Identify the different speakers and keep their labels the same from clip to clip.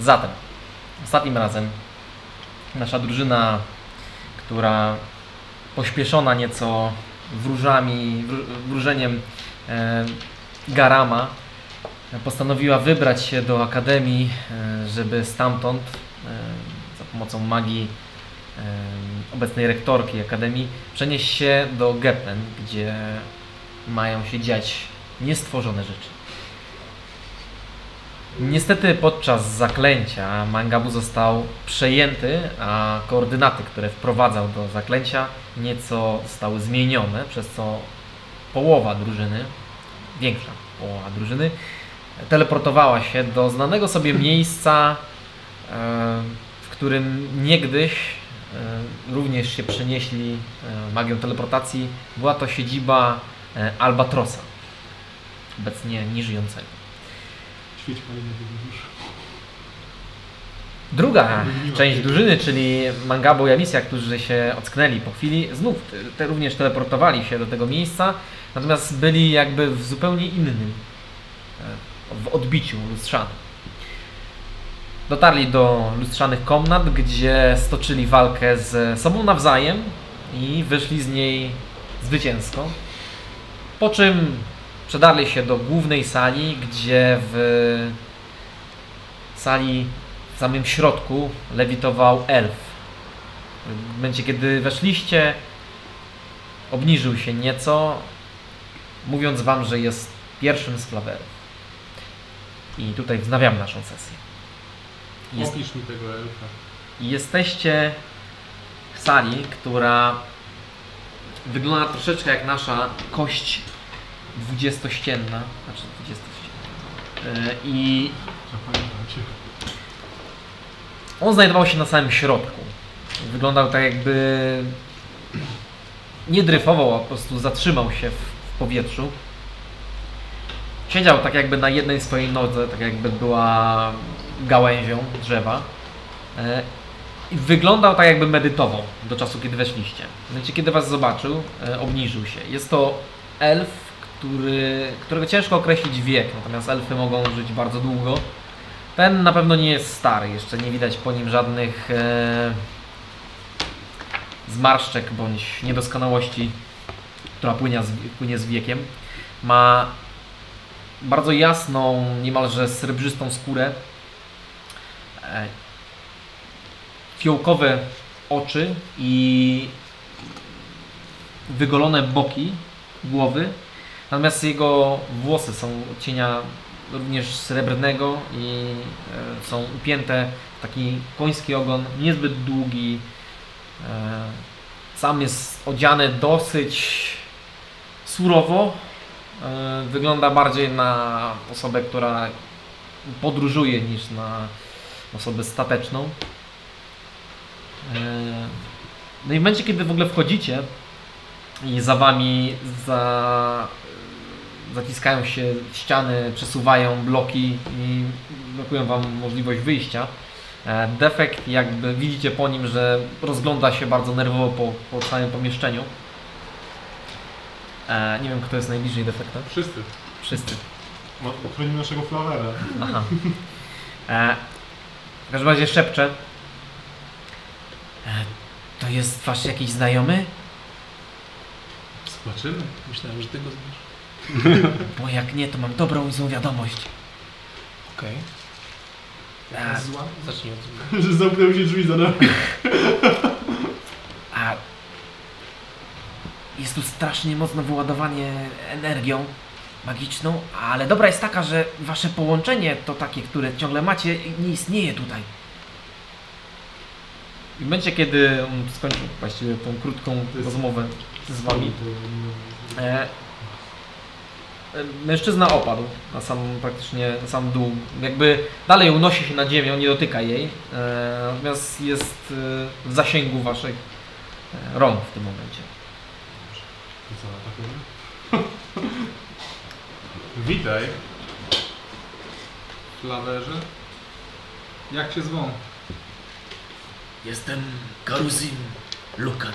Speaker 1: Zatem, ostatnim razem nasza drużyna, która pośpieszona nieco wróżami, wró- wróżeniem e, Garama, postanowiła wybrać się do Akademii, e, żeby stamtąd e, za pomocą magii e, obecnej rektorki Akademii przenieść się do Geppen, gdzie mają się dziać niestworzone rzeczy. Niestety podczas zaklęcia Mangabu został przejęty, a koordynaty, które wprowadzał do zaklęcia, nieco zostały zmienione, przez co połowa drużyny, większa połowa drużyny, teleportowała się do znanego sobie miejsca, e, w którym niegdyś e, również się przenieśli e, magią teleportacji. Była to siedziba e, Albatrosa, obecnie nieżyjącego.
Speaker 2: Świeć palenie już.
Speaker 1: Druga część drużyny, czyli Mangabo i Amicia, którzy się ocknęli po chwili, znów te, te również teleportowali się do tego miejsca, natomiast byli jakby w zupełnie innym, e, w odbiciu lustrzanym. Dotarli do lustrzanych komnat, gdzie stoczyli walkę ze sobą nawzajem i wyszli z niej zwycięsko. Po czym przedarli się do głównej sali, gdzie w sali w samym środku lewitował elf. W momencie, kiedy weszliście, obniżył się nieco, mówiąc wam, że jest pierwszym z flawerów. I tutaj wznawiam naszą sesję. Jest,
Speaker 2: Opisz mi tego elfa.
Speaker 1: jesteście w sali, która wygląda troszeczkę jak nasza kość dwudziestościenna, znaczy dwudziestościenna. Yy, I
Speaker 2: Zapamiętam cię.
Speaker 1: On znajdował się na samym środku. Wyglądał tak jakby nie dryfował, a po prostu zatrzymał się w, w powietrzu. Siedział tak jakby na jednej swojej nodze, tak jakby była gałęzią drzewa. E, I wyglądał tak jakby medytował do czasu, kiedy weszliście. W momencie, kiedy was zobaczył, e, obniżył się. Jest to elf, który, którego ciężko określić wiek, natomiast elfy mogą żyć bardzo długo. Ten na pewno nie jest stary, jeszcze nie widać po nim żadnych e, zmarszczek bądź niedoskonałości, która płynie z, płynie z wiekiem. Ma bardzo jasną, niemalże srebrzystą skórę, e, fiołkowe oczy i wygolone boki głowy. Natomiast jego włosy są odcienia również srebrnego i e, są upięte w taki koński ogon, niezbyt długi. E, sam jest odziany dosyć surowo. E, wygląda bardziej na osobę, która podróżuje niż na osobę stateczną. E, no i w momencie, kiedy w ogóle wchodzicie i za wami za zaciskają się ściany, przesuwają bloki i blokują Wam możliwość wyjścia. E, Defekt, jakby widzicie po nim, że rozgląda się bardzo nerwowo po, po całym pomieszczeniu. E, Nie wiem, kto jest najbliżej defekta.
Speaker 2: Wszyscy.
Speaker 1: Wszyscy.
Speaker 2: No, Chronimy naszego flawera.
Speaker 1: Aha. E, w każdym razie szepczę. E, to jest Wasz jakiś znajomy?
Speaker 2: Zobaczymy. Myślałem, że ty go znasz.
Speaker 1: Bo jak nie, to mam dobrą i złą wiadomość.
Speaker 3: Okej.
Speaker 1: E,
Speaker 3: Zła? Zacznij od zła.
Speaker 2: że zamknęły się drzwi za nami.
Speaker 1: A jest tu strasznie mocno wyładowanie energią magiczną, ale dobra jest taka, że wasze połączenie to takie, które ciągle macie, nie istnieje tutaj. I w momencie, kiedy on skończył właściwie tą krótką
Speaker 2: To jest-
Speaker 1: rozmowę z wami, E, e, Mężczyzna opadł na sam praktycznie na sam dół. Jakby dalej unosi się nad ziemią, nie dotyka jej. E, natomiast jest e, w zasięgu waszych e, rąk w tym momencie.
Speaker 2: To co, atakujemy? Witaj. Flawerze. Jak się zwą?
Speaker 3: Jestem Garuzin Lukan.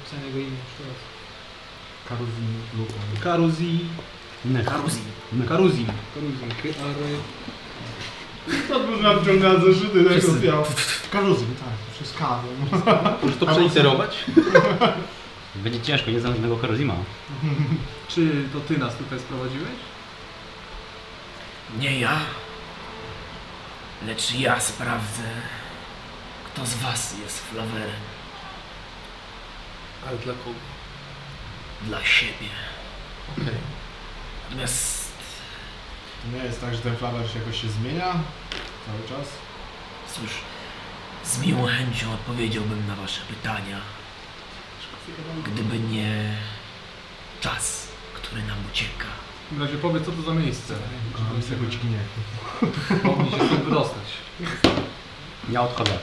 Speaker 4: Napisałem jego imię jeszcze raz.
Speaker 5: Karuzin Lukan.
Speaker 2: Karuzi.
Speaker 5: Nef.
Speaker 6: Karuzin.
Speaker 5: Nef.
Speaker 2: Karuzin. Karuzin. Kary. To dużo nadciąga zeszyty
Speaker 5: tak
Speaker 2: tego
Speaker 1: Wszyscy.
Speaker 2: biał.
Speaker 5: Karuzin, tak. Przez K. no.
Speaker 7: Może to przeliterować?
Speaker 8: Będzie ciężko, nie znam żadnego Karuzima.
Speaker 2: Czy to ty nas tutaj sprowadziłeś?
Speaker 6: Nie ja, lecz ja sprawdzę, kto z was jest flawerem.
Speaker 7: Ale dla kogo?
Speaker 6: Dla siebie.
Speaker 7: Okej.
Speaker 6: Natomiast
Speaker 5: Nie jest tak, że ten flawer się jakoś się zmienia cały czas.
Speaker 6: cóż, z miłą chęcią odpowiedziałbym na wasze pytania, gdyby nie czas, który nam ucieka.
Speaker 2: W takim razie powiedz, co to za miejsce.
Speaker 5: Kocham z tego
Speaker 2: tak?
Speaker 5: dźgnie.
Speaker 2: Mogli się stąd wydostać.
Speaker 8: Ja odchodzę.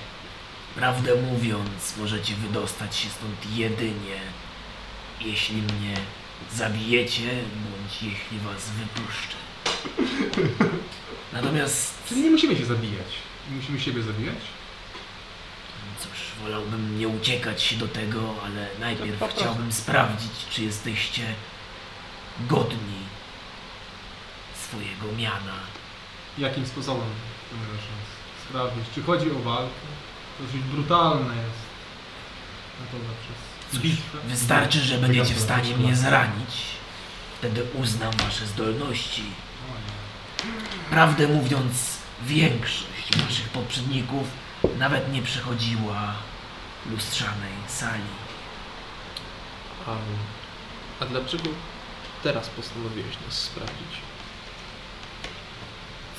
Speaker 6: Prawdę mówiąc, możecie wydostać się stąd jedynie, jeśli mnie zabijecie, bądź jeśli was wypuszczę. Natomiast
Speaker 2: Czyli nie musimy się zabijać. Nie musimy siebie zabijać.
Speaker 6: Cóż, wolałbym nie uciekać się do tego, ale najpierw chciałbym sprawdzić, czy jesteście godni swojego miana.
Speaker 2: Jakim sposobem zamierzasz nas sprawdzić? Czy chodzi o walkę? Dosyć brutalne jest. Metoda przez
Speaker 6: Cóż,
Speaker 2: bitwę.
Speaker 6: Wystarczy, że będziecie w stanie mnie
Speaker 5: Wygadam.
Speaker 6: zranić. Wtedy uznam wasze zdolności.
Speaker 2: O nie.
Speaker 6: Prawdę mówiąc, większość waszych poprzedników nawet nie przechodziła lustrzanej sali.
Speaker 7: A, a dlaczego teraz postanowiłeś nas sprawdzić?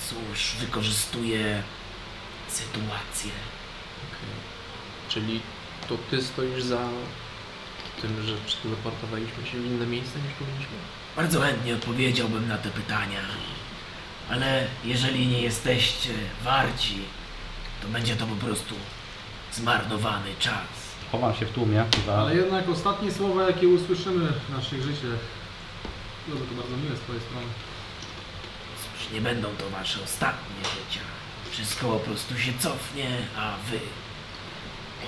Speaker 6: Cóż, wykorzystuję sytuację.
Speaker 7: Okej. Czyli to ty stoisz za tym, że przeteleportowaliśmy się w inne miejsce niż powinniśmy?
Speaker 6: Bardzo chętnie odpowiedziałbym na te pytania, ale jeżeli nie jesteście warci, to będzie to po prostu zmarnowany czas.
Speaker 8: Chowam się w tłumie za...
Speaker 2: Ale jednak ostatnie słowa, jakie usłyszymy w naszych życiach, byłoby to bardzo miłe z twojej strony.
Speaker 6: Cóż, nie będą to wasze ostatnie życia. Wszystko po prostu się cofnie, a wy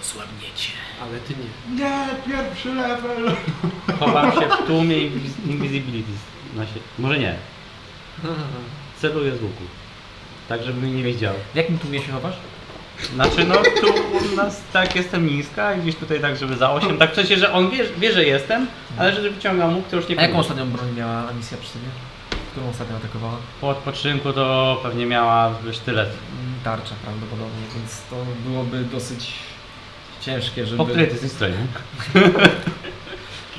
Speaker 6: osłabniecie.
Speaker 7: Ale ty nie.
Speaker 5: Nie, pierwszy level!
Speaker 8: Chowam się w tłumie i invis- invisibility. Na się... Może nie. Celuję z łuku. Tak, żeby mnie nie wiedział.
Speaker 1: W jakim tłumie się chowasz?
Speaker 8: Znaczy no, tu u nas tak jestem niska i gdzieś tutaj tak, żeby za 8. Tak w sensie, że on wie, wie że jestem, ale że wyciągam łuk, to już nie
Speaker 1: A jaką
Speaker 8: powinien.
Speaker 1: ostatnią broń miała Amicia przy sobie? Którą ostatnio atakowała?
Speaker 8: Po odpoczynku to pewnie miała sztylet.
Speaker 1: Mm, Tarcza prawdopodobnie, więc to byłoby dosyć ciężkie, żeby...
Speaker 8: Po której ty jesteś stronie?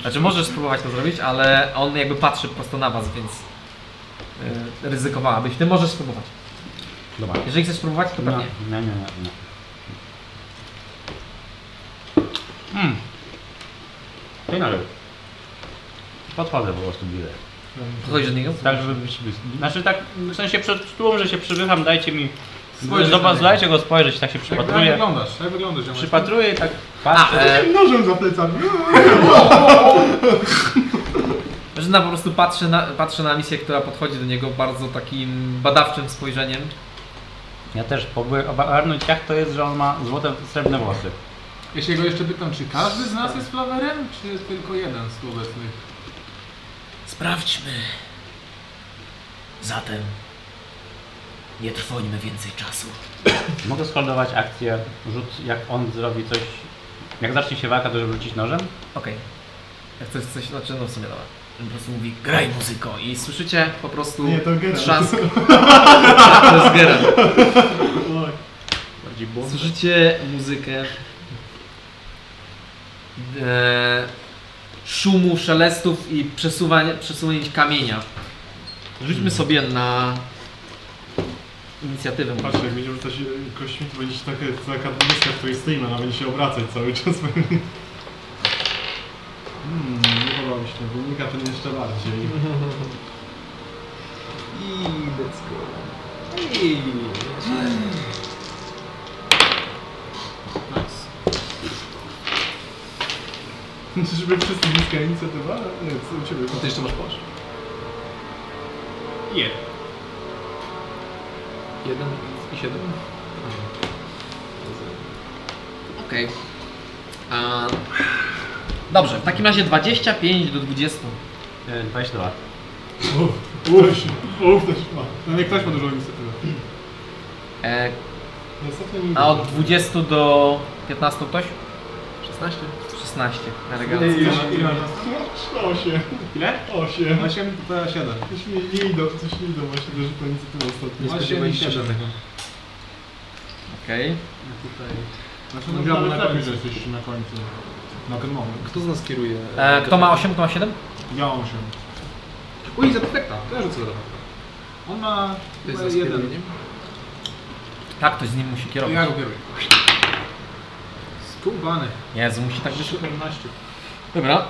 Speaker 1: Znaczy możesz spróbować to zrobić, ale on jakby patrzy prosto na was, więc yy, ryzykowałabyś. Ty możesz spróbować.
Speaker 8: Dobra.
Speaker 1: Jeżeli chcesz spróbować, to
Speaker 8: No,
Speaker 1: pewnie.
Speaker 8: nie, nie, nie. nie. Mm. Ty na lewo. Podchodzę po prostu bliżej.
Speaker 1: Podchodzisz do niego?
Speaker 8: No. Tak, żeby być blisko. Znaczy tak, w sensie przed tłum, że się przybycham, dajcie mi...
Speaker 2: Spojrzeć na
Speaker 8: Zobacz,
Speaker 2: niego.
Speaker 8: dajcie go spojrzeć, tak się
Speaker 2: Jak, jak
Speaker 8: przypatruję.
Speaker 2: wyglądasz? Jak wyglądasz? ziomek?
Speaker 8: Przypatruję i tak
Speaker 1: A,
Speaker 8: patrzę.
Speaker 1: e,
Speaker 5: Nożem za plecami.
Speaker 1: Mężczyzna po prostu patrzy na, patrzy na misję, która podchodzi do niego bardzo takim badawczym spojrzeniem.
Speaker 8: Ja też próbuję ogarnąć jak to jest, że on ma złote, srebrne włosy.
Speaker 2: Ja się go jeszcze pytam, czy każdy z nas jest flawerem, czy jest tylko jeden z tu obecnych?
Speaker 6: Sprawdźmy. Zatem nie trwońmy więcej czasu.
Speaker 8: Mogę skoldować akcję, rzut, jak on zrobi coś... Jak zacznie się walka, to żeby rzucić nożem?
Speaker 1: Okej. Jak chcesz coś, znaczy no w sumie dobra.
Speaker 6: On po prostu mówi, graj muzyko i
Speaker 1: I słyszycie po prostu
Speaker 5: Nie, to Geralt.
Speaker 1: trzask. to jest Geralt.
Speaker 7: Bardziej błąd.
Speaker 1: Słyszycie muzykę. E, szumu, szelestów i przesuwań, przesunięć kamienia.
Speaker 7: Hmm.
Speaker 1: Rzućmy sobie na inicjatywę.
Speaker 5: Patrzcie, jak będzie rzucać e, kośćmi, to będzie taka, taka dwudziestka, w której stoimy, ona będzie się obracać cały czas. Hmm, nie podoba mi się ten wynika ten jeszcze bardziej.
Speaker 2: I let's go. I... Nice.
Speaker 5: Żeby wszyscy bliska inicjatywa? Nie, co u ciebie?
Speaker 7: A ty jeszcze masz płaszcz?
Speaker 2: Je.
Speaker 7: Jeden i siedem?
Speaker 1: Okej. A Dobrze, w takim razie 25 do 20.
Speaker 8: E, 22.
Speaker 9: Uff, uff, też ma.
Speaker 2: No nie ktoś ma dużą inicjatywę.
Speaker 1: E,
Speaker 9: Niestety nie
Speaker 1: a od 20 do 15 ktoś?
Speaker 7: 16?
Speaker 1: 16.
Speaker 9: Ile-
Speaker 1: Elegancko.
Speaker 9: ile- ile
Speaker 2: Ile- ile
Speaker 9: masz? No, Osiem.
Speaker 2: Ile?
Speaker 9: Osiem.
Speaker 2: 8 to 7.
Speaker 9: Coś mi nie idą, coś nie idą właśnie, że to inicjatywa ostatnio.
Speaker 7: Nie spodziewaliście się żadnego.
Speaker 1: Okej.
Speaker 2: Tutaj. Znaczy,
Speaker 9: No,
Speaker 2: no, gramy
Speaker 9: ale
Speaker 2: na
Speaker 9: tak.
Speaker 2: końcu, że jesteś na końcu. Na ten moment.
Speaker 7: Kto z nas kieruje?
Speaker 1: E, Kto ma 8, kto ma 7?
Speaker 2: Ja mam 8.
Speaker 7: Uj, za defekta, to ja rzucę za defekta.
Speaker 2: On ma
Speaker 7: To jest
Speaker 2: ma
Speaker 7: nas kieruje, nie?
Speaker 2: jeden.
Speaker 1: Tak, ktoś z nim musi
Speaker 2: To
Speaker 1: kierować.
Speaker 2: ja go kieruję. Skubany.
Speaker 1: Jezu, musi tak wyszło.
Speaker 2: 17.
Speaker 1: Dobra.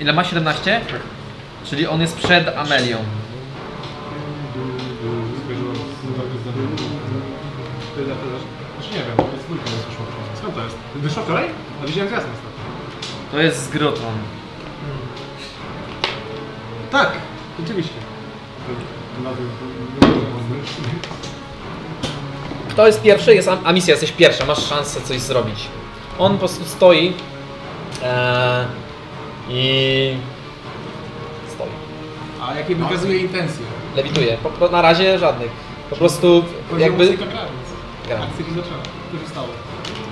Speaker 1: Ile ma 17?
Speaker 9: Tak.
Speaker 1: Czyli on jest przed Amelią.
Speaker 2: Skojarzyłem z tym zdaniem. Tyle to Znaczy nie wiem, to jest dwójka, nie wyszło wczoraj. Skąd to jest? Wyszło wczoraj? A widziałem gwiazdę ostatnio.
Speaker 1: To jest z grotą.
Speaker 2: Tak, rzeczywiście.
Speaker 1: Kto jest pierwszy? Jest Am- Amicia, jesteś pierwsza, masz szansę coś zrobić. On po prostu stoi e, i stoi.
Speaker 2: A jakie wykazuje intencje?
Speaker 1: Lewituje. Po, po, na razie żadnych. Po prostu
Speaker 2: Jakby...
Speaker 1: jakby... Gra.
Speaker 2: Akcja się zaczęła. To się stało.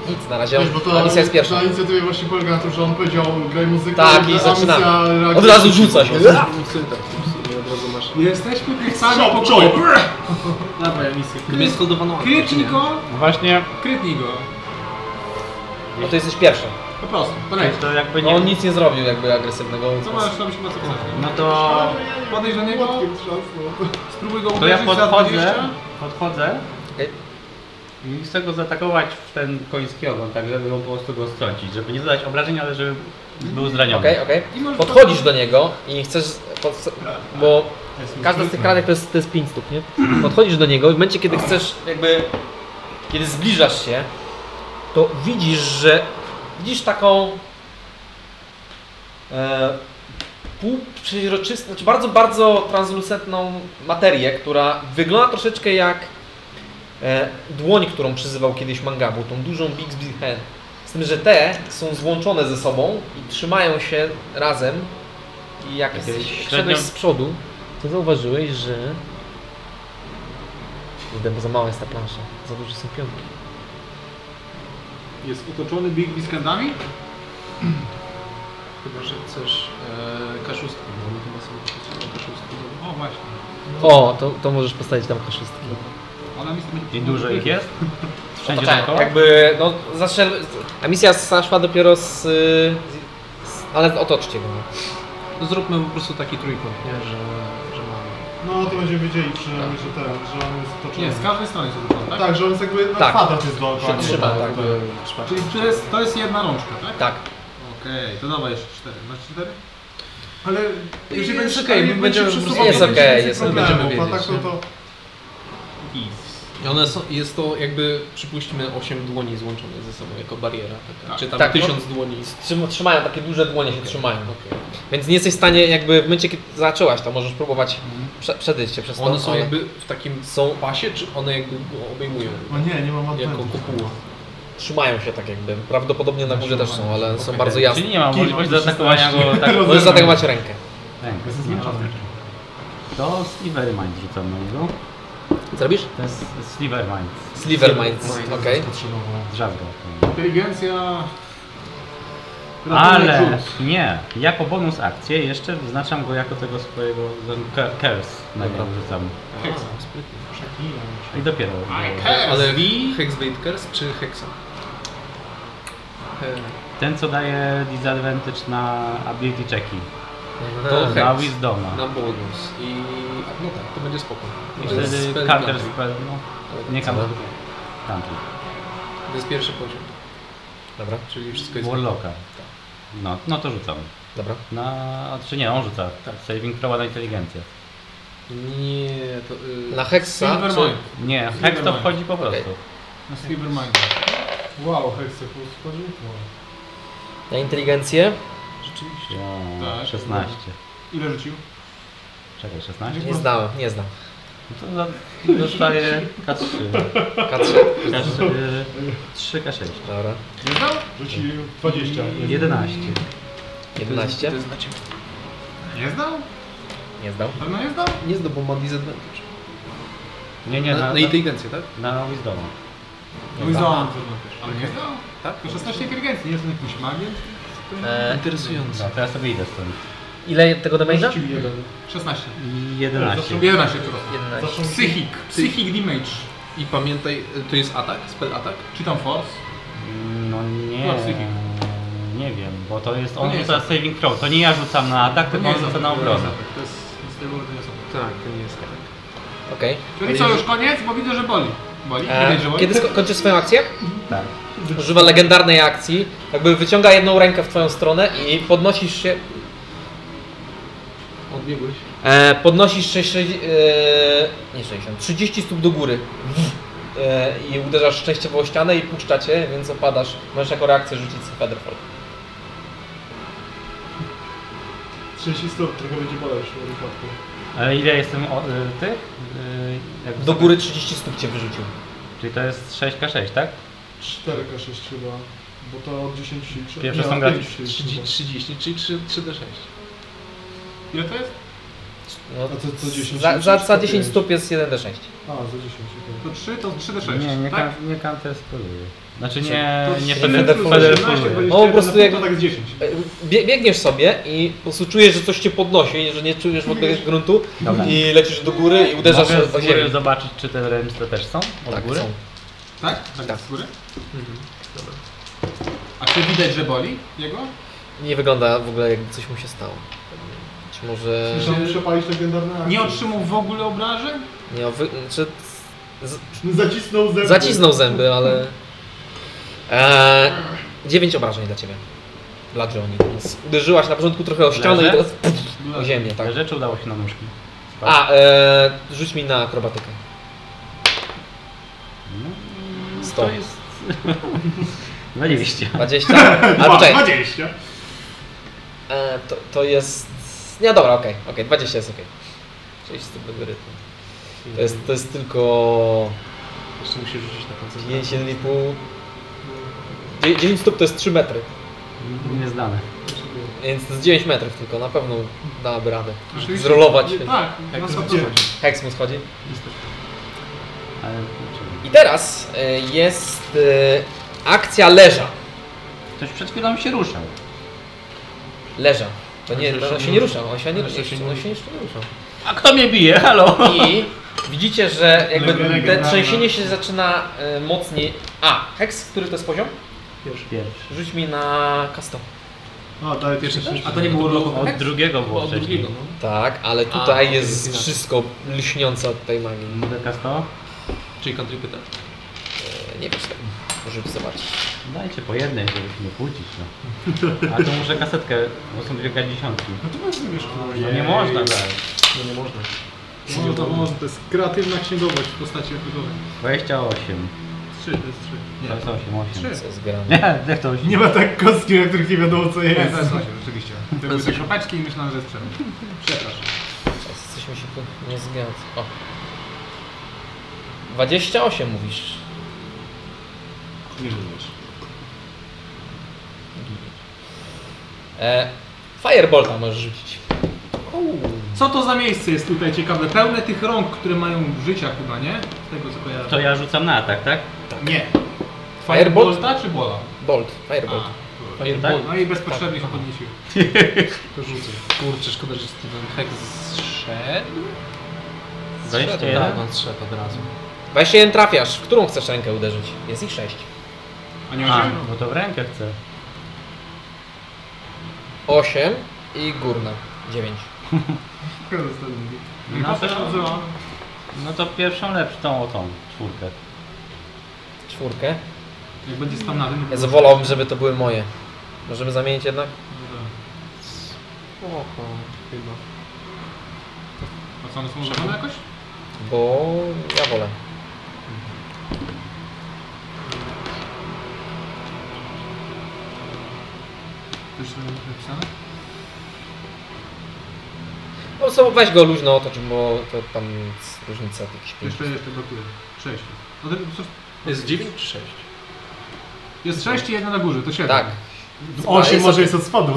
Speaker 1: Nic na razie.
Speaker 9: Wiesz, bo to
Speaker 1: Amicia jest pierwsza.
Speaker 9: Ta inicjatywa właśnie polega na tym, że on powiedział graj muzykę. a
Speaker 1: Tak, i
Speaker 9: misja
Speaker 1: zaczynamy.
Speaker 9: reaguje-
Speaker 1: Od razu rzuca się.
Speaker 7: Syntax, i od razu masz.
Speaker 2: Jesteśmy tych samych
Speaker 9: Stop, joy.
Speaker 2: pokoju. Dobra, ja misję.
Speaker 7: Mnie skoldowano.
Speaker 2: Krytnij go,
Speaker 8: Właśnie.
Speaker 2: krytnij go.
Speaker 1: No to jesteś pierwsza.
Speaker 2: Po prostu, to leci.
Speaker 8: To jakby
Speaker 1: No
Speaker 8: nie...
Speaker 1: on nic nie zrobił jakby agresywnego.
Speaker 2: Co masz robić, ma co pisać?
Speaker 8: No to...
Speaker 2: Podejdź do niego,
Speaker 9: Łapkiem trzasnął.
Speaker 2: spróbuj go
Speaker 8: To
Speaker 2: uderzyć
Speaker 8: ja podchodzę,
Speaker 2: za
Speaker 8: podchodzę
Speaker 1: Okej.
Speaker 8: i chcę go zaatakować w ten koński ogon, tak żeby go po prostu go strącić, żeby nie zadać obrażeń, ale żeby był zraniony.
Speaker 1: Okej, okej.
Speaker 2: 20. I możesz
Speaker 1: Podchodzisz do niego i chcesz. Pod, bo każda z tych kratek to jest, to jest 5 stóp, nie? Podchodzisz do niego i w momencie, kiedy chcesz, jakby. Kiedy zbliżasz się, to widzisz, że. Widzisz taką. E, półprzeźroczystą, znaczy bardzo, bardzo translucentną materię, która wygląda troszeczkę jak. E, dłoń, którą przyzywał kiedyś Mangabu, tą dużą Big Big Hand. Z tym, że te są złączone ze sobą i trzymają się razem. I jak
Speaker 8: Takie
Speaker 1: jesteś-
Speaker 8: średnio-
Speaker 1: szedłeś z przodu, to zauważyłeś, że... Kurde, bo za mała jest ta plansza. Za duże są piątki.
Speaker 2: Jest otoczony Big Biskandami?
Speaker 7: Chyba, że chcesz e, kaszustki, bo my chyba sobie poprosimy kaszustki.
Speaker 2: O właśnie.
Speaker 1: O, to, to możesz postawić tam koszystki.
Speaker 2: Ona mi sobie...
Speaker 8: I dużo ich jest? Wszędzie
Speaker 1: tak,
Speaker 8: dookoła?
Speaker 1: jakby, no, zaszedł... A misja zaszła dopiero z... y, z ale otoczcie go.
Speaker 7: No zróbmy po prostu taki trójkąt, nie? Że, że mamy.
Speaker 9: No to będziemy wiedzieli przynajmniej, że ten, że on jest toczony.
Speaker 2: Nie, z każdej strony jest otoczony, tak?
Speaker 9: Tak, że on jest jakby na
Speaker 1: Tak.
Speaker 9: kwadrat jest dookoła.
Speaker 1: Się trzyma, tak.
Speaker 7: Czwarty.
Speaker 2: Czyli to jest, to jest jedna rączka, tak?
Speaker 1: Tak.
Speaker 2: Okej, to dawaj jeszcze cztery. Masz cztery?
Speaker 9: Ale
Speaker 7: Jest
Speaker 9: jeżeli będzie
Speaker 7: okej,
Speaker 9: ale
Speaker 7: my
Speaker 9: jak
Speaker 7: będziemy
Speaker 9: się
Speaker 7: po
Speaker 9: przesuwał,
Speaker 1: prostu
Speaker 9: to
Speaker 1: wiedzieć.
Speaker 9: będzie
Speaker 1: Jest
Speaker 9: więcej
Speaker 1: okej, jest-
Speaker 9: problemów,
Speaker 1: będziemy
Speaker 9: a tak, no to...
Speaker 7: I one są, jest to jakby, przypuśćmy, 8 dłoni złączonych ze sobą jako bariera. Taka.
Speaker 2: Tak.
Speaker 7: Czy tam
Speaker 1: Tak, no.
Speaker 7: 1000 dłoni.
Speaker 1: Trzyma, trzymają, takie duże dłonie się trzymają.
Speaker 8: no.
Speaker 7: Okay.
Speaker 1: Więc nie jesteś w stanie, jakby w momencie, kiedy zaczęłaś to, możesz próbować prze, przedyć się przez to.
Speaker 7: Mhm. One są
Speaker 1: ale-
Speaker 7: jakby w takim
Speaker 1: są,
Speaker 7: pasie, czy one jakby go obejmują?
Speaker 9: O nie, nie mam
Speaker 7: Jako
Speaker 9: odpędu.
Speaker 7: kopuła.
Speaker 1: trzymają się tak jakby. Prawdopodobnie na górze też są, ale są
Speaker 7: Okej.
Speaker 1: bardzo jasne.
Speaker 8: Czyli nie ma
Speaker 9: Kim?
Speaker 8: możliwości zaatakowania go tak...
Speaker 1: Możesz zaatakować rękę.
Speaker 8: Rękę.
Speaker 9: Jestem zmęczony.
Speaker 8: To Slivermind rzucam na niego.
Speaker 1: Co robisz?
Speaker 8: To jest Slivermind.
Speaker 1: Sliver Minds.
Speaker 7: Minds.
Speaker 1: Okej.
Speaker 9: Potrzebował.
Speaker 8: Drzazgo.
Speaker 2: Inteligencja... Ratunek
Speaker 8: Ale
Speaker 2: rzut.
Speaker 8: nie, jako bonus akcję jeszcze wyznaczam go jako tego swojego ten cur- curse. Na niego rzucam.
Speaker 7: Heksa, sprytnie.
Speaker 9: Przeklinam się.
Speaker 8: I dopiero.
Speaker 7: Ale Hex Wadekers czy Hexa? He,
Speaker 8: Ten co daje disadvantage na ability checki.
Speaker 7: To
Speaker 1: Aha.
Speaker 8: Na
Speaker 7: Hex.
Speaker 8: wisdoma.
Speaker 7: Na bonus. I... No tak, to będzie spoko.
Speaker 8: I
Speaker 7: To jest
Speaker 8: wtedy
Speaker 7: spell
Speaker 8: counter
Speaker 7: country.
Speaker 8: spell, no.
Speaker 7: Ale
Speaker 8: Nie
Speaker 7: tak,
Speaker 8: counter.
Speaker 7: co?
Speaker 8: Country.
Speaker 7: To jest pierwszy poziom,
Speaker 1: Dobra,
Speaker 7: czyli wszystko jest... tak.
Speaker 8: Warlocka. No, no to rzucam.
Speaker 1: dobra.
Speaker 8: Na... Czy nie, on rzuca. Tak, Saving throwa na inteligencję.
Speaker 7: Nie, to... Y...
Speaker 1: Na Hexa.
Speaker 2: Silvermine.
Speaker 8: Nie, hex to
Speaker 2: Silvermine.
Speaker 8: wchodzi po prostu.
Speaker 2: Na Silvermine.
Speaker 9: Wow, Hexy plus wchodził? Wow.
Speaker 1: Na inteligencję.
Speaker 7: Rzeczywiście.
Speaker 8: Ja,
Speaker 2: Tak.
Speaker 8: 16.
Speaker 2: Ile rzucił?
Speaker 8: Czekaj, 16?
Speaker 1: Nie znałem, nie znam.
Speaker 8: To za- dostaję K3.
Speaker 7: Katrze?
Speaker 8: K3 3K6.
Speaker 7: Dobra.
Speaker 10: Rzuci 20.
Speaker 8: 11.
Speaker 7: 11? To jest znaczy...
Speaker 2: Nie zdał?
Speaker 7: Nie zdał.
Speaker 2: Pewno nie zdał?
Speaker 7: Nie zdał, bo ma disadvantage.
Speaker 8: Nie, nie,
Speaker 7: Na,
Speaker 8: na,
Speaker 7: na
Speaker 8: na,
Speaker 7: inteligencję, tak?
Speaker 8: na Wisdoma.
Speaker 2: No i zdał też. Ale nie zdał?
Speaker 7: Tak?
Speaker 2: To 16 inteligencji, nie jest on jakiś magiem?
Speaker 1: E,
Speaker 7: Interesujące.
Speaker 8: No, to ja sobie idę stąd.
Speaker 1: ile tego damage'a?
Speaker 10: Rzucił jeden.
Speaker 2: 16.
Speaker 8: I 11.
Speaker 2: 11 to
Speaker 1: 11.
Speaker 10: Zaszło
Speaker 2: Psychic. Psychic damage.
Speaker 7: I pamiętaj, y, to jest atak? Spell atak?
Speaker 2: Czytam force.
Speaker 8: No nie.
Speaker 2: No, psychik.
Speaker 8: Nie wiem, bo to jest.
Speaker 2: To
Speaker 8: On
Speaker 2: nie
Speaker 8: rzuca saving throw. To nie ja rzucam na atak, tylko on rzuca na
Speaker 2: to
Speaker 8: obronę.
Speaker 2: jest atak. To jest nic tego to nie są.
Speaker 7: Tak, to nie jest atak.
Speaker 1: Okej.
Speaker 2: Czyli co, już koniec? Bo widzę, że boli. Boli?
Speaker 1: E,
Speaker 2: Widać, że boli.
Speaker 1: Kiedy sko- kończy swoją akcję?
Speaker 8: Tak.
Speaker 1: Używa legendarnej akcji. Jakby wyciąga jedną rękę w twoją stronę i podnosisz się.
Speaker 7: Odbiegłeś.
Speaker 1: E, podnosisz się. sześć- E, nie 60. 30 stóp do góry. E, I uderzasz szczęściową o ścianę i puszcza cię, więc opadasz. Możesz jako reakcję rzucić sobie Featherfall.
Speaker 10: 30 stóp, trochę będzie bolał już w tym wypadku.
Speaker 8: Ale ile jestem od y, tych? Y, jak
Speaker 1: Do góry 30 stóp cię wyrzucił.
Speaker 8: Czyli to jest 6K6, tak?
Speaker 10: 4K6 chyba. Bo to od 10 czy...
Speaker 8: Pierwsze
Speaker 10: nie,
Speaker 8: są
Speaker 10: od
Speaker 8: gratis.
Speaker 10: 5 jest
Speaker 7: 30,
Speaker 2: Mhm.
Speaker 10: chyba.
Speaker 7: 30 czyli 3, 3 d 6.
Speaker 2: Ile to jest?
Speaker 1: No,
Speaker 10: A co- co 10
Speaker 1: za, za, za
Speaker 10: stóp
Speaker 1: 10
Speaker 10: jest?
Speaker 1: stóp jest 1d6.
Speaker 10: A, za 10.
Speaker 2: To 3, to 3 d 6,
Speaker 8: Nie, nie,
Speaker 2: tak?
Speaker 8: kan, nie counter speluje. Znaczy nie,
Speaker 2: To
Speaker 8: nie
Speaker 1: trzy-
Speaker 8: feder-
Speaker 1: feder-
Speaker 8: feder- speluje.
Speaker 1: No, po prostu jak-
Speaker 2: tak z 10.
Speaker 1: E, Bie, biegniesz sobie i po prostu czujesz, że coś cię podnosi, że nie czujesz w ogóle gruntu
Speaker 8: Dobra.
Speaker 1: i lecisz do góry i uderzasz
Speaker 8: Mogę
Speaker 1: o
Speaker 8: z góry
Speaker 1: ziemię.
Speaker 8: zobaczyć, czy te ręce też są od
Speaker 1: Tak,
Speaker 8: góry?
Speaker 1: są.
Speaker 2: Tak? Tak z góry? A czy widać, że boli jego?
Speaker 1: Nie wygląda w ogóle jakby coś mu się stało. Czy może...
Speaker 10: Muszę przepalić legendarne tak akcje.
Speaker 2: Nie otrzymał w ogóle obrażeń?
Speaker 1: Nie, wy, czy
Speaker 10: Zacisnął zęby.
Speaker 1: zacisnął zęby, ale... Eee, 9 obrażeń dla Ciebie. Dla Johnny. Więc uderzyłaś na początku trochę o ścianę
Speaker 8: Leżę? Tak.
Speaker 1: i teraz pff, o ziemię, tak.
Speaker 8: Te rzeczy udało się na nóżki.
Speaker 1: A, eee, rzuć mi na akrobatykę.
Speaker 8: No,
Speaker 1: Sto.
Speaker 8: to jest... No 20.
Speaker 1: 20? A, poczekaj,
Speaker 10: 20.
Speaker 1: E, to, to jest. Nie, dobra, okej, okej, 20 jest okej. 6 stóp do góry. To jest, to jest tylko
Speaker 7: Jeszcze musisz rzucić na końcu.
Speaker 1: 5, 1,5. 9 stóp to jest 3 metry,
Speaker 8: Nieznane.
Speaker 1: więc to jest 9 metrów tylko, na pewno dałaby radę.
Speaker 2: Oczywiście.
Speaker 1: Zrolować się.
Speaker 2: Tak,
Speaker 7: Jak
Speaker 2: na
Speaker 7: to
Speaker 2: stopę.
Speaker 10: gdzie?
Speaker 1: Hex mu schodzi.
Speaker 8: Ale dlaczego?
Speaker 1: I teraz e, jest e, akcja leża.
Speaker 8: Ktoś przed chwilą się ruszał.
Speaker 1: Leża. To nie,
Speaker 7: Jeszcze
Speaker 1: to on
Speaker 7: się
Speaker 1: się nie
Speaker 7: nie-
Speaker 1: ruszał, on się nie
Speaker 7: jeszcze się
Speaker 1: ruszał.
Speaker 7: nie-
Speaker 1: On się jeszcze nie ruszał.
Speaker 8: A kto mnie bije? Halo!
Speaker 1: I widzicie, że jakby te
Speaker 2: Legendarna.
Speaker 1: trzęsienie się zaczyna e, mocniej. A, Hex, który to jest poziom?
Speaker 8: Pierwszy.
Speaker 1: Rzuć mi na kasto.
Speaker 10: A, daję pierwsze
Speaker 7: A to nie było urlopowe?
Speaker 8: Od drugiego było
Speaker 7: Od
Speaker 8: wcześniej.
Speaker 7: drugiego, no.
Speaker 1: Tak, ale tutaj
Speaker 7: A,
Speaker 1: jest
Speaker 7: jest
Speaker 1: wszystko lśniące od tej magii.
Speaker 8: Mogę kasto?
Speaker 7: Czyli country pyta.
Speaker 1: E, Nie wiesz tego. Możesz zobaczyć.
Speaker 8: Dajcie po jednej, żeby się nie kłócić. No. A to muszę kasetkę, bo są dwie dziesiątki.
Speaker 10: No to bardzo wiesz, kurwa.
Speaker 8: No nie można dać.
Speaker 7: No nie można.
Speaker 2: No to, może to jest kreatywna księgowość w postaci epigowej.
Speaker 8: 28.
Speaker 2: 3, to jest 3. Nie,
Speaker 8: To jest 8, 8.
Speaker 2: Trzy.
Speaker 1: Co jest grane.
Speaker 8: Nie, jak to 8?
Speaker 10: Nie ma tak kostki, na których nie wiadomo co
Speaker 2: Nie,
Speaker 10: jest.
Speaker 2: to jest 8, rzeczywiście. To były te kropeczki i myślałem, że jest 3. Przepraszam.
Speaker 1: Czas, Coś mi się tu nie zgadza. O. 28 mówisz.
Speaker 10: Nie żyjesz.
Speaker 1: E, Firebolta możesz rzucić.
Speaker 2: Co to za miejsce jest tutaj ciekawe? Pełne tych rąk, które mają życia chyba, nie? Z tego co kojarzę.
Speaker 8: To ja rzucam na atak, tak?
Speaker 2: Nie.
Speaker 1: Firebolt?
Speaker 2: Bolta czy bola?
Speaker 1: Bolt, Firebolt.
Speaker 2: A,
Speaker 8: Tak?
Speaker 2: no i bezpotrzebnie się podniesił.
Speaker 7: To rzucę. Kurczę, szkoda, że ten hex zszedł.
Speaker 8: 21.
Speaker 7: Tak, on zszedł od razu.
Speaker 1: 21 trafiasz. W którą chcesz rękę uderzyć? Jest ich 6.
Speaker 2: A nie
Speaker 8: A,
Speaker 2: ma
Speaker 8: bo to w rękę chcę.
Speaker 1: 8 i górna. 9.
Speaker 8: No
Speaker 2: No to
Speaker 8: to- No to pierwszą lepszą tą o tą, czwórkę.
Speaker 1: Czwórkę.
Speaker 2: Jak będzie stan na rynku.
Speaker 1: Ja zawolałbym, żeby to były moje. Możemy zamienić jednak? No,
Speaker 7: Oho, chyba.
Speaker 2: A co one są używane jakoś?
Speaker 1: Bo ja wolę.
Speaker 2: Też są napisane?
Speaker 1: Po prostu No weź go luźno otoć, bo to tam jest różnica jakieś pięć.
Speaker 2: Jeszcze, jeszcze brakuje. Sześć. No to coś-
Speaker 7: Jest 9 czy 6?
Speaker 2: Jest sześć i jedna na górze, to siedem.
Speaker 1: Tak, A,
Speaker 4: 8
Speaker 1: jest
Speaker 4: może jest od spodu.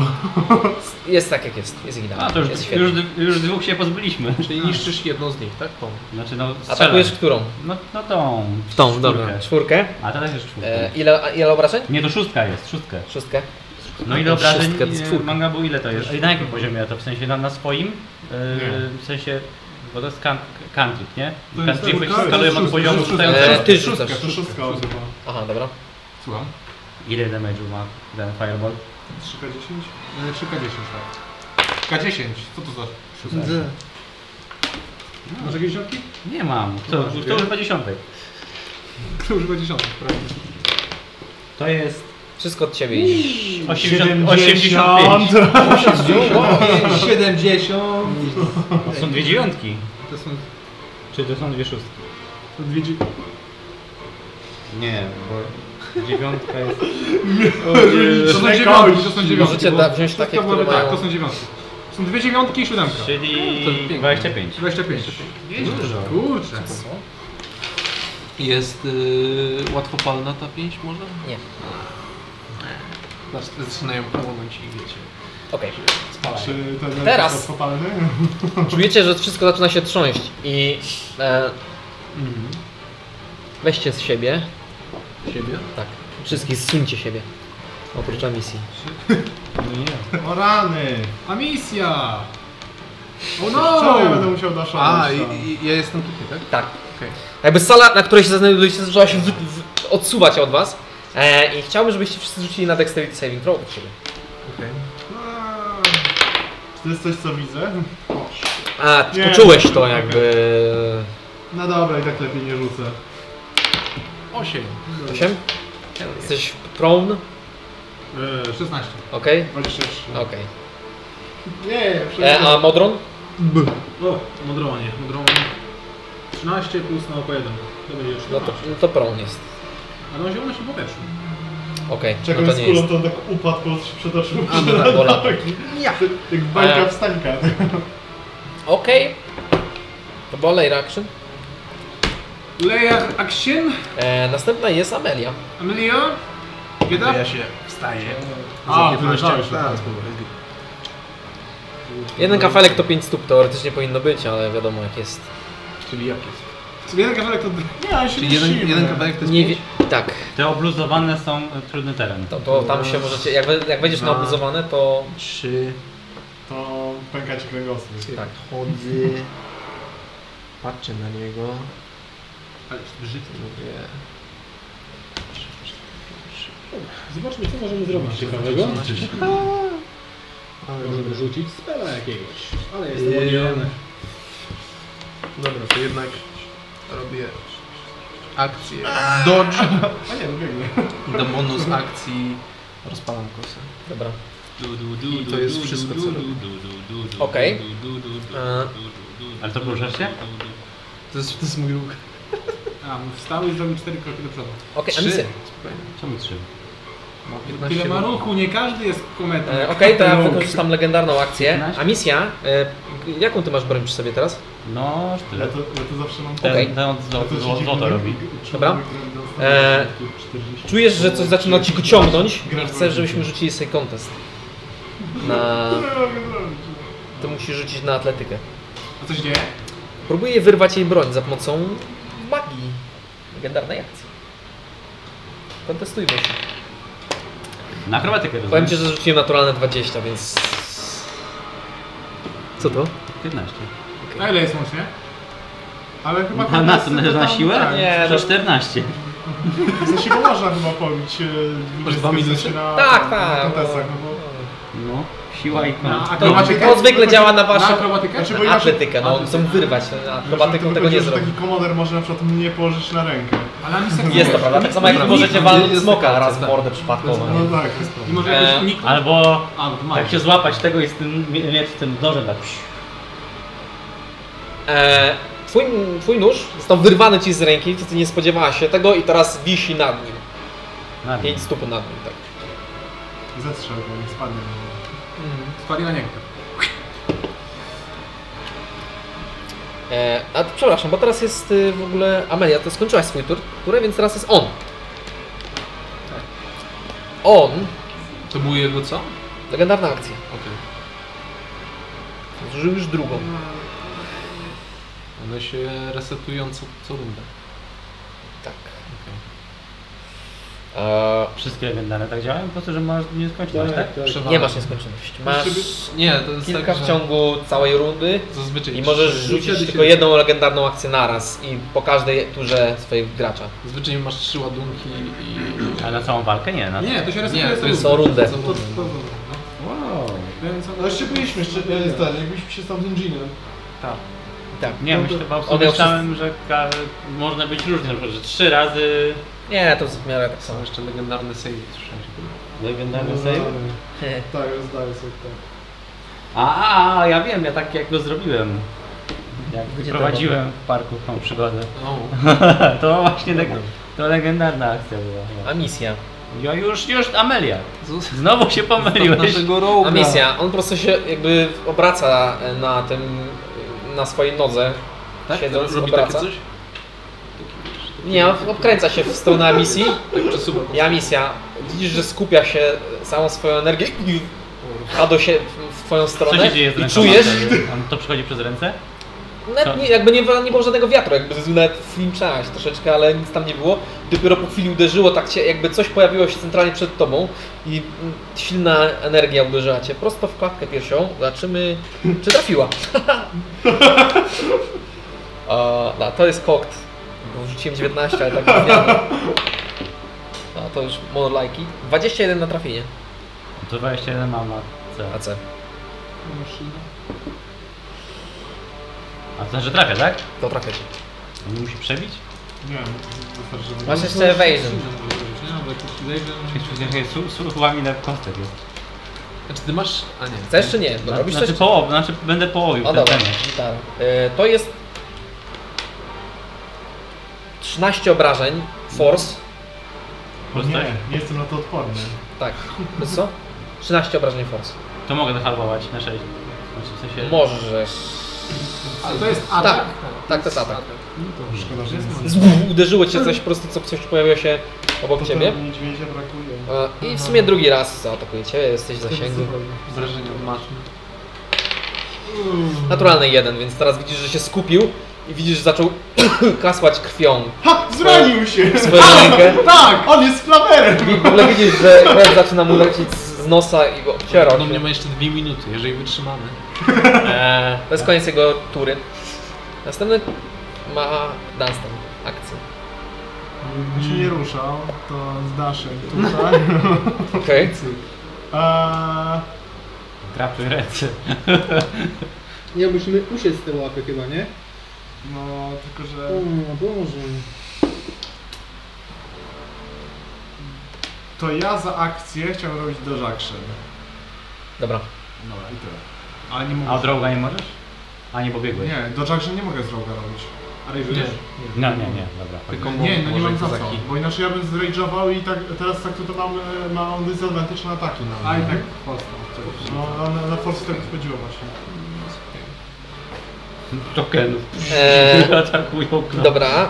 Speaker 1: jest tak jak jest, jest idealnie,
Speaker 8: A, to
Speaker 1: jest
Speaker 8: już,
Speaker 1: świetnie.
Speaker 8: już, już dwóch się pozbyliśmy.
Speaker 7: Czyli niszczysz jedną z nich, tak? Tą.
Speaker 8: Znaczy, no,
Speaker 1: Atakujesz
Speaker 8: strzelam.
Speaker 1: którą?
Speaker 8: No, no tą.
Speaker 1: W tą, dobra.
Speaker 8: czwórkę.
Speaker 1: Czwórkę.
Speaker 8: A teraz jest czwórka.
Speaker 1: E, ile, a ile obrażeń?
Speaker 8: Nie, to szóstka jest, szóstkę.
Speaker 1: Szóstkę.
Speaker 8: No ile
Speaker 1: to
Speaker 8: obrażeń
Speaker 1: szóstka, to jest
Speaker 8: e,
Speaker 1: czwórka.
Speaker 8: manga było ile to jest? I na jakim poziomie to? W sensie na, na swoim? E,
Speaker 4: Nie.
Speaker 8: w sensie, bo to jest kan- kantrip, nie?
Speaker 2: To jest
Speaker 8: Kantrip
Speaker 2: czwórka, to
Speaker 8: skalujemy
Speaker 2: jest
Speaker 8: od
Speaker 2: szóstka, to
Speaker 8: poziomu
Speaker 2: jest
Speaker 1: E,
Speaker 8: czytającego.
Speaker 1: ty
Speaker 4: Szóstka,
Speaker 1: rzucasz.
Speaker 4: to szóstka odbywa.
Speaker 1: Aha, dobra.
Speaker 2: Słucham?
Speaker 8: Ile damage'u ma ten fireball?
Speaker 4: 3K10?
Speaker 2: E, 3K10, tak. K10, co to za szóstka? Masz jakieś środki?
Speaker 8: Nie mam. To,
Speaker 2: Masz,
Speaker 8: to już po dziesiątej.
Speaker 2: Kto używa dziesiątek, prawda?
Speaker 8: To jest
Speaker 1: Wszystko od ciebie idzie.
Speaker 8: 80, 85.
Speaker 2: O, 70.
Speaker 8: To są dwie dziewiątki.
Speaker 2: To są
Speaker 8: Czy to są dwie szóstki?
Speaker 2: to dwie dzi-
Speaker 8: Nie, bo dziewiątka jest...
Speaker 2: To są dziewiątki, to są dziewiątki.
Speaker 1: Możecie
Speaker 2: bo
Speaker 1: da- wziąć takie,
Speaker 2: szóstka byłaby-
Speaker 1: które mają-
Speaker 2: Tak, to są dziewiątki. Są dwie dziewiątki i siódemka.
Speaker 7: To
Speaker 8: Czyli
Speaker 7: pięknie.
Speaker 8: 25.
Speaker 2: 25.
Speaker 8: Dużo.
Speaker 2: Kurczę.
Speaker 7: Jest yy, łatwopalna ta pięć może?
Speaker 1: Nie.
Speaker 7: Zaraz Znaczy, Zaczynają płonąć i wiecie.
Speaker 1: Okej.
Speaker 4: Czy ten
Speaker 1: Teraz.
Speaker 4: jest odkopalny?
Speaker 1: Czujecie, że wszystko zaczyna się trząść i e, weźcie z siebie.
Speaker 7: Siebie?
Speaker 1: Tak. Wszystkich zsuńcie siebie. Oprócz misji.
Speaker 4: O rany!
Speaker 2: A misja! O
Speaker 4: Co ja będę
Speaker 2: no!
Speaker 4: musiał naszą
Speaker 7: A, i, i ja jestem tutaj, tak?
Speaker 1: Tak.
Speaker 7: Okej.
Speaker 1: Jakby sala, na której się znajdujecie, zaczęła się w, w, odsuwać od was. E, I chciałbym, żebyście wszyscy rzucili na Dexterity Saving Throw od siebie.
Speaker 7: Okej.
Speaker 4: Eee, Czy to jest coś co widzę?
Speaker 1: A,
Speaker 4: Nie,
Speaker 1: poczułeś to
Speaker 4: okej.
Speaker 1: jakby...
Speaker 4: No dobra, i tak lepiej nie rzucę.
Speaker 7: Osiem.
Speaker 1: 8? Jesteś prone?
Speaker 4: Eee,
Speaker 2: E, 16.
Speaker 1: Okej.
Speaker 4: 23.
Speaker 1: Okej.
Speaker 4: Nie,
Speaker 1: E, A Modron?
Speaker 2: O, modronie, modronie. 13 plus
Speaker 4: no,
Speaker 2: na oko 1. To będzie już
Speaker 1: No to, no to prone jest.
Speaker 2: Ale on zielono się powietrzu.
Speaker 1: Okej,
Speaker 4: Czego
Speaker 1: no
Speaker 4: z
Speaker 1: to nie
Speaker 4: kulą
Speaker 1: jest.
Speaker 4: to on tak upadł, po prostu się przetoczył.
Speaker 1: A, no tak, bola.
Speaker 4: Jak jak bańka
Speaker 1: E.
Speaker 4: wstańka.
Speaker 1: Okej. To była layer action.
Speaker 2: Layer action.
Speaker 1: E, następna jest Amelia.
Speaker 2: Amelia? Bieda?
Speaker 7: Ja się wstaję.
Speaker 2: A, tak.
Speaker 7: Za 15
Speaker 4: tak,
Speaker 2: wyleciałeś.
Speaker 7: lat. Mhm.
Speaker 1: Jeden kafelek to 5 stóp teoretycznie powinno być, ale wiadomo jak jest.
Speaker 7: Czyli jak jest?
Speaker 2: Jeden kawałek to...
Speaker 4: Nie, on się
Speaker 7: Czyli jeden,
Speaker 4: silny.
Speaker 7: jeden kawałek to jest
Speaker 1: Nie
Speaker 7: pięć?
Speaker 1: wie... Tak,
Speaker 8: Te obluzowane są e, trudny teren.
Speaker 1: to, to tam się możecie. Jak, we- jak będziesz na obuzowane, to.
Speaker 7: Trzy.
Speaker 4: To pęka ci kręgosłup.
Speaker 1: Tak.
Speaker 7: Chodzę. Patrzę na niego.
Speaker 2: Ale brzydki.
Speaker 7: Mówię.
Speaker 2: Zobaczmy, co możemy zrobić ciekawego.
Speaker 7: Ale
Speaker 2: Możemy rzucić spela jakiegoś. Ale
Speaker 7: jestem oddzielony. Dobra, to jednak robię akcję. Dodge.
Speaker 4: A nie, no biegnie.
Speaker 7: Do bonus akcji rozpalam kosę.
Speaker 1: Dobra.
Speaker 7: I to jest wszystko, co robię.
Speaker 1: Okej. E,
Speaker 8: Ale to poruszasz się?
Speaker 7: To jest, to jest mój łuk.
Speaker 2: A, mój wstał i zrobił 4 kroki do przodu.
Speaker 1: Okej,
Speaker 7: Trzy.
Speaker 1: Amisy.
Speaker 7: Spokojnie.
Speaker 8: Czemu trzy?
Speaker 4: No,
Speaker 7: Mam 15
Speaker 2: Tyle ma ruchu, nie każdy jest kometą.
Speaker 1: E, Okej, to ja wykorzystam legendarną akcję.
Speaker 8: 15?
Speaker 1: Amisja, e, jaką ty masz broń przy sobie teraz?
Speaker 8: No,
Speaker 4: Ja
Speaker 8: sztylet.
Speaker 4: to, ja to zawsze mam...
Speaker 8: Ten,
Speaker 1: Okej.
Speaker 8: ten od
Speaker 4: Ja
Speaker 8: zł-
Speaker 4: to
Speaker 8: zł-
Speaker 4: się
Speaker 8: złoto
Speaker 4: dziwnie-
Speaker 8: robi.
Speaker 1: Dobra.
Speaker 4: Człowiek
Speaker 1: E,
Speaker 4: 40.
Speaker 1: Czujesz, że coś zaczyna ci go ciągnąć i
Speaker 4: Grasz
Speaker 1: chcesz, żebyśmy rzucili sobie kontest. Na...
Speaker 4: Nie mogę zrobić.
Speaker 1: To musisz rzucić na atletykę.
Speaker 2: A coś dzieje?
Speaker 1: Próbuję wyrwać jej broń za pomocą magii. Legendarnej akcji. Kontestujmy się.
Speaker 8: Na akrobatykę
Speaker 1: Powiem
Speaker 8: rozumiem.
Speaker 1: ci, że rzuciłem naturalne 20, więc... No, Co to?
Speaker 8: 15.
Speaker 2: A ile jest łącznie?
Speaker 4: Ale chyba...
Speaker 8: A na, na, na siłę?
Speaker 4: Tak.
Speaker 1: Nie,
Speaker 8: To
Speaker 1: no-
Speaker 8: 14.
Speaker 4: W sensie go można chyba pobić. e,
Speaker 7: Masz dwa
Speaker 4: w sensie
Speaker 7: minusy?
Speaker 4: Na,
Speaker 1: Tak,
Speaker 4: Na
Speaker 1: tak.
Speaker 4: kontestach, no bo...
Speaker 8: No, siła i
Speaker 2: Na
Speaker 8: kąt.
Speaker 2: akrobatykę?
Speaker 1: To zwykle działa na
Speaker 2: Na
Speaker 1: waszą
Speaker 2: akrobatykę?
Speaker 4: Znaczy,
Speaker 2: Czy...
Speaker 4: bo
Speaker 1: na
Speaker 4: inaczej-
Speaker 1: atletykę, no chcą wyrwać, a akrobatyką tego nie
Speaker 4: Tylko, że
Speaker 1: zrobi.
Speaker 4: Taki komoder może na przykład mnie położyć na rękę.
Speaker 2: Ale Amisa
Speaker 1: Jest to prawda, tak samo jak
Speaker 7: Nie,
Speaker 1: możecie
Speaker 7: nie,
Speaker 1: walnąć
Speaker 7: jest
Speaker 1: smoka
Speaker 7: taka
Speaker 1: raz w
Speaker 7: akcja,
Speaker 1: mordę przypadkowo. nie?
Speaker 4: No tak, jest
Speaker 2: I
Speaker 4: prawda.
Speaker 2: może jakoś
Speaker 1: Eee,
Speaker 2: nikt...
Speaker 8: No, Albo
Speaker 2: A, w macie.
Speaker 8: tak się złapać tego i z tym mie- miecz w tym nożem tak.
Speaker 1: E, twój, twój nóż został wyrwany ci z ręki, ty nie spodziewałaś się tego i teraz wisi nad nim.
Speaker 8: Na
Speaker 1: Pięć stóp nad nim, tak.
Speaker 7: Mm.
Speaker 4: Zetrzał, no bo nie spadnie.
Speaker 2: Spadnie na niego.
Speaker 1: E, a przepraszam, bo teraz jest y, w ogóle Amelia, to skończyłaś swój tur, turę, więc teraz jest on. On,
Speaker 7: To był jego co?
Speaker 1: legendarna akcja,
Speaker 7: Okej.
Speaker 1: zużył już drugą.
Speaker 7: One się resetują co, co rundę.
Speaker 1: Tak.
Speaker 7: Okej.
Speaker 1: E,
Speaker 8: Wszystkie legendarne tak działają? Po prostu, że masz nieskończoność, tak?
Speaker 7: Przewaga.
Speaker 1: nie masz nieskończoności. Masz
Speaker 7: Nie, to jest
Speaker 1: kilka
Speaker 7: tak,
Speaker 1: w
Speaker 7: że
Speaker 1: ciągu całej rundy
Speaker 7: zazwyczaj
Speaker 1: i możesz
Speaker 7: trzy.
Speaker 1: rzucić tylko jedną legendarną akcję naraz i po każdej turze swojego gracza.
Speaker 7: Zazwyczaj masz trzy ładunki i...
Speaker 8: A na całą walkę? Nie, na
Speaker 2: Nie, to się resetuje
Speaker 7: Nie,
Speaker 2: co
Speaker 7: to jest
Speaker 1: Co rundę.
Speaker 7: co
Speaker 2: To, to, to, to, no.
Speaker 8: Wow.
Speaker 2: Więc on-
Speaker 4: No jeszcze byliśmy, jeszcze, e, ten, jak byliśmy się z tamtym dżinem.
Speaker 7: Tak.
Speaker 1: Tak.
Speaker 8: Nie,
Speaker 4: No
Speaker 8: myślę,
Speaker 4: to-
Speaker 8: po
Speaker 1: on
Speaker 8: prostu
Speaker 1: miał
Speaker 8: myślałem, że ka- można być różnie, na przykład, że trzy razy
Speaker 1: Nie, to jest w miarę tak samo.
Speaker 7: Są jeszcze legendarne save, słyszałem się było.
Speaker 8: legendarny save.
Speaker 4: Tak, zdaję sobie tak.
Speaker 8: A, a, a, ja wiem, ja tak jak go zrobiłem. Jak
Speaker 1: Gdzie to
Speaker 8: prowadziłem w parku tą przygodę. No.
Speaker 7: No,
Speaker 8: to właśnie leg- to legendarna akcja była. no.
Speaker 1: A misja.
Speaker 8: Ja już, już Amelia.
Speaker 7: Zostaw
Speaker 8: Znowu się pomyliłeś.
Speaker 7: naszego roga.
Speaker 1: A misja, on po prostu się jakby obraca e, na tym, e, na swojej nodze,
Speaker 7: Tak?
Speaker 1: siedząc,
Speaker 7: Robi takie
Speaker 1: obraca.
Speaker 7: coś?
Speaker 1: Nie, on obkręca się w stronę misji.
Speaker 7: Tak przesuwa. po
Speaker 1: Ja misja. Widzisz, że skupia się e, całą swoją energię i wpadł się w twoją
Speaker 8: Co
Speaker 1: stronę
Speaker 8: się dzieje z
Speaker 1: i
Speaker 8: rękoma?
Speaker 1: czujesz,
Speaker 8: On to przychodzi przez ręce?
Speaker 7: Tak.
Speaker 1: nawet nie, jakby nie, nie było żadnego wiatru, jakby z- nawet flinczałaś troszeczkę, ale nic tam nie było. Dopiero po chwili uderzyło, tak cię, jakby coś pojawiło się centralnie przed tobą i mm, silna energia uderzyła cię prosto w klatkę piersią. Zobaczymy, czy trafiła. A, no, to jest kokt, bo rzuciłem 19, ale tak nie wiadomo. No, to już more like it. 21 na trafienie.
Speaker 8: To 21 mam na C.
Speaker 1: AC.
Speaker 8: A to znaczy trafia, tak?
Speaker 1: To trafia się.
Speaker 8: On nie musi przebić?
Speaker 4: Nie no, wiem, wystarczy, żeby...
Speaker 1: Masz jeszcze evasion.
Speaker 2: Nie, albo jakiś evasion.
Speaker 8: Słuchami na kostek jest.
Speaker 7: Znaczy ty masz... A nie.
Speaker 1: Chcesz czy nie?
Speaker 8: Na-
Speaker 1: No, Robisz
Speaker 8: Znaczy
Speaker 1: coś?
Speaker 8: połow, znaczy będę połowił
Speaker 1: O
Speaker 8: ten
Speaker 1: dobra,
Speaker 8: temat.
Speaker 1: gitara. Y, To jest 13 obrażeń, force,
Speaker 4: O
Speaker 8: tak.
Speaker 4: Nie, nie jestem na to odporny.
Speaker 1: tak, To jest co? 13 obrażeń force.
Speaker 8: To mogę zahalbować na 6. Znaczy w sensie...
Speaker 1: Możesz,
Speaker 2: Ale to jest atak.
Speaker 1: tak to jest atak.
Speaker 2: No to
Speaker 4: Szkoda, że
Speaker 2: jest
Speaker 4: nie
Speaker 2: magia.
Speaker 1: Zbuf, Uderzyło cię coś po prostu, co coś pojawiło się obok
Speaker 4: To
Speaker 1: ciebie.
Speaker 4: tam niedźwiedzia brakuje.
Speaker 1: Y, I w sumie drugi raz zaatakuje cię, jesteś w zasięgu.
Speaker 7: Wrażenie od matki.
Speaker 1: Naturalny jeden, więc teraz widzisz, że się skupił i widzisz, że zaczął kasłać krwią
Speaker 4: Ha! Zranił się!
Speaker 1: w swoją rękę.
Speaker 4: Tak! On jest flawerem!
Speaker 1: W ogóle widzisz, że krew zaczyna mu lecieć z nosa i go obciera.
Speaker 7: Do mnie ma jeszcze dwie minuty, jeżeli wytrzymamy.
Speaker 1: Eee, to jest koniec jego tury. Następny ma Dunstan akcję.
Speaker 4: Jakby się nie ruszał, to z daszem tutaj. E,
Speaker 1: Okej.
Speaker 4: A...
Speaker 8: Trapy ręce.
Speaker 11: Nie musimy usiąść z tej łapy chyba, nie?
Speaker 4: No, tylko że...
Speaker 11: O Boże.
Speaker 4: To ja za akcję chciałem robić do action.
Speaker 1: Dobra.
Speaker 4: Dobra, i tyle. Ale nie
Speaker 8: A od
Speaker 4: mogę...
Speaker 8: roga nie możesz? A nie pobiegłeś?
Speaker 4: Nie, do action nie mogę z roga robić. A rage'ujesz?
Speaker 8: No nie, nie, dobra.
Speaker 7: Tylko mo-
Speaker 4: Nie, no nie
Speaker 7: może
Speaker 4: mam
Speaker 7: i
Speaker 4: za co,
Speaker 7: kozaki.
Speaker 4: bo inaczej ja bym zrage'ował i tak, teraz tak to mam, e, mam dysadvantage na ataki na
Speaker 2: A i
Speaker 4: mnie.
Speaker 2: tak postał.
Speaker 4: No, na, na, na force tak wchodziło właśnie.
Speaker 8: Tokenów. E,
Speaker 1: Eee,
Speaker 8: Atakują okno.
Speaker 1: dobra.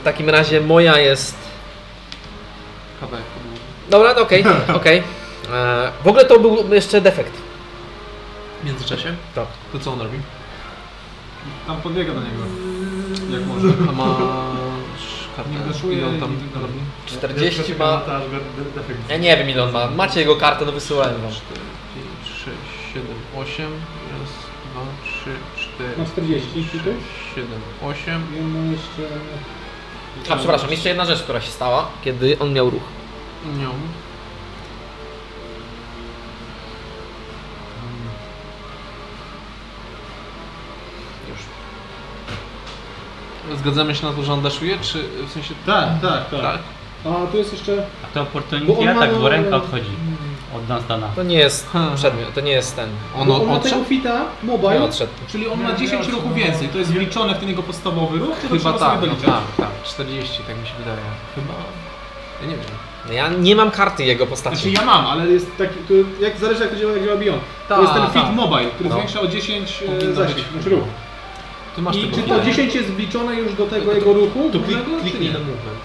Speaker 1: W takim razie moja jest.
Speaker 7: Kawałek podłogi.
Speaker 1: Dobra, no okej, okej. Eee, w ogóle to był jeszcze defekt.
Speaker 7: W międzyczasie?
Speaker 1: Tak.
Speaker 7: To co on robi?
Speaker 2: Tam podbiega do niego. Jak może.
Speaker 7: A masz kartę.
Speaker 2: Nie weszuje
Speaker 7: I on
Speaker 2: i
Speaker 7: tam
Speaker 2: tak dalej.
Speaker 7: robi?
Speaker 1: 40
Speaker 4: Ja
Speaker 1: ma.
Speaker 4: przeszukam notaż, de- de- defekt.
Speaker 1: Ja nie wiem ile on ma. Macie jego kartę, no wysyłałem wam.
Speaker 7: 4, 5, 6, 7, 8. Raz, dwa, trzy, cztery.
Speaker 11: Ma 40
Speaker 7: pięć,
Speaker 11: tutaj?
Speaker 7: sześć, Siedem, osiem.
Speaker 11: Ja mam jeszcze...
Speaker 1: A przepraszam, jeszcze jedna rzecz, która się stała, kiedy on miał ruch.
Speaker 7: Nią. Już. Zgadzamy się na to, że on daszuje, czy w sensie...
Speaker 2: Tak, tak, tak.
Speaker 7: Tak.
Speaker 11: A tu jest jeszcze...
Speaker 8: A to
Speaker 11: Bo
Speaker 8: opportunity
Speaker 11: on ma-
Speaker 8: atak, bo ręka odchodzi. Od Dunstana.
Speaker 1: To nie jest
Speaker 7: Hmm.
Speaker 1: przedmiot, to nie jest ten.
Speaker 7: On
Speaker 11: on ma tego
Speaker 7: odszedł?
Speaker 11: fita,
Speaker 1: Nie
Speaker 11: mobile.
Speaker 1: odszedł.
Speaker 2: Czyli on ma 10 ruchów więcej. To jest wliczone w ten jego podstawowy ruch, to
Speaker 7: Chyba
Speaker 2: trzeba sobie
Speaker 7: tak, no,
Speaker 2: doliczać.
Speaker 7: tak, tak. 40, tak mi się wydaje. Chyba... Ja nie wiem.
Speaker 1: Ja nie mam karty jego postaci.
Speaker 2: Znaczy ja mam, ale
Speaker 11: Ale jest taki... To jak, zależy jak to działa, jak działa Beyond.
Speaker 2: to jest ten
Speaker 7: Tak,
Speaker 2: Fit
Speaker 7: tak.
Speaker 2: Mobile, który
Speaker 1: No.
Speaker 4: Eee,
Speaker 2: zwiększa o 10 e,
Speaker 11: Powinno
Speaker 2: zasięg.
Speaker 11: być. Znaczy ruch.
Speaker 7: Ty masz
Speaker 2: I
Speaker 7: tego
Speaker 2: czy
Speaker 11: Czy to
Speaker 7: chwilę.
Speaker 11: 10 jest wliczone już do tego
Speaker 7: To- to-
Speaker 11: jego ruchu?
Speaker 7: To klik,
Speaker 2: Głównego, czy
Speaker 7: kliknij
Speaker 2: nie?
Speaker 7: na movement.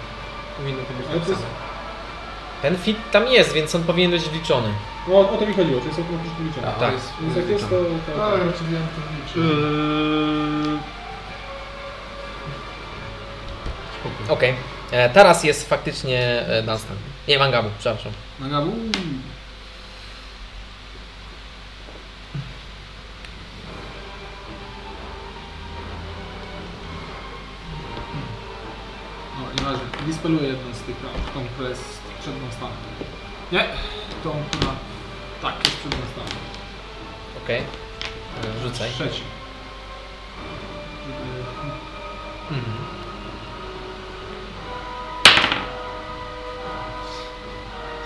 Speaker 7: Powinno to być
Speaker 2: Ale to jest-
Speaker 7: napisane.
Speaker 1: Ten fit tam jest, więc on powinien być wliczony.
Speaker 11: No o to mi chodziło, czy jest automatycznie
Speaker 7: A,
Speaker 11: wliczone.
Speaker 7: to
Speaker 1: tak.
Speaker 7: jest-
Speaker 11: Więc jak jest to...
Speaker 2: Tak,
Speaker 11: to-
Speaker 2: ja oczywiście to liczę.
Speaker 4: Eee,
Speaker 7: Spoko.
Speaker 1: Okej. E, Teraz jest faktycznie e, Dunstan. Nie, Mangabu, przepraszam.
Speaker 2: Na gabu. No, nieważne. Dispeluję jedną z tych kart, tą, która jest przed mną stanem. Nie, tą, która... Tak, jest przed mną stanem.
Speaker 1: Okej. E, Rzucaj.
Speaker 2: Trzeci. Żeby...
Speaker 7: Mhm.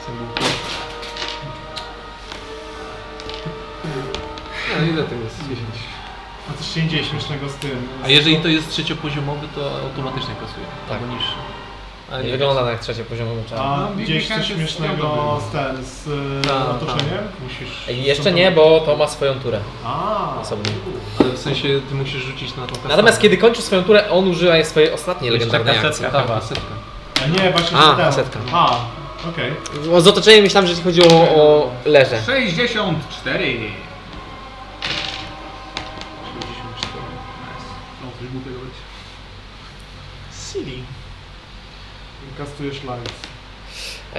Speaker 7: Symbol.
Speaker 2: No, ile tego jest?
Speaker 4: A coś No się nie dzieje śmiesznego z tym.
Speaker 7: A jeżeli to jest trzeciopoziomowy, to automatycznie kasuje.
Speaker 1: Tak.
Speaker 7: Albo niższy. Ale
Speaker 1: Nie wygląda na jak trzecie poziomu czar.
Speaker 4: A
Speaker 2: No,
Speaker 4: gdzieś coś
Speaker 2: Bibliotekarz jest
Speaker 4: śmiesznego
Speaker 2: dobry.
Speaker 4: z ten, z
Speaker 7: Ta,
Speaker 4: e, otoczeniem? Musisz...
Speaker 1: Tak, Ej, Jeszcze nie, bo to ma swoją turę
Speaker 4: A,
Speaker 1: osobno.
Speaker 7: Ale w sensie ty musisz rzucić na tą kasę.
Speaker 1: Natomiast kiedy kończy swoją turę, on używa swojej ostatniej legendarnej akcji.
Speaker 7: kasetka.
Speaker 8: Tak.
Speaker 7: Tak, kasetka.
Speaker 4: a e, nie, właśnie
Speaker 1: A,
Speaker 4: z ten.
Speaker 1: kasetka.
Speaker 4: A, okej.
Speaker 1: Z otoczeniem myślałem, że ci chodziło o, o leże.
Speaker 2: 64!
Speaker 7: 64.
Speaker 2: No, coś głupiego być.
Speaker 7: Silly.
Speaker 4: Kastujesz lights.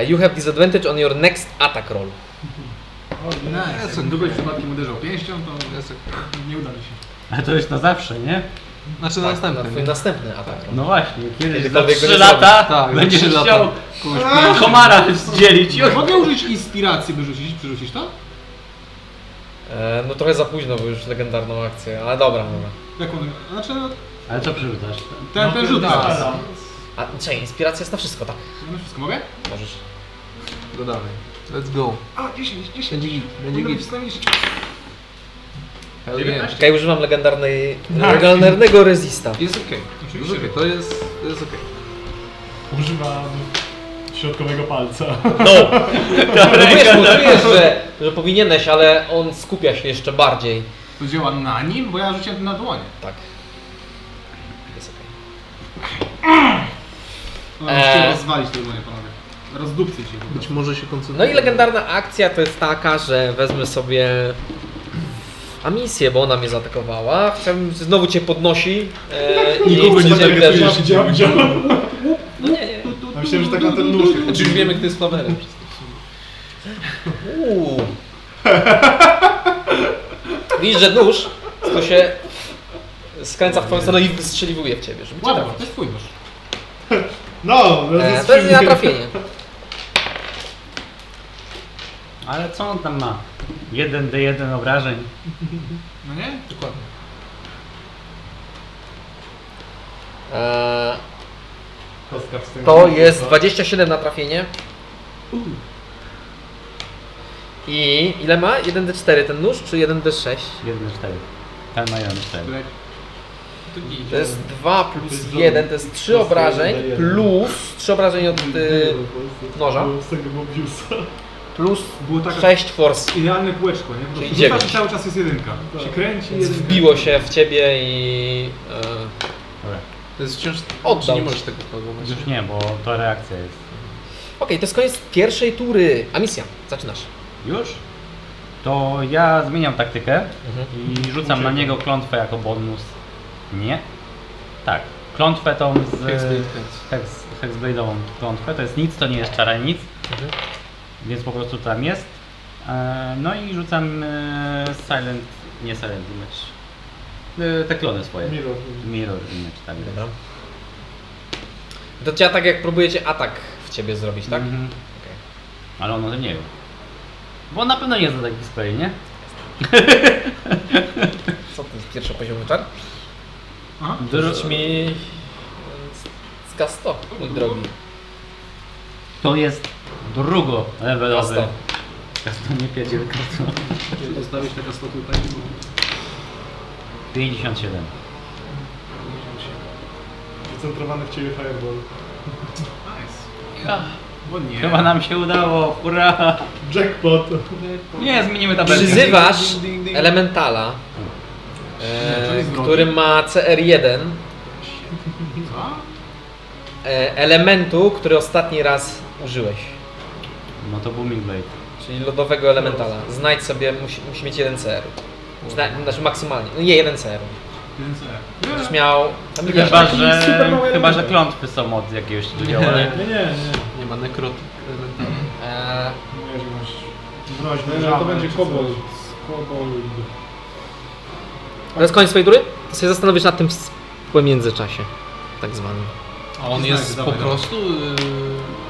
Speaker 1: Uh, You have disadvantage on your next attack roll.
Speaker 4: O, nie.
Speaker 2: No, jak długo przypadkiem uderzał pięścią, to nie uda mi się.
Speaker 8: Ale E, to już na zawsze, nie?
Speaker 7: Znaczy na
Speaker 1: Tak, Na
Speaker 7: następny.
Speaker 1: twój następny atak roll.
Speaker 8: No właśnie, kiedyś za
Speaker 1: Kiedykolwiek go
Speaker 8: 3
Speaker 1: nie
Speaker 8: lata
Speaker 7: Tak,
Speaker 8: będziesz
Speaker 7: za trzy lata. No.
Speaker 8: chciał
Speaker 2: Kogoś
Speaker 8: komara zdzielić.
Speaker 2: Czy Mogę użyć inspiracji, by rzucić, przerzucić to?
Speaker 1: E, no trochę za późno, bo już legendarną akcję, ale dobra, dobra.
Speaker 2: Jaką? Znaczy,
Speaker 8: Ale co przerzucasz?
Speaker 2: ten, ten rzut
Speaker 4: Tak,
Speaker 2: teraz.
Speaker 4: tak.
Speaker 1: A czekaj, inspiracja jest na wszystko, tak?
Speaker 2: No wszystko mogę?
Speaker 1: Możesz.
Speaker 7: Dodamy. Let's go.
Speaker 2: A, 10, 10.
Speaker 7: Będzie git, będzie git. Hell yeah.
Speaker 2: 19.
Speaker 1: Czekaj, używam legendarnej,
Speaker 2: Tak.
Speaker 1: legendarnego resista.
Speaker 7: Jest okej. Jest
Speaker 2: Oczywiście.
Speaker 7: okej, to jest, to jest okej.
Speaker 4: Używam środkowego palca.
Speaker 1: No wiesz, no, wiesz że, że powinieneś, ale on skupia się jeszcze bardziej.
Speaker 2: To działa na nim, bo ja rzuciłem na dłonie.
Speaker 1: Tak. Jest okej.
Speaker 2: No,
Speaker 1: Eee.
Speaker 2: Musicie rozwalić te dłonie, panowie. Rozdupcie się.
Speaker 7: Być może się
Speaker 1: No
Speaker 7: koncentruje.
Speaker 1: i legendarna akcja to jest taka, że wezmę sobie Amisję, bo ona mnie zaatakowała. Chciałbym, znowu cię podnosi e, i
Speaker 4: Nikogo nie
Speaker 1: chce cię uderzyć.
Speaker 4: zagadujesz, działa, działa. Ja myślałem, że tak na ten nóż.
Speaker 1: Znaczy,
Speaker 7: Czy już wiemy, kto jest fawerem?
Speaker 1: Uuu. Widzisz, że nóż to się skręca w twoją stronę i wystrzeliwuje w ciebie, żeby cię
Speaker 2: Ładno, to
Speaker 1: trafić.
Speaker 2: jest twój nóż.
Speaker 4: No,
Speaker 1: E, to jest nie na trafienie.
Speaker 8: Ale co on tam ma? 1d1 obrażeń.
Speaker 2: No nie?
Speaker 7: Dokładnie.
Speaker 1: E,
Speaker 4: Kostka wstępna.
Speaker 1: to jest 27 na trafienie. I ile ma? 1d4 ten nóż, czy 1d6?
Speaker 8: 1-4. Ten ma 1-4.
Speaker 2: Które-
Speaker 1: To jest 2 plus 1, to jest 3 obrażeń, plus 3 obrażeń od y, noża,
Speaker 4: Z tego Mobiusa.
Speaker 1: plus
Speaker 2: Było taka
Speaker 1: 6 force.
Speaker 2: idealne kółeczko, nie? Po prostu
Speaker 1: Czyli
Speaker 2: rzucasz i
Speaker 1: dziewięć.
Speaker 2: cały czas jest jedynka.
Speaker 4: Tak.
Speaker 2: Się kręci
Speaker 1: Więc
Speaker 2: jedynka.
Speaker 1: wbiło się w ciebie i... E,
Speaker 7: To jest wciąż...
Speaker 1: Oddał.
Speaker 7: Czy nie możesz tego kogoś.
Speaker 8: Już nie, bo to reakcja jest.
Speaker 1: Okej, to jest koniec pierwszej tury. A misja, zaczynasz.
Speaker 8: Już? To ja zmieniam taktykę
Speaker 1: Mhm.
Speaker 8: i rzucam na niego klątwę jako bonus. Nie? Tak. Klątwę tą z...
Speaker 7: Hexblade
Speaker 8: Hex, Hexblade'ową klątwę. To jest nic, to nie jest czarenic.
Speaker 1: Mhm.
Speaker 8: Więc po prostu tam jest. E, No i rzucam e, Silent... Nie Silent Image. E, Te klony swoje.
Speaker 4: Mirror.
Speaker 8: Mirror Image, tak. jest.
Speaker 1: Dobra. To cię tak jak próbujecie atak w ciebie zrobić, tak?
Speaker 8: Mhm.
Speaker 1: Okej.
Speaker 8: Ale on o tym nie wie. Bo on na pewno nie zna taki spray, nie?
Speaker 1: Co to jest pierwszopoziomowy czar?
Speaker 2: Aha.
Speaker 1: Rzuć mi... e, z- Z K100, mój drogi.
Speaker 8: To jest drugo levelowy.
Speaker 1: Kasto.
Speaker 8: Kasto nie pierdziel kasto.
Speaker 2: Zostawić taka sto
Speaker 7: tak?
Speaker 2: tutaj.
Speaker 8: 57.
Speaker 4: Wycentrowany w ciebie fireball.
Speaker 2: Nice. Ładnie.
Speaker 8: Chyba nam się udało, hurra!
Speaker 4: Jackpot.
Speaker 8: Nie, zmienimy tabelkę.
Speaker 1: Przyzywasz elementala. E,
Speaker 4: jest drogi.
Speaker 1: który ma CR1
Speaker 2: Co?
Speaker 1: e, elementu, który ostatni raz użyłeś,
Speaker 8: No to Booming Blade.
Speaker 1: czyli lodowego elementala. Znajdź sobie, musi, musi mieć jeden CR. Zna, znaczy maksymalnie, no nie jeden CR.
Speaker 2: Więc e,
Speaker 1: Będziesz miał...
Speaker 11: Chyba,
Speaker 1: Tam widzisz,
Speaker 8: Chyba,
Speaker 11: taki
Speaker 8: że,
Speaker 11: super mały
Speaker 8: chyba,
Speaker 11: element.
Speaker 8: że klątwy są od jakiegoś działa, ale
Speaker 4: Nie, nie, nie.
Speaker 7: Nie ma nekrotyk elementarnych.
Speaker 1: e,
Speaker 4: Nie, że masz groźne
Speaker 2: No, to
Speaker 4: żaby
Speaker 2: będzie
Speaker 4: czy
Speaker 2: kobold.
Speaker 4: coś.
Speaker 2: Kobold.
Speaker 1: To jest koniec swojej tury? To się zastanowisz nad tym w międzyczasie, tak zwanym.
Speaker 7: A on jest po prostu... y,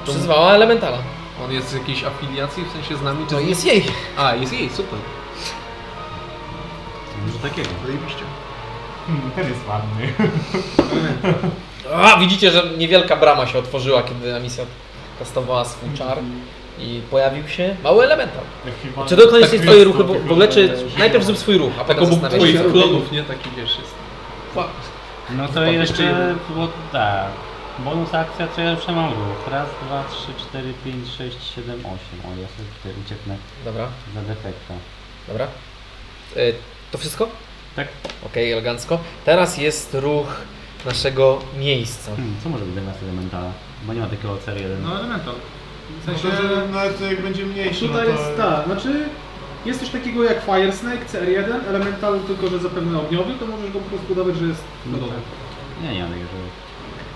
Speaker 7: tą-
Speaker 1: Przyzwała elementala.
Speaker 7: On jest z jakiejś afiliacji, w sensie z nami? czy
Speaker 1: To
Speaker 7: z nim?
Speaker 1: No jest jej.
Speaker 7: A, jest jej, super.
Speaker 8: może takiego.
Speaker 7: Zajebiście.
Speaker 4: Hmm, ten jest ładny.
Speaker 1: A, widzicie, że niewielka brama się otworzyła, kiedy Amisja kastowała swój czar i pojawił się mały elemental.
Speaker 4: Taki
Speaker 1: Czy to
Speaker 4: ładny.
Speaker 1: koniec
Speaker 4: Tak
Speaker 1: jest twojej
Speaker 4: jest,
Speaker 1: ruchy, bo
Speaker 4: tak
Speaker 1: w ogóle czy
Speaker 4: wygląda.
Speaker 1: najpierw zrób swój ruch, a
Speaker 7: Tak
Speaker 1: potem
Speaker 7: obok
Speaker 1: zastanawiaj się.
Speaker 7: twoich klonów, nie? Taki wiesz, jest.
Speaker 8: No to
Speaker 7: Wpadł jeszcze
Speaker 8: jeszcze
Speaker 7: jeden.
Speaker 8: było tak. Bonus akcja, to ja jeszcze mam ruch. Raz, dwa, trzy, cztery, pięć, sześć, siedem, osiem. O, ja sobie tutaj ucieknę
Speaker 1: Dobra,
Speaker 8: za defekta.
Speaker 1: dobra. Y, to wszystko?
Speaker 8: Tak.
Speaker 1: Okej, elegancko. Teraz jest ruch naszego miejsca.
Speaker 8: Hmm, co może być zamiast elementala? Bo nie ma takiego CR1.
Speaker 2: No elemental. W sensie,
Speaker 4: Myślę, że nawet no, jak będzie mniejszy,
Speaker 11: No Tutaj
Speaker 4: no to...
Speaker 11: jest ta, znaczy jest coś takiego jak Fire Snake CR1, elemental tylko, że zapewne ogniowy, to możesz go po prostu dawać, że jest
Speaker 7: No
Speaker 11: No
Speaker 2: podobny.
Speaker 8: Nie, nie ma takiego. że-
Speaker 11: tak,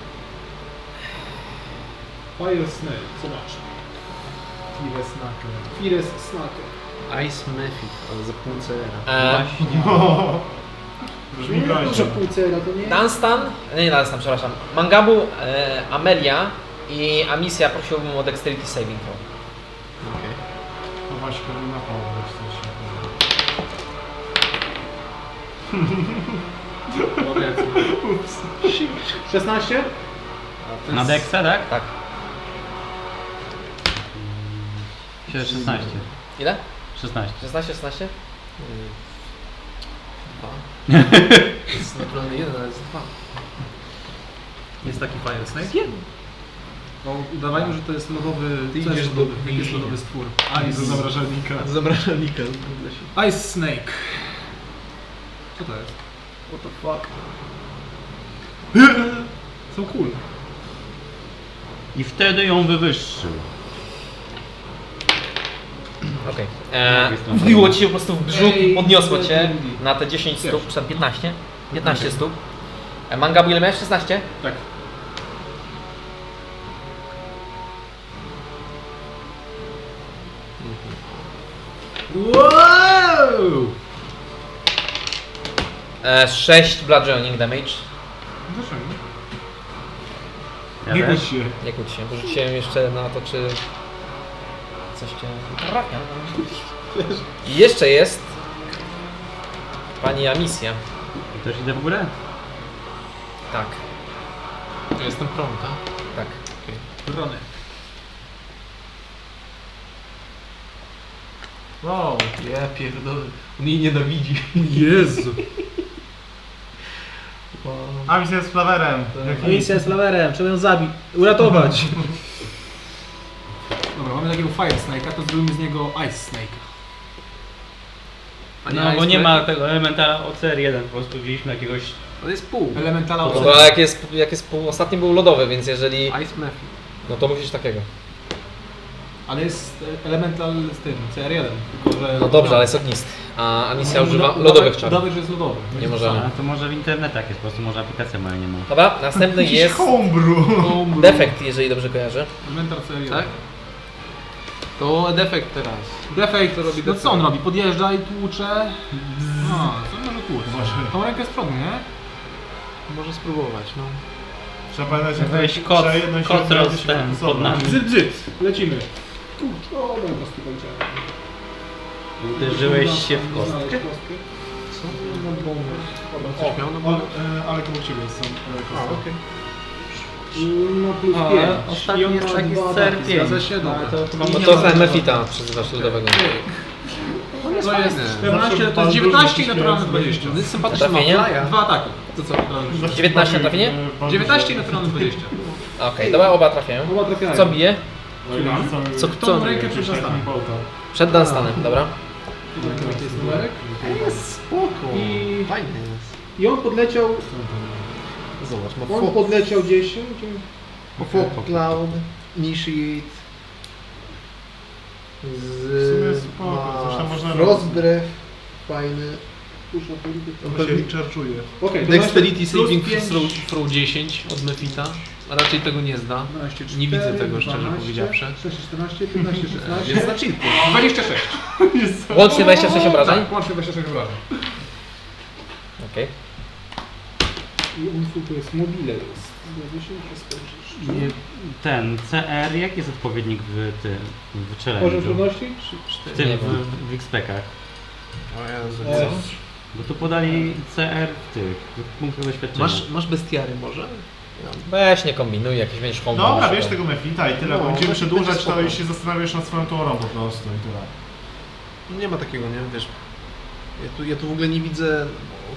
Speaker 11: Fire Snake, zobacz.
Speaker 4: Fire Snake.
Speaker 11: Fires Snake.
Speaker 7: Ice Method, ale za pół CR.
Speaker 2: Eee.
Speaker 1: E,
Speaker 4: Brzmi
Speaker 11: Dużo
Speaker 4: groźnie.
Speaker 11: półcera, to nie?
Speaker 1: Dunstan, nie, nie Dunstan, przepraszam. Mangabu, e, Amelia i Amisja prosiłbym o Dexterity Saving Throw.
Speaker 7: Okej.
Speaker 4: To właśnie na połowę w sensie.
Speaker 2: powiedzmy.
Speaker 11: 16?
Speaker 8: Na deksa, tak?
Speaker 1: Tak.
Speaker 8: 16.
Speaker 1: Ile?
Speaker 8: 16.
Speaker 1: 16, 16?
Speaker 7: Dwa. To jest naturalny jeden, ale jest dwa.
Speaker 2: Jest taki Fire Snake? Jeden. No, udawajmy, że to jest lodowy...
Speaker 7: Ty
Speaker 2: co
Speaker 7: idziesz
Speaker 2: jest
Speaker 7: do-
Speaker 2: lodowy? Jaki jest lodowy stwór?
Speaker 4: Ice
Speaker 2: Ice.
Speaker 4: zamrażalnika.
Speaker 7: Zapraszam Nika, zgadza się.
Speaker 2: Ice Snake. Co to jest?
Speaker 7: What the fuck?
Speaker 2: Są cool.
Speaker 8: I wtedy ją wywyższył.
Speaker 1: Okej.
Speaker 8: Jest tam-
Speaker 1: Okay. Wbiło ci się po prostu w brzuch i
Speaker 2: Ej,
Speaker 1: podniosło cię
Speaker 2: drugi.
Speaker 1: na te 10 stóp,
Speaker 2: Pierwszy.
Speaker 1: czy tam 15? 15 stóp. E, Mangabu ile miałeś? 16?
Speaker 2: Tak. Wow!
Speaker 1: E, 6 bludgeoning damage.
Speaker 2: Dlaczego?
Speaker 8: Ja
Speaker 4: Nie
Speaker 8: też.
Speaker 4: bój się.
Speaker 1: Nie kłóć się, bo rzuciłem jeszcze na to, czy coś cię trafia. I jeszcze jest pani Amisja.
Speaker 8: I też idę w górę?
Speaker 1: Tak,
Speaker 7: To jestem prąta.
Speaker 1: tak.
Speaker 2: Brony.
Speaker 7: Wow, No, ja pierdolę. On jej nienawidzi.
Speaker 2: Jezu.
Speaker 7: Wow.
Speaker 4: A mi się z flawerem. Jaki?
Speaker 11: Misja z lawerem, trzeba ją zabić, uratować.
Speaker 2: Dobra, mamy takiego Fire Snake'a, to zrobimy z niego Ice Snake'a.
Speaker 7: A
Speaker 8: No, bo
Speaker 7: Ice
Speaker 8: nie
Speaker 7: Method?
Speaker 8: ma tego elementala o CR1. Po prostu wzięliśmy jakiegoś
Speaker 7: To jest pół.
Speaker 2: Elementala
Speaker 1: No to jak jest, jak jest pół, ostatni był lodowy, więc jeżeli...
Speaker 7: Ice Method.
Speaker 1: No to musisz takiego.
Speaker 2: Ale jest e, Elemental z tym, CR1. Tylko, że
Speaker 1: No dobrze, ale jest ognisty. A Amisja używa
Speaker 2: Uda-
Speaker 1: lodowych
Speaker 2: udawać-
Speaker 1: czarów.
Speaker 2: Udawać, że jest lodowy.
Speaker 1: Nie możemy.
Speaker 8: A to może w internetach jest, po prostu może aplikacja moja nie ma.
Speaker 1: Dobra, następny
Speaker 4: Jakiś
Speaker 1: jest
Speaker 4: homebrew.
Speaker 2: Homebrew.
Speaker 1: defekt, jeżeli dobrze kojarzę.
Speaker 2: Elemental CR1.
Speaker 7: Tak? To defekt teraz.
Speaker 2: Defekt
Speaker 7: To robi
Speaker 2: No
Speaker 7: defekt.
Speaker 2: co on robi? Podjeżdża i tłucze. No, co on może tłuc?
Speaker 4: Boże.
Speaker 2: Tą rękę z przodu, nie?
Speaker 7: Może spróbować, no.
Speaker 4: Trzeba pamiętać, jak
Speaker 8: Weź
Speaker 4: trzeba
Speaker 8: kot,
Speaker 4: jedną się
Speaker 8: kot
Speaker 4: odnaleźć
Speaker 8: roz- ten,
Speaker 4: osobno.
Speaker 8: pod nami.
Speaker 11: Bzyt, bzyt, lecimy. Kurczę, o, po prostu kończyłem.
Speaker 8: Uderzyłeś się w kostkę.
Speaker 11: Znaleźć kostkę.
Speaker 7: Co?
Speaker 11: No, bombę.
Speaker 7: Coś
Speaker 2: No
Speaker 7: miał na
Speaker 4: O,
Speaker 7: boku?
Speaker 4: e, Ale koło ciebie są e,
Speaker 7: A,
Speaker 4: kostki.
Speaker 7: okej.
Speaker 11: No plus
Speaker 8: A,
Speaker 11: 5.
Speaker 8: ostatni jest taki ser
Speaker 2: Zgadza się, dobra.
Speaker 11: To chyba
Speaker 1: No
Speaker 11: ma
Speaker 1: to MFITA przyzywasz ludowego.
Speaker 2: To jest
Speaker 7: fajny.
Speaker 2: 14, to jest 19 i naturalne 20.
Speaker 7: On jest sympatyczny, ma
Speaker 1: Trafienie?
Speaker 7: flya.
Speaker 2: Dwa ataki. To co? naturalne
Speaker 4: Znaczy,
Speaker 2: 20?
Speaker 1: 19 trafienie?
Speaker 4: e,
Speaker 2: 19 i naturalne 20.
Speaker 1: Okej, dobra, oba trafiają.
Speaker 11: Oba trafiają.
Speaker 1: Co bije? Co-
Speaker 4: Co
Speaker 1: co on
Speaker 4: kto?
Speaker 2: robi?
Speaker 1: Przed Dunstanem, dobra.
Speaker 11: Jaki jest numerek?
Speaker 7: Spoko.
Speaker 11: I
Speaker 7: Fajny jest.
Speaker 11: I on podleciał,
Speaker 7: Zobacz, ma
Speaker 11: on podleciał gdzieś, gdzie
Speaker 7: Fog Cloud, Initiate.
Speaker 4: W sumie
Speaker 7: Z...
Speaker 4: spoko, coś tam można
Speaker 7: Ma...
Speaker 4: robić.
Speaker 7: Rozbrew. Fajny.
Speaker 11: puszcza politykę.
Speaker 7: On
Speaker 4: To się
Speaker 7: pewnie-
Speaker 4: czarczuje.
Speaker 11: Okej, to znaczy
Speaker 7: Dexterity
Speaker 4: znaczy
Speaker 11: plus
Speaker 7: Saving
Speaker 11: pięć.
Speaker 7: throw, throw 10 od Mefita. Raczej tego nie zda.
Speaker 11: 12,
Speaker 7: Nie widzę
Speaker 11: 4,
Speaker 7: tego, szczerze
Speaker 11: 12,
Speaker 7: powiedziawszy.
Speaker 11: 6, 14, 15,
Speaker 2: No,
Speaker 11: 16.
Speaker 2: znaczy-
Speaker 7: Jest znaczy- na cheaty.
Speaker 2: 26.
Speaker 1: Łącznie
Speaker 4: No.
Speaker 1: 26 obrażeń?
Speaker 2: Tak, łącznie 26 obrażeń.
Speaker 1: Okej.
Speaker 11: I on tu jest mobile jest. 20 skończysz.
Speaker 8: Nie, Ten CR, jaki jest odpowiednik w tym, w
Speaker 11: Poziom
Speaker 8: challenge'u?
Speaker 11: trudności?
Speaker 8: W tym, w, w X-Pekach.
Speaker 11: E,
Speaker 8: Bo tu podali CR w tych, w punktach doświadczenia.
Speaker 7: Masz, masz bestiary może?
Speaker 1: Weź nie kombinuj, jakieś będziesz kombo.
Speaker 4: Dobra, wiesz tego Mefita i tyle.
Speaker 7: No,
Speaker 4: bo Będziemy
Speaker 7: będzie
Speaker 4: przedłużać to
Speaker 7: spoko.
Speaker 4: i się zastanawiasz nad swoją teorią po prostu i tyle.
Speaker 7: Nie ma takiego, nie? Wiesz. Ja tu, ja tu w ogóle nie widzę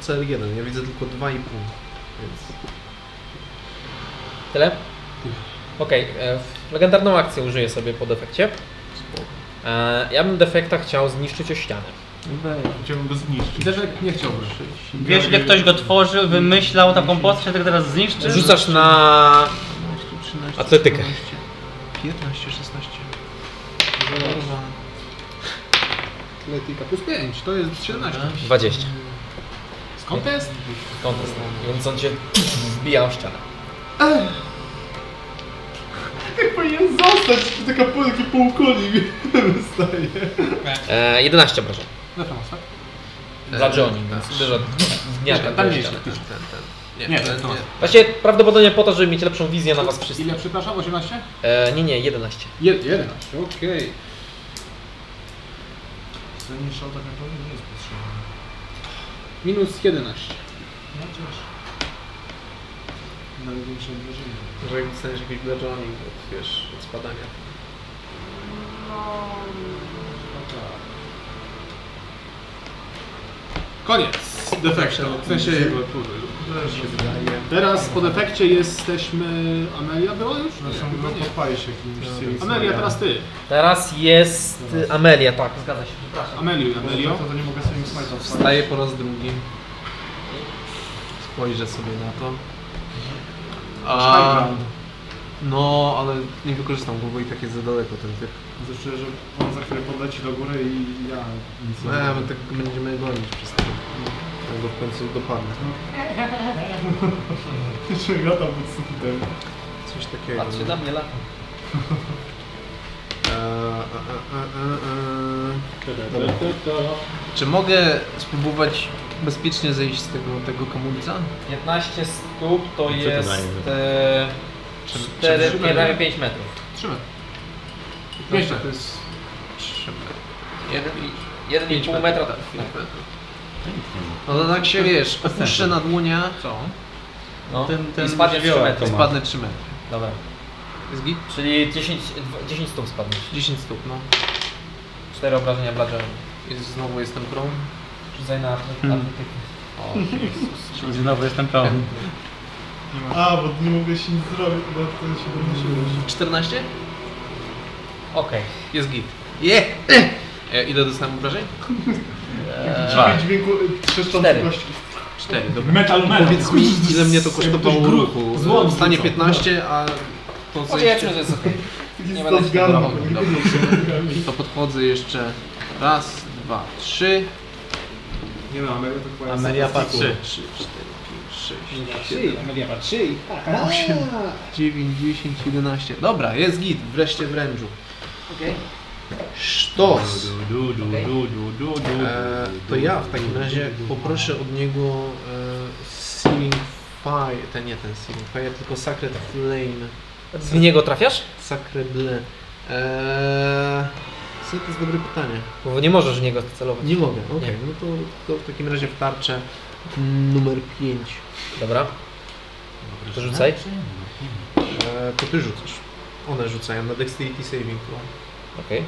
Speaker 7: OCL1, ja widzę tylko 2,5. Więc
Speaker 1: Tyle? Okej, e, w- legendarną akcję użyję sobie po defekcie. E, ja bym defekta chciał zniszczyć o ścianę.
Speaker 4: Chciałbym go zniszczyć.
Speaker 2: Deszek nie chciałby.
Speaker 8: Wiesz, ile ktoś go tworzył, wymyślał taką postać, tego teraz zniszczy?
Speaker 1: Rzucasz na...
Speaker 7: 13,
Speaker 1: Atletykę.
Speaker 7: 14, 15, 16. Kurwa.
Speaker 2: Atletyka plus 5, to jest 17.
Speaker 1: 20.
Speaker 2: Skąd to jest?
Speaker 1: Kontest. I on- on cię wbija o ścianę.
Speaker 4: Powinien zostać, taka pół, taki półkuli mi wystaje.
Speaker 1: E, 11 obrażeń.
Speaker 2: Zawsze masz, tak?
Speaker 1: Dla
Speaker 7: E,
Speaker 1: Johnny,
Speaker 7: tak.
Speaker 1: więc uderza
Speaker 7: Czekaj,
Speaker 1: dnia
Speaker 7: tam
Speaker 1: tam
Speaker 7: nie
Speaker 1: jest.
Speaker 7: jest ten, ten, ten. Nie,
Speaker 2: Nie,
Speaker 7: ten,
Speaker 2: to
Speaker 7: nie.
Speaker 2: masz.
Speaker 1: Właśnie prawdopodobnie po to, żeby mieć lepszą wizję na was wszystkich.
Speaker 2: Ile, przepraszam, 18?
Speaker 1: E, nie, nie, 11.
Speaker 2: 11, okej.
Speaker 4: Zniszczał tak naprawdę nie jest potrzebny.
Speaker 2: Minus 11.
Speaker 4: No też. Największe obrażenie.
Speaker 7: Jeżeli dostaniesz jakiś bludgeoning od, wiesz, od spadania. No.
Speaker 2: Koniec defektu. W sensie jego tury.
Speaker 4: Też się wydaje.
Speaker 2: Teraz po defekcie jesteśmy... Amelia była już?
Speaker 4: Zresztą go
Speaker 2: Nie.
Speaker 4: podpali się jakimś Sirius.
Speaker 2: Amelia, teraz ty.
Speaker 1: Teraz jest e, Amelia, tak, zgadza się.
Speaker 2: Ameliu,
Speaker 4: Amelio?
Speaker 2: Amelio.
Speaker 4: To, to nie mogę sobie smajta odpalić.
Speaker 7: Wstaję po raz drugi. Spojrzę sobie na to. A, no, ale nie wykorzystam go, bo i tak jest za daleko ten typ.
Speaker 4: Znaczy, że on za chwilę podleci do góry i ja nic
Speaker 7: No, ja, my tak będziemy gonić przez to. Ja go w końcu dopadnę.
Speaker 4: Czy gada pod sufitem.
Speaker 7: Coś takiego.
Speaker 1: Patrzy na mnie lata.
Speaker 7: E, e, e, e, e. Dobra. Czy mogę spróbować bezpiecznie zejść z tego, tego kamulca?
Speaker 1: 15 stóp to
Speaker 8: ty
Speaker 1: jest
Speaker 8: daje?
Speaker 1: e,
Speaker 7: Prze-
Speaker 1: 4,
Speaker 7: przetrzymaj.
Speaker 1: prawie 5 metrów.
Speaker 2: Trzymaj.
Speaker 7: Jeszcze. To jest 3 Pięć
Speaker 1: 1,5 metra.
Speaker 7: tak. pięć metrów. No to tak się wiesz, opuszczę na dłoniach, co?
Speaker 1: No.
Speaker 8: Ten- ten
Speaker 1: I spadnie 3
Speaker 8: żywiołek
Speaker 1: metry.
Speaker 8: to ma.
Speaker 7: Spadnę 3 metry.
Speaker 1: Dobra.
Speaker 7: Jest git?
Speaker 1: Czyli 10, dwa- 10 stóp spadniesz.
Speaker 7: 10 stóp, no.
Speaker 1: 4 obrażenia bladżem.
Speaker 7: Jest, znowu jestem pro.
Speaker 1: Rzucaj na atletykę.
Speaker 7: O,
Speaker 8: Czyli Znowu jestem pełen.
Speaker 4: A, bo nie mogę się nic zrobić, bo to się wymyśliłeś.
Speaker 7: 14?
Speaker 1: Okej.
Speaker 7: Jest git. Je! E, Ile dostałem obrażeń?
Speaker 1: Eee,
Speaker 4: Dwa. Dźwięku trzeszczący
Speaker 1: Cztery.
Speaker 4: kości.
Speaker 7: 4, dobra.
Speaker 4: Metal metal.
Speaker 7: Powiedz mi, ile mnie to kosztowało
Speaker 4: Ktoś grób
Speaker 7: ruchu.
Speaker 4: złom
Speaker 7: W stanie
Speaker 4: wrzucał.
Speaker 7: 15, a to
Speaker 1: Powiedzmy,
Speaker 7: zejście...
Speaker 1: że jest okej.
Speaker 4: Nie
Speaker 1: będę się
Speaker 7: Dobra, dobra. To podchodzę jeszcze raz, dwa, trzy.
Speaker 2: Nie no, Amelia to chyba
Speaker 8: Amelia patrzy.
Speaker 7: Trzy, cztery, pięć, sześć, siedem,
Speaker 11: Trzy, Amelia ma trzy.
Speaker 7: dziewięć, dziesięć, jedenaście. Dobra, jest git, wreszcie w rężu. Sztos! E, to ja w takim razie poproszę od niego e, Sealing Fire, ten nie ten Sealing Fire, tylko Sacred Flame.
Speaker 1: Z niego trafiasz?
Speaker 7: Sacred Ble. Eee, co to jest dobre pytanie?
Speaker 1: Bo nie możesz w niego celować.
Speaker 7: Nie mogę, okej,
Speaker 1: Nie.
Speaker 7: no to, to w takim razie w tarczę numer 5.
Speaker 1: Dobra. To rzucaj.
Speaker 7: Eee, to ty rzucasz. One rzucają na Dexterity Saving Throw.
Speaker 1: Okej.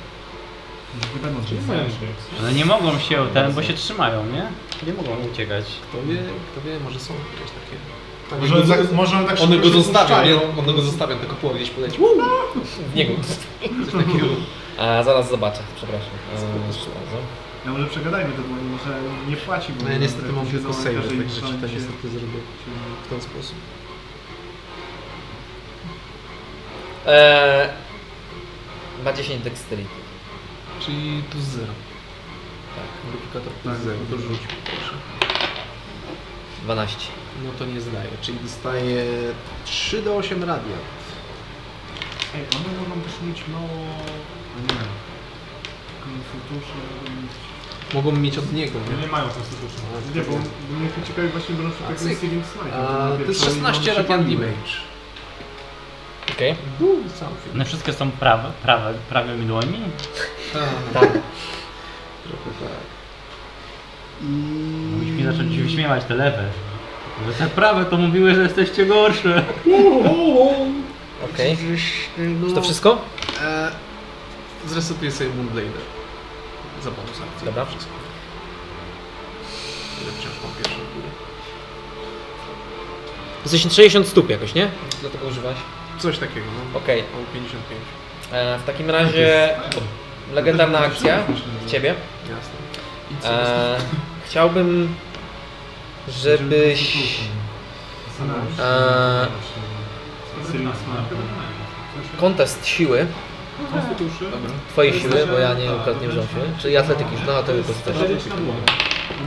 Speaker 4: Nie będą
Speaker 11: Nie mają
Speaker 4: rzucać.
Speaker 8: Ale No nie mogą się ten, bo się trzymają, nie? Nie mogą uciekać.
Speaker 7: Kto wie, kto wie, może są jakieś takie... Mhm. Tak,
Speaker 4: Może on tak, może on tak
Speaker 7: one
Speaker 4: szybko
Speaker 7: go
Speaker 4: się
Speaker 7: zostawią,
Speaker 4: puszczają.
Speaker 7: nie? One go zostawią, tylko koło gdzieś poleci.
Speaker 1: W niego.
Speaker 7: Coś takiego.
Speaker 1: A zaraz zobaczę, przepraszam. Eee, jeszcze raz.
Speaker 2: Ja może przegadajmy to, bo nie, może nie płaci, bo
Speaker 7: No ja niestety mam tylko
Speaker 2: zamatka,
Speaker 7: save,
Speaker 2: że im
Speaker 7: także
Speaker 2: szalenie
Speaker 7: ci to
Speaker 2: się-
Speaker 7: niestety zrobię
Speaker 2: się-
Speaker 7: w ten sposób.
Speaker 1: Eee, ma 10 dexterity.
Speaker 7: Czyli plus 0. Tak, modyfikator plus 0, to rzuć proszę.
Speaker 1: 12.
Speaker 7: No to nie zdaje, czyli dostaje 3 do 8 radia.
Speaker 2: Ej, one mogą też mieć mało... A nie wiem. Konstytucję... mogą mieć-
Speaker 7: Mogą mieć od niego,
Speaker 12: No
Speaker 7: nie?
Speaker 12: nie mają konstytucji.
Speaker 2: Nie, bo, bo mnie tu ciekawi właśnie, bo na przykład
Speaker 7: A,
Speaker 2: jak
Speaker 7: cyk.
Speaker 2: jest Stealing Smite.
Speaker 7: A, to jest 16 radian
Speaker 2: Znaczy,
Speaker 7: damage.
Speaker 1: Okej.
Speaker 7: Do something.
Speaker 8: One wszystkie są prawe, prawe, prawymi dłońmi?
Speaker 7: Tak. Trochę tak. I...
Speaker 8: Musimy zacząć się wyśmiewać te lewe. Że te prawe to mówiły, że jesteście gorsze.
Speaker 1: Okej.
Speaker 7: No,
Speaker 1: Czy to wszystko?
Speaker 7: E, zresetuję sobie Moonblader. Za bonus akcji.
Speaker 1: Dobra.
Speaker 7: Wszystko. Tyle wciąż mam pierwszą górę.
Speaker 1: Jesteś 60 stóp jakoś, nie? Dlatego używasz.
Speaker 7: Coś takiego, no.
Speaker 1: Okej.
Speaker 7: Mam 55.
Speaker 1: E, W takim razie legendarna akcja w ciebie.
Speaker 7: Jasne. I co?
Speaker 1: E, chciałbym, żebyś. E,
Speaker 2: Stealing Smite.
Speaker 1: kontest siły,
Speaker 12: Konstytucji?
Speaker 7: Dobra.
Speaker 1: twojej siły, bo ja nie ukradnę wziąłem siły. Czyli atletyki, no a to wykorzystasz.
Speaker 2: To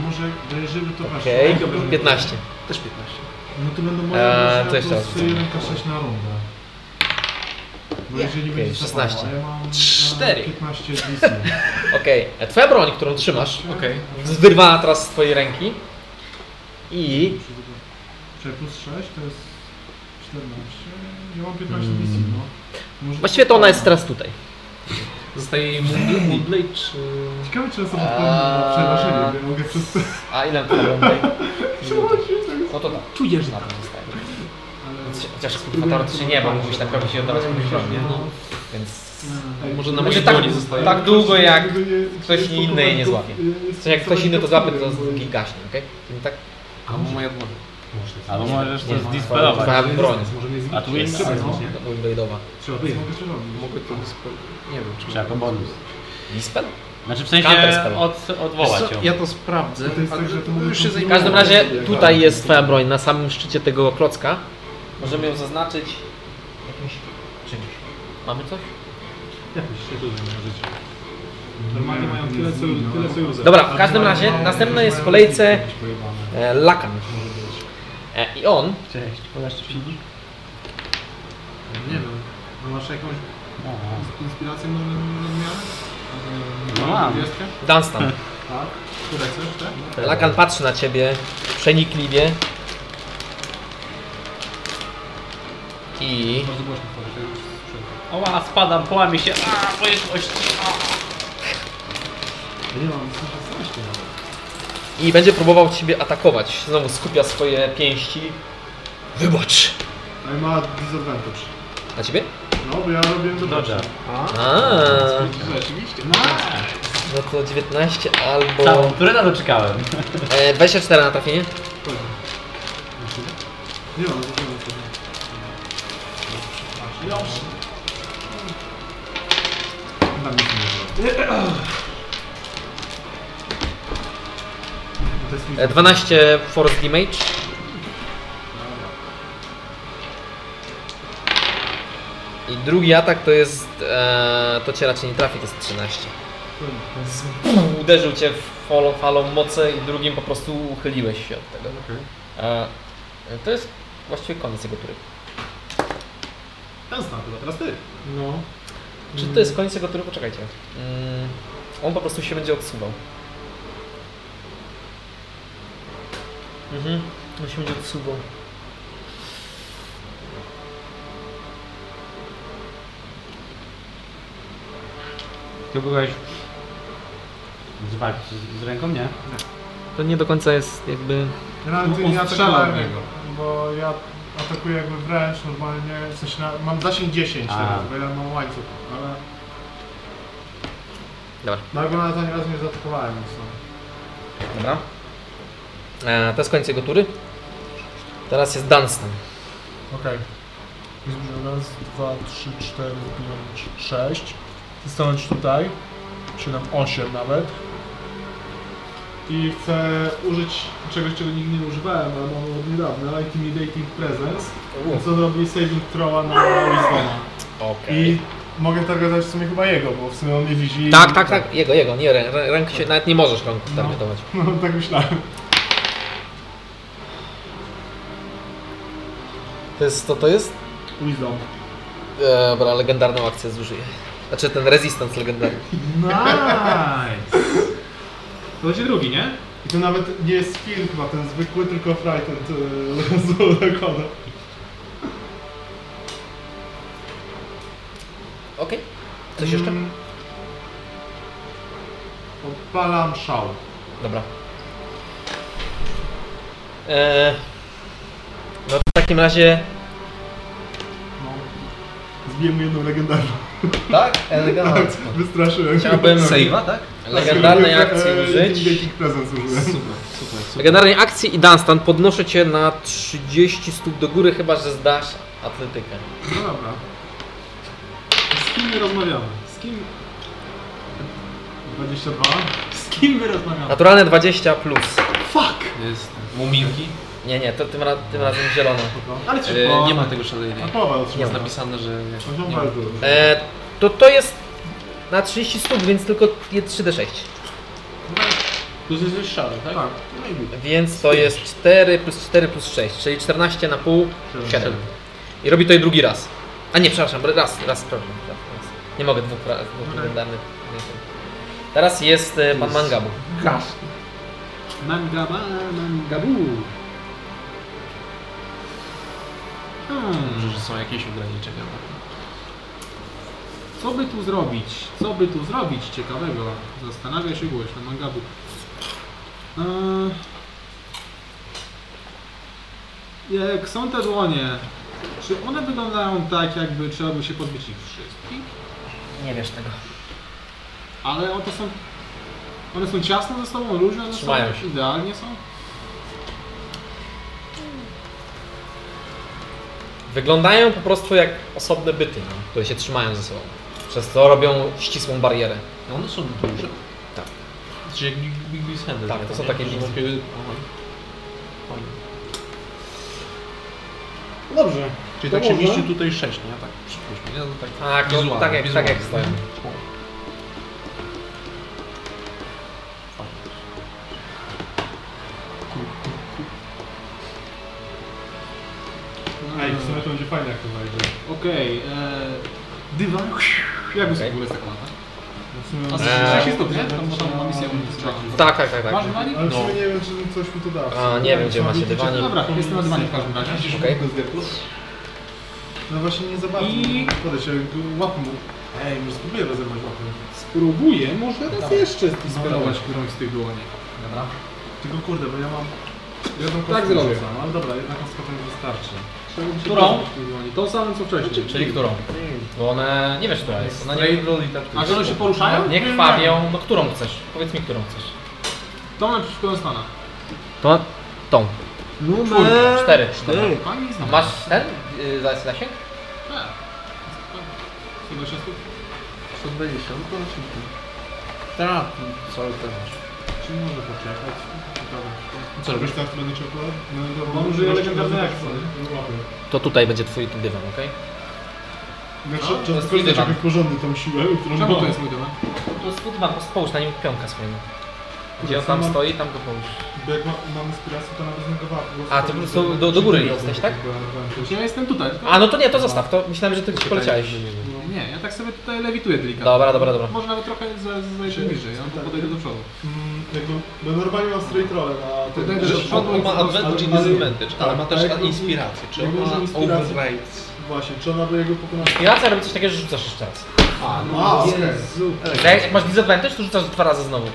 Speaker 2: może dojeżymy to
Speaker 1: Okej,
Speaker 2: wasze.
Speaker 1: 15.
Speaker 7: Też 15.
Speaker 2: No to będą moje
Speaker 1: Eee,
Speaker 2: eee,
Speaker 1: to jeszcze
Speaker 2: plus
Speaker 1: raz.
Speaker 2: 1K6 na rundę. Bo jeżeli
Speaker 1: Okej,
Speaker 2: będzie
Speaker 1: 16.
Speaker 2: zapało, a ja mam, e,
Speaker 7: Cztery.
Speaker 2: 15 DC.
Speaker 1: Okej, e, twoja broń, którą trzymasz,
Speaker 7: Okej.
Speaker 1: wyrwała teraz z twojej ręki. I
Speaker 2: Czyli plus 6 to jest 14. Ja mam 15 DC, no. Może
Speaker 1: Hmm. właściwie to ona jest teraz tutaj.
Speaker 7: Zostaje jej Moonblade, Moonblade czy...
Speaker 2: Ciekawe czy osoba
Speaker 1: Eee.
Speaker 2: eee... przeważenie, bo ja mogę przez to...
Speaker 1: A ile to będzie? No to tak.
Speaker 7: Czujesz,
Speaker 1: Na tym zostaje. Chociaż- Chociaż kurwa teoretycznie nie, bo mógłbyś tak robić i oddawać komuś nie? Więc...
Speaker 7: Może na
Speaker 1: Znaczy
Speaker 7: mojej
Speaker 1: tak,
Speaker 7: dłoni zostaje.
Speaker 1: tak długo jak...
Speaker 2: Jakby nie-
Speaker 1: ktoś
Speaker 2: jest
Speaker 1: inny
Speaker 2: pokonany,
Speaker 1: jej nie
Speaker 2: to-
Speaker 1: złapie.
Speaker 2: jest-
Speaker 1: w sensie Jak ktoś inny to złapie, to
Speaker 2: Bo-
Speaker 1: z- gaśnie, okej? Czyli Tak?
Speaker 7: A moja dłoń.
Speaker 8: Albo możesz to
Speaker 1: Twoja
Speaker 8: zdispelować.
Speaker 1: broń.
Speaker 12: Może mnie
Speaker 8: A tu jest
Speaker 2: Trzeba, no.
Speaker 1: Windblade'owa.
Speaker 12: Trzeba
Speaker 2: Mogę
Speaker 12: wyjść.
Speaker 2: przerobić.
Speaker 7: Mogę to dispo- Nie wiem, czy...
Speaker 8: Czy jako bonus.
Speaker 1: Dispel?
Speaker 8: Znaczy w
Speaker 1: Counter
Speaker 8: sensie
Speaker 1: spell.
Speaker 8: od,
Speaker 7: Wiesz
Speaker 8: odwołać
Speaker 7: co,
Speaker 8: ją.
Speaker 7: ja to sprawdzę,
Speaker 2: To jest
Speaker 7: ale
Speaker 2: tak, że
Speaker 7: to
Speaker 2: to mówię
Speaker 7: już się
Speaker 2: kompletnie-
Speaker 1: W każdym
Speaker 7: zajmie.
Speaker 1: razie tutaj jest twoja broń, na samym szczycie tego klocka. Możemy ją zaznaczyć jakimś czymś. Mamy coś?
Speaker 12: Jakoś się tu żyć. Normalnie mają tyle co, tyle co Józef.
Speaker 1: Dobra, w każdym razie następna jest w kolejce e, Lakan. E, I on
Speaker 8: Cześć, podasz czy siedzisz?
Speaker 12: Nie wiem. No masz jakąś inspirację może na zmianę?
Speaker 8: No mam.
Speaker 12: Gwiazdkę?
Speaker 1: Dunstan.
Speaker 12: Tak. Które chcesz, tak?
Speaker 1: Lakan patrzy na ciebie przenikliwie. I
Speaker 12: Bardzo głośno wchodzę, to już sprzęt.
Speaker 8: Oła, spadam, połamie się. A, moje kości.
Speaker 2: Nie mam, to jest 16 nawet.
Speaker 1: I będzie próbował ciebie atakować. Znowu skupia swoje pięści. Wybacz!
Speaker 2: Ale ma disadvantage.
Speaker 1: Na ciebie?
Speaker 2: No, bo ja robiłem to
Speaker 8: Dobrze.
Speaker 1: A,
Speaker 7: Rzeczywiście.
Speaker 1: no to 19 albo
Speaker 8: Całą turę na to czekałem.
Speaker 1: e, 24 na trafienie.
Speaker 2: Nie mam, to nie ma.
Speaker 12: no.
Speaker 2: Tam nic nie było. To jest
Speaker 1: E, 12 force damage. I drugi atak to jest. E, to cię raczej nie trafi, to jest 13. Z- Uderzył cię w falą, falą mocy i drugim po prostu uchyliłeś się od tego. E, to jest właściwie koniec jego tury.
Speaker 12: Ten stan chyba, teraz ty.
Speaker 7: No.
Speaker 1: Czy to jest koniec jego tury? Poczekajcie. Mm, on po prostu się będzie odsuwał. Mhm, on się będzie odsuwał.
Speaker 8: Ty byłeś z walki z, z ręką, nie?
Speaker 1: To nie do końca jest jakby...
Speaker 2: Generalnie
Speaker 12: On
Speaker 2: nie
Speaker 12: strzelał
Speaker 2: atakowałem,
Speaker 12: w niego.
Speaker 2: bo ja atakuję jakby wręcz normalnie, w sensie na, mam zasięg 10
Speaker 8: A.
Speaker 2: teraz, bo ja mam łańcuch, ale...
Speaker 1: Dobra.
Speaker 2: No jakby nawet ani razu nie zaatakowałem no. mocno.
Speaker 1: Dobra. E, to jest koniec jego tury. Teraz jest Dunstan.
Speaker 13: Okej. Więc będziemy raz, dwa, trzy, cztery, pięć, sześć. Stanąć tutaj. Siedem, osiem nawet.
Speaker 2: i chcę użyć czegoś, czego nigdy nie używałem, ale mam od niedawna, Intimidating Presence, co robi saving throwa na Wisdoma.
Speaker 14: I mogę targetować w sumie chyba jego, bo w sumie on mnie widzi. i-
Speaker 1: Tak, tak, tak. Jego, jego. Nie, rę- rę- ręki się... Nawet nie możesz rąk targetować.
Speaker 14: No tak myślałem.
Speaker 1: To jest... Co to jest?
Speaker 2: Wisdom.
Speaker 1: E, Dobra, legendarną akcję zużyję. Znaczy ten resistance legendarny.
Speaker 2: Nice! To będzie drugi, nie?
Speaker 14: I to nawet nie jest skill chyba ten zwykły, tylko frightened yy, z zakłada.
Speaker 1: Okej. Coś jeszcze?
Speaker 14: Mm. Odpalam szał.
Speaker 1: Dobra. E, no to w takim razie...
Speaker 14: Zbiłem No. jedną legendarną.
Speaker 1: Tak? Elegancko.
Speaker 14: Wystraszyłem.
Speaker 1: Chciałbym...
Speaker 15: Save'a, tak?
Speaker 1: Legendarnej akcji
Speaker 14: Eee,
Speaker 1: użyć.
Speaker 14: Intimidating presence
Speaker 7: Super,
Speaker 14: użyłem.
Speaker 7: super, super.
Speaker 1: Legendarnej akcji i dunstan podnoszę cię na 30 stóp do góry, chyba że zdasz atletykę.
Speaker 2: No dobra. Z kim my rozmawiamy? Z kim...
Speaker 14: 22.
Speaker 2: Z kim my rozmawiamy?
Speaker 1: Naturalne 20 plus.
Speaker 2: Fuck!
Speaker 7: Jest muminki.
Speaker 1: Nie, nie, to tym, ra- tym razem zielone.
Speaker 2: Ale No, trzy
Speaker 7: E, nie ma tego szaleństwa.
Speaker 14: A połowa
Speaker 7: Jest
Speaker 14: otrzymała.
Speaker 7: napisane, że wiesz,
Speaker 14: Poziom
Speaker 7: nie ma.
Speaker 14: bardzo dobry.
Speaker 1: E, to to jest na 30 stóp, więc tylko 3d6.
Speaker 7: Plus jest szary, tak?
Speaker 2: Tak.
Speaker 1: Więc to jest 4 plus 4 plus 6, czyli 14 na pół, 7. I robi to i drugi raz. A nie, przepraszam, raz, raz, problem. raz. Nie mogę dwóch razy, dwóch legendarnych. Teraz jest e, pan Mangabu.
Speaker 2: Mangaba, mangabu. Hmm.
Speaker 7: Może, że są jakieś ograniczenia. tak?
Speaker 2: Co by tu zrobić? Co by tu zrobić ciekawego? Zastanawia się głośno E. Mangabu. Eee, Jak są te dłonie, czy one wyglądają tak, jakby trzeba by się pozbyć ich wszystkich?
Speaker 1: Nie wiesz tego.
Speaker 2: Ale one są... One są ciasno ze sobą, różne ze
Speaker 1: Trzymają
Speaker 2: sobą,
Speaker 1: się.
Speaker 2: idealnie są?
Speaker 1: Wyglądają po prostu jak osobne byty, no, które się trzymają ze sobą. Przez to robią ścisłą barierę.
Speaker 7: No one są duże.
Speaker 1: Tak.
Speaker 7: Znaczy jak Big Big Big Handel.
Speaker 1: Tak, to są takie big-
Speaker 14: Dobrze.
Speaker 7: Czyli
Speaker 14: To
Speaker 7: tak się
Speaker 14: może?
Speaker 7: mieści tutaj 6, nie? Tak, przypuśćmy. Nie? No, tak,
Speaker 1: Tak, no,
Speaker 7: wizualnie,
Speaker 1: tak jak- tak
Speaker 7: wizualnie.
Speaker 1: jak stoją.
Speaker 7: O. Fajnie.
Speaker 14: Ej, w sumie to będzie fajne jak to wejdzie.
Speaker 2: Okej, eee, dywan. Jak okay. w ogóle jest taka lata?
Speaker 14: W sumie...
Speaker 2: A
Speaker 1: Eee.
Speaker 2: z 6 stopni, nie? Tam, bo tam ma misję ulicy.
Speaker 1: Tak, tak, tak, tak.
Speaker 2: Masz dywanik?
Speaker 14: Ale w sumie nie wiem, czy coś mi to da.
Speaker 1: A, nie wiem, gdzie macie dywanik.
Speaker 2: Dobra, jestem na dywanie w każdym razie.
Speaker 1: Okej.
Speaker 14: No właśnie nie za bardzo.
Speaker 2: I-
Speaker 14: I... Podaj się, łap mu. Ej, może spróbuję rozerwać łapy.
Speaker 2: Spróbuję może raz jeszcze
Speaker 14: Spróbować
Speaker 2: zdisperować którąś z tych dłoni.
Speaker 14: Dobra. Tylko kurde, bo ja mam... Jedną
Speaker 2: Tak
Speaker 14: kostkę
Speaker 2: zrobię.
Speaker 14: rzucam, Ale dobra, jedna kostka to mi wystarczy.
Speaker 2: Którą? Tą samą co wcześniej.
Speaker 1: Czyli którą? Bo one, nie wiesz która jest. Ona nie,
Speaker 2: A że one się poruszają?
Speaker 1: tak. nie krwawią. No którą chcesz? Powiedz mi, którą chcesz.
Speaker 2: To mam przeciwko Jonstona.
Speaker 1: To, tą.
Speaker 2: Numer...
Speaker 1: Cztery.
Speaker 2: Cztery. Pani
Speaker 1: A
Speaker 2: zna.
Speaker 1: masz ten y, zas- zasięg?
Speaker 2: Tak. 120 stóp?
Speaker 7: 120, no to szybko. Tak, cały ten.
Speaker 2: Czy może poczekać? Ciekawe.
Speaker 7: Co robisz?
Speaker 14: Robisz tak, to będę czekał? No
Speaker 2: Mam użyję legendarnej akcji.
Speaker 14: Łapy.
Speaker 1: To tutaj będzie twój dywan, okej?
Speaker 14: Znaczy,
Speaker 1: No, to
Speaker 14: trzeba
Speaker 1: jest
Speaker 14: wykorzystać
Speaker 1: dywan.
Speaker 14: jakoś porządny tą siłę, którą
Speaker 2: Czemu to
Speaker 14: mam.
Speaker 2: jest mój dywan?
Speaker 1: To jest twój dywan, po prostu połóż na nim pionka swojego. Gdzie on tam
Speaker 14: Sama-
Speaker 1: stoi, tam go połóż.
Speaker 14: Bo jak ma, mam inspirację, to nawet znakowałem.
Speaker 1: A, ty po prostu do- do góry jesteś, tak?
Speaker 2: Ja jestem tutaj. tylko-
Speaker 1: A, no to nie, to zostaw, to myślałem, że ty gdzieś poleciałeś.
Speaker 2: Nie, ja tak sobie tutaj lewituję delikatnie.
Speaker 1: Dobra, dobra, dobra.
Speaker 2: Może nawet trochę ze- zejdę niżej,
Speaker 14: tak.
Speaker 2: no bo podejdę do przodu.
Speaker 14: Mm, jakby, no normalnie mam straight roll na
Speaker 2: Ty
Speaker 14: tym.
Speaker 2: też-
Speaker 14: że-
Speaker 2: Że on
Speaker 7: On ma advantage i disadvantage, ale ma
Speaker 14: tak,
Speaker 7: też
Speaker 14: tak,
Speaker 7: inspirację. Czy
Speaker 14: jak
Speaker 7: on ma
Speaker 14: może inspirację?
Speaker 7: overrides?
Speaker 14: Właśnie, czy ona by jego pokonała?
Speaker 1: Inspiracja robi coś takiego, że rzucasz jeszcze raz.
Speaker 14: A, no, okej.
Speaker 1: Jak, jak masz disadvantage, to rzucasz dwa razy znowu.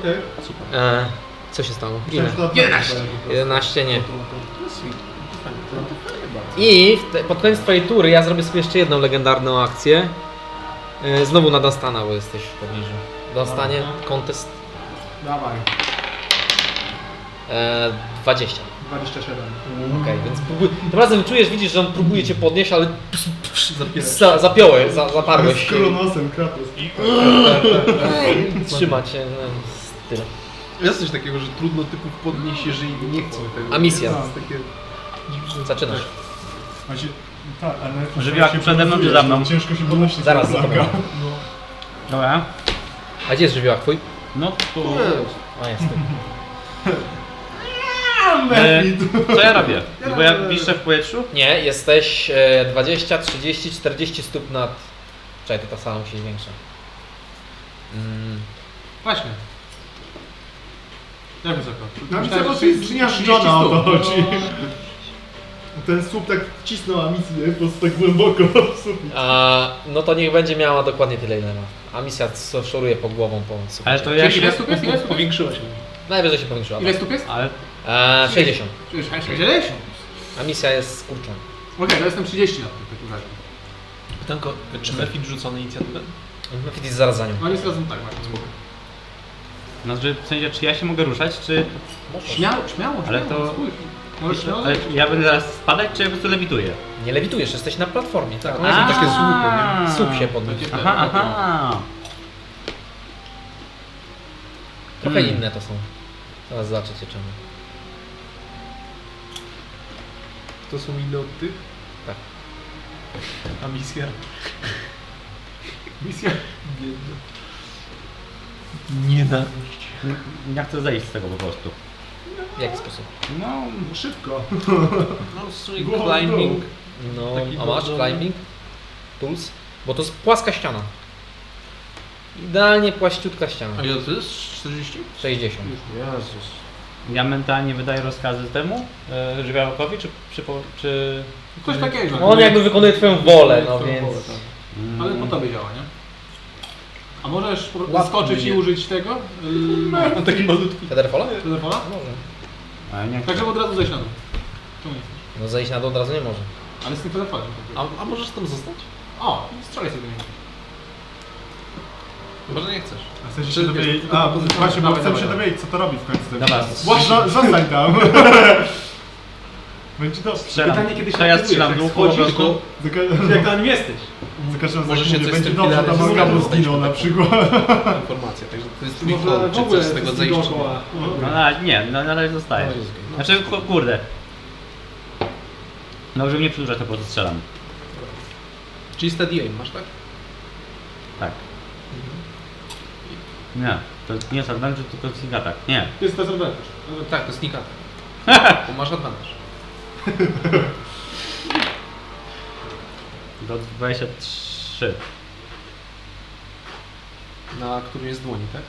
Speaker 14: Okej.
Speaker 1: Eee, co się stało?
Speaker 14: Myślałem, że to na pewno będzie.
Speaker 1: 11 nie. I w te, pod koniec twojej tury ja zrobię sobie jeszcze jedną legendarną akcję. E, Znowu na Dastana, bo jesteś w pobliżu. Dostanie kontest
Speaker 14: Dawaj,
Speaker 1: e, 20.
Speaker 14: 27.
Speaker 1: Okej, więc próbuj, tym razem czujesz, widzisz, że on próbuje cię podnieść, ale za, zapiąłeś, za, zaparłeś
Speaker 14: Z
Speaker 1: się.
Speaker 14: kolonosem, Kratos.
Speaker 1: Trzyma cię no, z tyle.
Speaker 7: Jest coś takiego, że trudno typów podnieść, jeżeli nie chcą tego.
Speaker 1: A misja?
Speaker 7: To jest takie dziwne.
Speaker 1: Zaczynasz.
Speaker 14: Właśnie, tak, ale...
Speaker 8: Żywiołak
Speaker 14: się
Speaker 8: przede mną, czy
Speaker 14: porównujesz,
Speaker 8: za mną?
Speaker 14: to Ciężko się podnosić.
Speaker 1: Zaraz
Speaker 14: tego
Speaker 1: za tobą.
Speaker 14: flaga.
Speaker 8: Dobra.
Speaker 1: A gdzie jest żywiołak twój?
Speaker 8: No tu...
Speaker 1: A jest tu.
Speaker 8: E, co ja robię? Bo ja wiszę w powietrzu?
Speaker 1: Nie, jesteś e, 20, 30, 40 stóp nad... Czekaj, to ta sala musi zwiększa. Mm,
Speaker 2: Właśnie. Jak wysoko?
Speaker 14: Tam się
Speaker 2: Myślałem,
Speaker 14: po
Speaker 2: że
Speaker 14: prostu jest gniażdżona o to chodzi. Ten słup tak wcisnął ambicję, po prostu tak głęboko w sufit.
Speaker 1: a, no to niech będzie miała dokładnie tyle, ile ma. A misja so- szoruje po głową po suficie.
Speaker 8: Ale to ja...
Speaker 7: Czyli ile stóp jest? Ile stóp? Powiększyła się.
Speaker 1: Najwyżej się powiększyła. tak.
Speaker 2: Ile stóp jest?
Speaker 8: Ale
Speaker 1: E, 60.
Speaker 2: Czyli 60.
Speaker 1: A misja jest skurczona.
Speaker 2: Okej, to jestem 30 na tym w takim razie.
Speaker 7: Pytanko, czy Murphy rzucony inicjatywę?
Speaker 8: Mhm.
Speaker 1: Mefit jest zaraz za nią.
Speaker 2: No jest razem tak właśnie.
Speaker 8: No, że w sensie, czy ja się mogę ruszać, czy...
Speaker 2: Śmiało, śmiało,
Speaker 8: Ale
Speaker 2: śmiało,
Speaker 8: to-
Speaker 2: spójrz. Możesz śmiało
Speaker 8: Ale ja będę zaraz spadać, czy ja po prostu lewituję?
Speaker 1: Nie lewitujesz, jesteś na platformie. Tak.
Speaker 8: A,
Speaker 7: takie słupy,
Speaker 1: Słup się podnosi.
Speaker 2: Takie-
Speaker 8: Aha, aha.
Speaker 1: Trochę
Speaker 8: Hmm.
Speaker 1: inne to są. Zaraz zobaczycie czemu.
Speaker 7: To są inne od tych?
Speaker 1: Tak.
Speaker 7: A misja?
Speaker 2: Misja.
Speaker 7: Nienawiść.
Speaker 8: Ja chcę zejść z tego po prostu.
Speaker 1: W jaki sposób?
Speaker 8: No,
Speaker 14: Szybko.
Speaker 7: No w sumie
Speaker 14: Głową w
Speaker 7: climbing.
Speaker 14: dół.
Speaker 1: No,
Speaker 7: Taki
Speaker 1: a masz
Speaker 7: bardzo-
Speaker 1: climbing? Tools? Bo to jest płaska ściana. Idealnie płaściutka ściana.
Speaker 7: A ile to jest? 40?
Speaker 1: 60.
Speaker 7: Jezus.
Speaker 8: ja mentalnie wydaję rozkazy temu e, żywiołkowi, czy... czy, po- czy...
Speaker 2: Coś takiego.
Speaker 1: No, On jakby wykonuje twoją wolę, no
Speaker 2: tak. Twoją
Speaker 1: więc...
Speaker 2: wolę, tak. Ale po tobie działa, nie? A możesz po-
Speaker 1: Łapki
Speaker 2: skoczyć i
Speaker 1: mnie.
Speaker 2: użyć tego? Yy,
Speaker 7: taki malutki.
Speaker 1: Federfola?
Speaker 2: telefona?
Speaker 1: Może.
Speaker 8: Ale nie chcę.
Speaker 2: Tak, żeby od razu zejść na dół. Czemu nie?
Speaker 1: No zejść na dół od razu nie może.
Speaker 2: Ale z tym telefonem.
Speaker 7: A, a możesz tam zostać?
Speaker 2: O, strzelaj sobie do niego.
Speaker 7: Chyba, że nie chcesz.
Speaker 14: A chcesz się
Speaker 7: Czyli-
Speaker 14: dowiedzieć... A, bo właśnie, bo
Speaker 2: Dawaj,
Speaker 14: chcę
Speaker 2: dawaj,
Speaker 14: się
Speaker 2: dawaj.
Speaker 14: dowiedzieć, co to robi w końcu.
Speaker 8: Dobra,
Speaker 14: Właśnie, No, zostań tam. Będzie dobrze.
Speaker 8: strzelam.
Speaker 2: Pytanie, kiedy się
Speaker 8: To ja
Speaker 2: aktywujesz,
Speaker 8: strzelam
Speaker 2: jak
Speaker 8: w
Speaker 2: schodzisz,
Speaker 8: po prostu.
Speaker 14: Za ka-
Speaker 2: Jak tam jesteś?
Speaker 14: Za każdym
Speaker 7: Może się
Speaker 14: razem
Speaker 7: coś
Speaker 14: będzie
Speaker 7: z tym
Speaker 14: dobrze,
Speaker 7: filarem
Speaker 14: tam Algabo
Speaker 7: zrobi.
Speaker 14: zginął na przykład.
Speaker 7: Informacja, także to jest
Speaker 2: Czy
Speaker 7: twój
Speaker 2: może
Speaker 7: kod,
Speaker 2: w
Speaker 7: czy
Speaker 2: ogóle
Speaker 7: chcesz z tego
Speaker 2: jesteś
Speaker 7: zejść, czy nie.
Speaker 2: dookoła?
Speaker 8: No, na, nie, na, na razie
Speaker 2: No,
Speaker 8: zostaję. Znaczy, ku- kurde. No, żeby nie przedłużać, to po prostu strzelam.
Speaker 7: Czyli steady aim masz, tak?
Speaker 8: Tak. Nie, to nie jest adventure, tylko sneak attack. Nie.
Speaker 2: To jest bezrobocie.
Speaker 7: Tak, to sneak attack. Bo masz advantage.
Speaker 8: Do 23.
Speaker 7: Na którym jest dłoni, tak?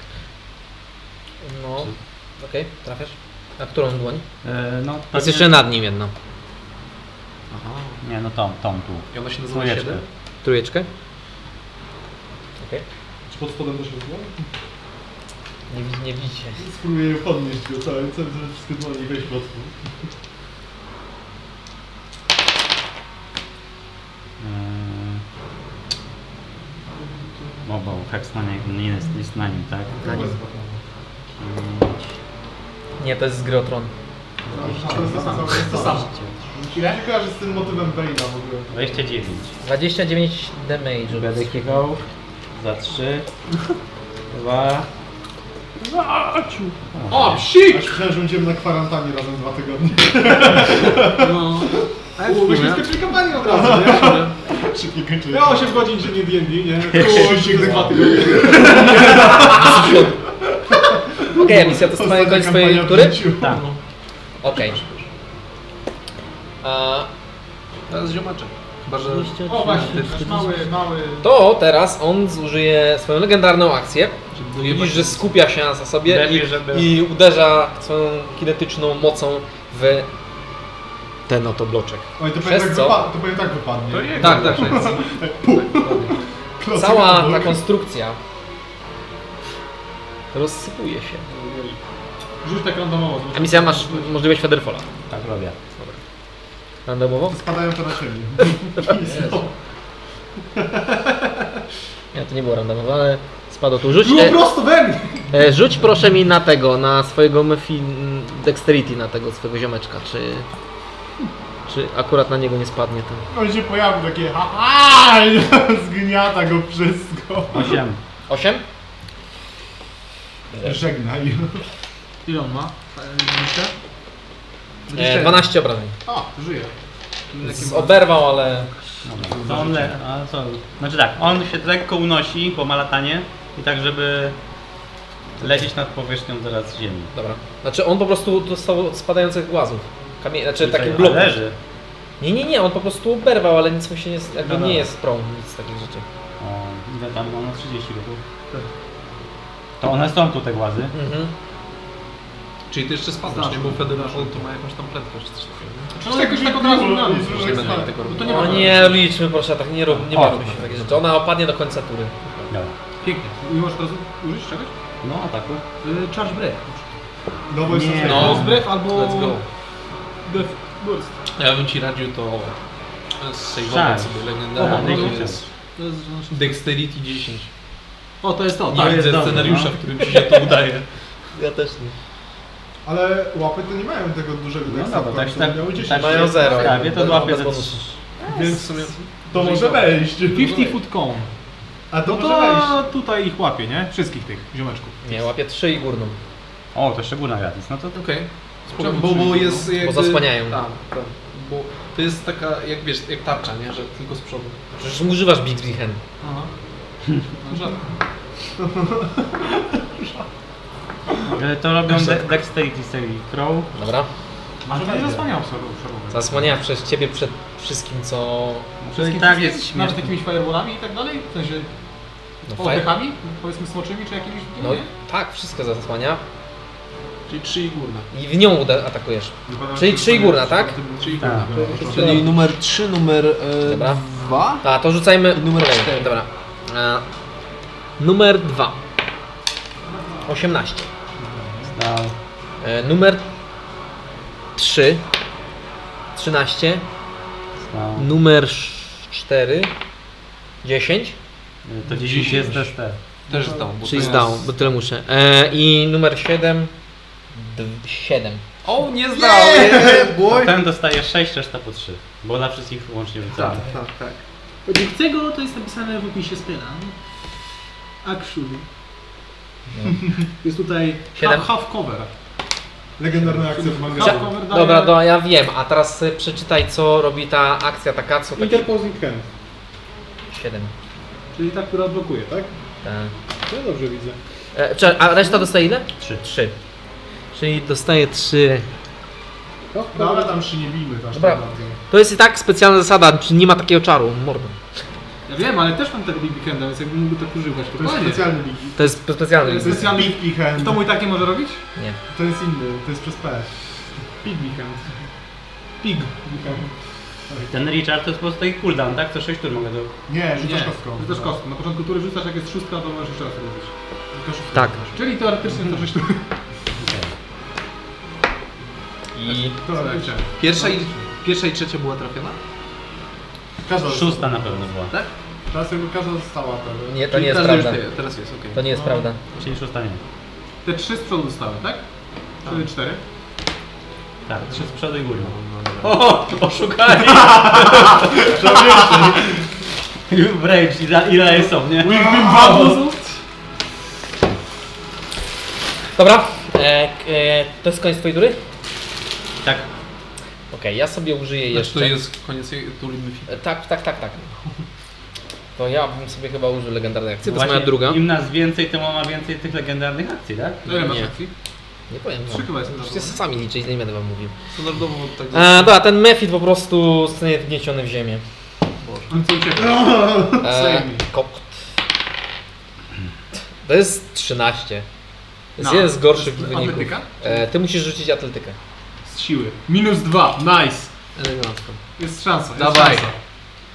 Speaker 1: No. Okej, trafiasz. Na którą dłoń?
Speaker 8: E, no, pewnie...
Speaker 1: Jest jeszcze nad nim jedna.
Speaker 7: Aha.
Speaker 8: Nie, no tą, tą tu.
Speaker 7: I ona się nazywa
Speaker 8: Trójeczkę.
Speaker 7: 7?
Speaker 1: Trójeczkę. Okej.
Speaker 14: Czy pod spodem też jest dłoń?
Speaker 1: Nie, wi- nie widzicie.
Speaker 14: Spróbuję podnieść go całym, całym, całym wszystkie dłonie i wejść pod spód.
Speaker 8: Yy, Bo, bo Hex na nie, tak nie jest, jest na nim, tak? Na nim.
Speaker 1: Nie, to jest z gry o tron.
Speaker 14: To samo. Ja nie kojarzę z tym motywem Bane'a w ogóle.
Speaker 8: 29.
Speaker 1: 29 damage.
Speaker 8: Będę kiekał za 3, 2...
Speaker 2: O, psik!
Speaker 14: Aż myślałem, że będziemy na kwarantannie razem dwa tygodnie.
Speaker 2: No. Ale byśmy skończyli kampanię od razu, nie?
Speaker 14: Szybko kończymy.
Speaker 2: Ja 8 godzin, że nie D&D, nie?
Speaker 14: Koło się dwa tygodnie.
Speaker 1: Okej, a misja to jest koniec
Speaker 14: Ostatnia
Speaker 1: twojej
Speaker 14: kampania w
Speaker 1: tury?
Speaker 14: życiu.
Speaker 8: Tak.
Speaker 1: Okej. A
Speaker 7: Teraz ziomaczek. Chyba, że...
Speaker 2: O właśnie, nasz mały, mały...
Speaker 1: to teraz on zużyje swoją legendarną akcję.
Speaker 7: że buduje
Speaker 1: Widzisz, że
Speaker 7: właśnie-
Speaker 1: skupia się na sobie
Speaker 8: Lepiej, żeby-
Speaker 1: i, i uderza swoją kinetyczną mocą w ten oto bloczek.
Speaker 14: Oj, to
Speaker 1: Przez
Speaker 14: powiem tak,
Speaker 1: co?
Speaker 14: wypa- to powiem tak wypadnie. To
Speaker 7: jego.
Speaker 1: Tak, tak.
Speaker 14: Klocek
Speaker 1: Cała ta
Speaker 14: obok.
Speaker 1: konstrukcja rozsypuje się.
Speaker 2: Rzuć tak randomowo.
Speaker 1: A misja masz możliwość Federfola.
Speaker 8: Tak robię.
Speaker 1: Randomowo?
Speaker 14: Spadają to na siebie.
Speaker 1: Nie, to nie było randomowe, ale spadło tu. Rzuć,
Speaker 2: Było
Speaker 1: e,
Speaker 2: No, prosto we mnie!
Speaker 1: e, rzuć proszę mi na tego, na swojego Mefi m, Dexterity, na tego swojego ziomeczka, czy... Czy akurat na niego nie spadnie ten.
Speaker 14: On się pojawił takie ha-ha! i Zgniata go wszystko.
Speaker 8: 8.
Speaker 1: 8?
Speaker 14: Żegnaj.
Speaker 2: Ile on ma? Dwadzieścia?
Speaker 1: E, 12 obrażeń.
Speaker 2: A, żyje. Jakie
Speaker 1: Z-
Speaker 2: ma-
Speaker 1: Oberwał, ale
Speaker 8: To on le- a co? Znaczy tak, on się lekko unosi, bo ma latanie i tak, żeby lecieć nad powierzchnią teraz ziemi.
Speaker 1: dobra. Znaczy on po prostu dostał od spadających głazów. Kamie... Znaczy
Speaker 8: Tutaj
Speaker 1: takim blokiem.
Speaker 8: leży.
Speaker 1: Nie, nie, nie, on po prostu oberwał, ale nic mu się nie, jakby
Speaker 8: Dobra.
Speaker 1: nie jest prą, nic takich rzeczy.
Speaker 8: O, ile tam ono 30 ruchów. To one są tu te głazy.
Speaker 1: Mhm.
Speaker 7: Czyli ty jeszcze spadasz, nie? Bo Federation to ma jakąś tam prędkość czy coś takiego, nie?
Speaker 2: Czy on jakoś tak od razu na tak?
Speaker 14: Jest
Speaker 7: Może
Speaker 14: różne
Speaker 7: nie
Speaker 14: jak
Speaker 7: będę
Speaker 14: stare.
Speaker 7: miał tego robił.
Speaker 2: To nie ma
Speaker 1: O nie, liczmy proszę, tak nie rób, nie
Speaker 8: O.
Speaker 1: bawmy się w takie rzeczy. Ona opadnie do końca tury.
Speaker 8: Dobra.
Speaker 2: Pięknie. I możesz teraz użyć czegoś?
Speaker 8: No ataku.
Speaker 2: Y, Charge break.
Speaker 14: No bo jeszcze
Speaker 8: Nie.
Speaker 14: sobie-
Speaker 7: No.
Speaker 2: Charge break albo...
Speaker 7: Let's go.
Speaker 2: Death burst.
Speaker 7: Ja bym ci radził to
Speaker 8: Tak.
Speaker 7: save'ować sobie
Speaker 8: Aha,
Speaker 7: legendarny.
Speaker 8: no,
Speaker 7: Tak. to jest
Speaker 2: To jest znaczy-
Speaker 7: Dexterity 10.
Speaker 2: O, to jest to,
Speaker 7: Nie
Speaker 2: tak.
Speaker 8: jest
Speaker 7: widzę
Speaker 8: dobre,
Speaker 7: scenariusza,
Speaker 8: no.
Speaker 7: w którym ci się to udaje.
Speaker 1: Ja też nie.
Speaker 14: Ale łapy to nie mają tego dużego
Speaker 8: No
Speaker 14: deksa,
Speaker 8: dobra,
Speaker 14: w końcu,
Speaker 8: tak się tak-
Speaker 14: miały 10,
Speaker 8: tak
Speaker 1: Mają
Speaker 8: się
Speaker 1: zero.
Speaker 8: Prawie to
Speaker 1: Bez-
Speaker 8: łapie
Speaker 1: bez
Speaker 8: ze
Speaker 1: bonusu.
Speaker 14: więc
Speaker 7: W sumie-
Speaker 14: to może wejść.
Speaker 2: 50 foot cone.
Speaker 14: A
Speaker 2: No
Speaker 14: to może wejść.
Speaker 2: to tutaj ich łapie, nie? Wszystkich tych ziomeczków.
Speaker 1: Nie, łapie trzy i górną.
Speaker 8: O, to szczególna gratis. No to to
Speaker 7: Okej.
Speaker 2: Spoko,
Speaker 7: Bo, bo
Speaker 2: czyli-
Speaker 7: jest jakby...
Speaker 1: zasłaniają.
Speaker 7: Tak, tak. Bo to jest taka, jak wiesz, jak tarcza, nie? Że tylko z przodu.
Speaker 1: Przecież używasz Big Big Hand.
Speaker 2: Aha. No, rzadko.
Speaker 8: E, To robią de- dexterity saving throw.
Speaker 1: Dobra?
Speaker 2: A to nie zasłaniał przeróbek.
Speaker 1: Zasłaniała przez ciebie przed wszystkim, co...
Speaker 8: Czyli tak jest
Speaker 2: Nawet
Speaker 8: śmieszne.
Speaker 2: takimiś fireballami i tak dalej? W sensie
Speaker 1: No, faj-
Speaker 2: oddechami? Powiedzmy smoczymi czy jakimiś...
Speaker 1: no tak, wszystko zasłania.
Speaker 7: Czyli trzy i górne.
Speaker 1: I w nią uda- atakujesz. Czyli trzy i górna, tak?
Speaker 7: Czyli
Speaker 8: Tak.
Speaker 7: górne.
Speaker 1: Czyli
Speaker 7: numer 3, numer e,
Speaker 1: Dobra.
Speaker 7: 2?
Speaker 1: A, to rzucajmy...
Speaker 7: Numer
Speaker 1: kolejny.
Speaker 7: cztery.
Speaker 1: Dobra. E, numer dwa. 18.
Speaker 8: Dał.
Speaker 1: E, numer 3. 13.
Speaker 8: Dał.
Speaker 1: Numer 4. 10.
Speaker 8: To 10 jest DST.
Speaker 7: Też down.
Speaker 1: Czyli zdał, bo tyle muszę. E, I numer 7. 7.
Speaker 7: O, nie zdał! Yeah! Boy.
Speaker 8: Ten dostaje 6, reszta po 3. Bo dla wszystkich łącznie rzucamy.
Speaker 7: tak, tak.
Speaker 2: Nie chcę go, to jest napisane w opisie spela. Actually.
Speaker 14: No.
Speaker 2: Jest tutaj
Speaker 1: Siedem.
Speaker 2: half, half cover.
Speaker 14: Legendarna akcja w manga.
Speaker 2: Half cover daje...
Speaker 1: Dobra, no ja wiem, a teraz y, przeczytaj co robi ta akcja, ta kacu. Taki...
Speaker 14: Interposing hand,
Speaker 1: 7.
Speaker 2: Czyli ta, która blokuje.
Speaker 14: tak?
Speaker 1: Tak.
Speaker 14: No dobrze widzę.
Speaker 1: E, cze- a reszta dostaje ile?
Speaker 8: Trzy.
Speaker 1: 3. Czyli dostaje 3.
Speaker 14: No ale tam się nie bijmy aż tak
Speaker 1: Dobra.
Speaker 14: bardzo.
Speaker 1: To jest i tak specjalna zasada, czyli nie ma takiego czaru, mordo.
Speaker 2: Ja wiem, ale też mam tego Big Weekenda, więc jakbym mógł tak używać.
Speaker 14: To jest
Speaker 2: fajnie.
Speaker 14: specjalny bigi.
Speaker 1: To jest specjalny.
Speaker 14: To jest
Speaker 2: Specjalny-
Speaker 14: big hand.
Speaker 2: To mój taki może robić?
Speaker 1: Nie.
Speaker 14: To jest inny, to jest przez P.
Speaker 2: Big Weekend. Pig Weekend.
Speaker 8: Ten Richard to jest po prostu taki cooldown, tak? Co 6 tur mogę do...
Speaker 14: Nie, rzucasz
Speaker 2: Nie,
Speaker 14: kostką.
Speaker 2: Rzucasz kostką. Na początku tury rzucasz, jak jest szóstka, to możesz jeszcze raz robić.
Speaker 1: Tak.
Speaker 2: Czyli teoretycznie to żeś tu...
Speaker 1: I
Speaker 14: Teoretycznie.
Speaker 7: Pierwsza i, pierwsza i trzecia była trafiona?
Speaker 14: Każda
Speaker 8: Szósta na pewno była.
Speaker 14: Teraz jakby każda została tego.
Speaker 1: nie, to
Speaker 7: Czyli
Speaker 1: nie jest
Speaker 7: teraz już
Speaker 1: prawda.
Speaker 7: ty- Teraz jest, okej.
Speaker 1: To nie Tak, jest prawda.
Speaker 8: Czyli szósta nie.
Speaker 2: Te trzy z przodu zostały, tak? Czyli cztery.
Speaker 8: Tak, trzy z przodu i górą.
Speaker 7: O, oszukali!
Speaker 8: Wręcz, ile, ile jest on, nie?
Speaker 1: Dobra, e, k- e, to jest koniec twojej dury?
Speaker 8: Tak.
Speaker 1: Okej, ja sobie użyję
Speaker 7: Znaczy
Speaker 1: jeszcze.
Speaker 7: to jest koniec jej tury Buffy.
Speaker 1: E, Tak, tak, tak, tak. To ja bym sobie chyba użył legendarnej akcji, to jest
Speaker 8: Właśnie,
Speaker 1: moja druga.
Speaker 8: Im nas więcej, tym on ma więcej tych legendarnych akcji, tak?
Speaker 2: Ile masz
Speaker 1: Nie.
Speaker 2: akcji?
Speaker 1: Nie powiem no.
Speaker 2: Trzy
Speaker 1: wam.
Speaker 2: chyba jest na
Speaker 1: Przecież sami liczyć, nie będę wam mówił.
Speaker 7: Standardowo tak
Speaker 1: E, dobra, ten Mefit po prostu zostanie wgnieciony w ziemię.
Speaker 2: On co ucieka.
Speaker 1: E,
Speaker 2: Sejmij.
Speaker 1: kopt. To jest 13. To jest
Speaker 2: No.
Speaker 1: jeden z gorszych wyników.
Speaker 2: Atletyka?
Speaker 1: E, ty musisz rzucić atletykę.
Speaker 2: Z siły. Minus dwa, nice.
Speaker 7: elegancko.
Speaker 2: Jest szansa, jest
Speaker 7: Dawaj.
Speaker 2: szansa.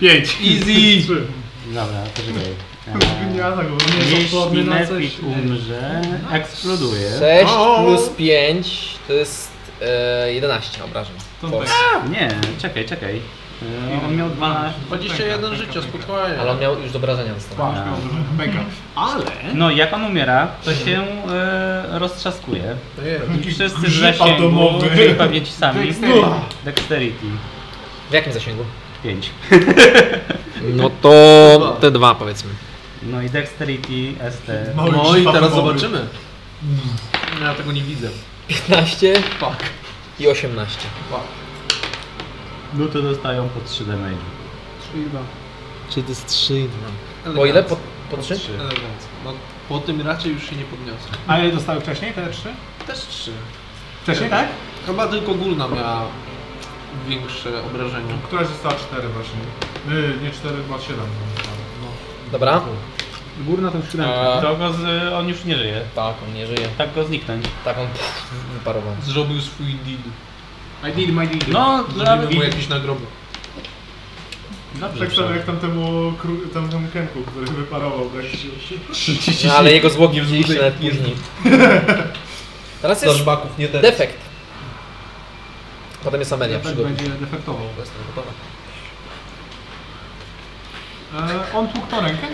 Speaker 2: Pięć. Easy.
Speaker 14: Trzy.
Speaker 8: Dobra, to czekaj.
Speaker 14: Nie atakuj, bo nie są
Speaker 8: Jeśli
Speaker 14: płodne na
Speaker 8: Netflix
Speaker 14: coś.
Speaker 8: umrze, eksploduje.
Speaker 1: 6 plus 5 to jest e, 11 obrażeń.
Speaker 2: To
Speaker 1: Force.
Speaker 2: tak.
Speaker 8: Nie, czekaj, czekaj.
Speaker 2: No,
Speaker 8: E, On miał 12.
Speaker 7: 21 życia, spokojnie.
Speaker 1: Ale on miał już obrażenia dostał.
Speaker 2: Masz miał dużo. Mega. Ale...
Speaker 8: No, jak on umiera, to się e, roztrzaskuje. I wszyscy w zasięgu,
Speaker 14: domowy.
Speaker 8: czyli pewnie ci sami.
Speaker 2: Dexterity.
Speaker 8: Dexterity.
Speaker 1: W jakim zasięgu?
Speaker 8: 5.
Speaker 1: No to te dwa powiedzmy.
Speaker 8: No i Dexterity ST.
Speaker 14: Mały
Speaker 7: No i
Speaker 14: krzywawy
Speaker 7: teraz
Speaker 14: mowy.
Speaker 7: zobaczymy. Mm. Ja tego nie widzę.
Speaker 1: 15 i 18.
Speaker 8: No to dostają po 3 damage.
Speaker 2: Czyli dwa.
Speaker 1: Czyli to jest 3 i 2. Po ile? Po, po 3?
Speaker 8: Trzy.
Speaker 7: Elegancko. No, po tym raczej już się nie podniosę.
Speaker 2: A ile dostały wcześniej te trzy?
Speaker 7: Też trzy.
Speaker 2: Wcześniej, tak?
Speaker 7: Chyba tylko górna miała większe obrażenia.
Speaker 11: Któraś została 4 właśnie. Yy, nie 4, chyba 7. No.
Speaker 1: Dobra.
Speaker 2: Górna to już siódemka.
Speaker 1: A,
Speaker 8: To go z, on już nie żyje.
Speaker 1: tak, on nie żyje.
Speaker 8: Tak go zniknąć.
Speaker 1: Tak, on pff, wyparował.
Speaker 7: Zrobił swój deal.
Speaker 2: I did my deal.
Speaker 8: No,
Speaker 7: Zrobił
Speaker 8: nawet...
Speaker 7: mu jakiś nagrobek.
Speaker 8: Dobrze.
Speaker 11: Tak samo jak tamtemu, kró- tamtemu kęku, który wyparował. Tak?
Speaker 1: No, ale jego zwłoki widzieliście nawet później. Teraz jest
Speaker 7: Zaszbaków nie ten.
Speaker 1: defekt. Potem jest Amelia,
Speaker 2: tak
Speaker 1: przygotuj.
Speaker 2: będzie defektował. E, on tłukł to rękę?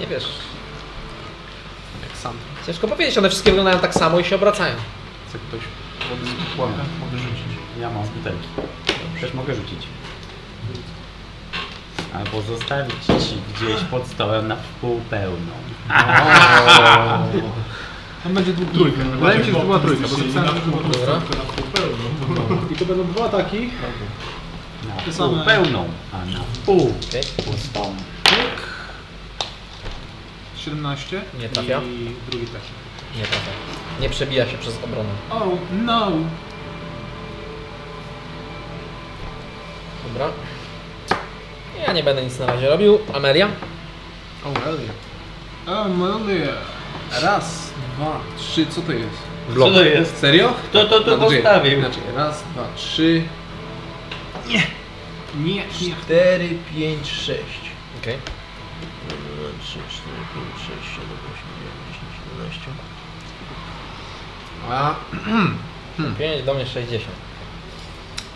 Speaker 1: Nie wiesz. Tak
Speaker 7: Jak sam.
Speaker 1: Ciężko powiedzieć, one wszystkie wyglądają tak samo i się obracają.
Speaker 7: Chce ktoś wody z pułapka, mogę rzucić.
Speaker 8: Ja mam z butelki. Też mogę rzucić. Albo zostawić ci gdzieś pod stołem na wpół pełną.
Speaker 2: On będzie dług trójkę. Wydaje mi się, że to była trójka, no, tak. bo zapisałem, że to była trójka.
Speaker 1: Dobra.
Speaker 2: I to będą dwa ataki.
Speaker 8: Na
Speaker 2: Te
Speaker 8: wpół
Speaker 2: same.
Speaker 8: pełną, a na wpół
Speaker 1: Okej.
Speaker 8: pustą.
Speaker 2: 17.
Speaker 1: Nie trafia.
Speaker 2: I drugi też.
Speaker 1: Nie trafia. Nie przebija się przez obronę.
Speaker 2: Oh no!
Speaker 1: Dobra. Ja nie będę nic na razie robił. Amelia?
Speaker 7: O, Elia.
Speaker 2: Amelia.
Speaker 7: Raz, dwa, trzy, co to jest?
Speaker 8: Co to jest?
Speaker 7: Serio?
Speaker 8: Kto to tu
Speaker 7: Znaczy,
Speaker 8: postawił?
Speaker 7: Inaczej, raz, dwa, trzy,
Speaker 2: Nie, nie.
Speaker 7: cztery, pięć, sześć.
Speaker 1: Okej.
Speaker 7: 3, 4, 5, 6, 7, 8, 9, 10, 11. A,
Speaker 1: 5 Hmm. do mnie 60.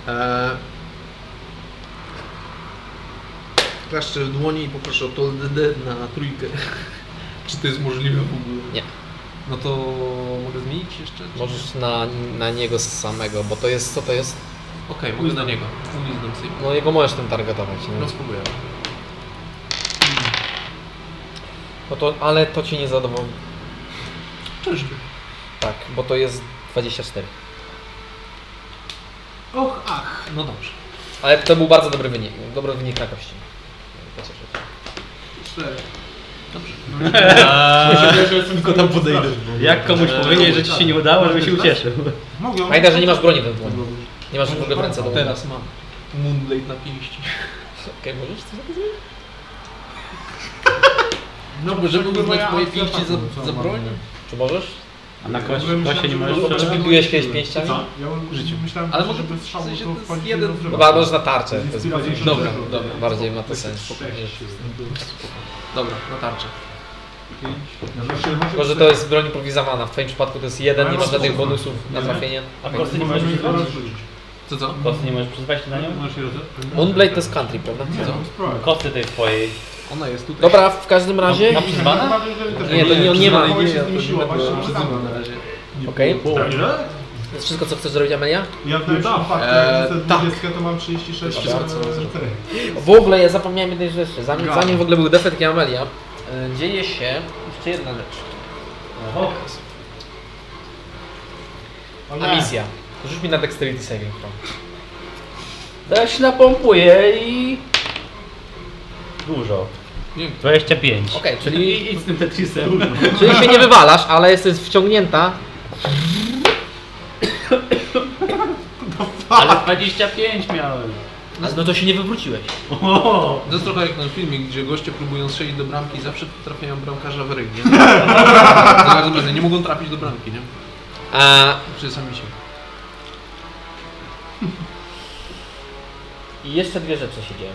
Speaker 7: e, klaszczę w dłoni i poproszę o to DD na trójkę. Czy to jest możliwe w ogóle?
Speaker 1: Nie.
Speaker 7: No to mogę zmienić jeszcze? czy-
Speaker 1: Możesz na, na niego samego, bo to jest, co to jest?
Speaker 7: Okej, mogę na niego. Uliznam sobie.
Speaker 1: No jego możesz tym targetować.
Speaker 7: No
Speaker 1: Nie?
Speaker 7: spróbuję.
Speaker 1: No to, ale to cię nie zadowoli.
Speaker 7: Czyżby?
Speaker 1: Tak, bo to jest 24.
Speaker 2: Och, ach.
Speaker 7: No dobrze.
Speaker 1: Ale to był bardzo dobry wynik. Dobry wynik na kości. Pocieszę się.
Speaker 2: Cztery.
Speaker 8: Eee.
Speaker 7: Tylko tam podejdę.
Speaker 8: Jak komuś powiedzieć, że ci się nie udało, żeby się ucieszył.
Speaker 2: Mogę.
Speaker 1: Pamiętaj, że nie masz broni we dłoni. Nie masz w ogóle w ręce do
Speaker 7: Teraz mam Moonblade na pięści.
Speaker 1: Okej, możesz coś takiego zrobić?
Speaker 7: No bo żeby
Speaker 11: tak by
Speaker 7: uznać
Speaker 11: moja
Speaker 7: moje
Speaker 11: akcja
Speaker 7: pięści
Speaker 11: ataku, co
Speaker 7: za, za
Speaker 11: mam
Speaker 7: broń?
Speaker 11: robić?
Speaker 1: Czy możesz?
Speaker 8: A na kość,
Speaker 11: Byłem
Speaker 8: kość się nie
Speaker 11: myślałem,
Speaker 8: możesz
Speaker 11: że-
Speaker 8: strzelać?
Speaker 1: Przybiłeś kiedyś pięściami?
Speaker 7: Tak.
Speaker 11: Co? Ja życiu. myślałem,
Speaker 7: Ale
Speaker 11: że
Speaker 7: może
Speaker 11: bez strzału
Speaker 7: w sensie
Speaker 11: to
Speaker 7: to jest
Speaker 11: wpadnie
Speaker 7: jeden-
Speaker 11: na drzewo.
Speaker 1: Chyba możesz na tarczę. To jest
Speaker 11: Inspiracja się
Speaker 7: Dobra,
Speaker 11: drzewo.
Speaker 7: dobra.
Speaker 1: bardziej ma to sens.
Speaker 7: Dobra, na tarczę.
Speaker 1: Tylko, że to jest broń improwizowana. W twoim przypadku to jest jeden, nie masz
Speaker 11: Ale
Speaker 1: żadnych
Speaker 11: może-
Speaker 1: bonusów na
Speaker 11: nie.
Speaker 1: trafienie.
Speaker 8: A kosty nie
Speaker 11: Możesz
Speaker 8: możesz
Speaker 11: mi to
Speaker 8: przyzwać?
Speaker 11: rozrzucić.
Speaker 7: Co co?
Speaker 8: Kosty nie możesz przyzwać na nią?
Speaker 11: Możesz je rozrzucić.
Speaker 1: Moonblade to jest country, prawda?
Speaker 11: Nie, no, spróbuj.
Speaker 8: Kosty tej twojej.
Speaker 7: Ona jest tutaj.
Speaker 1: Dobra, w każdym razie...
Speaker 7: No,
Speaker 8: Na przyzwana?
Speaker 1: Nie, to nie, on nie ma.
Speaker 11: Mogę się z
Speaker 7: to
Speaker 11: nimi
Speaker 7: nie
Speaker 11: siłować,
Speaker 7: będę
Speaker 11: to może
Speaker 7: przyzywał
Speaker 11: tam.
Speaker 7: na razie.
Speaker 1: Okej.
Speaker 11: Tak, Ile?
Speaker 1: To jest wszystko, co chcesz zrobić, Amelia?
Speaker 11: Ja w najlepszym fakcie,
Speaker 7: Eee,
Speaker 11: jak rzucę
Speaker 7: tak.
Speaker 11: 20, to mam 36.
Speaker 7: Wszystko, co
Speaker 11: eee,
Speaker 7: zrobię.
Speaker 1: W ogóle ja zapomniałem jednej rzeczy. Zanim, zanim w ogóle był defekt i Amelia, y, dzieje się jeszcze jedna rzecz. A misja. Rzuć mi na dexterity saving throw.
Speaker 6: Ja się napompuję i...
Speaker 8: Dużo.
Speaker 7: Dzięki.
Speaker 8: 25.
Speaker 1: Okej, czyli,
Speaker 6: idź z tym Tetrisem.
Speaker 1: czyli się nie wywalasz, ale jesteś wciągnięta.
Speaker 8: Ale 25 miałem.
Speaker 1: No to się nie wywróciłeś.
Speaker 7: To jest trochę jak ten filmik, gdzie goście próbują strzelić do bramki i zawsze trafiają bramkarza w ryj, nie? Za każdym razem nie mogą trafić do bramki, nie?
Speaker 1: A
Speaker 7: Czy sami się.
Speaker 1: i jeszcze dwie rzeczy się dzieją.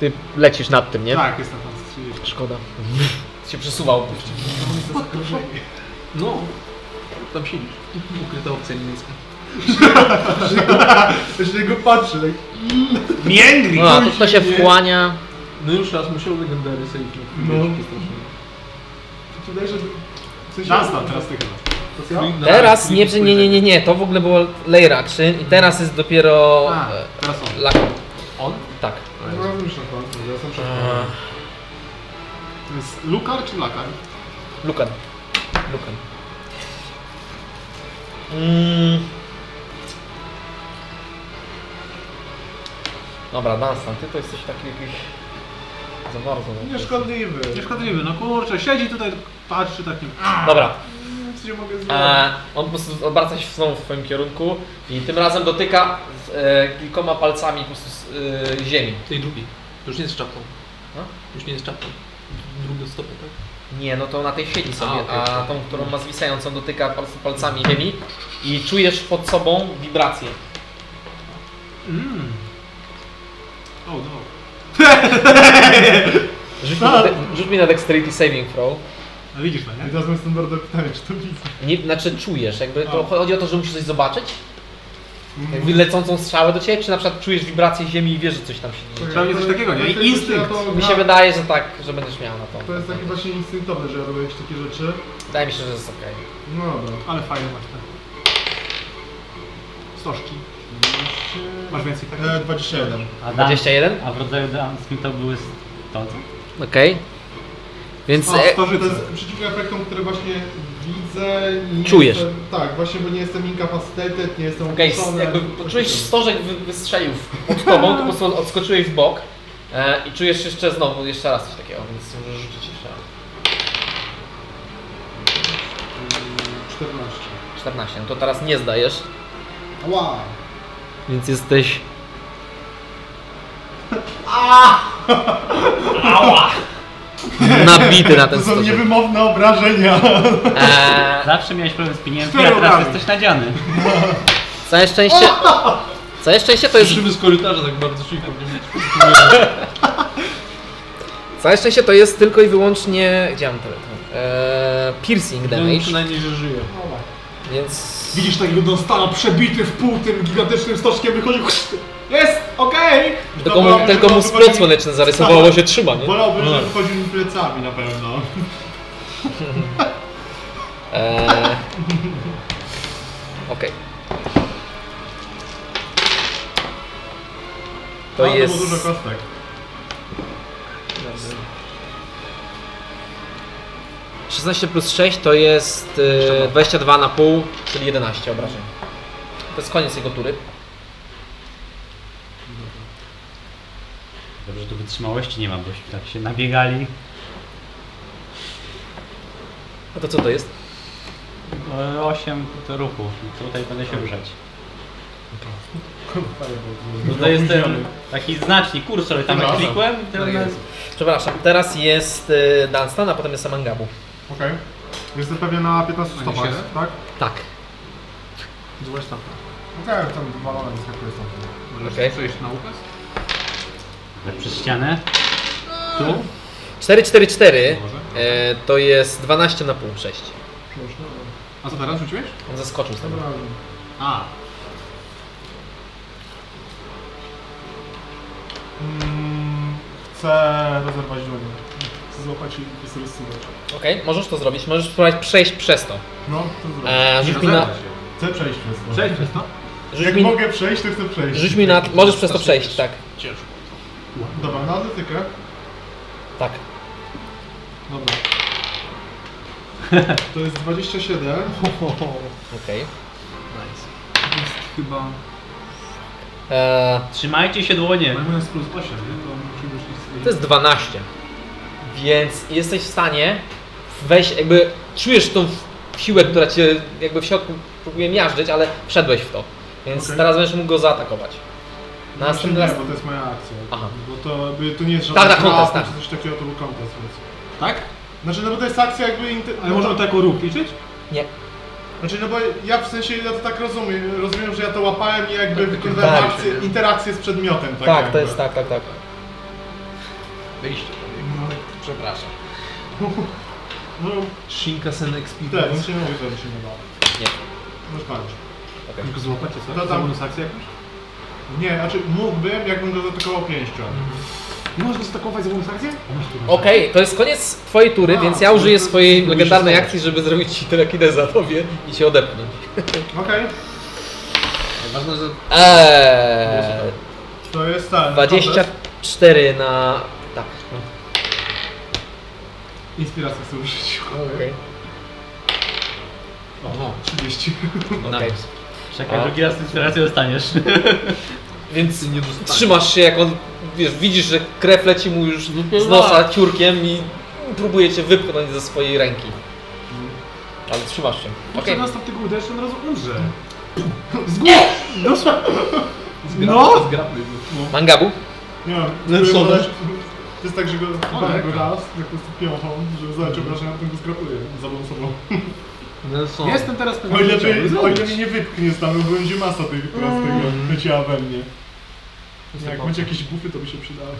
Speaker 1: Ty lecisz nad tym, nie?
Speaker 11: Tak, jest na tam 30.
Speaker 1: Szkoda. Się przesuwał.
Speaker 7: No, tam siedzisz. Ukryta opcja niemiecka.
Speaker 11: Jeszcze na niego patrzę, tak.
Speaker 1: No, a to, to się wchłania.
Speaker 7: No już raz musiał legendary sobie
Speaker 11: No. Czy wydaje, że... W sensie...
Speaker 2: Nas tam teraz
Speaker 11: ty chyba.
Speaker 14: To co?
Speaker 7: Na-
Speaker 1: Teraz
Speaker 7: na-
Speaker 1: nie, nie, nie, nie, nie, nie, to w ogóle było layer action i teraz jest dopiero
Speaker 2: A,
Speaker 1: e,
Speaker 2: teraz on.
Speaker 1: lak.
Speaker 7: On?
Speaker 1: Tak.
Speaker 14: No, ja już na końcu, ja jestem przekonany.
Speaker 2: To jest Lukar czy Lakar?
Speaker 1: Lukan. Lukan. Mm. Dobra, Dunstan, ty to jesteś taki jakiś... Za bardzo. no.
Speaker 14: Nieszkodliwy.
Speaker 2: Nieszkodliwy, no kurczę, siedzi tutaj, patrzy tak takim.
Speaker 1: Dobra,
Speaker 14: Nic nie mogę zrobić.
Speaker 1: a on po prostu obraca się znowu w twoim kierunku i tym razem dotyka z, e, kilkoma palcami po prostu z, e, ziemi.
Speaker 7: Tej drugiej. To już nie jest czapką.
Speaker 1: No.
Speaker 7: Już nie jest czapką. Drugą stopę, tak?
Speaker 1: Nie, no to na tej siedzi sobie,
Speaker 7: A, okej.
Speaker 1: a tą, którą ma zwisającą, dotyka po prostu palcami ziemi i czujesz pod sobą wibrację.
Speaker 2: Mm. Oh no.
Speaker 1: Rzuć mi, na de- rzuć mi na dexterity saving throw.
Speaker 2: No widzisz to,
Speaker 14: I
Speaker 2: nie?
Speaker 14: teraz mam standardowe pytanie, czy to widzę?
Speaker 1: Nie, znaczy czujesz, jakby
Speaker 14: Tak.
Speaker 1: to chodzi o to, że musisz coś zobaczyć?
Speaker 14: Mhm.
Speaker 1: Jakby lecącą strzałę do ciebie, czy na przykład czujesz wibrację ziemi i wiesz, że coś tam się dzieje?
Speaker 2: Trzeba mieć coś takiego, nie?
Speaker 14: Dlatego, że
Speaker 2: Instynkt.
Speaker 14: ja to-
Speaker 1: Mi się wydaje, że tak, że będziesz miał na to.
Speaker 14: To jest takie właśnie instynktowe, że ja robię jakieś takie rzeczy.
Speaker 1: Wydaje mi się, że jest okej.
Speaker 14: No dobra.
Speaker 2: Ale fajne masz te. Stożki. Masz więcej takich?
Speaker 14: E, 21.
Speaker 8: A, dan,
Speaker 1: 21?
Speaker 8: a w rodzaju dancing to były to co?
Speaker 1: Okej. Więc...
Speaker 2: O,
Speaker 1: e,
Speaker 14: To
Speaker 2: stożyce.
Speaker 14: jest przeciwko efektom, które właśnie widzę. Nie
Speaker 1: Czujesz.
Speaker 14: Jestem, tak, właśnie, bo nie jestem incapacitated, nie jestem
Speaker 1: Okej,
Speaker 14: opuszczony.
Speaker 1: jakby poczułeś stożek wy, wystrzelił pod tobą, to po prostu odskoczyłeś w bok e, i czujesz jeszcze znowu, jeszcze raz coś takiego, więc możesz rzucić jeszcze raz.
Speaker 14: 14.
Speaker 1: 14, no to teraz nie zdajesz,
Speaker 14: Wow.
Speaker 1: więc jesteś... Ała! Nabity na
Speaker 14: To
Speaker 1: ten
Speaker 14: są
Speaker 1: stożek.
Speaker 14: niewymowne obrażenia.
Speaker 1: Eee,
Speaker 8: Zawsze miałeś problem z pieniędzmi,
Speaker 2: Cztery
Speaker 8: a teraz
Speaker 2: obrany.
Speaker 8: jesteś nadziany.
Speaker 1: całe szczęście... Całe szczęście to jest...
Speaker 7: Słyszymy z korytarza tak bardzo cicho. nie?
Speaker 1: Całe szczęście to jest tylko i wyłącznie... Gdzie mam telefon? Eee, piercing
Speaker 7: No
Speaker 1: damage,
Speaker 7: przynajmniej, że żyje.
Speaker 1: więc...
Speaker 14: Widzisz takiego Donstana przebity w pół tym gigantycznym stożkiem, wychodzi... Jest! Okej!
Speaker 1: Tylko mu,
Speaker 14: Wolałbym,
Speaker 1: tylko
Speaker 14: żeby
Speaker 1: mu
Speaker 14: on
Speaker 1: splet
Speaker 14: wychodził-
Speaker 1: słoneczny zarysowało się trzyma, nie?
Speaker 14: Wolałbym, żeby wychodził mi plecami na pewno.
Speaker 1: Eee. Okej. To
Speaker 14: Mam
Speaker 1: jest.
Speaker 14: było dużo kostek.
Speaker 1: Dobra. 16 plus 6 to jest e, 22 na pół, czyli 11 obrażeń. To jest koniec jego tury.
Speaker 8: Dobrze, że tu wytrzymałości nie ma, bośmy tak się nabiegali.
Speaker 1: A No to co to jest?
Speaker 8: 8 ruchów i tutaj będę się ruszać. No to jest ten taki znacznik, kursor
Speaker 6: No,
Speaker 8: tam
Speaker 14: Dobra.
Speaker 8: klikłem i
Speaker 1: Tak
Speaker 8: teraz...
Speaker 1: jest. Przepraszam, teraz jest e, Dunstan, a potem jest Samangabu.
Speaker 14: Okej. Jestem pewnie na 15 stopach, tak?
Speaker 1: Tak.
Speaker 7: Zobacz tam.
Speaker 14: Okej, tam walone jest, jak jest
Speaker 7: Możesz
Speaker 1: Okej.
Speaker 7: przejść na ukaz?
Speaker 8: Tak Przez ścianę. Tu?
Speaker 1: 444 e, to jest 12 na pół 6.
Speaker 2: A co teraz rzuciłeś?
Speaker 1: On zaskoczył z tego.
Speaker 2: A.
Speaker 14: Mm, Chcę rozerwać dłoń. Chcę złapać i zrozumieć.
Speaker 1: Okej, możesz to zrobić, możesz spróbować przejść przez to.
Speaker 14: No, to zrobię.
Speaker 1: E,
Speaker 2: Nie
Speaker 1: rzuć mi na,
Speaker 2: rozerwać się.
Speaker 14: Chcę przejść przez to.
Speaker 2: Przejdź przez to.
Speaker 1: rzuć
Speaker 14: Jak
Speaker 1: mi,
Speaker 14: mogę przejść, to chcę przejść.
Speaker 1: rzuć mi na, możesz przez to przejść, tak,
Speaker 7: Ciężko.
Speaker 14: Dobra, na atletykę.
Speaker 1: tak.
Speaker 14: Dobra. To jest 27.
Speaker 1: Okej.
Speaker 7: Nice.
Speaker 2: Jest chyba...
Speaker 1: E,
Speaker 8: Trzymajcie się dłonie.
Speaker 2: Mając plus 8, nie? To musimy już
Speaker 1: To jest 12. Więc jesteś w stanie wejść, jakby czujesz tą siłę, która cię jakby w środku próbuje miażdżyć, ale wszedłeś w to. Więc
Speaker 14: Okej.
Speaker 1: teraz będziesz mógł go zaatakować. Na
Speaker 14: Znaczy nie,
Speaker 1: następny raz.
Speaker 14: bo to jest moja akcja.
Speaker 1: Aha.
Speaker 14: Bo to, by, to nie jest
Speaker 1: Tak, tak, kontest,
Speaker 14: trap
Speaker 1: tak.
Speaker 14: czy coś takiego, to był kontest, więc...
Speaker 2: Tak?
Speaker 14: Znaczy, no bo to jest akcja jakby... Inter...
Speaker 1: no.
Speaker 14: no
Speaker 2: Ale możemy to jako ruch liczyć?
Speaker 1: Nie.
Speaker 14: Znaczy, no bo ja w sensie, ja to tak rozumiem, rozumiem, że ja to łapałem i jakby wykonywałem
Speaker 1: tak.
Speaker 14: akcję, interakcję z przedmiotem, tak
Speaker 1: Tak,
Speaker 14: jakby.
Speaker 1: to jest tak, tak, tak.
Speaker 7: Wejście.
Speaker 1: Przepraszam.
Speaker 14: No,
Speaker 7: Shinkansen
Speaker 14: tak,
Speaker 7: Experience.
Speaker 14: nic się nie mówi, że się nie dało.
Speaker 1: Nie.
Speaker 14: Możesz palić.
Speaker 2: Tylko złapacie co?
Speaker 14: To
Speaker 2: To
Speaker 14: tam-
Speaker 2: tam bonus akcję jakąś? Mhm.
Speaker 14: Nie, znaczy mógłbym, jakbym go zaatakował pięścią.
Speaker 11: Nie Możesz go zaatakować za bonus akcję? A masz tu.
Speaker 1: Okej, to jest koniec twojej tury,
Speaker 11: A,
Speaker 1: więc ja
Speaker 11: to-
Speaker 1: użyję
Speaker 11: to- to-
Speaker 1: swojej
Speaker 11: to-
Speaker 1: legendarnej
Speaker 11: to- to-
Speaker 1: akcji, żeby zrobić ci telekinezę tobie i się odepnąć.
Speaker 11: Okej.
Speaker 7: Ważne, że
Speaker 1: Eee,
Speaker 11: To jest tak.
Speaker 1: 24 na... tak.
Speaker 11: Inspiracja sobie użyć.
Speaker 1: Okej.
Speaker 2: no,
Speaker 7: o,
Speaker 11: 30.
Speaker 1: Okej.
Speaker 8: Czekaj, drugi raz inspirację dostaniesz.
Speaker 1: Więc
Speaker 7: nie dostaniesz.
Speaker 1: trzymasz się, jak on, wiesz, widzisz, że krew leci mu już z nosa ciurkiem i próbuje cię wypchnąć ze swojej ręki. Mhm. Ale trzymasz się.
Speaker 11: Okay.
Speaker 1: Okej.
Speaker 11: Następ tego uderz, on od razu umrze. Z góry! Doszła! No!
Speaker 7: Zgrabny był.
Speaker 1: Mangabu?
Speaker 11: Nie wiem,
Speaker 14: Lepszone.
Speaker 11: to jest tak, że go
Speaker 7: tak.
Speaker 11: go raz, tak po prostu piochą, żeby
Speaker 14: Mhm.
Speaker 11: zadać obrażenia, potem go skrapuję za sobą.
Speaker 7: Nelson.
Speaker 2: Nie Jestem teraz
Speaker 14: No
Speaker 2: pewien,
Speaker 11: O ile,
Speaker 2: że chciałbym
Speaker 11: mnie, o
Speaker 2: zrobić.
Speaker 11: ile mnie nie wypchnie stanu, bo będzie masa tej teraz
Speaker 14: Mhm.
Speaker 11: tego leciała we mnie. Jak będzie jakieś bufy, to by się przydały.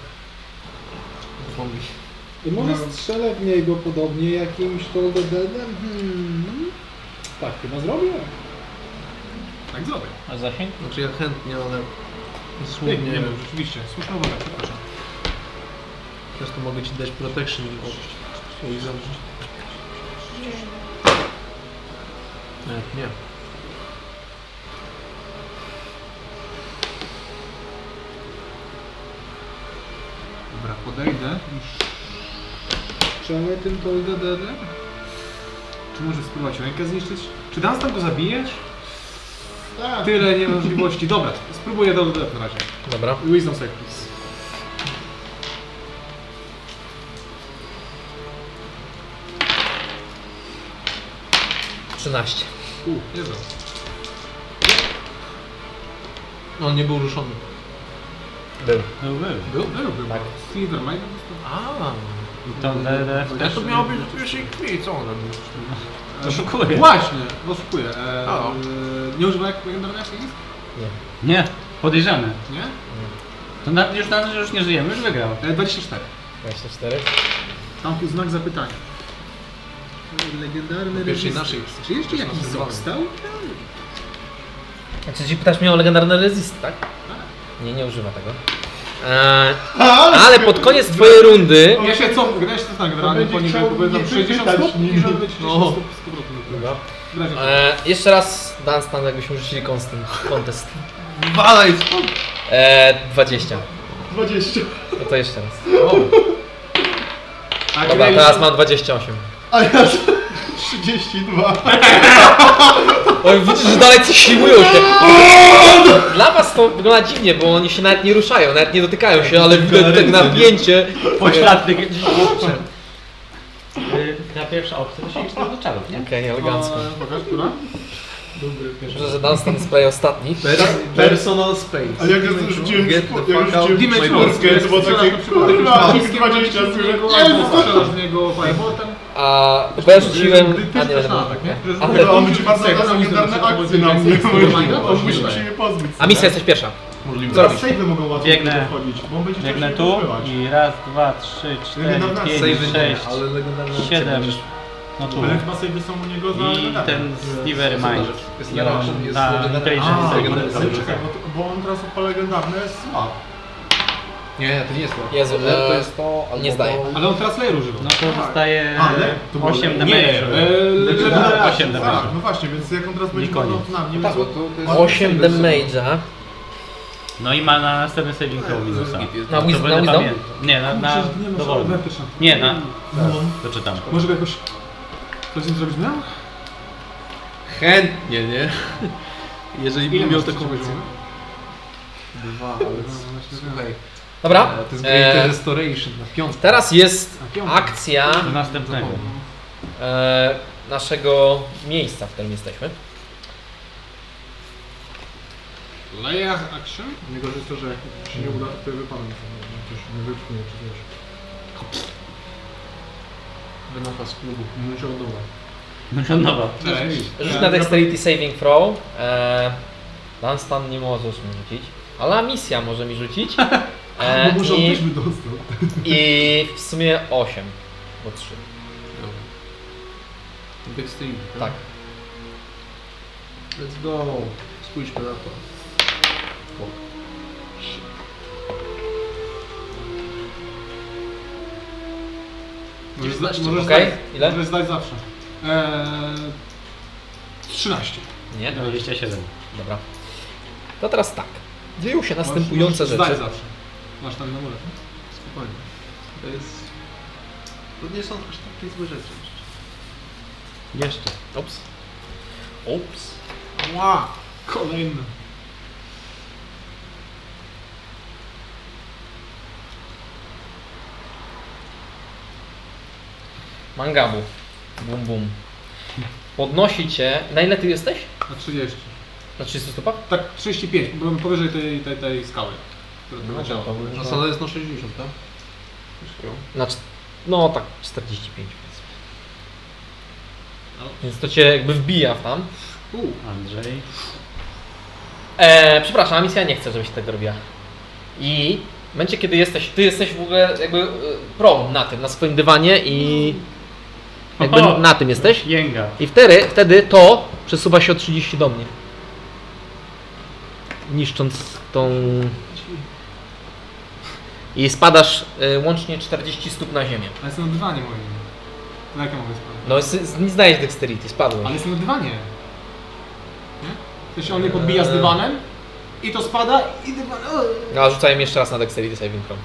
Speaker 4: I może
Speaker 2: No.
Speaker 4: strzelę w niego podobnie jakimś Toldedenem? Hmm. Tak chyba zrobię.
Speaker 2: Tak zrobię.
Speaker 16: A zasięg?
Speaker 7: Znaczy ja chętnie, ale
Speaker 2: Nie,
Speaker 7: słownie.
Speaker 2: nie wiem, rzeczywiście. Słuszna uwaga, przepraszam.
Speaker 7: Też to mogę ci dać protection od swoich zamrzeń. Nie, nie.
Speaker 2: Dobra, podejdę. Już.
Speaker 4: Strzelę tym Toldedenem.
Speaker 2: Czy możesz spróbować rękę zniszczyć? Czy Dunstan go zabijesz?
Speaker 11: Tak.
Speaker 2: Tyle niemożliwości. Dobra, spróbuję do na razie. no
Speaker 1: Dobra.
Speaker 2: Wisdom save, please.
Speaker 1: Trzynaście.
Speaker 2: U, nie zdążę.
Speaker 7: No, On nie był ruszony.
Speaker 1: Był.
Speaker 8: No był.
Speaker 7: Był?
Speaker 2: Był, był.
Speaker 1: Tak.
Speaker 2: Silvermine.
Speaker 7: A,
Speaker 8: To DDF
Speaker 7: ja to miało być już i krwi, co on robił?
Speaker 2: Oszukuje. Właśnie, oszukuję. E,
Speaker 7: A.
Speaker 2: e, nie używa jak legendarnej akcji?
Speaker 8: Nie, podejrzany.
Speaker 2: Nie?
Speaker 8: To na, już na że już nie żyjemy, już wygrał.
Speaker 2: E, 24.
Speaker 1: 24.
Speaker 2: Tam tu znak zapytania. Legendarny
Speaker 7: Pierwszej
Speaker 2: reżyser.
Speaker 7: naszej.
Speaker 2: Czy jeszcze jakiś
Speaker 7: Naszej zwanej.
Speaker 2: został?
Speaker 1: Znaczy, ci pytasz mnie o legendarny resist, tak? Nie, nie używa tego. Eee, ale pod koniec twojej rundy...
Speaker 2: Ja się co, grałeś to tak, generalnie
Speaker 11: będzie
Speaker 2: po nim
Speaker 11: chciał
Speaker 2: wypowiadam
Speaker 11: nie
Speaker 2: 60
Speaker 11: wypytać
Speaker 2: stóp i
Speaker 11: nigdy.
Speaker 2: żeby 30
Speaker 7: No.
Speaker 2: stóp z powrotem.
Speaker 1: Dobra.
Speaker 2: Wyraźnie.
Speaker 1: Eee, jeszcze raz Dunstan, jakbyśmy rzucili konstant, contest.
Speaker 7: Walaj! stąd!
Speaker 1: Eee, 20.
Speaker 11: 20.
Speaker 1: No to jeszcze raz.
Speaker 2: A
Speaker 1: Dobra,
Speaker 2: grałeś-
Speaker 1: teraz mam 28.
Speaker 11: A ja 32.
Speaker 1: Oj, widzisz, że dalej coś ślimują się. Dla was to wygląda dziwnie, bo oni się nawet nie ruszają, nawet nie dotykają się, ale widać tak napięcie.
Speaker 8: Pośladny gdzieś Na pierwsza opcja to się iść do czarów, nie?
Speaker 1: Okej, elegancko.
Speaker 2: E, Pokaż, która?
Speaker 1: Dobrze, że Dunstan jest prawie ostatni.
Speaker 7: Per- Personal space.
Speaker 11: Ale jak ja rzuciłem
Speaker 7: Get the fuck out
Speaker 11: rzuciłem
Speaker 7: my
Speaker 2: Dimension
Speaker 11: czwórkę,
Speaker 2: Wars,
Speaker 11: to było
Speaker 2: strzelasz
Speaker 11: takie
Speaker 2: na przykład
Speaker 11: kurwa,
Speaker 2: niskim
Speaker 11: 20
Speaker 2: naciskiem
Speaker 11: słyszę.
Speaker 2: niego,
Speaker 11: Jezu!
Speaker 2: albo strzelasz w niego fireballtem.
Speaker 1: A, bo ja rzuciłem...
Speaker 2: Ty
Speaker 1: A
Speaker 2: też
Speaker 1: nie,
Speaker 2: też
Speaker 1: ale...
Speaker 2: na atak, nie? Że
Speaker 1: Ale-
Speaker 2: rzucił-
Speaker 11: To on będzie bardzo
Speaker 2: Tak,
Speaker 11: teraz legendarne
Speaker 2: on
Speaker 11: akcje na mnie.
Speaker 2: będzie
Speaker 11: On
Speaker 2: miał-
Speaker 11: musi się je pozbyć.
Speaker 1: A misja jesteś pierwsza.
Speaker 7: Możliwe.
Speaker 1: Co robisz?
Speaker 11: Sejwy mogą łatwiej
Speaker 8: Biegnę.
Speaker 11: wchodzić, bo on będzie chciał
Speaker 8: Biegnę
Speaker 11: się
Speaker 8: tu
Speaker 11: wychyłać.
Speaker 8: i raz, dwa, trzy, cztery,
Speaker 11: Legendarna
Speaker 8: pięć,
Speaker 7: Sejwy nie,
Speaker 8: sześć,
Speaker 7: ale legendarne akcje
Speaker 8: siedem.
Speaker 7: będziesz-
Speaker 8: No tu.
Speaker 11: Ale chyba sejwy są u niego za...
Speaker 8: I
Speaker 11: tak.
Speaker 8: ten Stevery Mine.
Speaker 7: Jest
Speaker 8: I
Speaker 7: na
Speaker 8: on-
Speaker 7: jest
Speaker 8: ta
Speaker 7: legendarne.
Speaker 8: intelligence
Speaker 11: A,
Speaker 7: jest
Speaker 8: save.
Speaker 7: legendarne.
Speaker 11: ale czekaj, bo, to- bo on teraz odpala legendarne słab.
Speaker 7: Nie, to nie jest to.
Speaker 1: Jezu,
Speaker 7: Lew to
Speaker 1: e,
Speaker 7: jest to, albo
Speaker 1: nie zdaję.
Speaker 7: to-
Speaker 2: Ale on teraz layer używa.
Speaker 8: No to zostaje
Speaker 11: A, ale to było
Speaker 8: 8
Speaker 11: lepiej.
Speaker 2: Nie,
Speaker 8: damage.
Speaker 2: e, legendarny
Speaker 8: Tak,
Speaker 2: akcja.
Speaker 8: osiem damage.
Speaker 11: Tak, no właśnie, więc jak on teraz będzie
Speaker 8: Nie koniec.
Speaker 11: wyglądał na mnie,
Speaker 7: Tak,
Speaker 11: więc
Speaker 7: bo to, to jest...
Speaker 1: 8 damage'a.
Speaker 8: No i ma na następny saving throw minusa.
Speaker 1: Na
Speaker 8: To
Speaker 1: wisdom?
Speaker 8: będę
Speaker 1: Na wisdom?
Speaker 8: pamiętał. Nie, na, na dowolny. Nie, na... Doczytam.
Speaker 2: Może go jakoś... Coś z nim zrobić no? miał?
Speaker 7: Chętnie, nie? Jeżeli
Speaker 2: Ile
Speaker 7: bym miał
Speaker 2: masz
Speaker 7: taką
Speaker 2: potrzeby?
Speaker 7: opcję. Dwa, ale... Słuchaj,
Speaker 1: Dobra.
Speaker 7: e, to jest Great
Speaker 1: E,
Speaker 7: Restoration na piątkę.
Speaker 1: teraz jest
Speaker 2: Na piątą.
Speaker 1: akcja
Speaker 8: Do następnego.
Speaker 1: e, naszego miejsca, w którym jesteśmy.
Speaker 2: Layer action?
Speaker 11: Nie gorzej jest to, że jak się nie uda, to ja wypadam. Coś nie wypchnie, czy coś.
Speaker 7: Wynocha z klubu.
Speaker 11: Nie się udało.
Speaker 8: Nowa.
Speaker 2: Cześć.
Speaker 1: Rzuć na dexterity saving throw. Eee, Dunstan nie możesz mi rzucić, ale misja może mi rzucić. Eee,
Speaker 2: No
Speaker 11: Bo może on
Speaker 1: i,
Speaker 11: też by dostał.
Speaker 1: I w sumie 8, bo 3.
Speaker 7: Backstream,
Speaker 1: Tak.
Speaker 7: Let's go. Spójrzmy na to.
Speaker 2: Możesz,
Speaker 6: 19.
Speaker 2: możesz,
Speaker 1: Okej,
Speaker 2: zdać,
Speaker 1: ile?
Speaker 2: możesz zdać zawsze. Eee, 13.
Speaker 1: Nie?
Speaker 8: 27.
Speaker 1: Dobra. To teraz tak. Dzieją się następujące
Speaker 2: możesz,
Speaker 1: rzeczy.
Speaker 2: Zdaj zawsze. Masz tam tak? amulet.
Speaker 7: Spokojnie. To jest... To nie są aż takie złe rzeczy.
Speaker 8: Jeszcze.
Speaker 1: Ops. Ops.
Speaker 2: Ła! Kolejny.
Speaker 1: Mangabu. Bum bum. Podnosi cię. Na ile ty jesteś?
Speaker 2: Na 30.
Speaker 1: Na 30 stopach?
Speaker 2: Tak, 35, bo byłem powyżej tej, tej, tej skały. która
Speaker 1: Znaczy,
Speaker 2: tu
Speaker 1: No.
Speaker 2: leciała.
Speaker 7: A sala No, jest na 60, tak?
Speaker 1: Na cz- no tak, 45 powiedzmy. Więc to cię jakby wbija w tam.
Speaker 2: U,
Speaker 8: Andrzej.
Speaker 1: E, przepraszam, misja nie chce, żebyś tak robiła. I w momencie, kiedy jesteś, ty jesteś w ogóle jakby e, pro na tym, na swoim dywanie i jakby
Speaker 8: Oho.
Speaker 1: na tym jesteś.
Speaker 8: Jęga.
Speaker 1: I wtedy, wtedy to przesuwa się o 30 do mnie. Niszcząc tą... I spadasz e, łącznie 40 stóp na ziemię.
Speaker 2: ale jestem na dywanie moim. Na jakie mogę spadać?
Speaker 1: No, z- z- nie znajesz dexterity, spadłeś.
Speaker 2: Ale jestem na dywanie. Nie? To się on mnie podbija z dywanem i to spada i dywan... o,
Speaker 1: No, a rzucałem jeszcze raz na dexterity saving throw.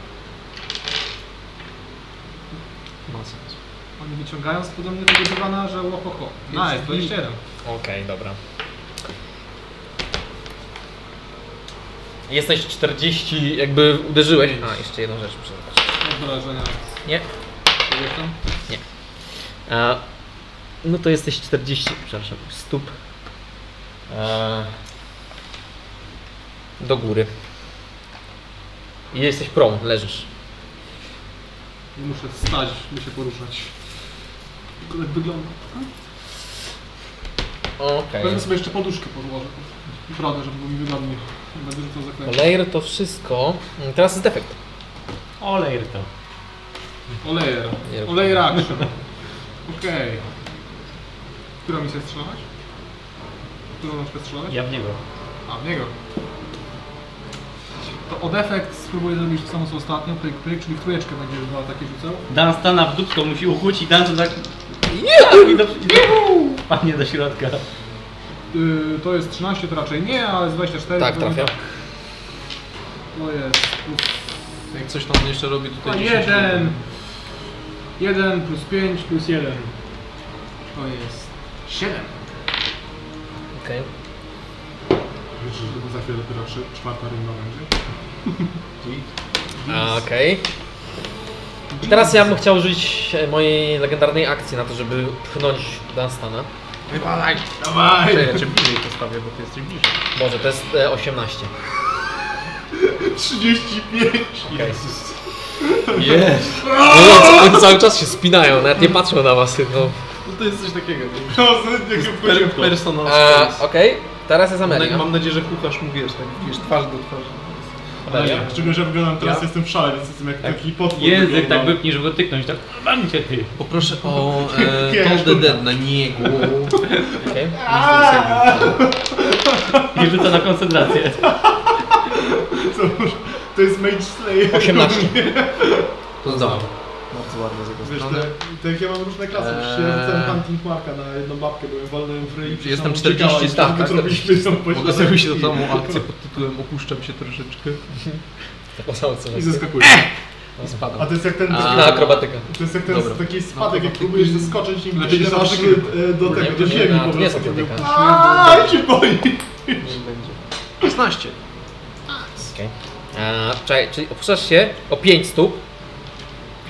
Speaker 2: Oni wyciągają z podobnie tego dywana, że ło, ho, ho. Nice, 21.
Speaker 1: Okej, dobra. Jesteś 40, jakby uderzyłeś. A, jeszcze jedną rzecz muszę zobaczyć.
Speaker 2: Od wrażenia.
Speaker 1: Nie.
Speaker 2: Wiesz tam?
Speaker 1: A, no to jesteś 40, przepraszam, stóp. E, do góry. I jesteś prom, leżysz.
Speaker 2: Nie muszę stać, by się poruszać. Tylko tak wygląda.
Speaker 1: Okej.
Speaker 2: Pewnie sobie jeszcze poduszkę podłożę. Brodę, żeby było mi wygodniej. Będę rzucał zaklęcie.
Speaker 1: Layer to wszystko. Mm, Teraz jest defekt.
Speaker 8: Olej to.
Speaker 2: Olejer.
Speaker 1: Nie.
Speaker 2: Olejer action. Okej. Która misja strzelać? Którą na przykład strzelać?
Speaker 8: Ja w niego.
Speaker 2: A, w niego. To od efekt spróbuję zrobić to samo co ostatnio, pyk, pyk, czyli w trójeczkę będziesz dwa ataki rzucał.
Speaker 8: Dan stana w dupsko musi uchwycić i Dan tak... I do, i do, Panie do środka.
Speaker 2: Yy, to jest 13, to raczej nie, ale z 24
Speaker 1: Tak,
Speaker 2: to
Speaker 1: trafia.
Speaker 2: To jest plus
Speaker 7: Jak coś tam jeszcze robi
Speaker 2: To
Speaker 7: tutaj 10
Speaker 2: jeden. 1 plus 5 plus 1. To jest 7.
Speaker 1: Okej.
Speaker 14: Wiesz, że to za chwilę dopiero trzy- czwarta runda będzie?
Speaker 1: A, Okej. I Teraz ja bym chciał użyć e, mojej legendarnej akcji na to, żeby pchnąć Dunstana.
Speaker 7: Wywalaj! Dawaj! Czekaj, ja cię bliżej postawię, bo ty jesteś bliżej.
Speaker 1: Boże, to jest e, 18. 35! Jezus. Jest! No, oni cały czas się spinają, nawet nie patrzą na was. No.
Speaker 7: No to jest coś takiego.
Speaker 14: Rozrywnik
Speaker 7: Per, persona
Speaker 1: E,
Speaker 7: skills.
Speaker 1: Okej, teraz jest Amelia.
Speaker 7: Na, mam nadzieję, że kuchasz mu, wiesz, tak wiesz, twarz do twarzy.
Speaker 1: Amelia.
Speaker 14: Szczególnie, że wyglądam teraz,
Speaker 7: Ja?
Speaker 14: jestem w szale, więc jestem jak taki potwór.
Speaker 8: tak? Język
Speaker 14: wyglądam.
Speaker 8: tak wypnij, żeby tyknąć. Tak, mam cię ty.
Speaker 7: Poproszę o e,
Speaker 14: Wiesz,
Speaker 7: Tom the Dead na niego.
Speaker 1: Okej.
Speaker 8: I rzuca na koncentrację.
Speaker 14: To jest Mage Slayer.
Speaker 1: 18.
Speaker 7: To znowu. Bardzo ładnie z jego
Speaker 14: Wiesz,
Speaker 7: strony.
Speaker 14: te- te, jak ja mam różne klasy,
Speaker 8: Tak.
Speaker 14: przecież ja rzucałem Hunting Marka na jedną babkę, bo ją walnąłem w ryj. przecież
Speaker 7: E, Jestem
Speaker 14: ona uciekała
Speaker 7: 40,
Speaker 14: i
Speaker 1: tak,
Speaker 14: wtedy
Speaker 1: tak,
Speaker 14: zrobiliśmy tą
Speaker 7: Mogę zrobić tą
Speaker 14: poziomę.
Speaker 7: samą akcję pod tytułem Opuszczam się troszeczkę.
Speaker 1: O samo co
Speaker 14: I
Speaker 1: jest.
Speaker 14: zeskakuję.
Speaker 1: I
Speaker 14: A
Speaker 1: spadam.
Speaker 14: to jest jak ten...
Speaker 7: A.
Speaker 1: Na akrobatykę.
Speaker 14: To jest jak ten
Speaker 7: Dobra.
Speaker 14: taki
Speaker 7: No to
Speaker 14: spadek, jak
Speaker 7: ty-
Speaker 14: próbujesz zeskoczyć i
Speaker 2: Lepiej
Speaker 14: gdzieś
Speaker 2: nie
Speaker 14: masz
Speaker 2: zatrzymaj.
Speaker 14: Znaczy, e, do
Speaker 1: Nie,
Speaker 14: tego, do
Speaker 1: nie,
Speaker 14: ziemi
Speaker 1: no,
Speaker 14: po
Speaker 1: to nie jest
Speaker 14: prostu.
Speaker 1: atletyka.
Speaker 14: Aaaa, się boi!
Speaker 7: 16.
Speaker 1: Okej. E, Czekaj, czyli opuszczasz się o 5 stóp.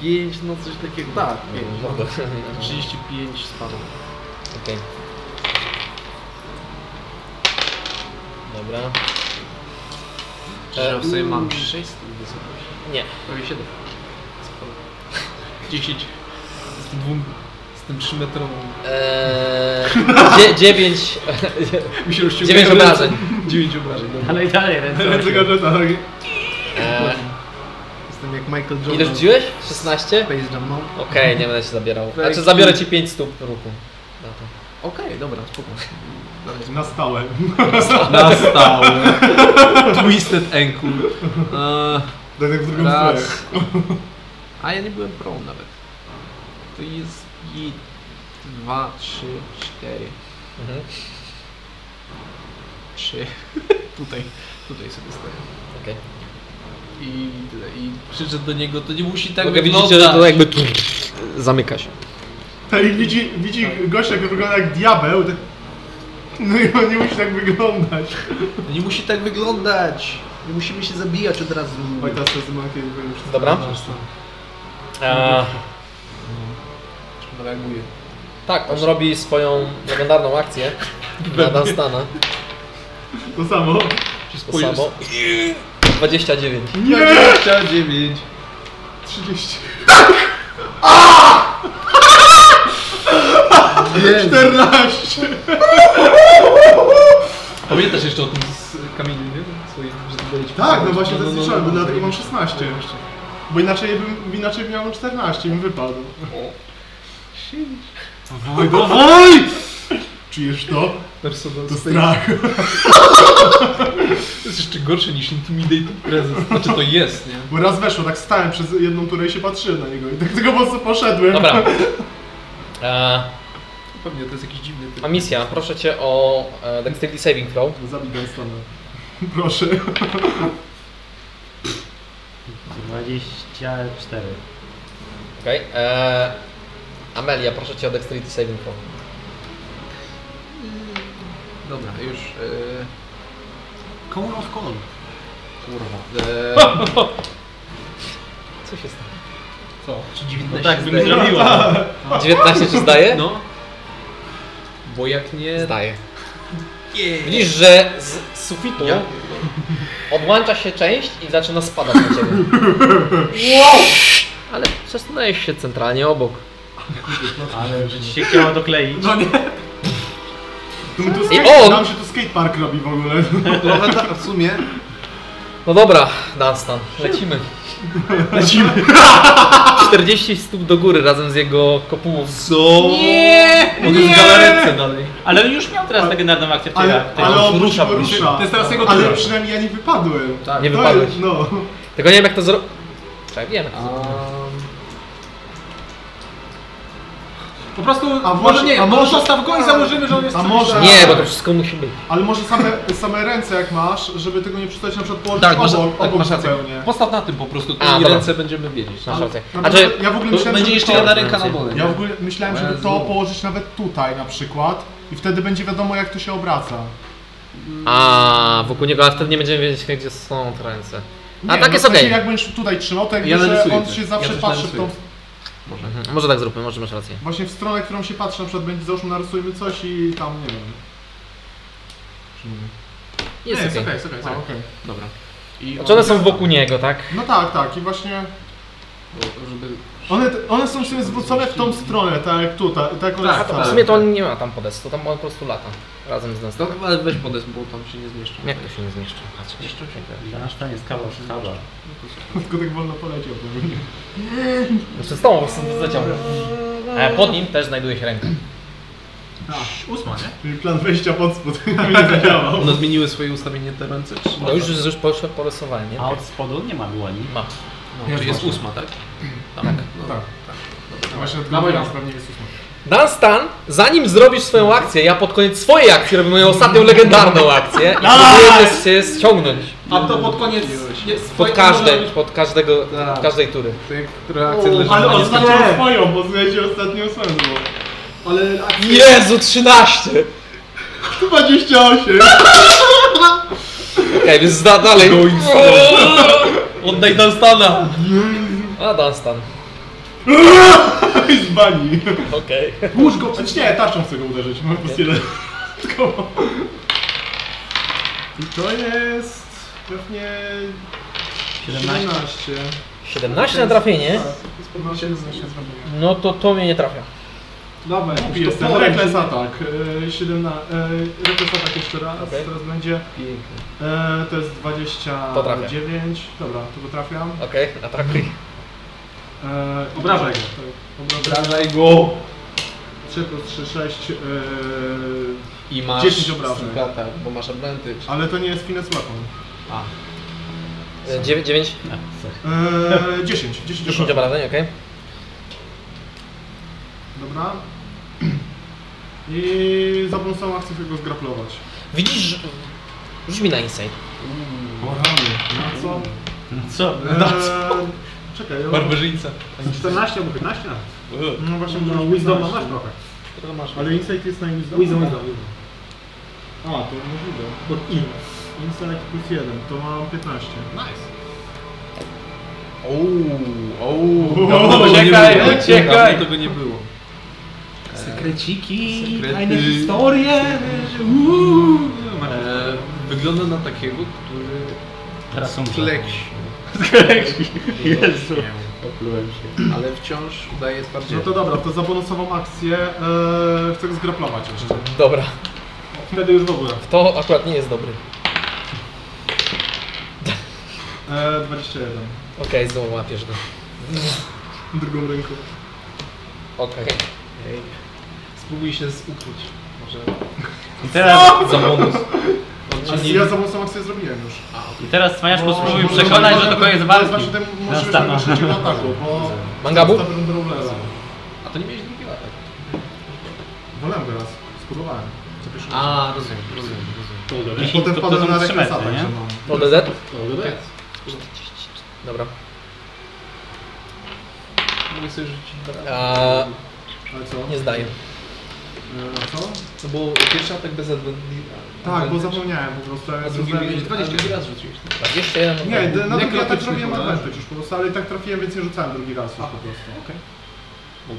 Speaker 7: 5, no coś takiego. Tak, 5.
Speaker 1: Mordo.
Speaker 7: 35 spadło.
Speaker 1: Okej. Dobra. E,
Speaker 7: Ja w sobie mam 6 wysokości.
Speaker 1: Nie.
Speaker 7: Prawie 7. Spadło. 10. Z tym dwóm... Z tym 3 metrową.
Speaker 1: Eee, e, dzie- dziewięć,
Speaker 7: Mi się rozciągają
Speaker 1: dziewięć
Speaker 7: ręce.
Speaker 1: obrażeń.
Speaker 7: 9 obrażeń, dobra.
Speaker 8: Ale i dalej ręce.
Speaker 14: Ręce gadżeta, tak.
Speaker 1: Eee,
Speaker 7: Jestem jak Michael Jordan.
Speaker 1: ile rzuciłeś? 16?
Speaker 7: Space Jam, no.
Speaker 1: Okej, nie będę się zabierał.
Speaker 7: Fake
Speaker 1: Znaczy zabiorę ci 5 stóp ruchu. Na to.
Speaker 7: Okej, dobra, spoko.
Speaker 14: Na stałe.
Speaker 7: Na stałe. Twisted ankle. Eee,
Speaker 14: Tak jak w drugą stronę.
Speaker 7: raz. A ja nie byłem pro nawet. to jest i 2, 3, 4,
Speaker 1: Mhm.
Speaker 7: 3. tutaj, tutaj sobie stoję.
Speaker 1: Okej.
Speaker 7: I tyle. I krzyczę do niego, to nie musi tak
Speaker 1: Mogę widzieć,
Speaker 7: wyglądać.
Speaker 1: że to jakby tu zamyka się.
Speaker 14: Tak, i widzi, widzi gościa, który wygląda jak diabeł. tak- No i on nie musi tak wyglądać.
Speaker 7: Nie musi tak wyglądać. Nie musimy się zabijać od razu.
Speaker 14: Oj, teraz to z mankiem nie powiem wszystko.
Speaker 1: Dobra? A,
Speaker 7: Reaguje.
Speaker 1: tak, on robi swoją legendarną akcję na Dunstana.
Speaker 14: To samo.
Speaker 1: To samo. 29.
Speaker 7: 29.
Speaker 14: 30.
Speaker 7: Jezu.
Speaker 14: 14.
Speaker 7: Pamiętasz jeszcze o tym z kamieniu, nie? Swoim, że daliśmy-
Speaker 14: Tak, no właśnie to słyszałem, bo dlatego mam
Speaker 7: zajebiście.
Speaker 14: 16 jeszcze. Bo inaczej bym, inaczej miałem 14 i bym wypadł. Woj, no woj! Czujesz to?
Speaker 7: Personal
Speaker 14: To
Speaker 7: safety.
Speaker 14: strach.
Speaker 7: To jest jeszcze gorsze niż Intimidate Prezes. Znaczy to jest, nie?
Speaker 14: Bo raz weszło, tak stałem przez jedną turę i się patrzyłem na niego i tak tylko mocno poszedłem.
Speaker 1: Dobra. A,
Speaker 7: Pewnie to jest jakiś dziwny typ.
Speaker 1: a misja, proszę cię o e, Dexterity Saving Throw.
Speaker 14: Zabij Dunstana. Proszę.
Speaker 8: 24.
Speaker 1: Okej. E, Amelia, proszę cię o Dexterity Saving Throw.
Speaker 7: Dobra, już. E...
Speaker 2: Cone of Call.
Speaker 7: Kurwa. E...
Speaker 1: Co się stało?
Speaker 7: Co? Czy 19
Speaker 8: No tak, bym
Speaker 7: zdaje?
Speaker 8: zrobiła.
Speaker 1: 19 czy zdaje?
Speaker 7: No. Bo jak nie...
Speaker 1: Zdaje. Widzisz, że z sufitu odłącza się część i zaczyna spadać na ciebie. Wow! Ale przesunęłeś się centralnie obok.
Speaker 8: Ale że ci się chciało dokleić.
Speaker 14: No my tu
Speaker 1: I
Speaker 14: skate,
Speaker 1: on-
Speaker 14: nam się tu skatepark robi w ogóle.
Speaker 7: Trochę tak, w sumie.
Speaker 1: No dobra, Dunstan, lecimy.
Speaker 14: Lecimy.
Speaker 1: 40 stóp do góry razem z jego kopułą.
Speaker 7: Co?
Speaker 1: Nie!
Speaker 7: Mogę w galaretce dalej.
Speaker 8: Ale on już miał teraz tak legendarną akcję w tej
Speaker 14: Ale,
Speaker 8: tej-
Speaker 14: ale on
Speaker 7: rusza,
Speaker 14: rusza,
Speaker 7: rusza.
Speaker 14: rusza.
Speaker 2: To jest teraz jego
Speaker 14: Ale
Speaker 2: tura.
Speaker 14: przynajmniej ja nie wypadłem.
Speaker 7: Tak.
Speaker 1: Nie
Speaker 14: To
Speaker 1: wypadłeś.
Speaker 14: jest- No.
Speaker 1: Tylko nie wiem jak to zrobić. Czekaj, wiem. jak to zrobić.
Speaker 2: Po prostu,
Speaker 14: A
Speaker 2: może
Speaker 14: właśnie-
Speaker 2: nie,
Speaker 14: a
Speaker 2: może
Speaker 14: może-
Speaker 2: zostaw go i założymy, że on jest
Speaker 14: A
Speaker 2: czymś-
Speaker 14: może-
Speaker 1: Nie, bo to wszystko musi być.
Speaker 14: Ale może same, same ręce jak masz, żeby tego nie przystać na przykład położyć
Speaker 7: Tak, masz,
Speaker 14: obok,
Speaker 7: tak,
Speaker 14: obok
Speaker 7: masz rację.
Speaker 14: zupełnie.
Speaker 7: Postaw na tym po prostu, tu
Speaker 1: A,
Speaker 7: i
Speaker 1: dobra.
Speaker 7: ręce będziemy wiedzieć.
Speaker 1: Masz rację.
Speaker 14: Na
Speaker 1: A czy
Speaker 14: przykład No, ja w ogóle
Speaker 7: To
Speaker 14: myślałem,
Speaker 7: będzie
Speaker 14: żeby
Speaker 7: jeszcze
Speaker 14: to,
Speaker 7: jedna ręka na dole.
Speaker 14: Ja w ogóle myślałem, żeby to
Speaker 7: Jezu.
Speaker 14: położyć nawet tutaj na przykład i wtedy będzie wiadomo jak to się obraca.
Speaker 1: A wokół niego, ale wtedy nie będziemy wiedzieć, gdzie są te ręce. A
Speaker 14: Nie,
Speaker 1: tak
Speaker 14: no
Speaker 1: jest
Speaker 14: w sensie,
Speaker 1: okej.
Speaker 14: Jak będziesz tutaj trzymał, to jakby,
Speaker 7: Ja
Speaker 14: że
Speaker 7: narysuję
Speaker 14: on
Speaker 7: coś.
Speaker 14: się
Speaker 7: Ja
Speaker 14: zawsze
Speaker 7: coś
Speaker 14: patrzy w tą,
Speaker 7: narysuję.
Speaker 1: Mhm, Może tak zróbmy, może masz rację.
Speaker 14: właśnie w stronę, którą się patrzy, na przykład będzie, załóżmy narysujmy coś i tam, nie wiem.
Speaker 1: Jest okej.
Speaker 7: jest okej.
Speaker 14: A, okej.
Speaker 7: Dobra. I
Speaker 1: Czy Znaczy, one są wokół niego, tak?
Speaker 14: No tak, tak i właśnie
Speaker 7: Bo- Żeby...
Speaker 14: one, one są w sumie zwrócone w tą stronę, tak jak tutaj, tak jak one
Speaker 7: Tak,
Speaker 14: stały.
Speaker 1: W sumie to on nie ma tam podestu, tam on po prostu lata. Razem z nas.
Speaker 7: No chyba weź podest, bo tam się nie zmieszczą.
Speaker 1: Jak to się nie zmieszczy?
Speaker 7: Jeszcze się.
Speaker 8: Ta nasza tam jest kawał, kawał.
Speaker 14: Tylko tak wolno poleciał. pewnie.
Speaker 1: Przed tobą po prostu zaciągnął. E, Pod nim też znajduje się ręka.
Speaker 2: Ósma, nie?
Speaker 14: Czyli plan wejścia pod spód nie zadziałał.
Speaker 7: One zmieniły swoje ustawienie te ręce? Czy...
Speaker 1: No już, już poszło porysowanie.
Speaker 8: A od spodu nie ma dłoni.
Speaker 1: Ma.
Speaker 7: No, czy jest ósma, tak? Tak. No.
Speaker 14: Tak. Właśnie
Speaker 2: Dawaj,
Speaker 14: odgrywa
Speaker 2: no.
Speaker 14: pewnie jest ósma.
Speaker 1: Dan Stan, zanim zrobisz swoją akcję, ja pod koniec swojej akcji robię moją ostatnią legendarną akcję. i Próbuję się ściągnąć.
Speaker 2: A to pod koniec... Nie,
Speaker 1: Pod
Speaker 2: swoje-
Speaker 1: każdej,
Speaker 2: może-
Speaker 1: pod każdego, pod
Speaker 7: Tak.
Speaker 1: każdej tury.
Speaker 7: Te, które akcje leżą
Speaker 14: Ale
Speaker 7: na nie-
Speaker 14: ostatnią swoją, bo znajdzie ostatnią swoją było. Ale a,
Speaker 1: Jezu, 13! Okej,
Speaker 14: 28!
Speaker 1: więc zda dalej.
Speaker 7: Oddaj Dunstana!
Speaker 1: A Dan Stan.
Speaker 14: I z bani.
Speaker 1: Okej.
Speaker 14: Łóż go, znaczy nie, tarczą chcę go uderzyć, mam po prostu jeden. Tylko... I to jest... pewnie...
Speaker 8: 17.
Speaker 14: 17.
Speaker 1: 17 na trafienie.
Speaker 14: Tak, z 17 zrobiłem.
Speaker 1: No to to mnie nie trafia.
Speaker 2: Dawaj,
Speaker 14: Głupi jestem, Reckless Attack. e, 17... e, Reckless Attack jeszcze raz,
Speaker 1: Okej.
Speaker 14: teraz będzie... E, to jest 29. Dobra, to potrafiam.
Speaker 1: Okej, atrakuj.
Speaker 14: E,
Speaker 2: Obrażaj go.
Speaker 14: Tak, Obrażaj.
Speaker 7: Obrażaj go!
Speaker 14: 3 plus 3, 6. E,
Speaker 7: I masz
Speaker 14: 10 obrażeń.
Speaker 7: sneak attack, bo masz advantage.
Speaker 14: ale to nie jest finesse weapon.
Speaker 1: 9,
Speaker 14: E, 10. 10
Speaker 1: 10
Speaker 11: Eee,
Speaker 14: obrażeń.
Speaker 1: obrażeń, okej.
Speaker 11: Dobra. I za pomocą akcji chcę go zgraplować.
Speaker 1: Widzisz, że- rzuć mi na insight.
Speaker 11: O rany. Na co?
Speaker 8: No Co?
Speaker 11: Eee, czekaj, ja mam
Speaker 7: Barbarzyńca.
Speaker 11: 14 albo 15 nawet.
Speaker 7: Uuu.
Speaker 11: No właśnie,
Speaker 14: No,
Speaker 11: no, Wisdom masz
Speaker 14: 15.
Speaker 11: trochę.
Speaker 7: Co masz?
Speaker 14: Ale Insight jest na Wisdom?
Speaker 11: Wisdom, Wisdom.
Speaker 14: A, to możliwe. Bo in. Insight plus 1, to mam 15.
Speaker 7: Ouu,
Speaker 14: Uuu,
Speaker 7: uciekaj,
Speaker 14: uciekaj,
Speaker 7: uciekaj! To by nie było.
Speaker 2: Sekreciki,
Speaker 7: Sekrety.
Speaker 2: fajne historie, wiesz, uuu.
Speaker 7: Eee, wygląda na takiego, który
Speaker 8: Teraz umrze.
Speaker 7: klekś,
Speaker 8: Jezu.
Speaker 7: ale wciąż udaje wsparcie.
Speaker 11: No to dobra, to za bonusową akcję eee, chcę go zgraplować jeszcze.
Speaker 1: Dobra,
Speaker 11: Wtedy już w ogóle.
Speaker 1: to akurat nie jest dobry.
Speaker 11: Eee, 21.
Speaker 1: Okej, znowu łapiesz go.
Speaker 11: Drugą ręką.
Speaker 1: Okej.
Speaker 7: Ej, Spróbuj się ukryć. Może.
Speaker 8: I teraz,
Speaker 7: Za bonus.
Speaker 11: Ale
Speaker 7: nie-
Speaker 11: ja za mocną akcję zrobiłem już.
Speaker 8: i teraz cwaniasz
Speaker 11: Bo-
Speaker 8: spróbuj
Speaker 2: no,
Speaker 11: bo-
Speaker 8: przekonać,
Speaker 11: bo-
Speaker 8: że to
Speaker 11: bo-
Speaker 8: koniec
Speaker 11: bo-
Speaker 8: walki.
Speaker 11: Właśnie ten możesz już
Speaker 8: Nastawna.
Speaker 11: tego trzeciego ataku, bo...
Speaker 1: Mangabu?
Speaker 11: Zostawiam drobnera.
Speaker 7: A to nie miałeś drugiego ataku.
Speaker 11: Wolałem go raz, spróbowałem. Za pierwszym razem.
Speaker 7: A, rozumiem, rozumiem, rozumiem.
Speaker 11: Potem
Speaker 8: 10 to, to,
Speaker 11: wpadłem
Speaker 8: są 3
Speaker 11: reklasa,
Speaker 14: tak,
Speaker 8: metry, nie?
Speaker 11: także mam.
Speaker 1: To DZ?
Speaker 7: Tak.
Speaker 1: Dobra.
Speaker 7: Mogę sobie rzucić dwa
Speaker 1: A,
Speaker 7: razy.
Speaker 11: Ale co?
Speaker 1: nie zdaję.
Speaker 11: Eee, a co?
Speaker 7: No bo pierwszy atak bez adwendy.
Speaker 11: Tak, bo zapomniałem po prostu. ja
Speaker 7: A drugi
Speaker 11: zrobiłem-
Speaker 7: miałeś 20 raz rzuciłeś. tak?
Speaker 1: 21.
Speaker 11: Nie, d- na drugi atak
Speaker 7: Nekrotycznie
Speaker 11: zrobiłem
Speaker 7: chyba,
Speaker 11: advantage już po prostu, ale i tak trafiłem, więc nie rzucałem drugi raz już po prostu.
Speaker 7: Okej.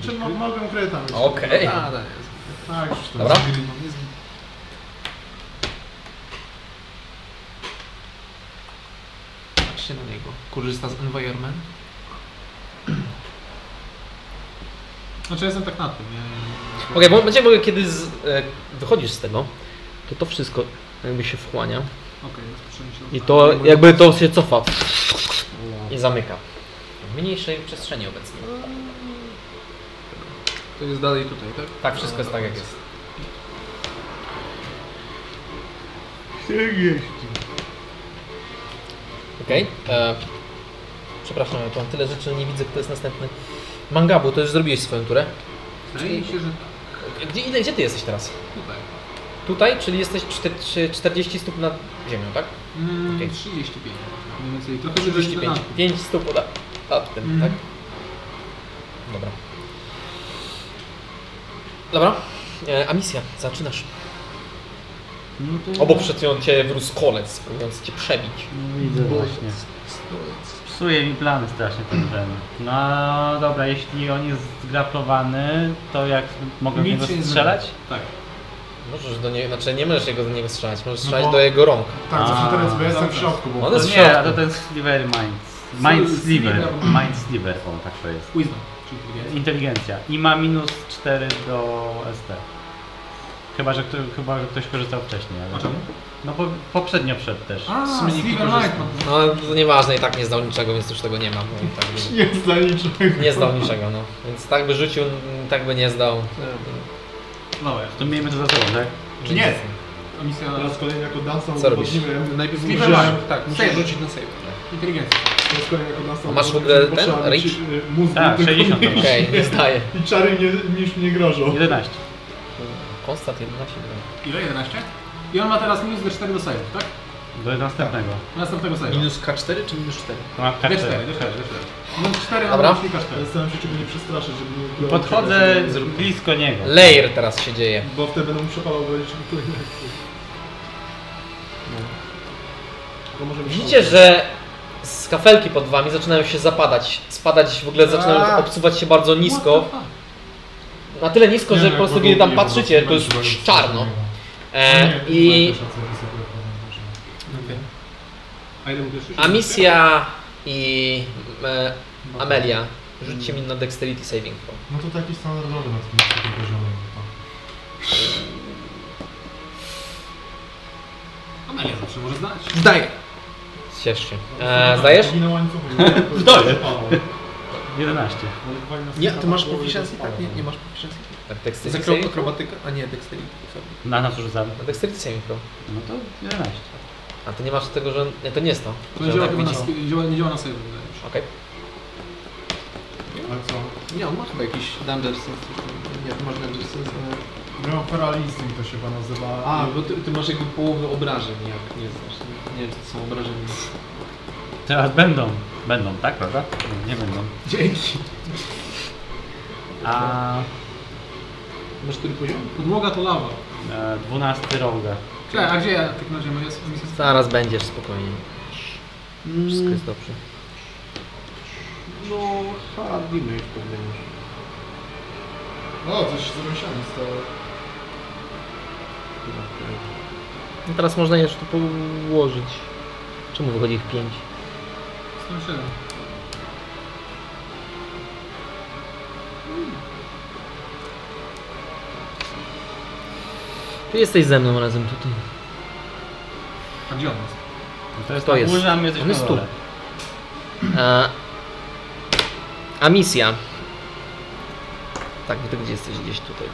Speaker 11: Czy mo-
Speaker 2: no-
Speaker 11: mogłem krytami?
Speaker 1: Okej.
Speaker 7: A, da, jest.
Speaker 11: Tak, już to.
Speaker 1: Dobra.
Speaker 7: Patrzcie na niego. Korzysta z environment.
Speaker 2: Znaczy ja jestem tak na tym, nie? nie-
Speaker 1: Okej, bo będziemy mogli, kiedy z, e, wychodzisz z tego, to to wszystko jakby się wchłania.
Speaker 2: Okej, rozpoczynamy się.
Speaker 1: I to jakby to się cofa. I zamyka. W mniejszej przestrzeni obecnie.
Speaker 7: To jest dalej tutaj, tak?
Speaker 1: Tak, wszystko jest tak jak jest. Okej. e, Przepraszam, ja tu mam tyle rzeczy, nie widzę, kto jest następny. Mangabu, to już zrobiłeś swoją turę.
Speaker 7: Wydaje mi się, że
Speaker 1: Gdzie, ile- gdzie ty jesteś teraz?
Speaker 7: tutaj.
Speaker 1: Tutaj, czyli jesteś czter- czy- 40 stóp nad ziemią, tak?
Speaker 2: Mm,
Speaker 1: Okej.
Speaker 2: 35. Mniej więcej. Trochę wyżej
Speaker 1: 35. 5 stóp od aptem,
Speaker 2: Mhm.
Speaker 1: tak? Dobra. Dobra. E, a misja, zaczynasz.
Speaker 8: No
Speaker 1: Obok przed nią cię wrósł kolec, próbując cię przebić.
Speaker 8: no, Widzę właśnie. Psuje mi plany strasznie ten ten. No dobra, jeśli on jest zgraplowany, to jak mogę w
Speaker 2: Nic
Speaker 8: niego
Speaker 2: się nie
Speaker 8: strzelać?
Speaker 2: Tak.
Speaker 1: Możesz do niego, znaczy nie możesz jego do niego strzelać, możesz strzelać
Speaker 11: bo-
Speaker 1: do jego rąk.
Speaker 11: Tak, zawsze
Speaker 8: A,
Speaker 11: teraz, bo ja jestem w
Speaker 2: dobra.
Speaker 11: środku, bo...
Speaker 1: No, to jest
Speaker 8: to
Speaker 1: w
Speaker 8: nie,
Speaker 1: środku.
Speaker 8: a to ten Sliver Minds. Mind Sliver. Mind Sliver, o tak to jest.
Speaker 2: Wisdom, czyli inteligencja.
Speaker 8: Inteligencja. I ma minus 4 do ST. Chyba, że, kto, chyba, że ktoś korzystał wcześniej. Ale...
Speaker 2: A czemu?
Speaker 8: No bo poprzednio wszedł też.
Speaker 2: A,
Speaker 7: sumie nie
Speaker 2: Sliver
Speaker 7: korzysta.
Speaker 2: Light ma
Speaker 1: No ale to nieważne, i tak nie zdał niczego, więc już tego nie mam. No, i tak by...
Speaker 14: Nie jest dla niczego.
Speaker 1: Nie zdał niczego, no. Więc tak by rzucił, m, tak by nie zdał.
Speaker 2: Dobra.
Speaker 8: To miejmy to za sobą, tak?
Speaker 11: Czy nie?
Speaker 2: A misja
Speaker 14: Teraz kolejny jako dansa
Speaker 1: Co robisz?
Speaker 14: udowodniłem.
Speaker 7: Najpierw
Speaker 2: Sliver
Speaker 7: musisz,
Speaker 2: Light.
Speaker 7: tak, musisz
Speaker 2: Save.
Speaker 7: rzucić na save.
Speaker 2: inteligencja.
Speaker 14: Teraz kolejny jako dansa
Speaker 1: A masz w
Speaker 14: udowodniłem,
Speaker 1: ogóle ten?
Speaker 14: bo trzeba mieć,
Speaker 1: Reach?
Speaker 14: y, Mózg
Speaker 8: Tak,
Speaker 14: tylko
Speaker 8: 60 to
Speaker 14: mieć.
Speaker 8: masz.
Speaker 1: Okej, nie zdaje.
Speaker 14: I czary nie, niż nie grożą.
Speaker 8: 11.
Speaker 1: Konstant 11 gram.
Speaker 2: Ile? 11? I on ma teraz minus D4 do save, tak?
Speaker 8: Do następnego.
Speaker 2: Następnego save.
Speaker 7: Minus K4 czy minus 4?
Speaker 8: To ma
Speaker 2: D4,
Speaker 8: kartę.
Speaker 2: D4, D4.
Speaker 14: No,
Speaker 2: Minus 4
Speaker 1: Dobra.
Speaker 2: na myślnika 4.
Speaker 14: Zastanawiam się, czy go nie przestraszyć, żeby nie ukrywał
Speaker 8: Podchodzę
Speaker 14: czegoś,
Speaker 8: blisko niego.
Speaker 1: Layer teraz się dzieje.
Speaker 14: Bo wtedy będę mu przepalał wejść w kolejne akcje. No. To może być
Speaker 1: Widzicie, że z kafelki pod wami zaczynają się zapadać. Spadać w ogóle zaczynają obsuwać się bardzo
Speaker 14: No,
Speaker 1: nisko. Na tyle nisko,
Speaker 14: tak.
Speaker 1: że po
Speaker 2: no,
Speaker 1: prostu kiedy tam patrzycie, to jest czarno. E, I Mhm.
Speaker 2: A ile mówisz?
Speaker 1: Amisja i e, Amelia, rzućcie mi na Dexterity Saving Throw.
Speaker 14: No to taki standardowy na tym takim poziomie. tak.
Speaker 2: Amelia zawsze może znać.
Speaker 7: Zdaję.
Speaker 1: Ciesz się.
Speaker 14: No tak,
Speaker 1: E, zdajesz?
Speaker 14: Zginę łańcuchy. nie?
Speaker 8: Zdaję. 11.
Speaker 14: Ale fajna
Speaker 7: Nie, a ty masz
Speaker 14: sprawa,
Speaker 7: proficiency?
Speaker 14: że to
Speaker 7: Tak, nie,
Speaker 14: spada.
Speaker 7: nie masz proficiency.
Speaker 1: Tak, Dexterity
Speaker 7: Zakro
Speaker 1: Saving
Speaker 7: akrobatyka? A nie, dexterity. sorry.
Speaker 8: Na nas rzucamy.
Speaker 1: Na Dexterity Saving Throw.
Speaker 8: No to 11.
Speaker 1: A ty nie masz tego, że... Nie, to nie jest to. że
Speaker 2: To nie
Speaker 1: on
Speaker 2: działa
Speaker 1: tak
Speaker 2: chyba na,
Speaker 1: widzi.
Speaker 2: działa- nie działa na save. wydaje mi się.
Speaker 1: Okej.
Speaker 14: Ale co?
Speaker 7: Nie, on ma chyba jakiś Danger Sense. Jak masz Danger Sense, ale...
Speaker 11: Ja mam Feral Instinct to się chyba nazywa.
Speaker 7: A, bo ty, ty masz jakby połowę obrażeń, jak nie znasz. Nie, nie wiem, co to są obrażenia.
Speaker 8: Teraz będą. Będą, tak, prawda? Nie będą.
Speaker 7: Dzięki.
Speaker 8: A
Speaker 7: Masz który poziom?
Speaker 2: Podłoga to lawa.
Speaker 8: e, 12 roga.
Speaker 2: Cześć, a gdzie ja w takim razie moja misja?
Speaker 1: Zaraz będziesz, spokojnie. Wszystko jest dobrze.
Speaker 7: No, hard damage pewnie już.
Speaker 11: O, coś z rąsiami stało.
Speaker 7: Chyba, tak.
Speaker 1: No teraz można jeszcze to położyć. Czemu wychodzi ich pięć?
Speaker 2: Skończyłem.
Speaker 1: Ty jesteś ze mną razem tutaj.
Speaker 2: A gdzie on jest?
Speaker 8: No To jest
Speaker 1: To
Speaker 8: na
Speaker 1: jest.
Speaker 8: górze, a my jesteśmy
Speaker 1: On jest
Speaker 8: na dole.
Speaker 1: tu. A, a misja. Tak, bo ty gdzie jesteś? Gdzieś tutaj.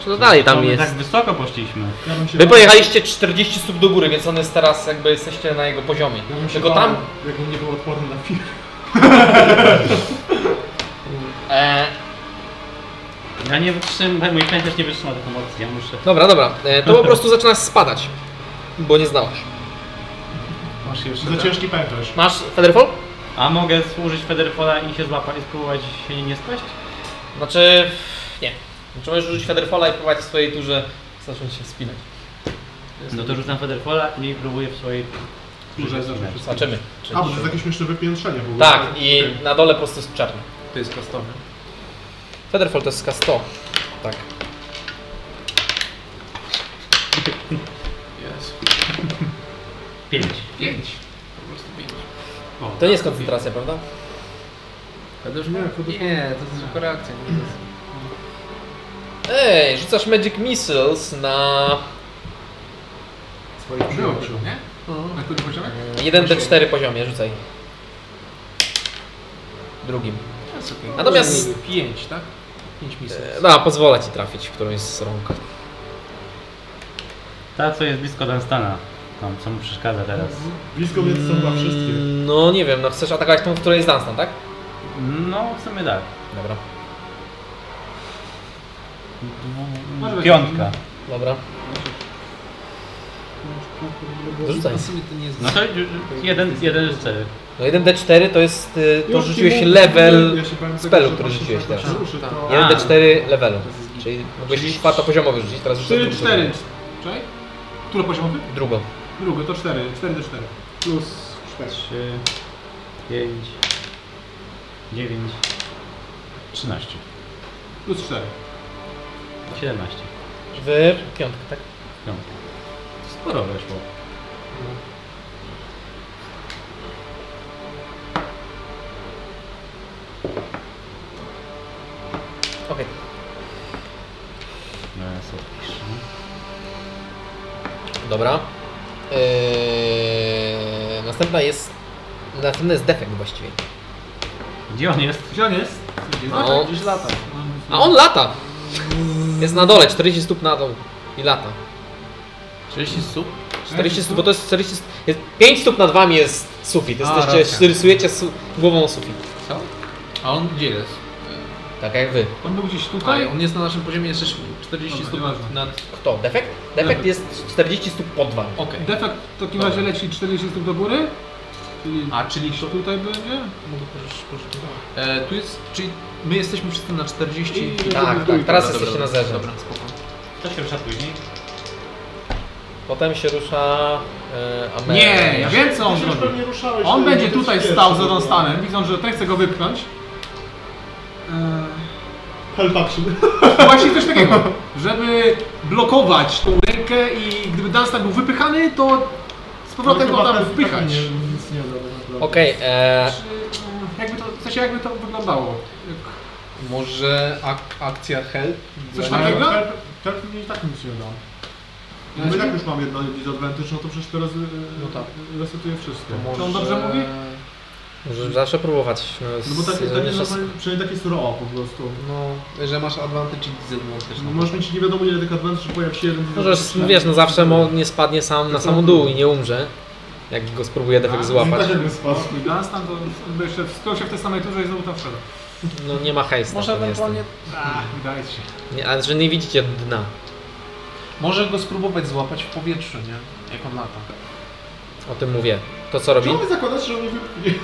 Speaker 1: Czy to dalej
Speaker 8: To
Speaker 1: tam
Speaker 8: my
Speaker 1: jest?
Speaker 8: tak wysoko poszliśmy.
Speaker 11: Ja bym się
Speaker 1: Wy pojechaliście 40 stóp do góry, więc on jest teraz jakby jesteście na jego poziomie.
Speaker 11: bał- ja bym się
Speaker 1: Tylko
Speaker 11: bał,
Speaker 1: tam
Speaker 11: Jakbym nie był odporny na film.
Speaker 1: e,
Speaker 8: Ja nie wytrzymam, mój pęd też nie wytrzyma tych emocji, ja muszę...
Speaker 1: Dobra, dobra. E, To po prostu zaczynasz spadać, bo nie znałaś.
Speaker 7: Masz jeszcze...
Speaker 11: Za ciężki pęcherz.
Speaker 1: Masz Featherfall?
Speaker 8: A mogę służyć Federfola i się złapać i spróbować się nie spaść?
Speaker 1: Znaczy, nie. Znaczy możesz użyć Featherfalla i próbować w swojej turze zacząć się wspinać.
Speaker 8: No to rzucam Federfola i próbuję w swojej...
Speaker 7: Może zawsze
Speaker 1: Zobaczymy. Czy...
Speaker 11: A, bo to jest jakieś jeszcze wypiętrzenie w ogóle.
Speaker 1: Tak, i na dole po prostu jest czarny.
Speaker 7: To jest kastowy.
Speaker 1: Featherfall to jest K100. Tak.
Speaker 7: Jest.
Speaker 8: Pięć.
Speaker 7: Pięć. Po prostu pięć.
Speaker 1: To nie jest koncentracja, prawda?
Speaker 7: A to już nie, to jest tylko reakcja. nie? To jest-
Speaker 1: Ej, rzucasz Magic Missiles na
Speaker 11: Swoich
Speaker 2: Było
Speaker 11: przyjaciół.
Speaker 2: było, nie? Na którym poziomie?
Speaker 1: mm, 1d4 poziomie, rzucaj. Drugim.
Speaker 7: To jest okej.
Speaker 1: Natomiast-
Speaker 7: Pięć, tak? Pięć misji.
Speaker 1: E, No, pozwolę ci trafić w którąś z rąk.
Speaker 8: Ta, co jest blisko Dunstana. Tam, co mu przeszkadza teraz.
Speaker 11: Blisko więc są chyba wszystkie.
Speaker 1: No nie wiem, no chcesz atakować tą, w której jest Dunstan, tak?
Speaker 8: No, w sumie tak.
Speaker 1: Dobra.
Speaker 2: Może być.
Speaker 8: Piątka.
Speaker 1: Dobra. Rzucaj.
Speaker 7: W sumie to nie jest...
Speaker 8: No to jeden, jeden z cztery.
Speaker 1: No 1d4 to jest, y, to
Speaker 11: Już ci
Speaker 1: rzuciłeś
Speaker 11: mówię,
Speaker 1: level
Speaker 11: ja się bałem tego,
Speaker 1: spelu,
Speaker 11: że
Speaker 1: który
Speaker 11: właśnie
Speaker 1: rzuciłeś
Speaker 11: tak
Speaker 1: teraz.
Speaker 11: się ruszy, to-
Speaker 8: A.
Speaker 1: 1d4 levelu. Czyli
Speaker 2: Czyli
Speaker 1: mogłeś czwartopoziomowy rzucić, teraz rzucasz
Speaker 2: 4,
Speaker 1: drugi
Speaker 2: 4.
Speaker 1: poziom.
Speaker 2: Czekaj. Które poziomowy?
Speaker 1: Drugą.
Speaker 2: Drugie to 4, 4 do 4.
Speaker 11: Plus 4.
Speaker 8: Trzy, pięć, dziewięć, trzynaście,
Speaker 2: Plus 4.
Speaker 8: siedemnaście.
Speaker 1: W piątkę, tak?
Speaker 8: Piątka. Sporo weszło.
Speaker 1: Okej.
Speaker 8: No, ja sobie piszę.
Speaker 1: Dobra.
Speaker 7: E,
Speaker 1: Eee, następna jest... Następny jest defekt właściwie.
Speaker 8: Gdzie on jest?
Speaker 2: Gdzie on jest?
Speaker 1: No.
Speaker 2: Gdzieś lata.
Speaker 1: A on lata! Jest na dole, 40 stóp na dół. I lata.
Speaker 7: 30 stóp?
Speaker 1: 40 stóp, bo to jest 40 stóp- jest, 5 stóp nad wami jest sufit. Jesteście, rysujecie su, głową sufit.
Speaker 7: Co? A on gdzie jest?
Speaker 1: Tak jak wy.
Speaker 2: On był gdzieś tutaj.
Speaker 7: A, on jest na naszym poziomie jeszcze 40
Speaker 2: Dobra,
Speaker 7: stóp
Speaker 2: nieważne.
Speaker 7: nad...
Speaker 1: Kto? Defekt? Defekt jest 40 stóp pod wami.
Speaker 7: Okej.
Speaker 2: Defekt w takim razie leci 40 stóp do góry. Czyli
Speaker 7: A, czyli to...
Speaker 2: tutaj będzie.
Speaker 7: Mogę pożyczyć, pożyczyć. E, tu jest... Czyli my jesteśmy wszyscy na 40...
Speaker 2: I-
Speaker 7: Dobra,
Speaker 1: Tak, tak,
Speaker 7: dobra,
Speaker 1: teraz jesteście na
Speaker 7: dobra,
Speaker 1: zerze.
Speaker 7: Dobra, spoko.
Speaker 8: To się rusza później.
Speaker 1: Potem się rusza e, Amer.
Speaker 2: Nie, ja wiem co on
Speaker 11: Ty się już
Speaker 2: zrobi.
Speaker 11: pewnie ruszałeś,
Speaker 2: On
Speaker 11: to
Speaker 2: będzie
Speaker 11: nie
Speaker 2: tutaj
Speaker 11: wiesz,
Speaker 2: stał
Speaker 11: co
Speaker 2: za
Speaker 11: było.
Speaker 2: tą stanem, widząc, że ten chce go wypchnąć. Eee,
Speaker 11: Help action.
Speaker 2: Właśnie coś takiego, żeby blokować tą rękę i gdyby Dunstan był wypychany, to z powrotem go
Speaker 11: Chyba
Speaker 2: tam
Speaker 11: ten
Speaker 2: wpychać.
Speaker 11: tak nie- Nic nie zrobię naprawdę.
Speaker 1: Okej, e,
Speaker 2: Czy, mm, Jakby to, w sensie jakby to wyglądało. Jak-
Speaker 7: Może ak- akcja help?
Speaker 2: Coś
Speaker 11: Ale
Speaker 2: takiego?
Speaker 11: help- Help mi i tak nic nie da. No i tak już mam jedno disadvantage, no to przecież teraz
Speaker 7: No tak.
Speaker 11: resetuję wszystko.
Speaker 14: No.
Speaker 2: Czy on dobrze mówi?
Speaker 1: możesz zawsze próbować. No,
Speaker 11: No bo tak,
Speaker 1: z-
Speaker 11: tak jest
Speaker 1: z-
Speaker 11: zapewne- przynajmniej takie surowo po prostu.
Speaker 7: No, że masz advantage i disadvantage.
Speaker 11: No, możesz mieć nie wiadomo
Speaker 1: no
Speaker 11: ile tych advantage, że pojawi się jeden
Speaker 14: Tak.
Speaker 1: Możesz,
Speaker 11: disadvantage.
Speaker 1: wiesz, no zawsze mo, nie spadnie sam na samą dół i nie umrze. jak go spróbuję defekt
Speaker 14: Tak
Speaker 1: złapać.
Speaker 14: jakby spadł.
Speaker 2: Mój Guns tam to jakby jeszcze wstrzymał się w tej samej turze i znowu tam wszedł.
Speaker 1: No nie ma hejsta.
Speaker 7: Może
Speaker 1: to nie
Speaker 7: ewentualnie...
Speaker 2: A, wydaje się.
Speaker 1: jestem. Nie, a że nie widzicie dna.
Speaker 7: Może go spróbować złapać w powietrzu, nie? Jak on lata.
Speaker 1: O tym mówię. To co robi?
Speaker 14: Czemu wy zakładacie, że on nie wypchnie?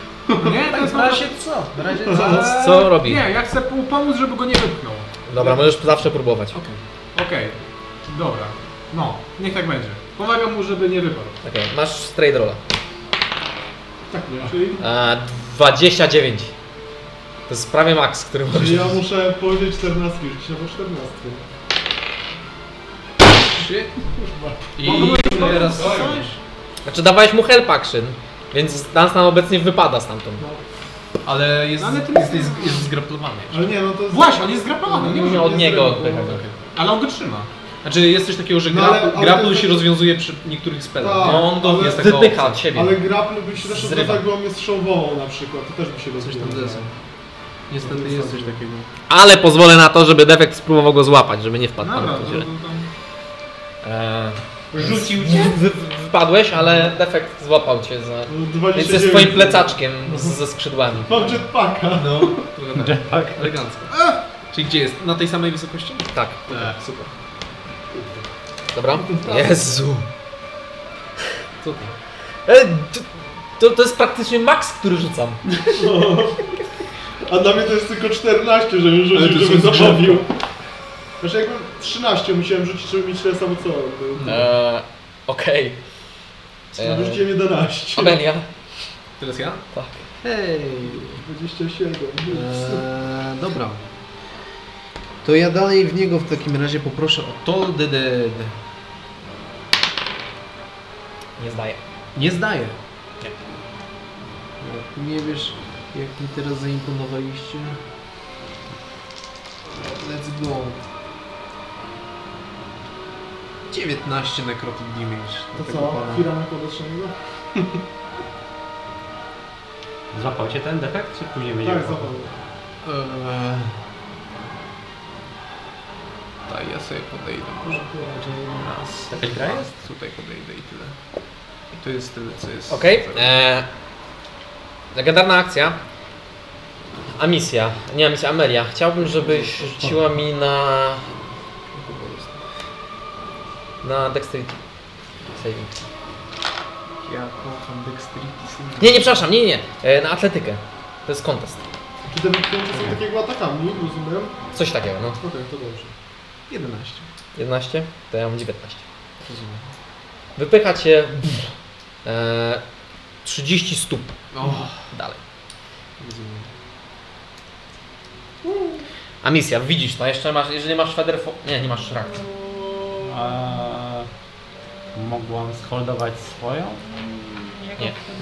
Speaker 2: Nie, to jest
Speaker 7: W razie co? W razie co?
Speaker 2: Ale-
Speaker 1: Co robi?
Speaker 2: Eee, Nie, ja chcę mu pomóc, żeby go nie wypchnął.
Speaker 1: Dobra, możesz zawsze próbować.
Speaker 2: Okej, dobra. No, niech tak będzie. Pomagam mu, żeby nie wypadł.
Speaker 1: Okej, masz straight rolla.
Speaker 14: Tak nie. Czyli,
Speaker 1: A, 29. To jest prawie max, który możesz.
Speaker 14: czyli ja muszę powyżej 14, rzucić na po 14.
Speaker 7: Trzy. I teraz co robisz?
Speaker 1: Znaczy dawałeś mu help action, więc nas nam obecnie wypada stamtąd.
Speaker 7: Ale jest,
Speaker 2: No, Ale to
Speaker 7: jest,
Speaker 2: nie-
Speaker 7: jest, jest zgraplowany.
Speaker 14: Ale nie, no to jest...
Speaker 2: Właśnie, on jest zgrapowany, nie
Speaker 1: Nie
Speaker 2: może.
Speaker 1: od niego odpychać.
Speaker 2: Ale on go trzyma.
Speaker 7: Znaczy jest coś takiego, że
Speaker 14: No,
Speaker 7: gra,
Speaker 14: ale- ale
Speaker 7: grapple
Speaker 14: to-
Speaker 7: się rozwiązuje przy niektórych spelach.
Speaker 14: Tak,
Speaker 7: no on go
Speaker 14: ale-
Speaker 7: jest taka
Speaker 1: Wypycha od
Speaker 7: opcja.
Speaker 1: siebie.
Speaker 14: Ale grapple by się też
Speaker 7: Zrywa.
Speaker 14: odbywał, jakby on jest showbową na przykład, to też by się
Speaker 7: Coś
Speaker 14: rozbiło.
Speaker 7: tam zezą. Niestety jest coś takiego.
Speaker 1: Ale pozwolę na to, żeby defekt spróbował go złapać, żeby nie wpadł
Speaker 2: Dobra,
Speaker 1: tam w
Speaker 2: to, to,
Speaker 1: tą
Speaker 2: to,
Speaker 1: dziurę. Eee,
Speaker 7: Rzucił
Speaker 1: wy, wypadłeś, ale defekt złapał cię za.
Speaker 14: No, 29.
Speaker 1: Więc jest twoim plecaczkiem z, ze skrzydłami.
Speaker 14: Mam jetpacka.
Speaker 7: No, trochę tak. Elegancko. Czyli gdzie jest? Na tej samej wysokości?
Speaker 1: Tak,
Speaker 7: Tak, super.
Speaker 1: dobra? Jezu.
Speaker 7: Co tam?
Speaker 1: E, to, to, to jest praktycznie max, który rzucam.
Speaker 14: A dla mnie to jest tylko 14, żebym
Speaker 7: Ale to
Speaker 14: rzucił, żeby
Speaker 7: są drzewka.
Speaker 14: zabawił. Znaczy jakbym 13 musiałem rzucić, żeby mieć tyle samo co
Speaker 2: Mm.
Speaker 14: on. No.
Speaker 1: Eee, Okej.
Speaker 14: No,
Speaker 2: E,
Speaker 1: Eee,
Speaker 14: rzuciłem 11.
Speaker 1: Amelia.
Speaker 7: Teraz ja?
Speaker 1: Tak.
Speaker 17: Hej.
Speaker 14: 27.
Speaker 2: E,
Speaker 17: Eee, dobra. To ja dalej w niego w takim razie poproszę o Toll the Dead.
Speaker 1: Nie zdaję.
Speaker 17: Nie zdaję. Jak nie wiesz, jak mi teraz zaimponowaliście. Let's go.
Speaker 7: 19 necrotic damage.
Speaker 14: To
Speaker 7: Tego
Speaker 14: co?
Speaker 7: pana.
Speaker 14: Firamy podeszłego?
Speaker 8: Złapał cię ten defekt, czy później będzie
Speaker 14: Tak,
Speaker 8: złapał?
Speaker 14: zapadł.
Speaker 7: Eee...
Speaker 17: Tak,
Speaker 7: Daj, ja sobie podejdę może. Raz.
Speaker 8: Jakaś gra
Speaker 7: dwa.
Speaker 8: jest?
Speaker 7: Tutaj podejdę i tyle. I to jest tyle, co jest.
Speaker 1: Okej.
Speaker 7: Zaraz.
Speaker 1: eee, Legendarna akcja. Amisja. Nie Amisja, Amelia. Chciałbym, żebyś rzuciła mi na... Na dexterity. Saving.
Speaker 7: Ja kocham dexterity syna.
Speaker 1: Nie, nie, przepraszam, nie, nie. Eee, Na atletykę. To jest kontest.
Speaker 14: Czy te wykluczenia są takiego atakami, rozumiem?
Speaker 1: Coś takiego, no.
Speaker 14: Okej, to dobrze.
Speaker 7: 11.
Speaker 1: 11, to ja mam 19. Wypycha cię pff, eee, 30 stóp
Speaker 7: O,
Speaker 1: dalej.
Speaker 7: rozumiem.
Speaker 1: A misja, widzisz, no jeszcze masz, jeżeli masz federfo... Nie, nie masz szrak.
Speaker 8: Eee, mogłam sholdować swoją?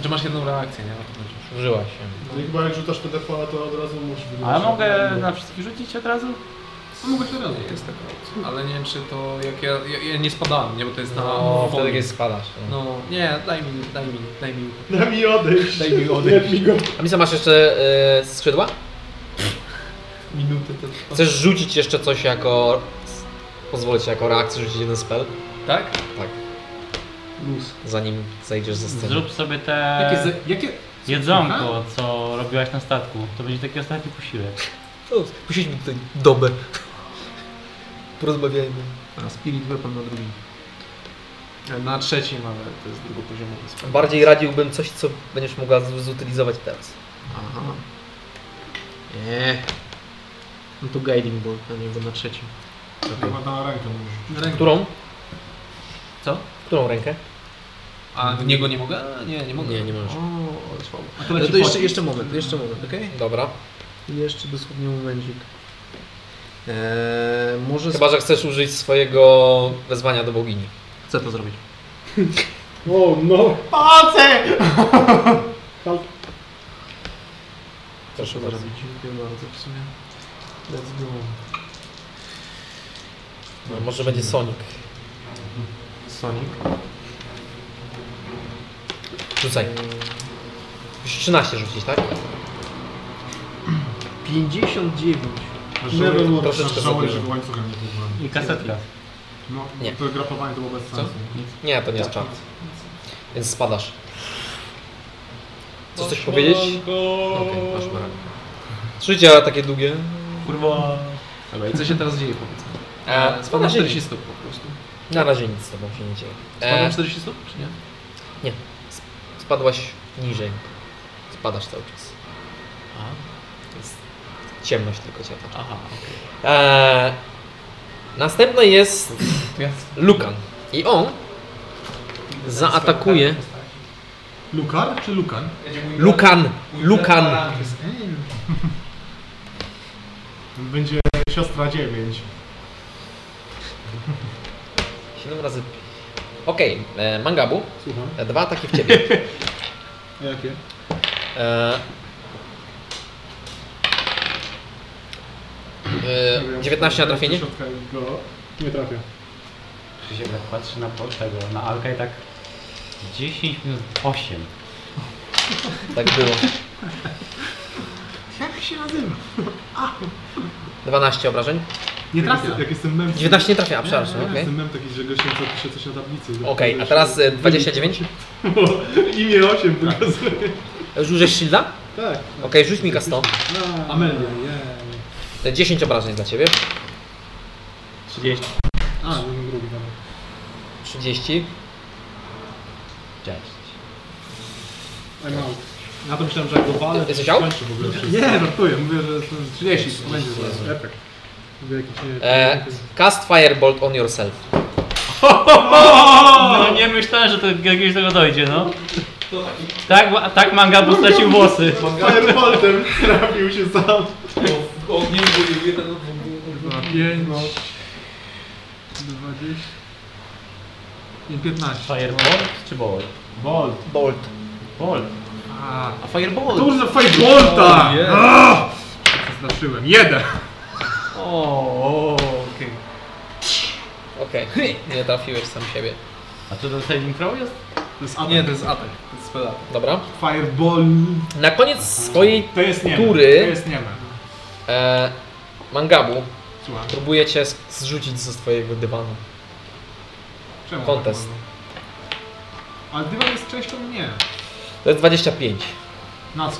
Speaker 7: Czy masz jedną reakcję, nie? O to chodzi.
Speaker 1: Użyła się.
Speaker 14: Ale No chyba jak rzucasz telefona, to od razu musisz
Speaker 8: Ale
Speaker 14: wygrać.
Speaker 8: mogę na wszystkich rzucić od razu?
Speaker 7: To No, mogę się razu. Jest taka opcja. Ale nie wiem, czy to jak ja, ja, ja nie spadałem, nie, bo to tak jest na
Speaker 1: No,
Speaker 7: wolno.
Speaker 1: wtedy kiedy spadasz. No.
Speaker 7: No, nie, daj mi, daj mi, daj mi.
Speaker 14: Na mi odejść.
Speaker 7: Daj mi odejść.
Speaker 14: Odejść mi go.
Speaker 1: A misja, masz jeszcze eee, skrzydła?
Speaker 7: Minutę to.
Speaker 1: Chcesz rzucić jeszcze coś jako... Pozwolę ci jako reakcję rzucić jeden spell,
Speaker 7: Tak? Luz.
Speaker 1: zanim zejdziesz ze sceny.
Speaker 8: Zrób sobie
Speaker 7: E.
Speaker 2: Jakie,
Speaker 8: te
Speaker 2: ze- jakie...
Speaker 8: jedzonko, co robiłaś na statku. To będzie taki ostatni posiłek.
Speaker 1: No, Posiedźmy tutaj dobę. Porozmawiajmy.
Speaker 7: A Spirit Weapon na drugim. E, Na trzecim, ale to jest drugopoziomowy spell.
Speaker 1: Bardziej radziłbym coś, co będziesz mogła z- zutylizować teraz.
Speaker 7: Aha. Eh. Nie.
Speaker 17: No to Guiding Bolt na niego na trzecim.
Speaker 2: Chyba na rękę może.
Speaker 1: Którą?
Speaker 7: Co?
Speaker 1: Którą rękę?
Speaker 7: A w niego nie mogę? A, Nie, nie mogę.
Speaker 1: Nie, nie możesz.
Speaker 17: O, ale słabo.
Speaker 2: A
Speaker 17: Ale
Speaker 7: No
Speaker 2: leci
Speaker 17: to jeszcze,
Speaker 2: pod-
Speaker 17: jeszcze moment, jeszcze moment, okej?
Speaker 1: Dobra.
Speaker 17: Jeszcze dosłownie momencik. Eee, może...
Speaker 1: Chyba, że chcesz użyć swojego wezwania do bogini.
Speaker 17: Chcę to zrobić.
Speaker 14: O no.
Speaker 1: Proszę
Speaker 17: Proszę
Speaker 1: bardzo.
Speaker 17: zrobić. Dziękuję bardzo w sumie. Let's go.
Speaker 1: No, może będzie Sonic.
Speaker 17: Sonic.
Speaker 1: Rzucaj. Musisz 13 rzucić, tak?
Speaker 17: 59.
Speaker 14: Never
Speaker 2: Żałuję-
Speaker 14: more.
Speaker 1: Troszeczkę za
Speaker 2: Żałuję, że
Speaker 1: dużo.
Speaker 2: go łańcuchem nie próbowałem.
Speaker 8: I kasetka.
Speaker 2: No,
Speaker 1: Nie.
Speaker 2: to grapowanie to było bez sensu.
Speaker 1: Nie, to nie jest czas. Więc spadasz. Chcesz coś powiedzieć?
Speaker 7: Okej, masz baran.
Speaker 1: Życia takie długie.
Speaker 7: Kurwa. Dobra, i co się teraz dzieje, powiedzmy?
Speaker 1: A,
Speaker 7: E,
Speaker 1: na
Speaker 7: Spadam
Speaker 1: razie
Speaker 7: 40 stóp po prostu.
Speaker 1: nic. Na razie nic z tobą się nie dzieje.
Speaker 7: Spadam 40 stóp, czy nie?
Speaker 1: nie, S- spadłaś niżej. Spadasz cały czas.
Speaker 7: A,
Speaker 1: Jest ciemność tylko cię otacza.
Speaker 7: aha, okej.
Speaker 1: Eee, następny jest
Speaker 7: To ja
Speaker 1: Lukan. I on zaatakuje.
Speaker 2: Lukar czy Lukan?
Speaker 1: Lukan! Lukan!
Speaker 14: Będzie siostra 9.
Speaker 1: 7 razy. Okej, e, Mangabu.
Speaker 14: Słucham.
Speaker 1: E, Dwa ataki w ciebie.
Speaker 14: Jakie?
Speaker 1: E, e, 19 na trafienie.
Speaker 14: Siostra Go. Nie trafię.
Speaker 8: Czy się tak patrzy na po- tego, na Alka i tak 10 minus 8.
Speaker 1: Tak było.
Speaker 14: Jak się nazywa?
Speaker 1: 12 obrażeń.
Speaker 2: Nie
Speaker 14: Jak,
Speaker 2: trafia.
Speaker 14: jest, jak jestem mem...
Speaker 1: 19 nie trafia, a, przepraszam,
Speaker 14: Jak
Speaker 1: okej.
Speaker 14: jestem mem taki, że gościem co pisze coś na tablicy.
Speaker 1: Okej, a teraz y- Tak. e, 29.
Speaker 14: Imię 8 pokazuje.
Speaker 1: Rzużesz shielda?
Speaker 14: Tak.
Speaker 1: Okej, rzuć mi K100.
Speaker 14: No,
Speaker 2: Amelia.
Speaker 1: E, 10 obrażeń dla ciebie.
Speaker 8: 30.
Speaker 14: A, jeden drugi nawet.
Speaker 1: 30.
Speaker 8: Cześć.
Speaker 14: I'm out. Ja to myślałem, że jak go walę, to
Speaker 1: Jesteś
Speaker 14: się
Speaker 1: out?
Speaker 14: kończy w ogóle wszystko.
Speaker 2: Nie, żartuję, mówię, że jestem 30.
Speaker 14: To będzie zaraz efekt. Mówię, jakiś, nie wiem,
Speaker 1: E,
Speaker 14: jakiś-
Speaker 1: cast Firebolt on yourself.
Speaker 8: No nie myślałem, że to jakiegoś tego dojdzie, no. Tak, ma- tak manga bo stracił włosy.
Speaker 14: Fireboltem trafił się sam.
Speaker 7: O, nie, bo jeden, bo...
Speaker 2: 5. 20. Nie, 15.
Speaker 8: Firebolt czy bolt?
Speaker 14: Bolt.
Speaker 1: Bolt.
Speaker 8: Bolt.
Speaker 2: A,
Speaker 7: A fireball!
Speaker 2: to użył Firebolta!
Speaker 7: Ojej.
Speaker 14: Tak.
Speaker 2: Aaa! Zaznaczyłem. Jeden!
Speaker 8: O, okej.
Speaker 1: Okej, nie trafiłeś sam siebie.
Speaker 8: A czy to saving throw jest?
Speaker 2: To jest atak.
Speaker 7: Nie, to jest atak. To jest spell atak.
Speaker 1: Dobra.
Speaker 2: Fireball.
Speaker 1: Na koniec swojej
Speaker 2: To jest nieme.
Speaker 1: Tury.
Speaker 2: To jest nieme.
Speaker 1: e, Mangabu
Speaker 2: Słucham.
Speaker 1: próbuje cię z- zrzucić ze swojego dywanu.
Speaker 2: Czemu
Speaker 1: Kontest.
Speaker 2: tak wolno? Ale dywan jest częścią mnie.
Speaker 1: To jest 25.
Speaker 2: Na co?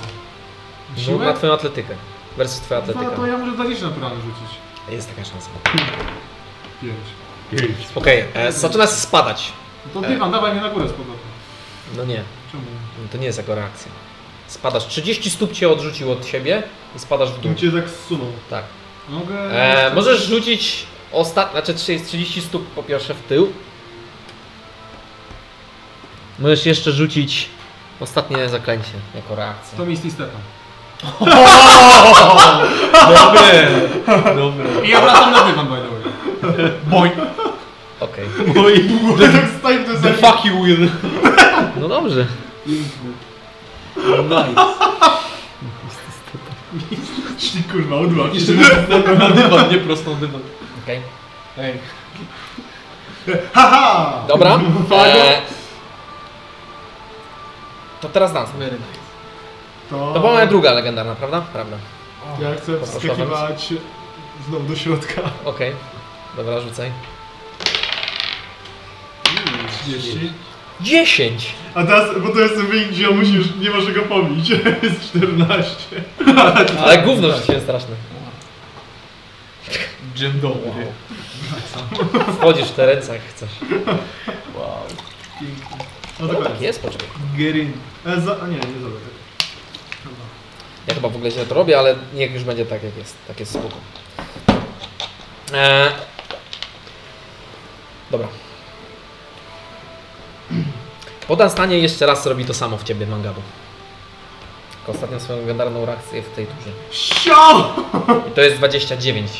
Speaker 1: No,
Speaker 2: Siłę?
Speaker 1: na twoją atletykę. Versus twoja
Speaker 2: No,
Speaker 1: atletyka.
Speaker 2: to ja muszę 20 naturalnie rzucić.
Speaker 1: Jest taka szansa.
Speaker 2: 5.
Speaker 1: Okej, okay. zaczyna spadać.
Speaker 2: No to dywan, dawaj mnie na górę z powrotem.
Speaker 1: No nie,
Speaker 2: Czemu?
Speaker 1: no to nie jest jako reakcja. Spadasz. 30 stóp cię odrzucił od siebie i spadasz w dół.
Speaker 14: Kim cię tak zsunął.
Speaker 1: Tak.
Speaker 2: Mogę...
Speaker 1: E, możesz rzucić ostatnie, znaczy trzy- 30 stóp po pierwsze w tył. Możesz jeszcze rzucić ostatnie zaklęcie jako reakcję.
Speaker 2: To mi jest Stefan.
Speaker 7: Dobre! Dobre.
Speaker 2: I ja wracam na dywan, by the way.
Speaker 1: Okej.
Speaker 7: tak
Speaker 14: Stajmy to
Speaker 7: The fuck you will.
Speaker 1: No dobrze.
Speaker 7: Nice.
Speaker 14: zajeści, kurwa, odław.
Speaker 7: Jeszcze na, na dywan, nie prosto na dywan.
Speaker 1: Okej.
Speaker 7: Ej.
Speaker 1: Dobra. E, to teraz nas.
Speaker 7: Very nice.
Speaker 14: To,
Speaker 1: To była moja druga legendarna, prawda? Prawda.
Speaker 14: Ja chcę
Speaker 1: Poproszę
Speaker 14: wskakiwać znowu do środka.
Speaker 1: Okej. Dobra, rzucaj.
Speaker 14: 30.
Speaker 1: 10!
Speaker 14: A teraz, bo to jest ten wynik, gdzie on musisz, nie może go pomnieć. Jest 14.
Speaker 1: Ale gówno rzuciłem straszne.
Speaker 7: Jim dobry.
Speaker 1: Wchodzisz w te ręce jak chcesz.
Speaker 14: No
Speaker 1: No
Speaker 14: to
Speaker 1: tak
Speaker 14: koniec.
Speaker 1: jest, poczekaj.
Speaker 7: Gerin.
Speaker 14: E, za, a nie, nie zrobię. tego.
Speaker 1: Ja chyba w ogóle źle to robię, ale niech już będzie tak jak jest. Tak jest spoko. Eee. Dobra. Podan stanie jeszcze raz robi to samo w ciebie, Mangabu. Tylko ostatnią swoją legendarną reakcję w tej turze.
Speaker 14: Sio!
Speaker 1: I to jest 29.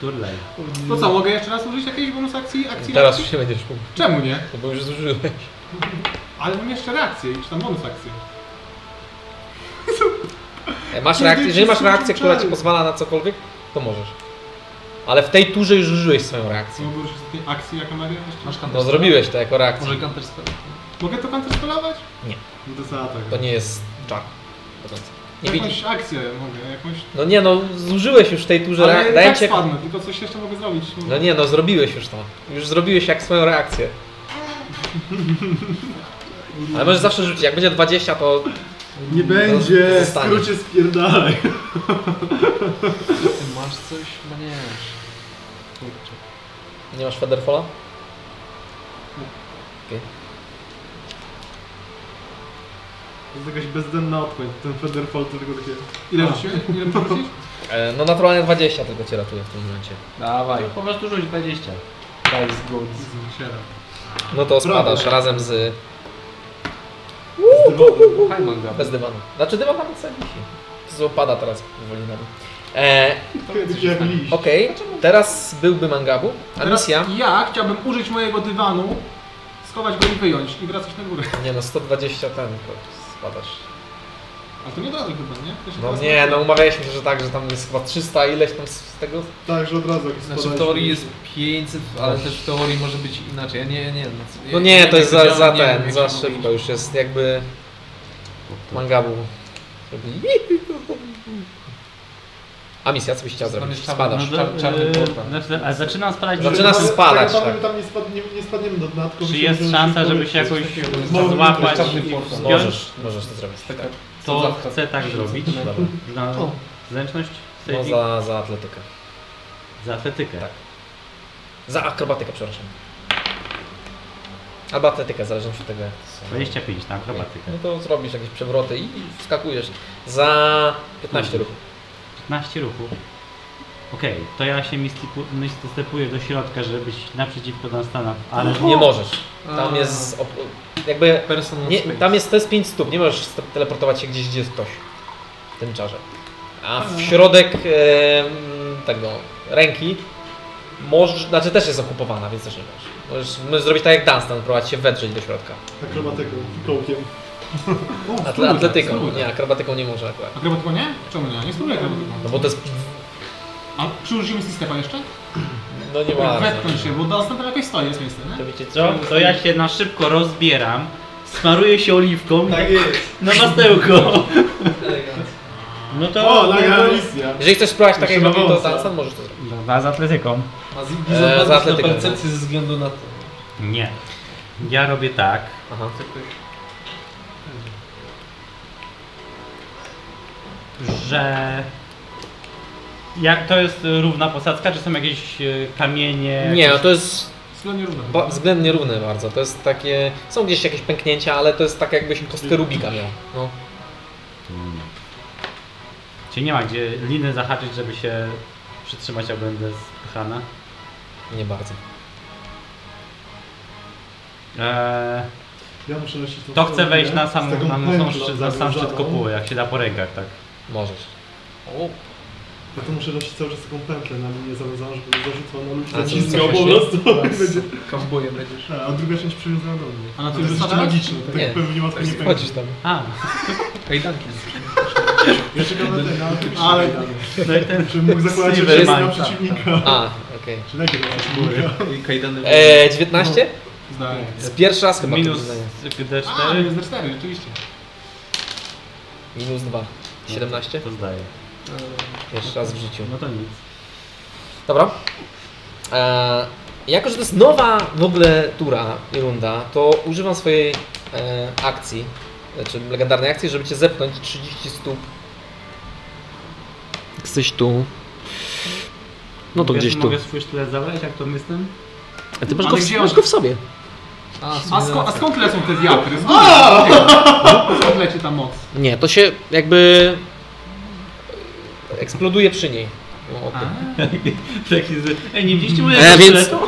Speaker 8: Turlej.
Speaker 2: To co, mogę jeszcze raz użyć jakiejś bonus akcji? akcji
Speaker 1: Teraz
Speaker 2: reakcji?
Speaker 1: już nie będziesz mógł.
Speaker 2: Czemu nie?
Speaker 1: No bo już zużyłeś.
Speaker 2: Ale mam jeszcze reakcję, i czy tam bonus akcję.
Speaker 1: E, Masz reakcję, jeżeli masz reakcję, która ci pozwala na cokolwiek, to możesz. Ale w tej turze już użyłeś swoją
Speaker 2: Co
Speaker 1: reakcję.
Speaker 2: mogę użyć tej akcji jaka magia? Jeszcze?
Speaker 7: Masz counter
Speaker 1: No zrobiłeś to jako reakcję.
Speaker 7: Może counter spell?
Speaker 2: Mogę to counterspelować?
Speaker 14: No to jest atak.
Speaker 1: To nie jest czar.
Speaker 14: No
Speaker 1: Nie widzisz.
Speaker 2: tak. Jakąś akcję mogę, jakąś...
Speaker 1: No nie no, zużyłeś już w tej turze
Speaker 2: Ale
Speaker 1: reakcję.
Speaker 2: tak
Speaker 1: Daję cię...
Speaker 2: spadnę, tylko coś jeszcze mogę zrobić.
Speaker 1: No nie no, zrobiłeś już to. Już zrobiłeś jak swoją reakcję. Ale możesz zawsze rzucić, jak będzie 20 to...
Speaker 14: Nie
Speaker 1: no, to
Speaker 14: będzie, w
Speaker 1: zostanie.
Speaker 14: skrócie spierdalaj.
Speaker 7: Ty masz coś? No nie. Kurczę.
Speaker 1: Nie masz Federfola?
Speaker 14: To jest jakaś bezdenna odpowiedź, ten Federfall to tylko takie...
Speaker 2: Ile
Speaker 14: A.
Speaker 2: rzuciłeś? Ile porzuciłeś?
Speaker 1: E, No naturalnie 20 tylko cię ratuje w tym momencie.
Speaker 8: Dawaj, po prostu rzuć 20. Dice good.
Speaker 1: No to spadasz razem z...
Speaker 8: Hajman gada.
Speaker 1: Bez dywanu. Znaczy dywan nawet sobie wisi. To sobie opada teraz powoli na dół. E,
Speaker 14: Kiedyś jak liść.
Speaker 1: Okej, teraz byłby Mangabu, a
Speaker 2: Teraz
Speaker 1: misja...
Speaker 2: ja chciałbym użyć mojego dywanu, schować go i wyjąć i wracać na górę.
Speaker 1: Nie no, 120 ten to spadasz.
Speaker 2: Ale to nie od razu chyba, nie? To się
Speaker 1: No
Speaker 2: teraz-
Speaker 1: nie, no umawialiśmy się, że tak, że tam jest chyba 300 ileś tam z z tego...
Speaker 14: Tak, że od razu jak
Speaker 7: Znaczy w
Speaker 14: spadałeś,
Speaker 7: teorii
Speaker 14: to-
Speaker 7: jest 500, ale też w teorii może być inaczej. Ja nie, nie. No,
Speaker 1: No nie, to jest za, za ten,
Speaker 7: wiem,
Speaker 1: za
Speaker 7: jak się
Speaker 1: szybko,
Speaker 7: mówi.
Speaker 1: już jest jakby... Mangabu. A misja, co byś chciał zrobić?
Speaker 7: Zamieszczamy
Speaker 1: Spadasz.
Speaker 7: Czar- czarny
Speaker 8: Yy,
Speaker 7: portal.
Speaker 8: zaczyna- a Zaczynam spadać
Speaker 1: Zaczyna
Speaker 8: do-
Speaker 14: Tego samym-
Speaker 1: spadać,
Speaker 14: tego samym
Speaker 1: tak.
Speaker 14: tam nie, spad, nie, nie spadniemy do dna, tylko
Speaker 8: Czy
Speaker 14: musimy
Speaker 8: jest
Speaker 14: wziąć
Speaker 8: szansa, żeby
Speaker 14: korytarz,
Speaker 8: się jakoś
Speaker 14: coś takiego.
Speaker 7: Może
Speaker 8: złapać
Speaker 7: być czarny
Speaker 8: i
Speaker 7: portal.
Speaker 8: wziąć?
Speaker 1: Możesz, możesz to zrobić.
Speaker 7: Tak, tak.
Speaker 8: To
Speaker 7: Zawsze.
Speaker 8: chcę tak zrobić.
Speaker 1: Dobra.
Speaker 8: Na zręczność
Speaker 1: No
Speaker 8: saving?
Speaker 1: za, za atletykę.
Speaker 8: Za atletykę.
Speaker 1: Tak. Za akrobatykę, przepraszam. Albo atletykę, zależy od tego jak to są.
Speaker 8: 25 na akrobatykę.
Speaker 1: No to zrobisz jakieś przewroty i i wskakujesz. Za 15 ruchów.
Speaker 8: 15 ruchu. Okej, to ja się mistyku- mistystepuję do środka, żeby być naprzeciwko Dunstana, ale
Speaker 14: Tak.
Speaker 1: Nie możesz. Tam jest. op- Jakby.
Speaker 7: Personal
Speaker 1: Nie,
Speaker 7: space.
Speaker 1: tam jest test 5 stóp, nie możesz st- teleportować się gdzieś, gdzie jest ktoś w tym czarze. A
Speaker 2: Mhm.
Speaker 1: w środek em, tego ręki możesz, znaczy też jest okupowana, więc też nie możesz. Możesz, możesz zrobić tak jak Dunstan, próbować się wedrzeć do środka.
Speaker 14: Akrobatyką, kołkiem.
Speaker 1: Atle, atletyką,
Speaker 2: spróbuj tak.
Speaker 1: nie, akrobatyką nie może akurat.
Speaker 2: Akrobatyką nie? Czemu nie? Nie spróbuję akrobatyką.
Speaker 1: No bo to jest,
Speaker 2: A przyłożymy Stepa jeszcze?
Speaker 1: no nie ma.
Speaker 2: Wetknąć się, bo do następnego jakoś stoi jest miejsce, nie?
Speaker 8: To wiecie co? To ja się na szybko rozbieram, smaruję się oliwką i tak
Speaker 14: jest.
Speaker 8: na masełko. No to...
Speaker 14: O, tak, nagra misja.
Speaker 1: Jeżeli chcesz spróbować tak jak
Speaker 14: Jeszcze
Speaker 1: robił to
Speaker 14: wąsa.
Speaker 1: Dunstan, możesz to zrobić.
Speaker 8: Dobra, z no, atletyką.
Speaker 7: A z
Speaker 1: Eee,
Speaker 7: eee,
Speaker 1: za
Speaker 7: na
Speaker 1: atletykę.
Speaker 7: percepcję ze względu na to.
Speaker 8: Nie. Ja robię tak.
Speaker 1: Aha.
Speaker 8: że jak to jest y, równa posadzka, czy są jakieś y, kamienie?
Speaker 1: Nie, no
Speaker 8: jakieś...
Speaker 1: to jest
Speaker 2: Względnie równo.
Speaker 1: Ba- względnie równe bardzo. To jest takie. Są gdzieś jakieś pęknięcia, ale to jest tak jakbyś kostkę Rubika miał. No.
Speaker 8: Czy nie ma gdzie liny zahaczyć, żeby się przytrzymać, jak będę spychana?
Speaker 1: Nie bardzo.
Speaker 8: Eee,
Speaker 14: Ja muszę nosić tą
Speaker 8: to chcę
Speaker 14: kołkę
Speaker 8: wejść na
Speaker 14: z
Speaker 8: sam,
Speaker 14: tego
Speaker 8: na, na,
Speaker 14: pętla
Speaker 8: szczyt, na sam szczyt
Speaker 14: zawiązaną.
Speaker 8: kopuły, jak się da po rękach, tak.
Speaker 1: Możesz. O,
Speaker 14: Ja to muszę nosić cały czas taką pętlę na linię zawiązaną, żeby nie zarzucała na ludzi.
Speaker 1: A co,
Speaker 14: Zaciskał
Speaker 1: co się
Speaker 14: po prostu. Będzie-
Speaker 7: Kowbojem będziesz.
Speaker 14: A, A druga część przywiązana do mnie.
Speaker 2: A
Speaker 14: No
Speaker 2: na
Speaker 14: To
Speaker 2: tym
Speaker 14: jest
Speaker 2: rzucasz?
Speaker 14: jeszcze magiczne, tak
Speaker 1: Nie.
Speaker 14: jak pewnie łatwo nie pęknie.
Speaker 1: Chodzisz tam.
Speaker 8: A,
Speaker 7: Kajdanki.
Speaker 14: Ja czekam na ten, ale...
Speaker 2: Ale-
Speaker 8: no i ten...
Speaker 14: Czy mógł zakładać, że
Speaker 8: Siwy
Speaker 14: jest
Speaker 8: man.
Speaker 14: na przeciwnika?
Speaker 1: A, okej.
Speaker 14: Czy najpierw na przeciwnika?
Speaker 7: I kajdany.
Speaker 1: E, 19?
Speaker 2: Zdaje.
Speaker 1: Z pierwszy raz chyba
Speaker 8: Minus
Speaker 1: to wyznanie.
Speaker 2: A,
Speaker 8: D4
Speaker 2: jest na 4, rzeczywiście.
Speaker 1: Minus 2. 17?
Speaker 8: to zdaje.
Speaker 1: Pierwszy raz w życiu.
Speaker 8: No to nic.
Speaker 1: Dobra. E, jako, że to jest nowa w ogóle tura i runda, to używam swojej e, akcji, znaczy legendarnej akcji, żeby cię zepchnąć 30 stóp. Jesteś tu. No to
Speaker 8: mogę,
Speaker 1: gdzieś tu.
Speaker 8: Mogę swój sztylet zabrać, jak to myślę?
Speaker 1: A ty masz
Speaker 2: Ale
Speaker 1: go, w,
Speaker 2: gdzie
Speaker 1: masz
Speaker 2: on?
Speaker 1: go w sobie.
Speaker 2: A, sko- a skąd lecą te wiatry? Z góry. Skąd leci ta moc?
Speaker 1: Nie, to się jakby eksploduje przy niej. No, o
Speaker 2: A,
Speaker 1: tym.
Speaker 8: Taki z... Ej, nie widzieliście mojego
Speaker 1: E, więc-
Speaker 8: sztyletu?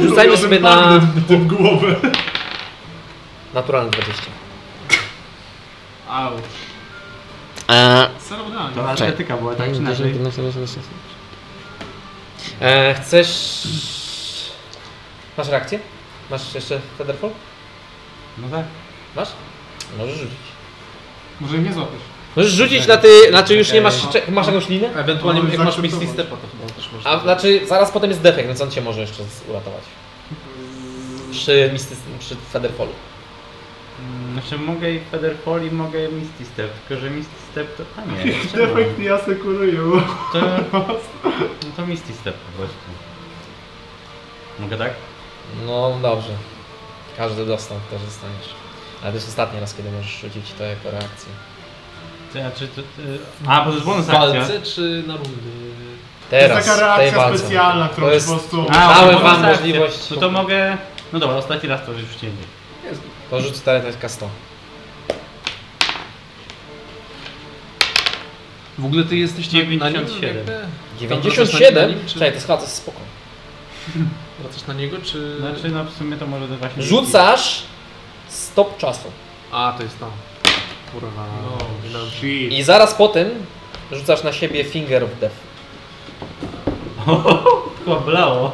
Speaker 1: Rzucajmy sobie na
Speaker 14: Tym głowę.
Speaker 1: naturalne 20.
Speaker 2: au.
Speaker 1: E,
Speaker 2: Cerebralnie.
Speaker 8: To atletyka była, tak czy inaczej?
Speaker 1: No, E, chcesz... Masz reakcję? Masz jeszcze Featherfall?
Speaker 8: No tak.
Speaker 1: Masz? Możesz rzucić.
Speaker 2: Może mnie złapiesz.
Speaker 1: Możesz rzucić na ty, znaczy już nie masz, cze- masz jakąś linę?
Speaker 7: Ewentualnie
Speaker 14: Możesz
Speaker 7: jak masz
Speaker 14: zaakceptować.
Speaker 7: Misty Stepa, to chyba też można.
Speaker 1: A znaczy zaraz potem jest defekt, więc on cię może jeszcze z- uratować. Przy, misty, przy Featherfallu.
Speaker 8: Znaczy mogę i Featherfall i mogę Misty Step, tylko że Misty Step to... A nie, czemu?
Speaker 14: Defekt ja sekuruję.
Speaker 8: to, no to Misty Step po prostu. Mogę tak?
Speaker 1: No dobrze. Każdy dostał, też dostaniesz. Ale to jest ostatni raz, kiedy możesz rzucić to jako reakcję.
Speaker 8: To ja, czy to, ty... A, bo to jest bonus akcja.
Speaker 7: Walce czy na rundy?
Speaker 1: Teraz,
Speaker 14: taka
Speaker 1: w tej
Speaker 14: reakcja
Speaker 1: walce.
Speaker 14: specjalna, którą
Speaker 1: To
Speaker 14: po
Speaker 1: jest-
Speaker 14: prostu-
Speaker 8: A,
Speaker 1: Dałem
Speaker 8: bonus
Speaker 1: wam
Speaker 8: akcję.
Speaker 1: możliwość-
Speaker 8: To, to mogę... No dobra, ostatni raz to już rzuciłem.
Speaker 1: To rzuć stare to jest kasto.
Speaker 7: W ogóle ty jesteś na- na
Speaker 8: 97.
Speaker 7: nim? jakby? Tam wracasz na- na
Speaker 1: 97?
Speaker 7: nim, czy-
Speaker 1: Czekaj, to skracasz spoko.
Speaker 7: Wracasz na niego, czy...
Speaker 8: Znaczy, no w sumie to może to właśnie...
Speaker 1: Rzucasz stop czasu.
Speaker 7: A, to jest tam. Kurwa. No,
Speaker 2: shit.
Speaker 1: I zaraz po tym rzucasz na siebie finger of death.
Speaker 8: Chyba blało.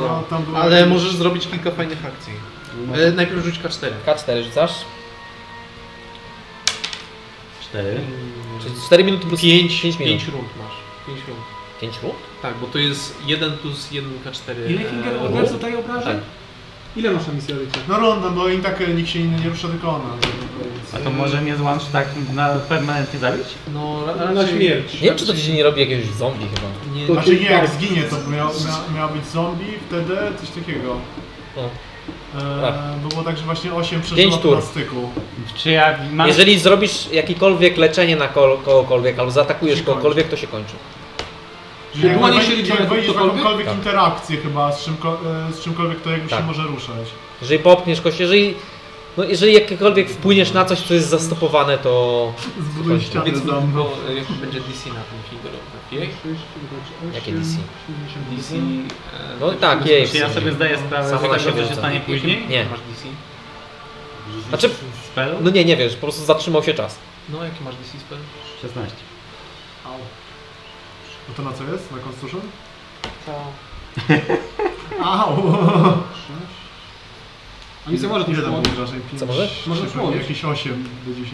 Speaker 14: No, tam było-
Speaker 7: Ale możesz zrobić kilka fajnych akcji. E, najpierw rzuć K4.
Speaker 1: K4 rzucasz.
Speaker 8: Cztery.
Speaker 1: Czyli 4 minuty plus 5, 5 minut.
Speaker 7: 5 rund masz. 5 rund.
Speaker 1: 5 rund?
Speaker 7: Tak, bo to jest 1 plus 1 K4.
Speaker 2: Ile finger
Speaker 7: rund.
Speaker 2: odnasz dodaje obrażeń?
Speaker 7: Tak.
Speaker 2: Ile masz na misję rycie?
Speaker 14: No ronda, bo i tak e, nikt się inny nie rusza, tylko ona.
Speaker 8: A to może mnie złącz tak na permanentnie zabić?
Speaker 7: No, ra-
Speaker 2: Na
Speaker 7: raczej...
Speaker 2: śmierć.
Speaker 1: Nie wiem, czy to gdzieś nie robi jakiegoś zombie chyba.
Speaker 7: Nie,
Speaker 14: Znaczy nie, jak zginie to miał, mia, miał być zombie, wtedy coś takiego.
Speaker 1: No.
Speaker 14: E, było tak, że właśnie 8
Speaker 1: Pięć
Speaker 14: przeżyło
Speaker 1: tur.
Speaker 14: na styku.
Speaker 8: Czy ja mam...
Speaker 1: Jeżeli zrobisz jakiekolwiek leczenie na kol- kogokolwiek albo zaatakujesz kogokolwiek, to się kończy.
Speaker 14: Że jak
Speaker 7: dłonie się
Speaker 14: wejdzie-
Speaker 7: liczą
Speaker 14: jak
Speaker 7: na
Speaker 14: wejdziesz w
Speaker 7: ktokolwiek?
Speaker 14: jakąkolwiek
Speaker 1: Tak.
Speaker 14: interakcję chyba z, czymko, e, z czymkolwiek, to jakby
Speaker 1: Tak.
Speaker 14: się może ruszać.
Speaker 1: Jeżeli popniesz kogoś, jeżeli... No jeżeli jakiekolwiek wpłyniesz na coś, co jest zastopowane, to...
Speaker 14: Zbuduj
Speaker 1: Chodź,
Speaker 14: ścianę
Speaker 7: Powiedz mi,
Speaker 14: tam.
Speaker 7: bo e, jaki będzie DC na tym finger of the Fish?
Speaker 1: Jakie DC?
Speaker 7: DC... e,
Speaker 1: No
Speaker 7: ty-
Speaker 1: tak,
Speaker 7: ty-
Speaker 1: jej.
Speaker 8: Czy ja sobie zdaję sprawę
Speaker 1: Sama
Speaker 8: z tego,
Speaker 1: się
Speaker 8: co się
Speaker 1: wyrzuca.
Speaker 8: stanie później?
Speaker 1: Nie.
Speaker 7: Masz DC?
Speaker 1: Znaczy,
Speaker 8: Spell?
Speaker 1: no nie, nie wiesz, po prostu zatrzymał się czas.
Speaker 7: No, jaki masz DC spell?
Speaker 8: 16.
Speaker 14: A to na co jest? Na Constitution?
Speaker 7: To...
Speaker 14: Au!
Speaker 2: A misja może
Speaker 14: Nie
Speaker 2: nie
Speaker 14: tam
Speaker 2: było.
Speaker 14: będzie raczej 5.
Speaker 1: Co może?
Speaker 2: Może słonić.
Speaker 14: Jakieś 8 do 10.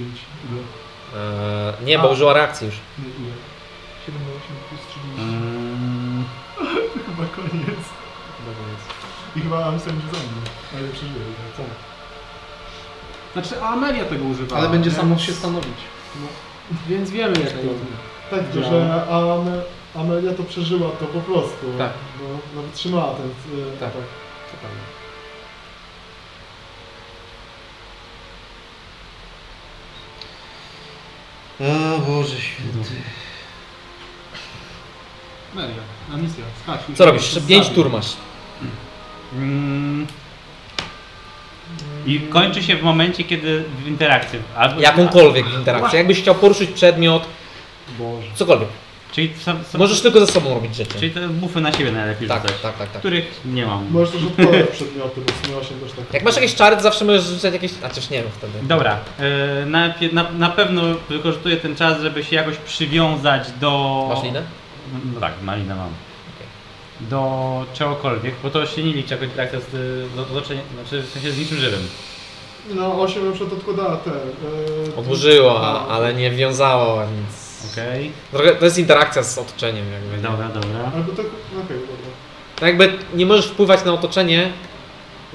Speaker 14: Ile?
Speaker 1: Eee, nie, bo użyła reakcji już.
Speaker 14: Nie, ile? 7 do 8 plus 3
Speaker 8: Mm,
Speaker 14: Chyba koniec. I chyba Amsel nie zamknął. Ale przeżyję. Co?
Speaker 2: Znaczy, a Amelia tego używała.
Speaker 7: Ale będzie
Speaker 2: nie?
Speaker 7: samo się stanowić.
Speaker 2: Więc wiemy jak to...
Speaker 14: Tak, tylko że Am- Amelia to przeżyła to po prostu.
Speaker 7: Tak.
Speaker 14: Bo no, wytrzymała ten... y,
Speaker 7: Tak.
Speaker 14: atak.
Speaker 7: Co tam?
Speaker 18: O Boże święty.
Speaker 2: Amelia, na misję. Skacz.
Speaker 1: Co robisz? Jeszcze 5 tur masz.
Speaker 8: mm. I kończy się w momencie, kiedy w interakcji. Albo,
Speaker 1: Jakąkolwiek interakcję. Jakbyś chciał poruszyć przedmiot, cokolwiek.
Speaker 8: Czyli, sam, sam,
Speaker 1: Możesz tylko ze sobą robić rzeczy.
Speaker 8: czyli te bufy na siebie najlepiej
Speaker 1: Tak,
Speaker 8: rzucać.
Speaker 1: tak, tak, tak.
Speaker 8: Których nie mam.
Speaker 14: Możesz też odpalać przedmioty, bo w sumie 8 też tak.
Speaker 1: Jak masz jakieś czary, to zawsze możesz rzucać jakieś... A też nie no wtedy.
Speaker 8: Dobra, e, na, pie- na, na pewno wykorzystuję ten czas, żeby się jakoś przywiązać do...
Speaker 1: Masz linę?
Speaker 8: No tak, malinę mam. Do czegokolwiek, bo to się nie liczy jako interakcja z, y, z otoczeniem, znaczy w sensie z niczym żywym.
Speaker 14: No 8 na przykład odkładała te... y,
Speaker 1: Odłożyła, ale nie wiązała nic.
Speaker 8: Okej,
Speaker 1: Trochę, to jest interakcja z otoczeniem jakby. nie?
Speaker 8: dobra, dobra.
Speaker 14: Albo tak... Okej, dobra.
Speaker 1: No jakby nie możesz wpływać na otoczenie,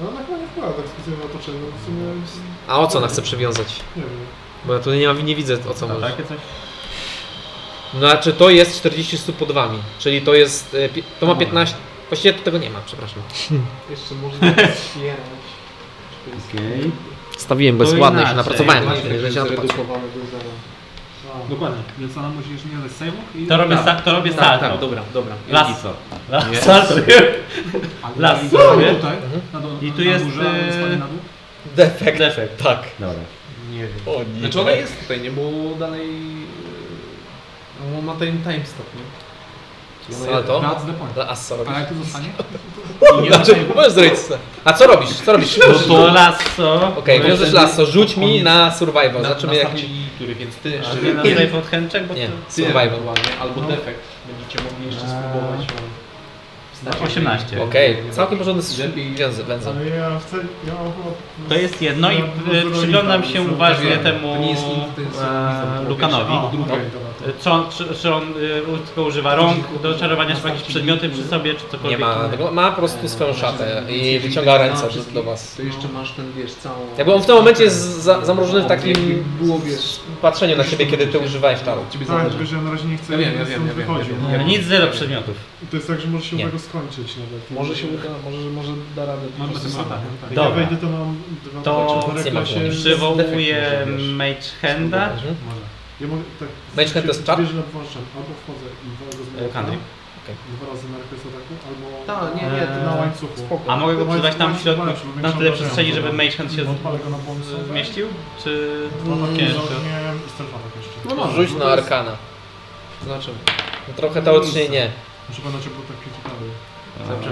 Speaker 14: No ona chyba nie wkłada tak specjalnie na otoczenie. no W sumie...
Speaker 1: a o co ona chce przywiązać?
Speaker 14: Nie wiem.
Speaker 1: Bo ja tu nie, mam, nie widzę o co
Speaker 8: To
Speaker 1: możesz.
Speaker 8: takie coś?
Speaker 1: Znaczy to jest 40 stóp pod wami, czyli to jest... e, pi- To ma 15... Właściwie to tego nie ma, przepraszam.
Speaker 7: Jeszcze można wspierać.
Speaker 8: Okej.
Speaker 1: Stawiłem
Speaker 8: To
Speaker 1: bezładnie, się
Speaker 8: inaczej,
Speaker 1: napracowałem na
Speaker 8: właśnie,
Speaker 1: chwilę, że się na to patrzę.
Speaker 2: Dokładnie. Więc ona musi jeszcze nie dać save'ów i...
Speaker 8: To robię, sa, to robię
Speaker 7: Tak,
Speaker 8: salto.
Speaker 7: tak, dobra, dobra.
Speaker 8: Lasso. Lasso. Salto. Las.
Speaker 2: I to robię tutaj. Na dół,
Speaker 8: I tu
Speaker 2: na
Speaker 8: jest,
Speaker 2: Górze,
Speaker 8: e,
Speaker 2: ale spadnie na dół.
Speaker 1: Defekt.
Speaker 8: Defekt.
Speaker 1: Tak.
Speaker 8: Dobra.
Speaker 7: Nie wiem.
Speaker 1: O nie.
Speaker 7: No. Znaczy ona jest tutaj, nie? Bo dalej... e, No, ma ten timestop, nie?
Speaker 1: Salto.
Speaker 2: That's the point.
Speaker 1: A co
Speaker 2: A
Speaker 1: robisz?
Speaker 2: jak to zostanie?
Speaker 1: Znaczy, możesz zrobić co- A co robisz? Co robisz?
Speaker 8: No to lasso.
Speaker 1: Okej,
Speaker 7: No
Speaker 1: wiążesz
Speaker 7: wtedy-
Speaker 1: lasso, rzuć mi na survival,
Speaker 7: Na, na
Speaker 1: zobaczymy jak...
Speaker 7: starci, który, więc ty
Speaker 8: A
Speaker 7: jeszcze...
Speaker 8: ty na tutaj pod bo
Speaker 1: Nie,
Speaker 8: to...
Speaker 7: Ty
Speaker 1: survival.
Speaker 7: ewentualnie, albo defekt. Będziecie mogli jeszcze spróbować. ale
Speaker 8: No,
Speaker 7: wstać
Speaker 8: 18.
Speaker 1: Okej, całkiem porządny
Speaker 7: Lepiej-
Speaker 1: węzeł. węzeł.
Speaker 14: Ale ja chcę... Ja mam chyba...
Speaker 8: To jest jedno i
Speaker 14: Ja
Speaker 8: y, przyglądam się
Speaker 14: zrobiłem.
Speaker 8: uważnie
Speaker 7: To
Speaker 8: temu
Speaker 7: nie jest nic, to jest-
Speaker 8: e, Lukanowi.
Speaker 14: O,
Speaker 7: Drugie.
Speaker 14: okej, dobra, to-
Speaker 8: Czy on, czy, czy on y, tylko używa rąk do czarowania, czy ma jakieś przedmioty przy sobie, czy cokolwiek?
Speaker 1: Nie ma,
Speaker 8: innego?
Speaker 1: tego- ma po prostu swoją szatę i wyciąga ręce do, do was.
Speaker 7: Znaczy, To jeszcze masz ten, wiesz, całą...
Speaker 1: Jakby on w tym momencie jest za, zamrożony w
Speaker 7: Jakby
Speaker 1: takim
Speaker 7: było, wiesz...
Speaker 1: patrzeniu na ciebie, kiedy ty używałeś czaru.
Speaker 7: Ciebie
Speaker 11: Tak,
Speaker 7: zależy.
Speaker 11: tylko że ja na razie nie chcę
Speaker 7: Ja wiem,
Speaker 11: żeby
Speaker 7: ja
Speaker 11: stąd
Speaker 7: wiem, ja wiem,
Speaker 11: wychodził.
Speaker 7: ja wiem.
Speaker 8: No Nic, zero przedmiotów.
Speaker 11: I to jest tak, że może się
Speaker 8: Nie.
Speaker 11: u niego skończyć nawet.
Speaker 7: Może się uda, może, może da radę. po prostu.
Speaker 11: Jak ja
Speaker 8: Dobra.
Speaker 11: wejdę, to mam dwa
Speaker 14: tak,
Speaker 8: To
Speaker 11: parę
Speaker 1: nie ma
Speaker 11: klasie.
Speaker 1: kłopotów.
Speaker 8: Przywołuje Mage Handa.
Speaker 11: Może. Ja mogę, tak.
Speaker 1: Mage Hand to jest czar?
Speaker 11: Wiesz, że włączam. Albo wchodzę i walę z
Speaker 8: E, Henry.
Speaker 1: Okej.
Speaker 11: Dwa razy na rekwest ataku, albo...
Speaker 7: Ta, nie, nie, ty
Speaker 11: na
Speaker 7: na
Speaker 11: łańcuchu.
Speaker 7: Spoko.
Speaker 1: No
Speaker 8: A mogę go
Speaker 11: Łańcuch-
Speaker 8: używać tam w
Speaker 11: łańcuch
Speaker 8: środku,
Speaker 11: walczy, bo
Speaker 8: na tyle
Speaker 11: większą
Speaker 8: przestrzeni,
Speaker 11: obrażenia.
Speaker 8: żeby Mage Hand się
Speaker 11: Odpalę go No, na bonusy.
Speaker 8: zmieścił? Czy...
Speaker 11: Mam
Speaker 8: Nie,
Speaker 11: nadzieję, że
Speaker 8: to-
Speaker 11: nie jestem fanek jeszcze.
Speaker 2: No
Speaker 1: Rzuć na arkana.
Speaker 7: Zobaczymy.
Speaker 1: No Trochę teoretycznie nie.
Speaker 11: Muszę pamiętać, bo tak pięknie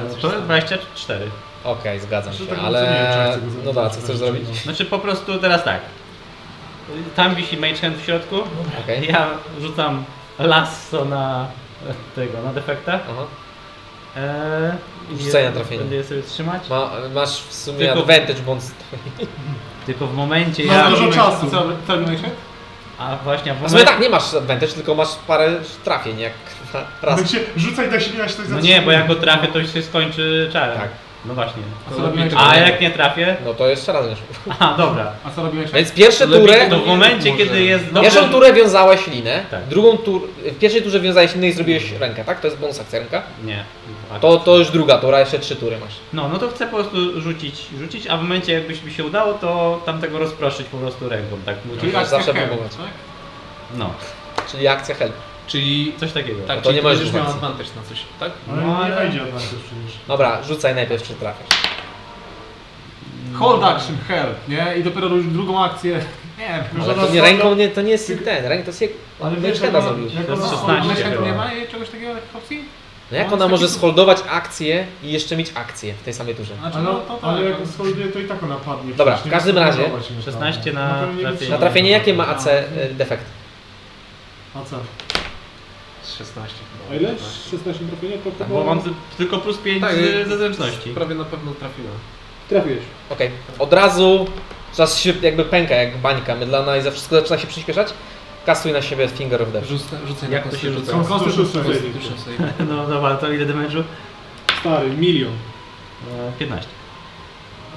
Speaker 8: E, To jest 24.
Speaker 1: Okej, zgadzam
Speaker 11: Znaczy,
Speaker 1: się,
Speaker 11: tak
Speaker 1: ale...
Speaker 11: oceniłem, czy ja chcę go
Speaker 1: No da, co chcesz
Speaker 11: zrobić,
Speaker 1: zrobić?
Speaker 8: Znaczy po prostu teraz tak. Tam wisi Mage Hand w środku.
Speaker 1: Okej.
Speaker 8: Ja rzucam lasso na e, tego, na defekta.
Speaker 1: Aha.
Speaker 8: E, i
Speaker 1: Rzucaj na trafienie.
Speaker 8: Będę je sobie trzymać.
Speaker 1: Ma, masz w sumie
Speaker 8: Tylko-
Speaker 1: advantage, bo on stoi.
Speaker 8: Tylko w momencie
Speaker 11: Mam
Speaker 8: jak...
Speaker 11: dużo czasu.
Speaker 2: Co, co robisz?
Speaker 8: A właśnie, a w
Speaker 1: A w sumie
Speaker 8: momencie...
Speaker 1: tak, nie masz advantage, tylko masz parę trafień, jak raz.
Speaker 11: Tak się rzucaj, tak się nie da się coś
Speaker 8: No nie, bo
Speaker 11: zatrzymać.
Speaker 8: jak go trafię, to już się skończy czarem.
Speaker 1: Tak.
Speaker 8: No właśnie.
Speaker 2: Co robiłeś?
Speaker 8: A jak nie trafię?
Speaker 1: No to jeszcze raz. wiesz.
Speaker 8: Aha, dobra.
Speaker 2: A co robiłeś?
Speaker 1: Więc pierwsze turę...
Speaker 2: Lepiej
Speaker 8: To w momencie,
Speaker 2: Może.
Speaker 8: kiedy jest...
Speaker 1: Pierwszą turę wiązałeś linę,
Speaker 8: Tak.
Speaker 1: drugą tur... w pierwszej turze wiązałeś linę i zrobiłeś rękę, tak? To jest bonus akcja ręka.
Speaker 8: Nie.
Speaker 1: To, to już druga tura, jeszcze trzy tury masz.
Speaker 8: No, no to chcę po prostu rzucić, rzucić, a w momencie jakbyś mi się udało, to tamtego rozproszyć po prostu ręką, tak
Speaker 7: No.
Speaker 8: mówię.
Speaker 2: Czyli akcja
Speaker 1: zawsze
Speaker 2: hełm,
Speaker 1: próbować.
Speaker 2: tak?
Speaker 8: No,
Speaker 1: Czyli akcja help.
Speaker 7: Czyli...
Speaker 8: coś takiego.
Speaker 7: Tak,
Speaker 1: to
Speaker 7: czyli
Speaker 1: nie
Speaker 7: ty
Speaker 1: masz
Speaker 7: będziesz miał
Speaker 1: dwunastu.
Speaker 7: advantage na coś, tak?
Speaker 11: Ale
Speaker 8: No,
Speaker 11: nie
Speaker 8: ale-
Speaker 11: wejdzie advantage przecież.
Speaker 1: Dobra, rzucaj najpierw, czy trafiasz.
Speaker 2: Hold action, help, nie? I dopiero już drugą akcję. Nie wiem.
Speaker 1: Ale
Speaker 11: Zaraz
Speaker 1: to nie
Speaker 11: zaraz-
Speaker 1: ręką, nie, to nie jest ten, ręką to jest jak...
Speaker 11: Ale
Speaker 1: Ale
Speaker 11: wiesz,
Speaker 1: Hedda
Speaker 11: ona-
Speaker 1: zrobił.
Speaker 11: jak
Speaker 8: To jest
Speaker 11: ona- ona
Speaker 8: 16
Speaker 11: się-
Speaker 2: Myślę,
Speaker 8: chyba.
Speaker 2: No, nie ma jej czegoś takiego jak opcji?
Speaker 1: No jak
Speaker 2: On
Speaker 1: ona
Speaker 2: jest
Speaker 1: może
Speaker 2: taki-
Speaker 1: sholdować akcję i jeszcze mieć akcję w tej samej turze?
Speaker 2: Znaczy,
Speaker 11: Ale,
Speaker 2: no to tak.
Speaker 11: ale jak scholduje, to i tak ona padnie.
Speaker 1: Dobra,
Speaker 11: przecież nie
Speaker 1: w każdym
Speaker 11: ma co
Speaker 1: razie
Speaker 11: próbować się
Speaker 8: 16
Speaker 7: No.
Speaker 11: tam.
Speaker 8: na
Speaker 11: pewno nie
Speaker 8: trafienie.
Speaker 1: Na
Speaker 11: wytrzyma.
Speaker 1: trafienie jakie ma AC e, defekt?
Speaker 11: A co?
Speaker 7: Z 16 chyba.
Speaker 11: A ile? 16 trafienia to chyba...
Speaker 8: Bo mam z- tylko plus 5
Speaker 7: Tak,
Speaker 8: z, ze zręczności.
Speaker 7: Prawie na pewno trafiłem.
Speaker 11: Trafiłeś.
Speaker 1: Okej. Od razu czas się jakby pęka jak bańka mydlana i za wszystko zaczyna się przyspieszać. Kasuj na siebie Finger of Death.
Speaker 7: Rzucę, rzucę
Speaker 8: Jak
Speaker 7: na
Speaker 8: to się
Speaker 7: konstytucję.
Speaker 8: rzuca?
Speaker 11: Konstytution save.
Speaker 7: Konstytution save.
Speaker 8: No dobra, to ile damage'u?
Speaker 11: Stary, milion.
Speaker 8: E, 15.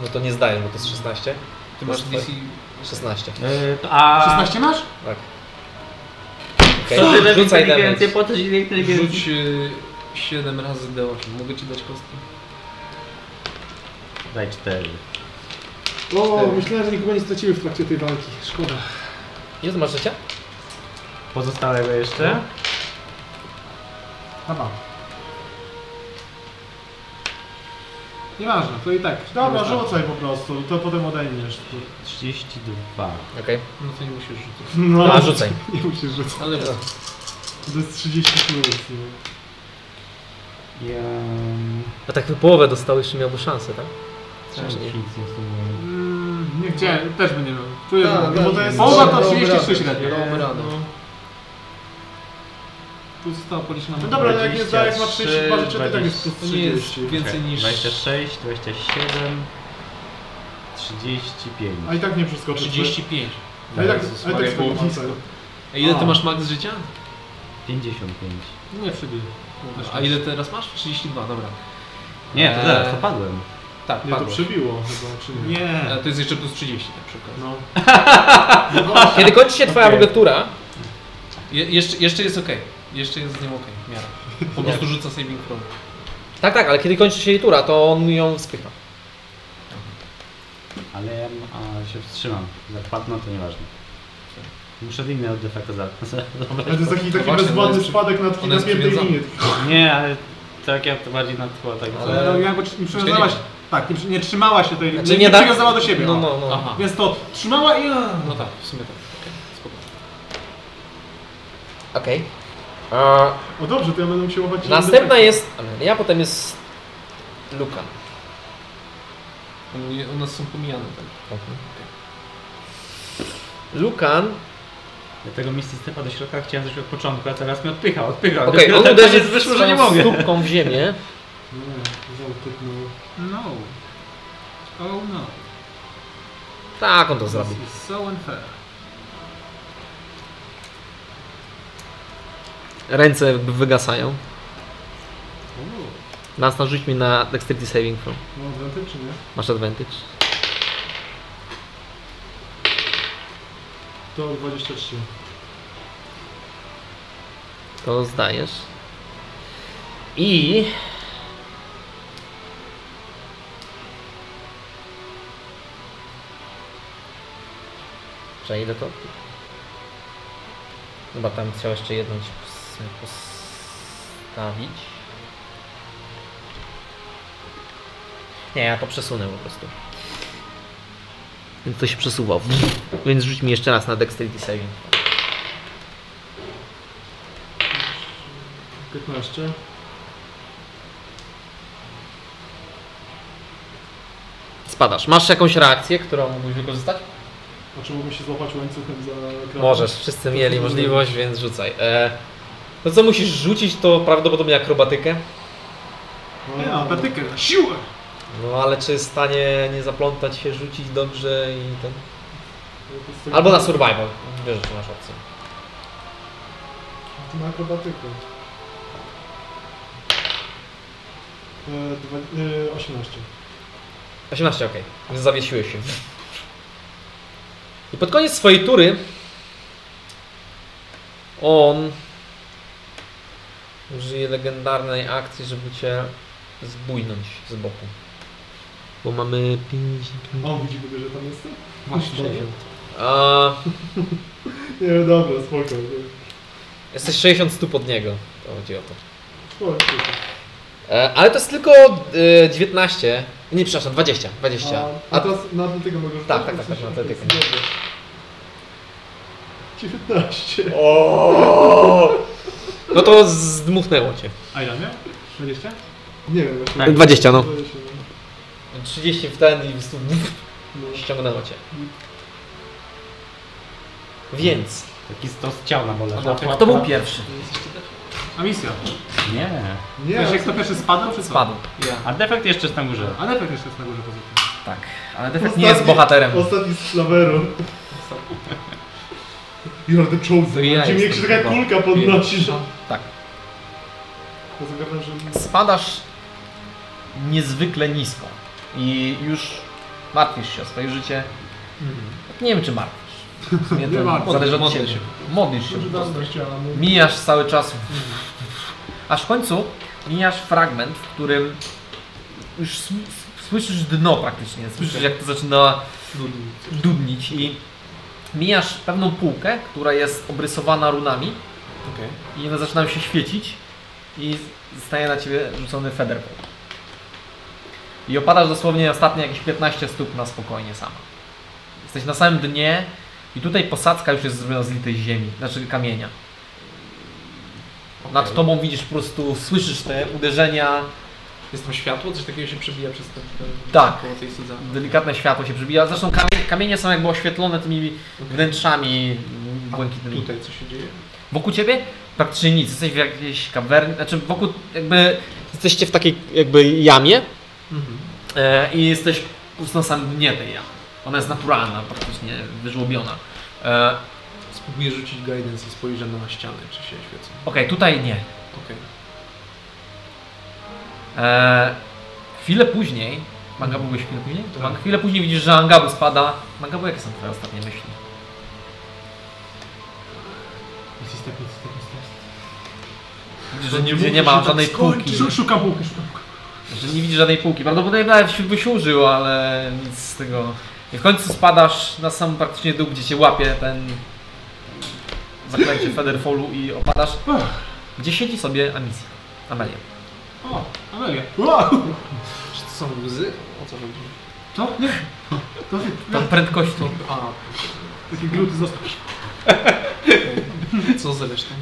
Speaker 1: No to nie zdajesz, bo to jest 16.
Speaker 7: Ty masz DC...
Speaker 1: 16.
Speaker 8: E, to- a
Speaker 2: 16 masz?
Speaker 1: Tak. Okej,
Speaker 8: co tyle
Speaker 1: rzucaj damage.
Speaker 8: inteligencję, po co ci tyle inteligencji?
Speaker 7: Rzuć y, 7 razy D8. Mogę ci dać kostkę?
Speaker 8: Daj 4.
Speaker 11: O, myślałem, że nikogo nie straciły w trakcie tej walki. Szkoda.
Speaker 1: Ile ty masz życia?
Speaker 8: Pozostałego jeszcze.
Speaker 11: Dobra.
Speaker 2: Nieważne, to i tak.
Speaker 11: Dobra, rzucaj po prostu, to potem odejmiesz.
Speaker 8: 32.
Speaker 1: Okej.
Speaker 7: No to nie musisz rzucić.
Speaker 11: No,
Speaker 1: A, rzucaj.
Speaker 11: Nie musisz rzucać.
Speaker 7: Ale
Speaker 11: To jest 30 minut. no.
Speaker 8: Ja...
Speaker 1: A tak połowę dostał, jeszcze miałby szansę, tak?
Speaker 8: Nic nie zdobywam.
Speaker 2: Mm, nie chciałem, też by nie miał. Czuję,
Speaker 7: Tak,
Speaker 2: że
Speaker 7: tak.
Speaker 11: Bo to jest...
Speaker 2: Połowa to
Speaker 7: Dobra,
Speaker 2: 33
Speaker 7: dobra.
Speaker 2: średnio.
Speaker 7: Dobra, dobra.
Speaker 2: No. Tu została policzona.
Speaker 11: No dobra, no jak nie zdajesz, masz 32 życia, to i tak jest plus
Speaker 7: to nie jest
Speaker 11: 30.
Speaker 7: więcej niż...
Speaker 8: 26, 27, 35.
Speaker 11: A i tak nie przeskoczysz.
Speaker 7: 35.
Speaker 11: A i tak,
Speaker 7: Jezus
Speaker 11: a i tak
Speaker 7: Maria,
Speaker 11: spoko,
Speaker 7: było
Speaker 11: cel.
Speaker 7: A ile ty
Speaker 11: A.
Speaker 7: masz max życia?
Speaker 8: 55.
Speaker 2: Nie przybije.
Speaker 7: A ile teraz masz? 32, dobra.
Speaker 8: Nie, to zaraz,
Speaker 7: Eee.
Speaker 8: to padłem.
Speaker 7: Tak,
Speaker 11: Nie, to
Speaker 7: padłeś.
Speaker 11: przebiło chyba, czy nie?
Speaker 2: Nie.
Speaker 7: A E, to jest jeszcze plus 30 tak przy okazji.
Speaker 11: No.
Speaker 1: Kiedy kończy się twoja w ogóle tura,
Speaker 7: Je, jeszcze, jeszcze jest okej. Jeszcze jest z nim okej, w miarę. Po prostu rzuca saving throw.
Speaker 1: tak, tak, ale kiedy kończy się jej tura, to on ją spycha.
Speaker 8: Ale ja a, się wstrzymam. Jak padnę, to nieważne. Muszę inny od defekta za. za-
Speaker 11: Ale to jest taki, taki
Speaker 7: właśnie, ona
Speaker 11: bezwładny
Speaker 7: jest-
Speaker 11: spadek na takiej
Speaker 7: ona jest
Speaker 11: napiętej
Speaker 7: przywiązana.
Speaker 11: linie.
Speaker 8: Nie, ale tak ja to bardziej na tło tak.
Speaker 2: Ale no, jakby tr- nie przywiązałaś. Tak, nie, przy- nie trzymała się tej
Speaker 1: Znaczy,
Speaker 2: nie,
Speaker 1: nie
Speaker 2: nie
Speaker 1: da-
Speaker 2: przywiązała do siebie.
Speaker 1: No,
Speaker 2: o.
Speaker 1: no, no.
Speaker 7: Aha.
Speaker 2: Więc to trzymała i.
Speaker 7: No tak, w sumie tak. Okej, spoko.
Speaker 1: Okej. A
Speaker 11: O dobrze, to ja będę musiał chować...
Speaker 1: Następna jest Amelia, potem jest Luka.
Speaker 7: Oni, u nas są pomijane tak.
Speaker 1: Lukan.
Speaker 8: Dlatego mistystypa do środka chciałem coś od początku, a teraz mnie odpycha, odpycha.
Speaker 1: Okej,
Speaker 8: Dopiero
Speaker 1: on
Speaker 8: tak
Speaker 1: uderzy
Speaker 8: koniec wyszło, że nie
Speaker 1: swoją
Speaker 8: mogę.
Speaker 1: stópką w ziemię.
Speaker 11: Nie, żołtypnął.
Speaker 2: No. Oh no.
Speaker 1: Tak, on to
Speaker 2: This
Speaker 1: zrobi.
Speaker 2: is so unfair.
Speaker 19: Ręce jakby wygasają. Nas narzuć mi na Dexterity Saving Throw.
Speaker 2: No, advantage czy nie?
Speaker 19: Masz advantage.
Speaker 2: To 23.
Speaker 19: To zdajesz. I... Że ile to? Chyba tam trzeba jeszcze jedną ci pos- postawić. Nie, ja to przesunę po prostu. Więc to się przesuwał. Więc rzuć mi jeszcze raz na Dexterity Saving.
Speaker 2: 15.
Speaker 19: Spadasz. Masz jakąś reakcję, którą mógłbyś wykorzystać?
Speaker 2: A czy mógłbym się złapać łańcuchem za kratę?
Speaker 19: Możesz, wszyscy mieli możliwość, więc rzucaj. E, to co musisz rzucić, to prawdopodobnie akrobatykę.
Speaker 20: Nie, apetykę, na siłę!
Speaker 19: No ale czy jest w stanie nie zaplątać się, rzucić dobrze i ten.
Speaker 2: prostu-
Speaker 19: Albo na survival. Wiesz, że masz opcję.
Speaker 2: To na akrobatykę. E, dwa, e, 18.
Speaker 19: 18, ok. Więc zawiesiłeś się. I pod koniec swojej tury on użyje legendarnej akcji, żeby cię zbójnąć z boku. Bo mamy 50.
Speaker 20: Hmm.
Speaker 2: A on widzi w ogóle, że tam jestem?
Speaker 19: Właśnie.
Speaker 2: Dobra.
Speaker 19: A,
Speaker 2: Nie, no dobra, spoko.
Speaker 19: jesteś 60 stóp od niego. To chodzi o to.
Speaker 2: Spoko.
Speaker 19: E, ale to jest tylko e, 19. Nie, przepraszam, 20. 20.
Speaker 2: A, a teraz na atletykę mogę rzucać?
Speaker 19: Tak, tak, tak, tak, na atletykę.
Speaker 2: Dobrze. 19.
Speaker 19: O! No to zdmuchnęło cię.
Speaker 2: A ile miał? 20? Nie wiem właśnie.
Speaker 19: Tak. 20, no.
Speaker 2: 20,
Speaker 19: 30 w ten i po prostu
Speaker 14: No.
Speaker 19: ściągnęło cię.
Speaker 14: Mhm.
Speaker 19: Więc.
Speaker 8: Taki stos ciał na bole.
Speaker 1: Kto był pierwszy?
Speaker 20: A misja.
Speaker 8: Nie.
Speaker 20: Nie, Wiesz, jak to pierwszy spadł, czy co?
Speaker 1: Spadł.
Speaker 20: Ja.
Speaker 8: A defekt jeszcze jest na górze.
Speaker 20: A lepiej jeszcze jest na górze pozycja.
Speaker 1: Tak. Ale defekt nie jest bohaterem.
Speaker 14: Ostatni z Slaveru. You are the
Speaker 1: To
Speaker 14: chosen.
Speaker 1: ja
Speaker 14: Gdzie mnie
Speaker 1: jestem
Speaker 14: krzyka
Speaker 1: chyba.
Speaker 14: kulka podnosi, że...
Speaker 1: Tak.
Speaker 2: To zagadam, że...
Speaker 1: Spadasz niezwykle nisko. I już martwisz się o swoje życie. Nie wiem, czy martwisz. W sumie
Speaker 20: Mhm. Nie
Speaker 1: to
Speaker 20: martwię.
Speaker 1: Zależy od
Speaker 20: Modlę
Speaker 1: ciebie.
Speaker 20: się.
Speaker 1: Modlisz się.
Speaker 2: Może
Speaker 1: po prostu.
Speaker 2: dawno chciałam.
Speaker 1: Mijasz cały czas. Aż w końcu mijasz fragment, w którym już s- s- słyszysz dno praktycznie. Słyszysz jak to zaczyna dudnić i mijasz pewną półkę, która jest obrysowana runami i one zaczynają się świecić i zostaje na ciebie rzucony federball. I opadasz dosłownie ostatnie jakieś 15 stóp na spokojnie sama. Jesteś na samym dnie i tutaj posadzka już jest zrobiona z litej ziemi, znaczy kamienia. Nad tobą widzisz po prostu, słyszysz te uderzenia,
Speaker 7: Jest tam światło? Coś takiego się przebija przez te... te-
Speaker 1: Tak.
Speaker 7: Koło tej sudza.
Speaker 1: delikatne światło się przybija. Zresztą kamie, kamienie są jakby oświetlone tymi wnętrzami błękitnymi.
Speaker 7: Tutaj co się dzieje?
Speaker 1: Wokół ciebie praktycznie nic, jesteś w jakiejś kawernie, znaczy wokół jakby
Speaker 19: Jesteście w takiej jakby jamie.
Speaker 1: e, i jesteś po prostu na samym dnie tej jamy. Ona jest naturalna, praktycznie wyżłobiona. E,
Speaker 7: Spróbuję rzucić guidance i spojrzę na ścianę, czy się świecą.
Speaker 1: Okej, tutaj nie.
Speaker 7: Okej.
Speaker 1: E, chwilę później, Mangabu byłeś chwilę później? To man, chwilę później widzisz, że Mangabu spada. Mangabu, jakie są twoje ostatnie myśli?
Speaker 2: Jesteś taki, jesteś taki, jesteś taki.
Speaker 1: Widzisz, że nie, nie
Speaker 7: tak
Speaker 1: ma żadnej półki.
Speaker 20: Szu- Szukam półki, szukam.
Speaker 1: Że nie widzisz żadnej półki. Prawdopodobnie nawet się byś użył, ale nic z tego. I w końcu spadasz na sam praktycznie dół, gdzie cię łapie ten zaklęcie Federfolu i opadasz. Gdzie siedzi sobie Amicia? Amelia.
Speaker 20: O, Amelia.
Speaker 2: Wow!
Speaker 7: Czy to są łzy? O co chodzi?
Speaker 20: To? Nie. To
Speaker 1: Tam prędkość to.
Speaker 7: A,
Speaker 20: taki glut został.
Speaker 7: co zresztą?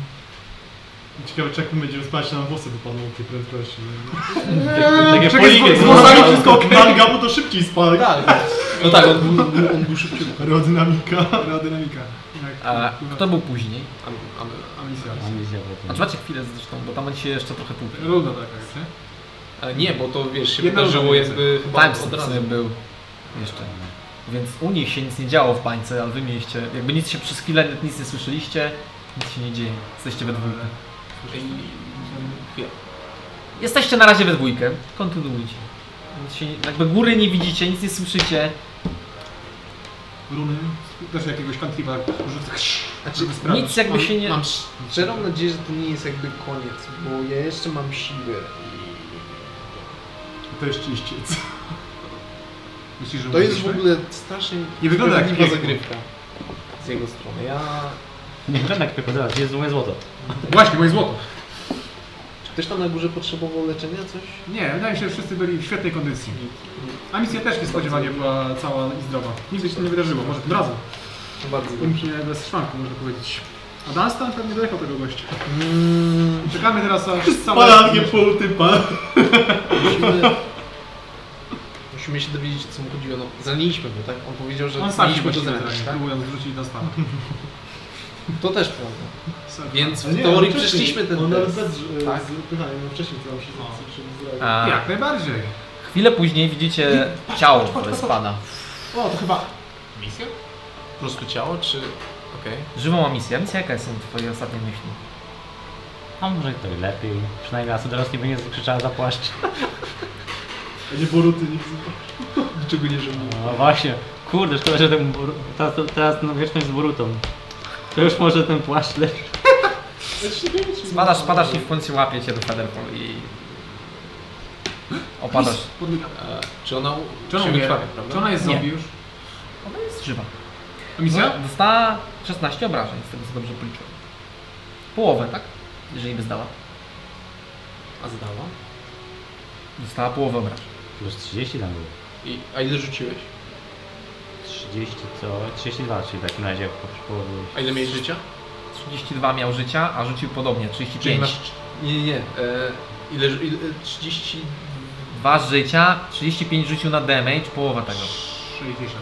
Speaker 2: Ciekawe, czy jak my będziemy spać, nam włosy wypadną od tej prędkości.
Speaker 20: Takie
Speaker 2: Z włosami wszystko ok. Manga, bo to szybciej spadł.
Speaker 7: Tak. No tak, on był, on był szybciutko.
Speaker 2: Aerodynamika.
Speaker 20: Aerodynamika.
Speaker 1: A kto był później?
Speaker 7: Am- am-
Speaker 20: Amicia.
Speaker 8: Tam jest jabłko.
Speaker 1: A czy macie chwilę zresztą, bo tam macie jeszcze trochę półki.
Speaker 20: Runda taka jest, nie?
Speaker 7: Ale nie, bo to wiesz, się
Speaker 20: Jedna
Speaker 7: wydarzyło
Speaker 20: różnica.
Speaker 7: jakby chyba od
Speaker 1: Timestamp
Speaker 7: razu.
Speaker 1: sobie był jeszcze. Więc u nich się nic nie działo w bańce, ale wy mieliście, jakby nic się przez chwilę, nic nie słyszeliście, nic się nie dzieje. Jesteście we dwójkę.
Speaker 20: Ale
Speaker 1: Jesteście na razie we dwójkę. Kontynuujcie. Więc się, jakby góry nie widzicie, nic nie słyszycie.
Speaker 2: Runy, też jakiegoś kantriba rzucę.
Speaker 21: Znaczy,
Speaker 1: Nic jakby się nie...
Speaker 21: Mam sz- szczerą nadzieję, że to nie jest jakby koniec, bo ja jeszcze mam siłę.
Speaker 2: To jest czyściec. Myślisz, że
Speaker 21: To jest w
Speaker 2: mogliśmy?
Speaker 21: ogóle strasznie
Speaker 2: Nie wygląda jak
Speaker 21: sprawiedliwa
Speaker 2: piekło.
Speaker 21: zagrywka z jego strony. Ja...
Speaker 8: Nie wygląda jak piekło, jest moje złoto.
Speaker 2: Właśnie, moje złoto.
Speaker 21: Ktoś tam na górze potrzebował leczenia, coś?
Speaker 2: Nie, wydaje mi się, że wszyscy byli w świetnej kondycji. A misja też niespodziewanie była cała i zdrowa. Nigdy się to nie wydarzyło, może tym razem.
Speaker 21: Bardzo
Speaker 2: Umknie bez szwanku, można powiedzieć. A Dunstan pewnie dojechał tego gościa.
Speaker 7: Mm.
Speaker 2: Czekamy teraz aż cała...
Speaker 14: Palarnie pół typa.
Speaker 21: Musimy... Musimy się dowiedzieć, co mu chodziło. No, zraniliśmy go, tak? On powiedział, że
Speaker 2: On sam się
Speaker 21: mieliśmy go
Speaker 2: właściwie
Speaker 21: zranić,
Speaker 2: zranił,
Speaker 21: tak?
Speaker 2: próbując wrzucić Dunstana.
Speaker 7: tak?
Speaker 21: To też prawda.
Speaker 2: Serio.
Speaker 21: Więc w
Speaker 14: No Nie,
Speaker 21: teorii
Speaker 14: wcześniej.
Speaker 21: przeszliśmy ten
Speaker 14: No nawet
Speaker 21: test.
Speaker 14: bez z-
Speaker 21: Tak.
Speaker 14: z pytaniem, no wcześniej chciałem się zacząć zrobić.
Speaker 1: A
Speaker 2: Jak najbardziej.
Speaker 1: chwilę później widzicie ciało Wespana.
Speaker 2: O, to chyba...
Speaker 7: Misja? Po prostu ciało, czy... Okej.
Speaker 1: Żywą misję. Misja, jaka są twoje ostatnie myśli?
Speaker 8: A może to i lepiej. Przynajmniej nas dorosli by nie zakrzyczała za płaszcz.
Speaker 14: A nie Boruty, nikt
Speaker 21: Niczego nie żegnamy.
Speaker 8: No właśnie. Kurde, szkoda, że ten bur... teraz, teraz no, wieczność z Burutą. To już może ten płaszcz lepiej.
Speaker 1: Spadasz, spadasz i w końcu łapie cię do Federpol i... Opadasz.
Speaker 2: Podbiegam.
Speaker 7: E, Czy ona...
Speaker 2: Czy ona
Speaker 7: się
Speaker 2: umie?
Speaker 7: wykrwawia, prawda?
Speaker 2: Czy ona jest
Speaker 1: Nie.
Speaker 2: zombie już?
Speaker 1: Ona jest żywa.
Speaker 2: A misja?
Speaker 1: Dostała 16 obrażeń, z tego co dobrze policzyłem. Połowę, tak? Jeżeli by zdała.
Speaker 7: A zdała?
Speaker 1: Dostała połowę obrażeń.
Speaker 8: Plus 30 tam było.
Speaker 7: I, a ile rzuciłeś?
Speaker 8: 30 co? 32, czyli w takim razie po- połowiłeś.
Speaker 7: A ile miałeś życia?
Speaker 1: 32 miał życia, a rzucił podobnie,
Speaker 7: Czyli
Speaker 1: 35.
Speaker 7: masz... Nie, nie, nie. E, ile... ile e, 30...
Speaker 1: Dwa życia, 35 rzucił na damage, połowa tego.
Speaker 2: 60.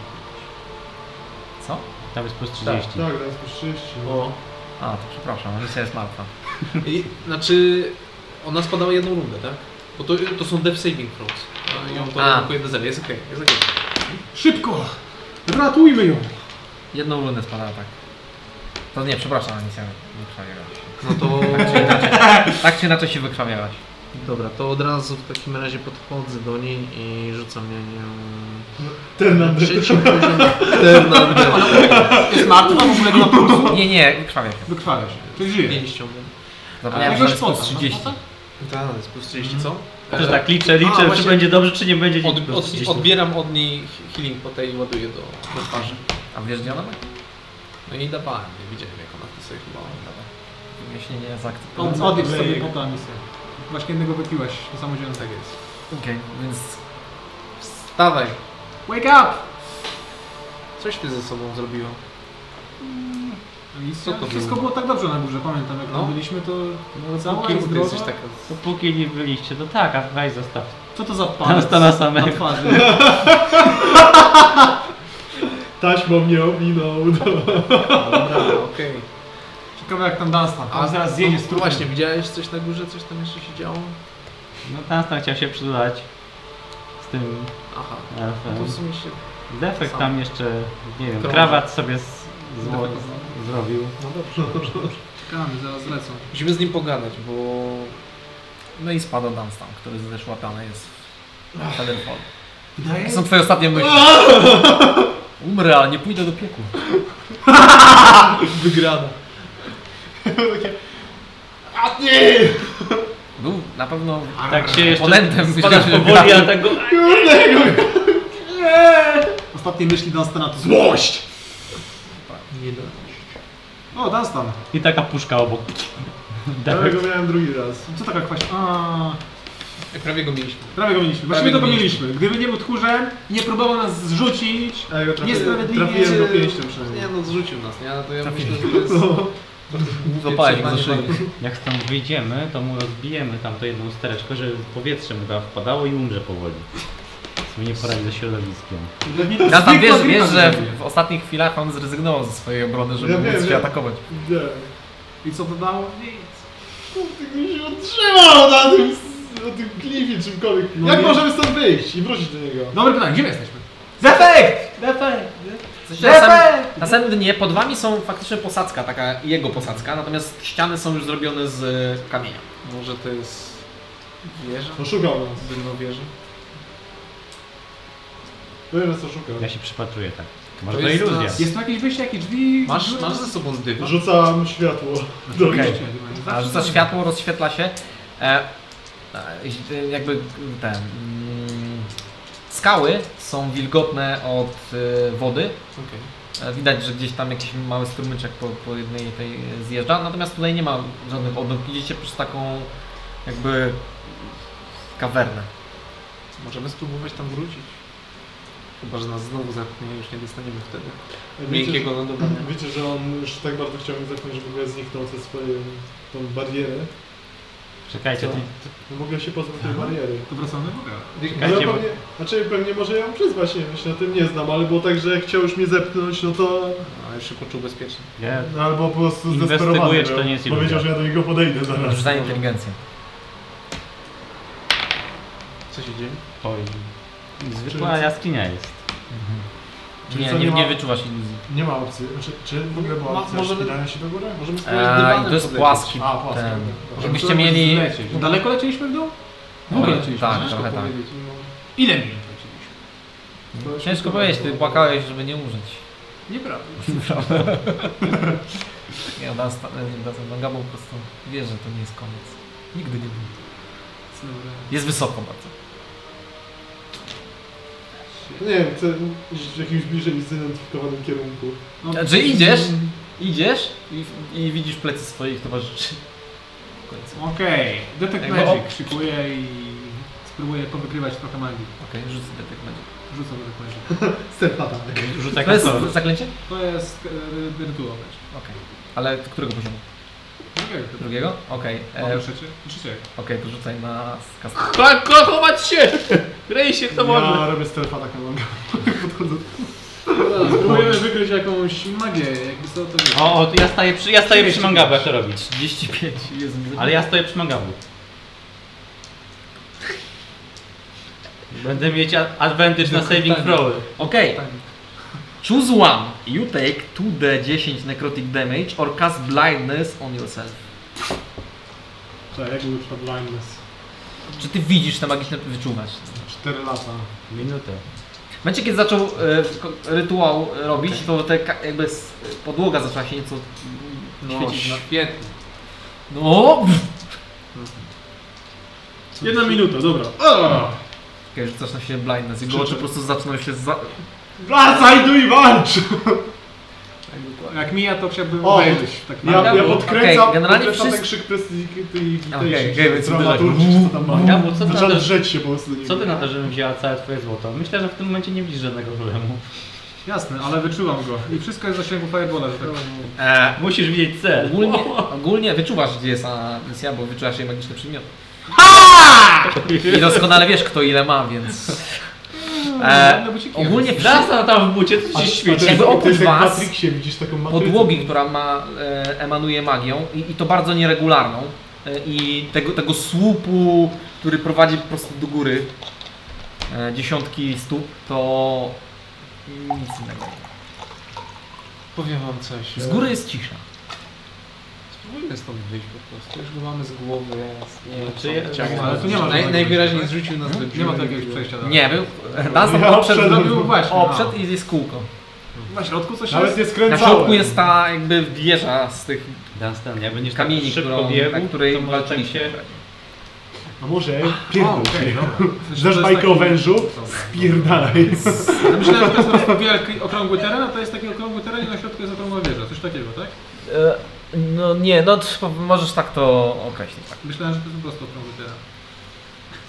Speaker 1: Co?
Speaker 8: Tam jest plus 30.
Speaker 14: Tak, teraz już 30.
Speaker 7: O.
Speaker 1: A, to przepraszam, misja jest martwa.
Speaker 7: I, znaczy... Ona spadała jedną rundę, tak? Bo to, to są death saving throws. A Ja mam
Speaker 1: A.
Speaker 7: to tylko jedno zero. Jest okej, jest okej.
Speaker 2: Szybko! Ratujmy ją!
Speaker 1: Jedną rundę spadała, tak. To nie, przepraszam, misja wykrwawiała się.
Speaker 7: No to...
Speaker 1: Tak czy inaczej się wykrwawiałaś.
Speaker 7: Dobra, to od razu w takim razie podchodzę do niej i rzucam na nią...
Speaker 14: Ten na
Speaker 7: Trzeci poziom Ternandez.
Speaker 2: Jest martwa, w ogóle go na pulsu?
Speaker 1: Nie, nie, wykrwawia się.
Speaker 2: Wykrwawia się. Czyli żyje.
Speaker 7: Pięścią.
Speaker 1: Zapomniałem,
Speaker 2: A,
Speaker 1: że jest
Speaker 2: no,
Speaker 1: plus
Speaker 2: no,
Speaker 1: 30.
Speaker 7: Tak, jest plus 30, co?
Speaker 8: Też tak liczę,
Speaker 7: A,
Speaker 8: liczę, czy
Speaker 7: właśnie-
Speaker 8: będzie dobrze, czy nie będzie.
Speaker 7: Od,
Speaker 8: Plus
Speaker 7: od,
Speaker 8: 30.
Speaker 7: odbieram od niej healing po tej i ładuję do, do twarzy.
Speaker 1: A wiesz gdzie ona ma?
Speaker 7: No i dawałem, nie widziałem jak ona to sobie chyba dawała.
Speaker 1: Jeśli nie zaakceptowała.
Speaker 2: Od- Odjedź sobie po ta misja. Właśnie jednego wypiłeś, to samodzielnie tak jest.
Speaker 1: Okej, więc
Speaker 7: Wstawaj!
Speaker 2: Wake up!
Speaker 7: Coś ty ze sobą zrobiła.
Speaker 2: I
Speaker 7: Co to
Speaker 2: wszystko
Speaker 7: było?
Speaker 2: było tak dobrze na górze, pamiętam jak
Speaker 7: No.
Speaker 2: tam byliśmy, to no, cała
Speaker 7: Kim
Speaker 2: jest
Speaker 7: ty jesteś
Speaker 2: zdrowa.
Speaker 7: taka?
Speaker 8: Dopóki nie byliście, to tak, a weź zostaw.
Speaker 2: Co to za palec
Speaker 8: Zostaw na samego.
Speaker 2: na twarzy?
Speaker 14: Taśmą mnie owinął. No.
Speaker 7: Dobra, okej.
Speaker 2: Ciekawe jak tam Dunstan, on zaraz zjedzie z
Speaker 7: no,
Speaker 2: trupem.
Speaker 7: właśnie, widziałeś coś na górze, coś tam jeszcze się działo?
Speaker 8: No tam tam chciał się przydać z tym
Speaker 7: Aha. No to
Speaker 8: elfem.
Speaker 7: w sumie się...
Speaker 8: Defekt
Speaker 7: sam.
Speaker 8: tam jeszcze, nie wiem,
Speaker 7: Krąży.
Speaker 8: krawat sobie z, zło, zrobił.
Speaker 7: No dobrze, dobrze, dobrze.
Speaker 2: Czekamy, zaraz lecą.
Speaker 7: Musimy z nim pogadać, bo...
Speaker 1: No i spada Dunstan, który zeszłapany jest w Federfall.
Speaker 2: Wydaje
Speaker 1: To są twoje ostatnie myśli. Umrę, ale nie pójdę do piekła.
Speaker 7: Wygrana.
Speaker 1: Był na pewno
Speaker 8: Tak się jeszcze
Speaker 1: oponentem.
Speaker 8: spada
Speaker 1: myślę, że
Speaker 8: powoli,
Speaker 1: gra-
Speaker 8: a tak go...
Speaker 2: Ostatnie myśli Dunstana to złość!
Speaker 7: Nie da.
Speaker 2: O, Dunstan,
Speaker 8: I taka puszka obok.
Speaker 14: Ja
Speaker 8: Defekt.
Speaker 14: go miałem drugi raz.
Speaker 2: co taka kwaśna? A,
Speaker 7: Ej, Prawie go mieliśmy.
Speaker 2: Prawie go mieliśmy, właściwie
Speaker 7: Prawie
Speaker 2: to go
Speaker 7: go
Speaker 2: mieliśmy. Gdyby nie był tchórzem i nie próbował nas zrzucić,
Speaker 14: A ja go trafiłem,
Speaker 2: Niesprawiedliwie.
Speaker 14: trafiłem go pięścią
Speaker 7: Nie
Speaker 14: przynajmniej.
Speaker 7: no, zrzucił nas, nie? Ale to ja myślę, że to jest...
Speaker 1: Złapałem ich za szyję.
Speaker 8: Jak stąd wyjdziemy, to mu rozbijemy tam to jedną stereczkę, żeby powietrze mu tam wpadało i umrze powoli. Sobie nie poradzi ze środowiskiem.
Speaker 1: Ja tam wiesz, wiesz, że w, w ostatnich chwilach on zrezygnował ze swojej obrony, żeby
Speaker 14: Ja
Speaker 1: móc
Speaker 14: wiem,
Speaker 1: się
Speaker 14: wiem.
Speaker 1: atakować.
Speaker 14: Nie.
Speaker 2: I co to dało?
Speaker 14: Tylko się otrzymał na tym, na tym klifie czymkolwiek.
Speaker 2: No
Speaker 14: Jak
Speaker 2: nie.
Speaker 14: możemy stąd wyjść i wrócić do niego?
Speaker 2: Dobre pytanie, gdzie my jesteśmy?
Speaker 1: Defekt! Defekt! Znaczy, na, samym, na samym dnie pod wami są faktycznie posadzka, taka jego posadzka, natomiast ściany są już zrobione z e, kamienia.
Speaker 7: Może to jest wieża?
Speaker 14: Oszukał nas.
Speaker 7: Dymną wieżę?
Speaker 14: Tyle nas oszukał.
Speaker 8: Ja się przypatruję tak. Może
Speaker 7: To
Speaker 8: to,
Speaker 7: jest
Speaker 8: iluzja.
Speaker 7: nas.
Speaker 2: Jest tu jakieś wyjście, jakieś drzwi?
Speaker 7: Masz, masz ze sobą dywan?
Speaker 14: Rzucam światło. Do
Speaker 1: Okej.
Speaker 14: wyjścia.
Speaker 1: A rzuca światło, rozświetla się. E, e, e, jakby te mm, skały są wilgotne od e, wody.
Speaker 7: Okej.
Speaker 1: E, Widać, że gdzieś tam jakiś mały strumyczek po, po jednej tej zjeżdża, natomiast tutaj nie ma żadnych odnóg. Idziecie przez taką jakby kawernę.
Speaker 7: Możemy spróbować tam wrócić. Chyba, że nas znowu zamknie i już nie dostaniemy wtedy.
Speaker 14: Wiecie,
Speaker 7: Miękkiego lądowania.
Speaker 14: że- Wiecie, że on już tak bardzo chciał mnie zepchnąć, że w ogóle zniknął ze swoją tą barierę.
Speaker 8: Czekajcie,
Speaker 14: Co?
Speaker 8: ty,
Speaker 14: No mogę się pozbyć tej bariery.
Speaker 2: To wracamy w ogóle.
Speaker 14: No
Speaker 8: czekajcie, bo...
Speaker 14: pewnie, znaczy pewnie może ją przyzwać, nie wiem, się na tym nie znam, ale było tak, że jak chciał już mnie zepchnąć, no to...
Speaker 7: Ale już się poczuł bezpiecznie.
Speaker 8: Ja,
Speaker 14: no Albo po prostu
Speaker 8: Inwestyguje,
Speaker 14: zdesperowany
Speaker 8: czy to
Speaker 14: był.
Speaker 8: nie jest iluzja.
Speaker 14: Powiedział, że ja do niego podejdę zaraz.
Speaker 1: Rzucaj inteligencję.
Speaker 7: Co się dzieje?
Speaker 8: oj, zwykła jaskinia jest.
Speaker 14: Czyli
Speaker 1: Nie,
Speaker 14: co,
Speaker 1: nie,
Speaker 14: nie ma-
Speaker 1: nie wyczuwasz iluzji.
Speaker 14: Nie ma opcji. Znaczy, czy w ogóle była
Speaker 7: Ma-
Speaker 14: opcja
Speaker 7: możemy-
Speaker 14: wspinania się do góry?
Speaker 7: Możemy spróbować
Speaker 1: E,
Speaker 7: dywanem
Speaker 1: I to jest
Speaker 7: podlecieć.
Speaker 1: płaski.
Speaker 14: A, płaski,
Speaker 1: ten.
Speaker 14: dobra.
Speaker 1: Żebyście mieli...
Speaker 7: Lecieć.
Speaker 2: Daleko lecieliśmy w dół? Długo
Speaker 1: Oj,
Speaker 2: lecieliśmy.
Speaker 1: tak,
Speaker 2: ciężko
Speaker 1: trochę tak.
Speaker 2: powiedzieć. Ile minut lecieliśmy?
Speaker 1: Ciężko powiedzieć, ty płakałeś, żeby nie umrzeć.
Speaker 2: Nieprawda.
Speaker 1: Ja dam sta- nie dam na gabą po prostu wie, że to nie jest koniec. Nigdy nie był. Jest wysoko bardzo.
Speaker 14: Nie wiem, chcę iść w jakimś bliżej zidentyfikowanym kierunku.
Speaker 2: No,
Speaker 1: Znaczy idziesz, idziesz i, i widzisz plecy swoich towarzyszy. W końcu.
Speaker 2: Okej, Detect
Speaker 1: Jakby
Speaker 2: Magic
Speaker 1: op-
Speaker 2: szykuję i spróbuję powykrywać trochę magii.
Speaker 1: Okej, rzuć sobie tak będzie.
Speaker 2: Rzucam Detect Magic.
Speaker 14: Serpata.
Speaker 8: Rzucę
Speaker 14: Tak,
Speaker 1: To jest
Speaker 8: kasolę.
Speaker 1: zaklęcie?
Speaker 2: To jest e, rytuał Magic.
Speaker 1: Okej. Ale którego poziomu?
Speaker 2: Okej, to
Speaker 1: Drugiego? Okej. e,
Speaker 2: Mamy
Speaker 1: Okej,
Speaker 2: trzecie? Trzecie.
Speaker 1: to rzucaj na kastę.
Speaker 7: Tak, chować się! Kryj się, kto może!
Speaker 14: Ja robię strefata kalonga. Podchodzę.
Speaker 2: Spróbujemy wykryć jakąś magię, jakby co to jest.
Speaker 8: O, o, ja staję przy, ja staję przy mangabu, jak to robić.
Speaker 1: 35, Jezu. nie
Speaker 8: Ale ja stoję przy mangabu. Będę mieć a- advantage na saving throwy.
Speaker 1: Okej. Choose one. You take 2d10 necrotic damage or cast blindness on yourself.
Speaker 14: Tak, jak był przed blindness.
Speaker 1: Czy ty widzisz te magiczne wyczuwasz?
Speaker 14: 4 lata.
Speaker 8: Minutę.
Speaker 1: W momencie, kiedy zaczął e, ko- rytuał e, robić, to te ka- jakby s- podłoga zaczęła się nieco no,
Speaker 7: No,
Speaker 1: świecić. Na...
Speaker 7: świetnie.
Speaker 1: No!
Speaker 14: Jedna minuta, dobra.
Speaker 1: Okay, rzucasz na siebie blindness. Jego
Speaker 14: Czy-
Speaker 1: oczy po prostu zaczną się za...
Speaker 14: Wracaj tu i walcz!
Speaker 2: Jak mija, to chciałbym
Speaker 14: O,
Speaker 2: obejrzeć. Tak
Speaker 8: No,
Speaker 14: Ja,
Speaker 2: naprawdę.
Speaker 14: ja podkręcam,
Speaker 1: Okej, generalnie
Speaker 14: podkręcam ten
Speaker 1: wszyscy-
Speaker 14: krzyk prestiżiki tej,
Speaker 1: Okej,
Speaker 14: tej
Speaker 1: okej, więc
Speaker 14: dramaturgii, czy co tam ma.
Speaker 8: Mangabu, co ty na
Speaker 14: Zacząłem
Speaker 8: to,
Speaker 14: drzeć się po prostu. do
Speaker 8: co
Speaker 14: niego.
Speaker 8: ty na to, żebym wzięła całe twoje złoto? Myślę, że w tym momencie nie widzisz żadnego problemu.
Speaker 2: Jasne, ale wyczuwam go. I wszystko jest w zasięgu Firebola, że tak
Speaker 1: E,
Speaker 8: Musisz widzieć cel.
Speaker 1: ogólnie, ogólnie wyczuwasz, gdzie jest ta misja, bo wyczuwasz jej magiczne przedmioty. I doskonale wiesz, kto ile ma, więc... E, ogólnie wszyscy...
Speaker 8: Wraca tam w bucie,
Speaker 14: A-
Speaker 8: co
Speaker 14: a
Speaker 8: ci
Speaker 14: to
Speaker 8: świeci.
Speaker 14: jest-
Speaker 1: Jakby
Speaker 14: to
Speaker 1: oprócz
Speaker 14: jest jak
Speaker 1: was,
Speaker 14: w Matrixie, widzisz taką matrycę.
Speaker 1: podłogi, która ma, e, emanuje magią i, i to bardzo nieregularną e, i tego, tego słupu, który prowadzi po prostu do góry e, dziesiątki stóp, to nic innego.
Speaker 7: Powiem wam coś.
Speaker 1: Z góry jest cisza.
Speaker 7: Spróbujmy stąd wyjść po prostu. Już go mamy z głowy. więc Nie wiem,
Speaker 8: Czy
Speaker 7: co
Speaker 8: ja-
Speaker 7: chciałem.
Speaker 2: ale tu nie ma
Speaker 7: Naj,
Speaker 2: żadnego
Speaker 7: najwyraźniej
Speaker 2: wyjścia.
Speaker 7: zrzucił nas do dziury.
Speaker 2: Nie ma tu jakiegoś przejścia. dalej.
Speaker 1: Nie, był, nas tam
Speaker 14: Ja
Speaker 1: Tak. przed,
Speaker 14: obszedłem.
Speaker 2: Zrobił właśnie.
Speaker 1: oprzed i jest kółko.
Speaker 2: a. Na środku coś jest?
Speaker 14: Nawet nie
Speaker 1: Na
Speaker 14: skręcałem.
Speaker 1: środku jest ta jakby wieża z tych
Speaker 8: Dunstan, jak będziesz tak
Speaker 1: kamieni,
Speaker 8: szybko
Speaker 1: którą,
Speaker 8: biegł,
Speaker 1: na której
Speaker 8: to może tak
Speaker 1: walczyliście.
Speaker 8: się...
Speaker 14: A może
Speaker 2: O,
Speaker 14: pierdol
Speaker 2: okej, no.
Speaker 14: się. no.
Speaker 2: dobra.
Speaker 14: Znasz bajkę o wężu? Spierdalaj.
Speaker 2: Ja Myślałem, że to jest po prostu wielki, okrągły teren, a to jest taki okrągły teren i na środku jest okrągła wieża. Coś takiego, tak?
Speaker 1: E, No nie, no t- możesz tak to określić. Tak.
Speaker 2: Myślałem, że to jest po prostu okrągły teren.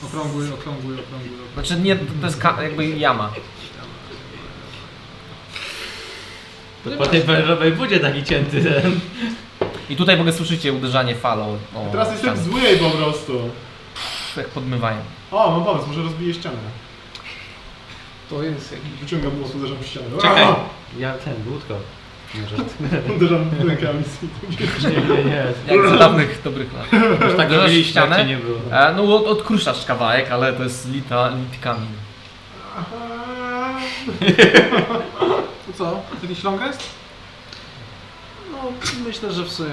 Speaker 2: Okrągły, okrągły, okrągły, okrągły.
Speaker 1: Znaczy nie, to to jest ka- jakby jama.
Speaker 8: To po tej wężowej budzie taki cięty ten.
Speaker 1: I tutaj w ogóle słyszycie uderzanie falą. O,
Speaker 14: Teraz jestem
Speaker 1: ścianę.
Speaker 14: zły jej po prostu.
Speaker 1: Jak podmywają.
Speaker 14: O, mam pomysł, może rozbiję ścianę.
Speaker 7: To jest jakiś...
Speaker 14: Wyciągam głos, uderzam w ścianę.
Speaker 8: Czekaj.
Speaker 14: A!
Speaker 8: Ja ten, łódko.
Speaker 14: Uderzam rękami.
Speaker 8: Nie, nie, nie.
Speaker 1: Jak za dawnych dobrych lat.
Speaker 8: Już tak
Speaker 1: Uderzasz w
Speaker 8: robiliście, jak
Speaker 1: ścianę?
Speaker 8: cię nie było.
Speaker 1: E, no od, odkruszasz kawałek, ale to jest lita, lit kamień.
Speaker 7: To co? To jakiś long rest? No, myślę, że w sumie...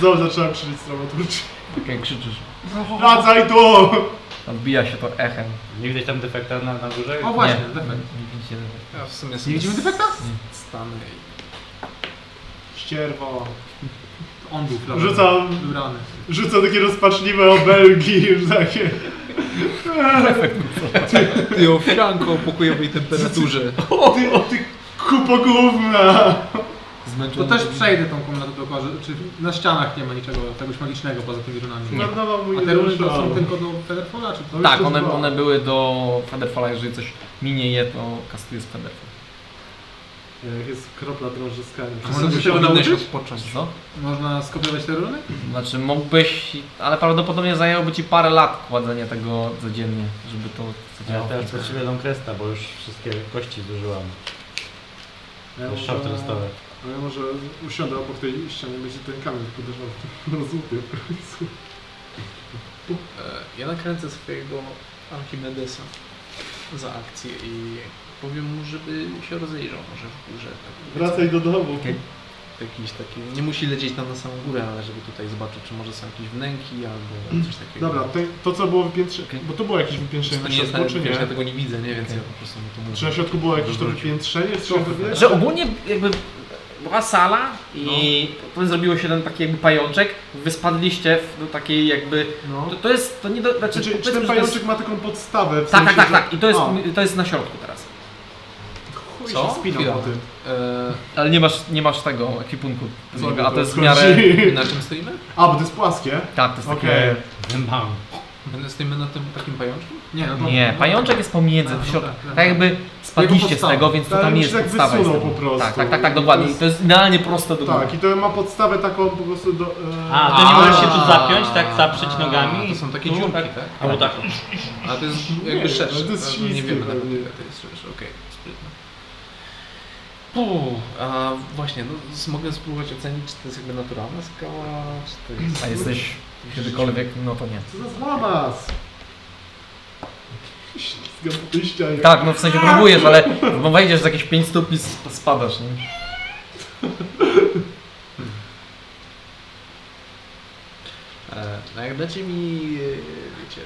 Speaker 14: Znowu zacząłem krzyczeć dramaturgicznie.
Speaker 1: Tak jak krzyczysz.
Speaker 14: Wracaj tu!
Speaker 1: Odbija się to echem.
Speaker 8: Nie widać tam defekta na, na górze?
Speaker 2: O właśnie,
Speaker 1: Nie.
Speaker 14: tak.
Speaker 2: defekt.
Speaker 1: Nie widzicie defektu.
Speaker 7: Ja w sumie
Speaker 2: Nie widzimy defekta?
Speaker 7: Stanę
Speaker 14: Ścierwo.
Speaker 2: On był flawer.
Speaker 14: Rzucam,
Speaker 2: Wybrany.
Speaker 14: rzucam takie rozpaczliwe obelgi, już takie.
Speaker 7: i... Ty ofianko o pokojowej temperaturze.
Speaker 14: O ty, o ty kupo gówna!
Speaker 2: To też przejdę tą komnatę dookoła, że- czy na ścianach nie ma niczego czegoś magicznego poza tymi runami.
Speaker 14: No, Zmarnował mój
Speaker 2: A te runy to
Speaker 14: idealny
Speaker 2: są
Speaker 14: szał.
Speaker 2: tylko do Featherfalla, czy to?
Speaker 14: No
Speaker 1: Tak,
Speaker 14: jeszcze
Speaker 1: one,
Speaker 14: dwa.
Speaker 1: one były do Featherfalla, jeżeli coś minie je, to kastuje z Featherfall.
Speaker 14: Jak jest kropla drąży skali.
Speaker 2: A może się nauczyć?
Speaker 7: odpocząć.
Speaker 1: Co?
Speaker 2: Można skopiować te runy?
Speaker 1: Znaczy mógłbyś, ale prawdopodobnie zajęłoby ci parę lat kładzenie tego codziennie, żeby to
Speaker 8: Ja
Speaker 1: zadziałało.
Speaker 8: teraz potrzebuję Long Cresta, bo już wszystkie kości zużyłam.
Speaker 14: Ja może-
Speaker 8: Szafty zostały.
Speaker 14: No ja może usiądę obok tej ściany, będzie ten kamień podejrzewał w tym rozłupie.
Speaker 7: E, Ja nakręcę swojego Archimedesa za akcję i powiem mu, żeby się rozejrzał może w górze. Tak,
Speaker 14: Wracaj do domu.
Speaker 7: Jakiś taki, nie musi lecieć tam na samą górę, ale żeby tutaj zobaczył, czy może są jakieś wnęki albo coś takiego.
Speaker 14: Dobra, to, to co było wypiętrzenie, bo to było jakieś wypiętrzenie
Speaker 7: to
Speaker 14: na
Speaker 7: nie jest
Speaker 14: środku, czy
Speaker 7: najlepsze, ja
Speaker 14: nie?
Speaker 7: tego nie widzę, nie? Więc ja po prostu mu to mówię.
Speaker 14: Czy na środku było jakieś to
Speaker 7: Wywrócił.
Speaker 14: wypiętrzenie? Czy
Speaker 1: Że ogólnie jakby była sala i potem zrobiło się ten taki jakby pajączek, wy spadliście w do takiej jakby...
Speaker 14: No.
Speaker 1: To, to jest, to nie do, znaczy,
Speaker 14: Czy, czy,
Speaker 1: powiedzmy,
Speaker 14: ten
Speaker 1: że to jest-
Speaker 14: pajączek ma taką podstawę? W
Speaker 1: Tak, tak,
Speaker 14: sensie,
Speaker 1: tak,
Speaker 14: że-
Speaker 1: tak. I to jest,
Speaker 14: O,
Speaker 1: to jest na środku teraz.
Speaker 14: chuj się
Speaker 7: Co?
Speaker 14: spinał
Speaker 7: Chwila.
Speaker 14: po tym.
Speaker 7: Eee,
Speaker 1: Ale nie masz, nie masz tego ekwipunku,
Speaker 14: Sorry,
Speaker 1: a to jest w miarę...
Speaker 14: odchodzi.
Speaker 7: E, na czym stoimy?
Speaker 14: A, bo to jest płaskie?
Speaker 1: Tak, to jest
Speaker 14: Okej.
Speaker 1: takie...
Speaker 8: Mam.
Speaker 7: Będę Stoimy na tym takim pajączku?
Speaker 2: Nie, no to...
Speaker 1: Nie,
Speaker 2: no,
Speaker 1: pajączek jest pomiędzy,
Speaker 2: No,
Speaker 1: w
Speaker 2: no
Speaker 1: środku.
Speaker 2: tak, tak.
Speaker 1: Tak jakby
Speaker 2: Jego
Speaker 1: spadliście z
Speaker 2: podstawa.
Speaker 1: tego, więc to
Speaker 14: Ale
Speaker 1: tam
Speaker 14: mi się
Speaker 1: jest
Speaker 14: tak
Speaker 1: podstawa.
Speaker 14: wysunął
Speaker 1: jest.
Speaker 14: po prostu.
Speaker 1: Tak, tak, tak, tak, dokładnie. I to jest idealnie proste do góry.
Speaker 14: Tak, i to ma podstawę taką po prostu do... e,
Speaker 8: A, to nie możesz się tu
Speaker 7: A,
Speaker 8: zapiąć, tak zaprzyć
Speaker 7: a,
Speaker 8: nogami?
Speaker 7: To są takie dziurki, tak?
Speaker 8: Albo tak.
Speaker 7: A to jest
Speaker 14: Nie,
Speaker 7: jakby szersze.
Speaker 14: ale to jest
Speaker 7: A,
Speaker 14: śliskie
Speaker 7: Nie wiemy na
Speaker 14: pewnie.
Speaker 7: pewno, to jest szersze. Okej, sprytne. Puh, a właśnie, no z- mogę spróbować ocenić, czy to jest jakby naturalna skała, czy to jest...
Speaker 1: A jesteś kiedykolwiek, no to nie.
Speaker 14: Co za złamas? Ślizgam po tej ścianie.
Speaker 1: Tak, no w sensie próbujesz, ale bo wejdziesz z jakieś 5 stóp i sp- spadasz, nie?
Speaker 7: E, no jak dacie mi, e, wiecie,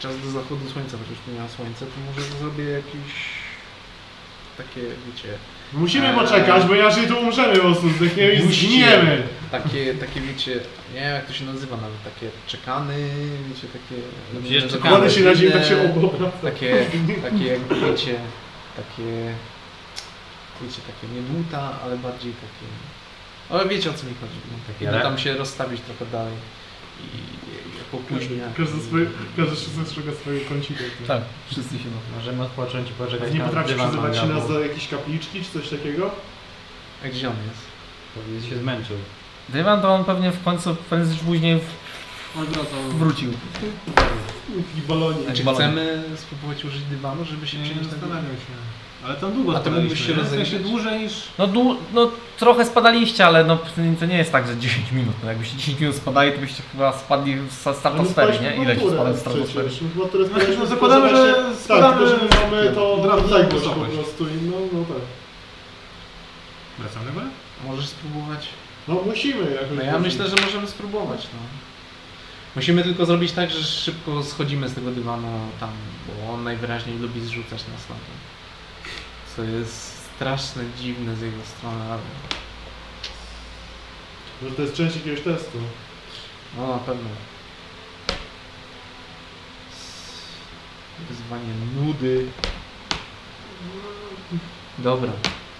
Speaker 7: czas do zachodu słońca, chociaż tu nie ma słońca, to może zrobię jakieś takie, wiecie,
Speaker 14: Musimy poczekać, bo inaczej tu umrzemy po prostu, zdechniemy i
Speaker 7: Musimy.
Speaker 14: zginiemy.
Speaker 7: takie, takie wiecie, nie wiem jak to się nazywa nawet, takie czekany, wiecie, takie...
Speaker 8: Przecież czekany.
Speaker 14: Kładę się na ziemi, tak się
Speaker 7: Inne-
Speaker 14: obobraca.
Speaker 7: Takie, takie jak wiecie, takie, wiecie, takie nie dłuta, ale bardziej takie, ale wiecie o co mi chodzi, no.
Speaker 8: Takie
Speaker 7: Jakby
Speaker 8: re-
Speaker 7: tam się rozstawić trochę dalej i, i popóźnia.
Speaker 14: Każdy swoje, każdy wszyscy szuka swojego kącika.
Speaker 1: Tak, wszyscy się no.
Speaker 8: Możemy odpocząć i poczekać
Speaker 14: Nie
Speaker 8: na
Speaker 14: potrafisz
Speaker 8: dywan
Speaker 14: przyzywać się
Speaker 8: mangabu.
Speaker 14: nas do jakiejś kapliczki czy coś takiego?
Speaker 7: A gdzie on jest?
Speaker 8: Pewnie się zmęczył.
Speaker 1: Dywan to on pewnie w końcu, prędzej czy później w- wrócił.
Speaker 14: I balonie.
Speaker 1: Tak,
Speaker 7: Czy
Speaker 1: balon.
Speaker 7: chcemy spróbować użyć dywanu, żeby się
Speaker 2: Nie, nie
Speaker 7: przenieść na dywan?
Speaker 2: zastanawiam się. Ale tam długo
Speaker 7: A ty mógłbyś
Speaker 2: spadaliśmy,
Speaker 7: się
Speaker 2: nie? W sensie
Speaker 7: rozejrzeć.
Speaker 2: dłużej niż...
Speaker 1: No, dłu- no trochę spadaliście, ale no to nie jest tak, że 10 minut. No, jakbyście 10 minut spadali, to byście chyba spadli w sa- stratosferze, nie? Ile się spada w stratosferze?
Speaker 14: Bo teraz
Speaker 2: Znaczy, no zakładamy, że
Speaker 14: Tak,
Speaker 2: spadamy-
Speaker 14: tylko że my mamy to
Speaker 2: no, Drabinę
Speaker 14: odległość po
Speaker 2: wysokość.
Speaker 14: prostu i no, no tak.
Speaker 2: Wracamy na górę?
Speaker 7: Możesz spróbować?
Speaker 14: No musimy jakoś.
Speaker 7: No ja myślę, że możemy spróbować, no. Musimy tylko zrobić tak, że szybko schodzimy z tego dywanu tam, bo on najwyraźniej lubi zrzucać nas na to. Co jest straszne, dziwne z jego strony, ale
Speaker 14: Może to jest część jakiegoś testu.
Speaker 7: no na pewno. Wyzwanie nudy. Dobra.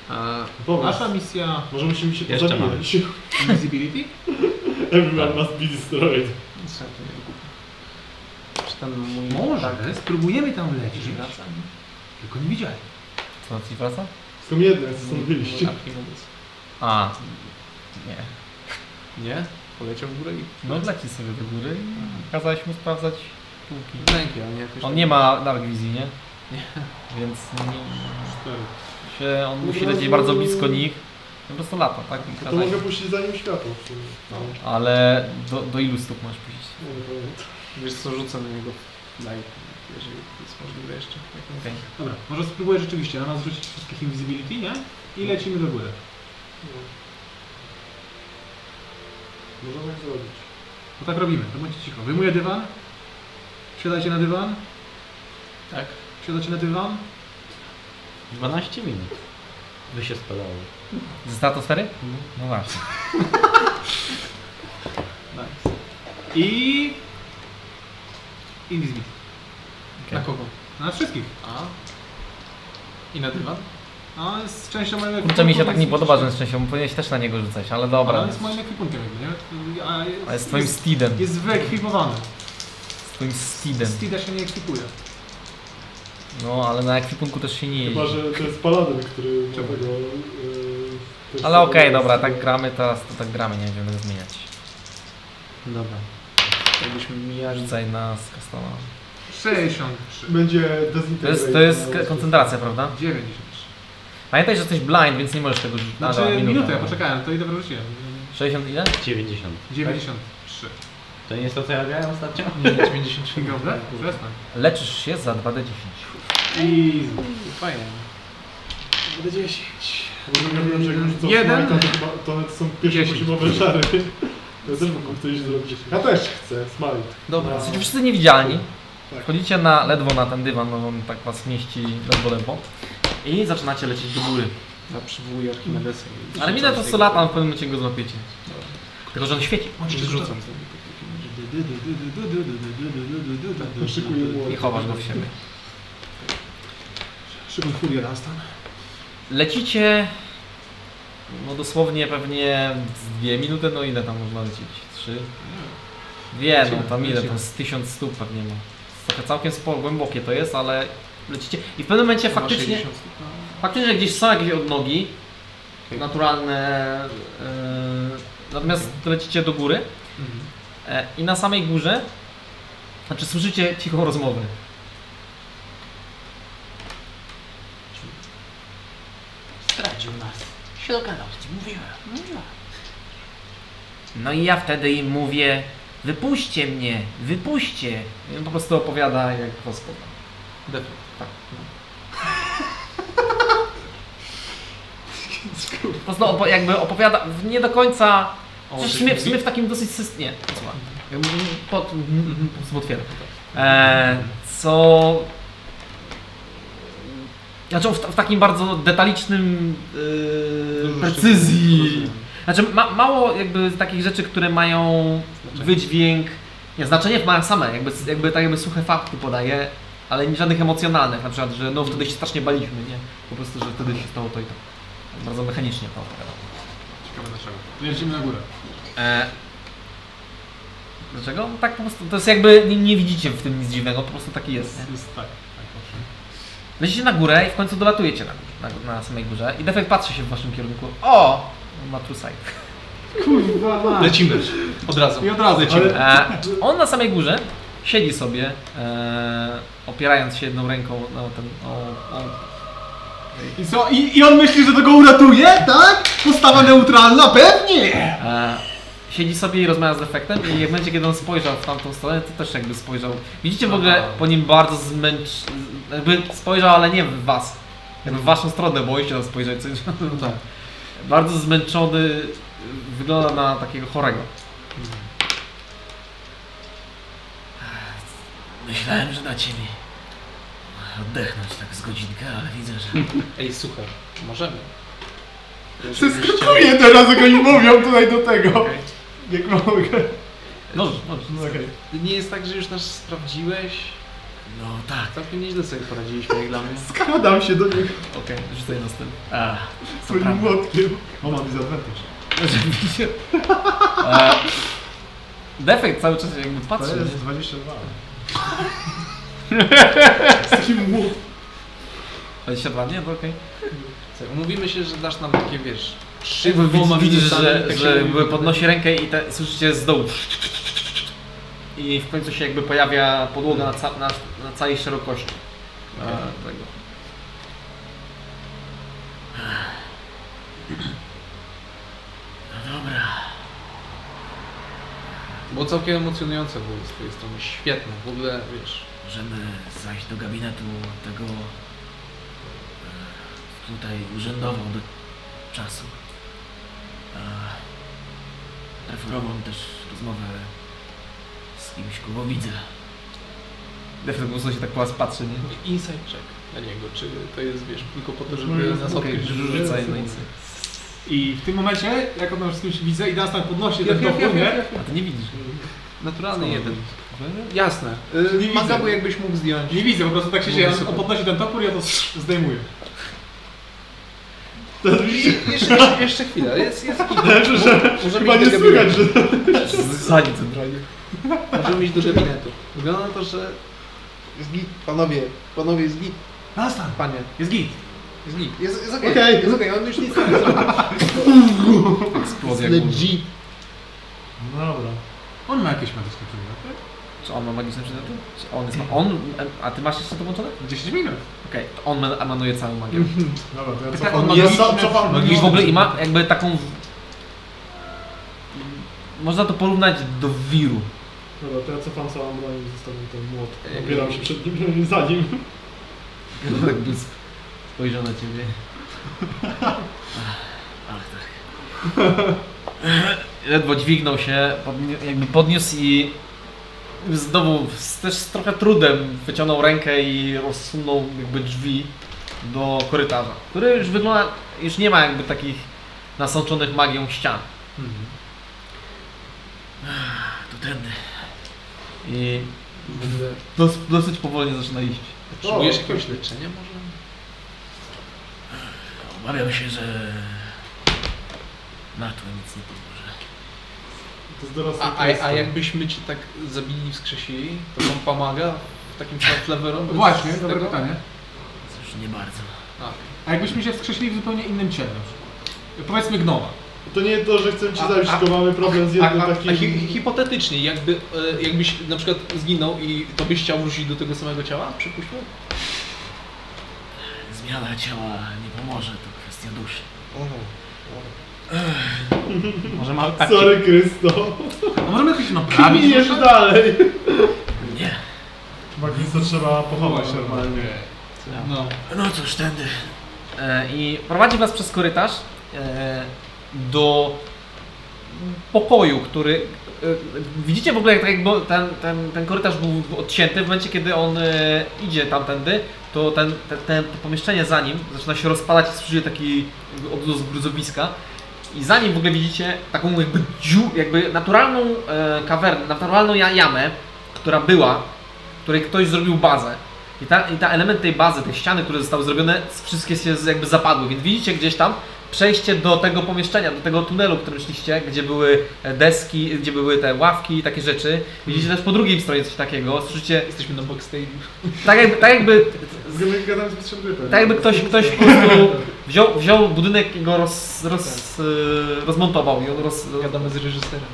Speaker 7: A
Speaker 14: Pomysł.
Speaker 2: Nasza misja...
Speaker 14: Może musimy się
Speaker 8: Jeszcze
Speaker 14: pozabijać.
Speaker 2: Invisibility?
Speaker 14: Everyone must be destroyed.
Speaker 7: co ja tu nie- Czy ten mój...
Speaker 8: Tak.
Speaker 2: Może spróbujemy tam lecieć,
Speaker 7: Wraca?
Speaker 2: tylko nie widziałem.
Speaker 1: Co ci wraca?
Speaker 14: Są jedne, co
Speaker 7: Mój-
Speaker 14: są
Speaker 7: mój
Speaker 14: wyjście.
Speaker 7: Archimedes.
Speaker 1: A, nie.
Speaker 7: Nie? Poleciał w górę i...
Speaker 1: No leci sobie do góry i kazałeś mu sprawdzać półki.
Speaker 7: Ręki, ale nie jakoś... tak-
Speaker 1: On nie ma dark wizji, nie? Więc nie, się, on musi lecieć bardzo blisko nich. Po prostu lata, tak? I
Speaker 14: To
Speaker 1: kazałeś-
Speaker 14: mogę puścić za nim światło w sumie. No.
Speaker 1: Ale do, do ilu stóp masz pójść?
Speaker 14: Nie wiem.
Speaker 7: Wiesz co, rzucę na niego light, jeżeli to jest możliwe jeszcze.
Speaker 2: Dobra, może spróbuję rzeczywiście na nas rzucić wszystkich Invisibility, nie? I
Speaker 14: No.
Speaker 2: lecimy do góry.
Speaker 14: Można tak zrobić.
Speaker 2: Bo tak robimy, to bądźcie cicho. Wyjmuję dywan. Siadajcie na dywan.
Speaker 7: Tak.
Speaker 2: Siadacie na dywan.
Speaker 8: 12 minut. By się spadało.
Speaker 1: Ze stratosfery? No właśnie.
Speaker 2: Nice. I... Invisbit.
Speaker 7: Na kogo?
Speaker 2: Na wszystkich.
Speaker 7: A? I na dywan?
Speaker 2: A on jest No, częścią mojego
Speaker 1: Co mi się
Speaker 2: ekwipunku,
Speaker 1: tak
Speaker 2: więc
Speaker 1: nie podoba, że
Speaker 2: myślę,
Speaker 1: z częścią powinieneś też na niego rzucać, ale
Speaker 2: Ale
Speaker 1: dobra.
Speaker 2: on jest moim ekwipunkiem jakby, nie? A jest,
Speaker 1: Ale z twoim steedem.
Speaker 2: Jest wyekwipowany.
Speaker 1: Z twoim steedem.
Speaker 2: Steeda się nie ekwipuje.
Speaker 1: No, ale na ekwipunku też się nie jeździ.
Speaker 14: Chyba, że to jest paladyn, który ma tego... e, też
Speaker 1: Ale okej,
Speaker 14: tego-
Speaker 1: dobra, tak gramy teraz, to tak gramy, nie będziemy zmieniać.
Speaker 7: Dobra. Jakbyśmy mijali.
Speaker 1: Rzucaj na skastowa.
Speaker 2: 63.
Speaker 14: Będzie
Speaker 1: To
Speaker 14: dezintegrate.
Speaker 1: jest, to jest k- koncentracja, prawda?
Speaker 2: 93.
Speaker 1: Pamiętaj, że jesteś blind, więc nie możesz tego rzucić.
Speaker 2: Znaczy
Speaker 1: dobra,
Speaker 2: minutę,
Speaker 1: minuta.
Speaker 2: ja poczekałem, to i dobrze rzuciłem.
Speaker 1: 60 ile?
Speaker 8: 90.
Speaker 2: 93.
Speaker 8: To nie jest to, co ja grałem ostatnio?
Speaker 7: Nie, 93.
Speaker 2: Dobra? Przestań.
Speaker 1: Leczysz się za 2d10.
Speaker 2: I...
Speaker 7: Fajnie.
Speaker 22: Będę 10.
Speaker 14: Bo nie wiem, że jak rzucą
Speaker 2: Jeden.
Speaker 14: smite, To, chyba- to nawet są pierwsze
Speaker 2: Dziesięć.
Speaker 14: poziomowe czary. Ja też mógł ktoś zrobić. Ja też chcę, smite.
Speaker 1: Dobra, jesteście wszyscy niewidzialni.
Speaker 14: Tak.
Speaker 1: Wchodzicie na, ledwo na ten dywan, no on tak was mieści ledwo, ledwo. I zaczynacie lecieć do góry.
Speaker 7: Za przywołuję Archimedesa. i-
Speaker 1: Ale minę to co lata, w pewnym momencie go złapiecie. Tylko, że on świeci.
Speaker 7: Rzucam sobie.
Speaker 14: Szykuję młody.
Speaker 1: I chowasz go w siebie.
Speaker 14: Szykuję furię Rastan.
Speaker 1: Lecicie, no dosłownie pewnie z dwie minuty, no ile tam można lecieć? Trzy? Dwie, no tam ile, tam z tysiąc stóp pewnie ma. Trochę całkiem sporo, głębokie to jest, ale lecicie. I w pewnym momencie faktycznie, faktycznie gdzieś są jakieś odnogi naturalne, yy, natomiast lecicie do góry e, i na samej górze, znaczy słyszycie cichą rozmowę.
Speaker 6: Zdradził nas. Się dogadał z tym, mówiłem. mówiłem.
Speaker 1: No i ja wtedy im mówię, wypuśćcie mnie, wypuśćcie. I on po prostu opowiada jak gospoda.
Speaker 7: Defekt.
Speaker 1: Po prostu opo- jakby opowiada, w- nie do końca,
Speaker 7: O,
Speaker 1: przecież w
Speaker 7: ty-
Speaker 1: sumie, w sumie w takim dosyć systemie. Nie, posłuchaj. Jakby Pod, po prostu otwieram. E, co... Znaczy w, w takim bardzo detalicznym yy, precyzji. Znaczy ma, mało jakby takich rzeczy, które mają wydźwięk, nie, znaczenie ma same, jakby, jakby tak jakby suche fakty podaje, ale nie żadnych emocjonalnych, na przykład, że no wtedy się strasznie baliśmy, nie? Po prostu, że wtedy się stało to i to. Bardzo mechanicznie to opowiadał.
Speaker 2: Ciekawe dlaczego. Lecimy na górę.
Speaker 1: E, dlaczego? No tak po prostu, to jest jakby, nie, nie widzicie w tym nic dziwnego, po prostu taki jest. nie?
Speaker 2: To Jest tak, tak owszem.
Speaker 1: Lecicie na górę i w końcu dolatujecie na, na, na samej górze i defekt patrzy się w waszym kierunku. O! Ma trusaj.
Speaker 2: Kurwa ma.
Speaker 7: Lecimy. Od razu.
Speaker 2: I od razu lecimy.
Speaker 1: E, on na samej górze siedzi sobie, e, opierając się jedną ręką na ten. O, o.
Speaker 2: I co? I, I on myśli, że to go uratuje, tak? Postawa neutralna, pewnie!
Speaker 1: E, siedzi sobie i rozmawia z defektem i jak będzie kiedy on spojrzał w tamtą stronę, to też jakby spojrzał. Widzicie w ogóle po nim bardzo zmęcz... jakby spojrzał, ale nie w was. Jakby w waszą stronę, boi się tam spojrzeć. Coś.
Speaker 14: No
Speaker 7: tak.
Speaker 1: Bardzo zmęczony y, wygląda na takiego chorego.
Speaker 6: Myślałem, że da ciebie oddechnąć tak z godzinkę, ale widzę, że
Speaker 7: Ej, słuchaj, możemy.
Speaker 14: Przeskakuję teraz, jak oni mówią tutaj do tego. Jak mogę.
Speaker 1: Dobrze, dobrze.
Speaker 14: No okej.
Speaker 7: Nie jest tak, że już nas sprawdziłeś?
Speaker 6: no tak.
Speaker 7: Całkiem nieźle sobie poradziliśmy, jak dla mnie.
Speaker 14: Skradam się do nich
Speaker 1: Okej, rzucaj następny.
Speaker 6: A, co
Speaker 14: swoim
Speaker 6: prawda.
Speaker 14: młotkiem. O, mam disadvantage.
Speaker 1: E, defekt cały czas jakby patrzy.
Speaker 14: To jest
Speaker 1: nie?
Speaker 14: 22. Z takim młot.
Speaker 1: 22, nie? No okej.
Speaker 7: Słuchaj, Umówimy się, że dasz nam takie, wiesz, trzy
Speaker 1: Jakby widz-
Speaker 7: dwoma
Speaker 1: Widzisz,
Speaker 7: minutami,
Speaker 1: że,
Speaker 7: tak się
Speaker 1: że
Speaker 7: mówimy.
Speaker 1: jakby podnosi rękę i te, słyszycie z dołu. I w końcu się jakby pojawia podłoga na, ca, na, na całej szerokości. e, Tego.
Speaker 6: No dobra.
Speaker 7: Bo całkiem emocjonujące było z twojej strony. Świetne, w ogóle, wiesz.
Speaker 6: Możemy zajść do gabinetu tego... e, Tutaj urzędował do czasu. A preferowałbym też rozmowę z kimś, kogo widzę.
Speaker 1: Defekt po prostu się tak po was patrzy, nie?
Speaker 7: Inside check na niego, czy to jest, wiesz, tylko po to,
Speaker 1: No
Speaker 7: żeby
Speaker 1: jest
Speaker 7: nas
Speaker 1: okej,
Speaker 7: odkryć, że
Speaker 1: rzucaj na insight.
Speaker 2: I w tym momencie, jak on z kimś widzę i nas tak podnosi,
Speaker 7: Ja,
Speaker 2: ten
Speaker 7: ja, ja,
Speaker 2: dopół,
Speaker 7: ja,
Speaker 2: nie?
Speaker 7: ja.
Speaker 1: A ty nie widzisz.
Speaker 7: Naturalny
Speaker 1: Skąd
Speaker 7: jeden.
Speaker 1: widzisz?
Speaker 7: Jasne.
Speaker 2: Nie
Speaker 7: Y,
Speaker 2: widzę.
Speaker 7: Magabu jakbyś mógł zdjąć.
Speaker 2: Nie widzę, po prostu tak się
Speaker 7: Mówię
Speaker 2: dzieje. On
Speaker 7: super.
Speaker 2: podnosi ten topór i ja to zdejmuję.
Speaker 7: I- Jeszcze, jeszcze chwila, jest, jest kilka. Możemy
Speaker 14: Chyba
Speaker 7: iść
Speaker 14: nie
Speaker 7: do gabinetu.
Speaker 14: słychać, że
Speaker 1: Zadnie centralnie.
Speaker 7: Możemy iść do gabinetu. Wygląda na to, że
Speaker 23: Jest git, panowie, panowie, jest git,
Speaker 2: Nastan!
Speaker 23: panie.
Speaker 2: Jest git!
Speaker 7: jest nikt.
Speaker 23: Jest, jest okej,
Speaker 14: Okej.
Speaker 23: jest okej, on już nic nie zrobił.
Speaker 1: Eksplozja głowy.
Speaker 23: Legit.
Speaker 2: No dobra. On ma jakieś tak? medyczne przedmioty?
Speaker 1: Czy on ma magiczne przedmioty? Czy on jest ma... On? A ty masz jeszcze to włączone?
Speaker 2: 10 minut.
Speaker 1: Okej, to on ma- emanuje całą magię.
Speaker 7: Mhm.
Speaker 14: Dobra, to ja
Speaker 2: Tak, on
Speaker 14: cofam.
Speaker 2: ma
Speaker 14: Ja
Speaker 2: magiczne-
Speaker 14: co- cofam.
Speaker 1: I w ogóle i ma jakby taką... Można to porównać do wiru.
Speaker 14: Dobra, to ja cofam całą broń i zostawiam ten młot. Opieram się przed nim, za nim.
Speaker 1: Tak Jakby spojrzał na ciebie.
Speaker 6: Ach tak.
Speaker 1: Ledwo dźwignął się, podni- jakby podniósł i znowu z, też z trochę trudem wyciągnął rękę i rozsunął jakby drzwi do korytarza, który już wygląda, już nie ma jakby takich nasączonych magią ścian.
Speaker 6: To tędy.
Speaker 1: I dos, dosyć powolnie zaczyna iść.
Speaker 7: Potrzebujesz jakiegoś leczenia może?
Speaker 6: Obawiam się, że na to nic nie pomoże.
Speaker 14: To jest dorosły
Speaker 7: A, a, a jakbyśmy cię tak zabili i wskrzesili, to wam pomaga w takim flawerom?
Speaker 2: Właśnie, dobre pytanie.
Speaker 6: Cóż, nie bardzo.
Speaker 2: A jakbyśmy się wskrzesili w zupełnie innym ciele na przykład? Powiedzmy gnowa.
Speaker 14: To nie to, że chcę cię
Speaker 7: A-
Speaker 14: zabić,
Speaker 7: a-
Speaker 14: tylko mamy problem z
Speaker 7: A,
Speaker 14: jednym
Speaker 7: a, a hi,
Speaker 14: takim...
Speaker 7: hipotetycznie, jakby, e, jakbyś na przykład zginął i to byś chciał wrócić do tego samego ciała, przypuśćmy?
Speaker 6: Zmiana ciała nie pomoże, to kwestia duszy.
Speaker 8: Może mały karcik.
Speaker 14: Sorry, Krysto.
Speaker 2: A możemy jakoś naprawić?
Speaker 14: Kminiesz
Speaker 2: może?
Speaker 14: dalej.
Speaker 6: Nie.
Speaker 14: Chyba Krysto trzeba pochować normalnie.
Speaker 2: No.
Speaker 6: No cóż, tędy.
Speaker 1: E, I prowadzi was przez korytarz e, do pokoju, który. e, Widzicie w ogóle, jak tak jakby ten, ten, ten korytarz był odcięty. W momencie, kiedy on e, idzie tamtędy, to ten, ten, ten, to pomieszczenie za nim zaczyna się rozpalać i słyszycie taki jakby odgłos gruzowiska. I za nim w ogóle widzicie taką jakby, dziu, jakby naturalną e, kawernę, naturalną ja- jamę, która była, której ktoś zrobił bazę. I ta, I ta element tej bazy, tej ściany, które zostały zrobione, z- wszystkie się z- jakby zapadły, więc widzicie gdzieś tam przejście do tego pomieszczenia, do tego tunelu, którym szliście, gdzie były e, deski, gdzie były te ławki i takie rzeczy. Widzicie też po drugiej stronie coś takiego, słyszycie,
Speaker 7: Jesteśmy na backstage'u.
Speaker 1: tak jakby, tak jakby,
Speaker 14: Zgadamy- Gadamy z mistrzem gry, pewnie.
Speaker 1: tak jakby ktoś, ktoś po prostu wziął, wziął budynek i go roz, roz, e, rozmontował i on roz,
Speaker 11: Tak,
Speaker 7: Gadamy z reżyserem.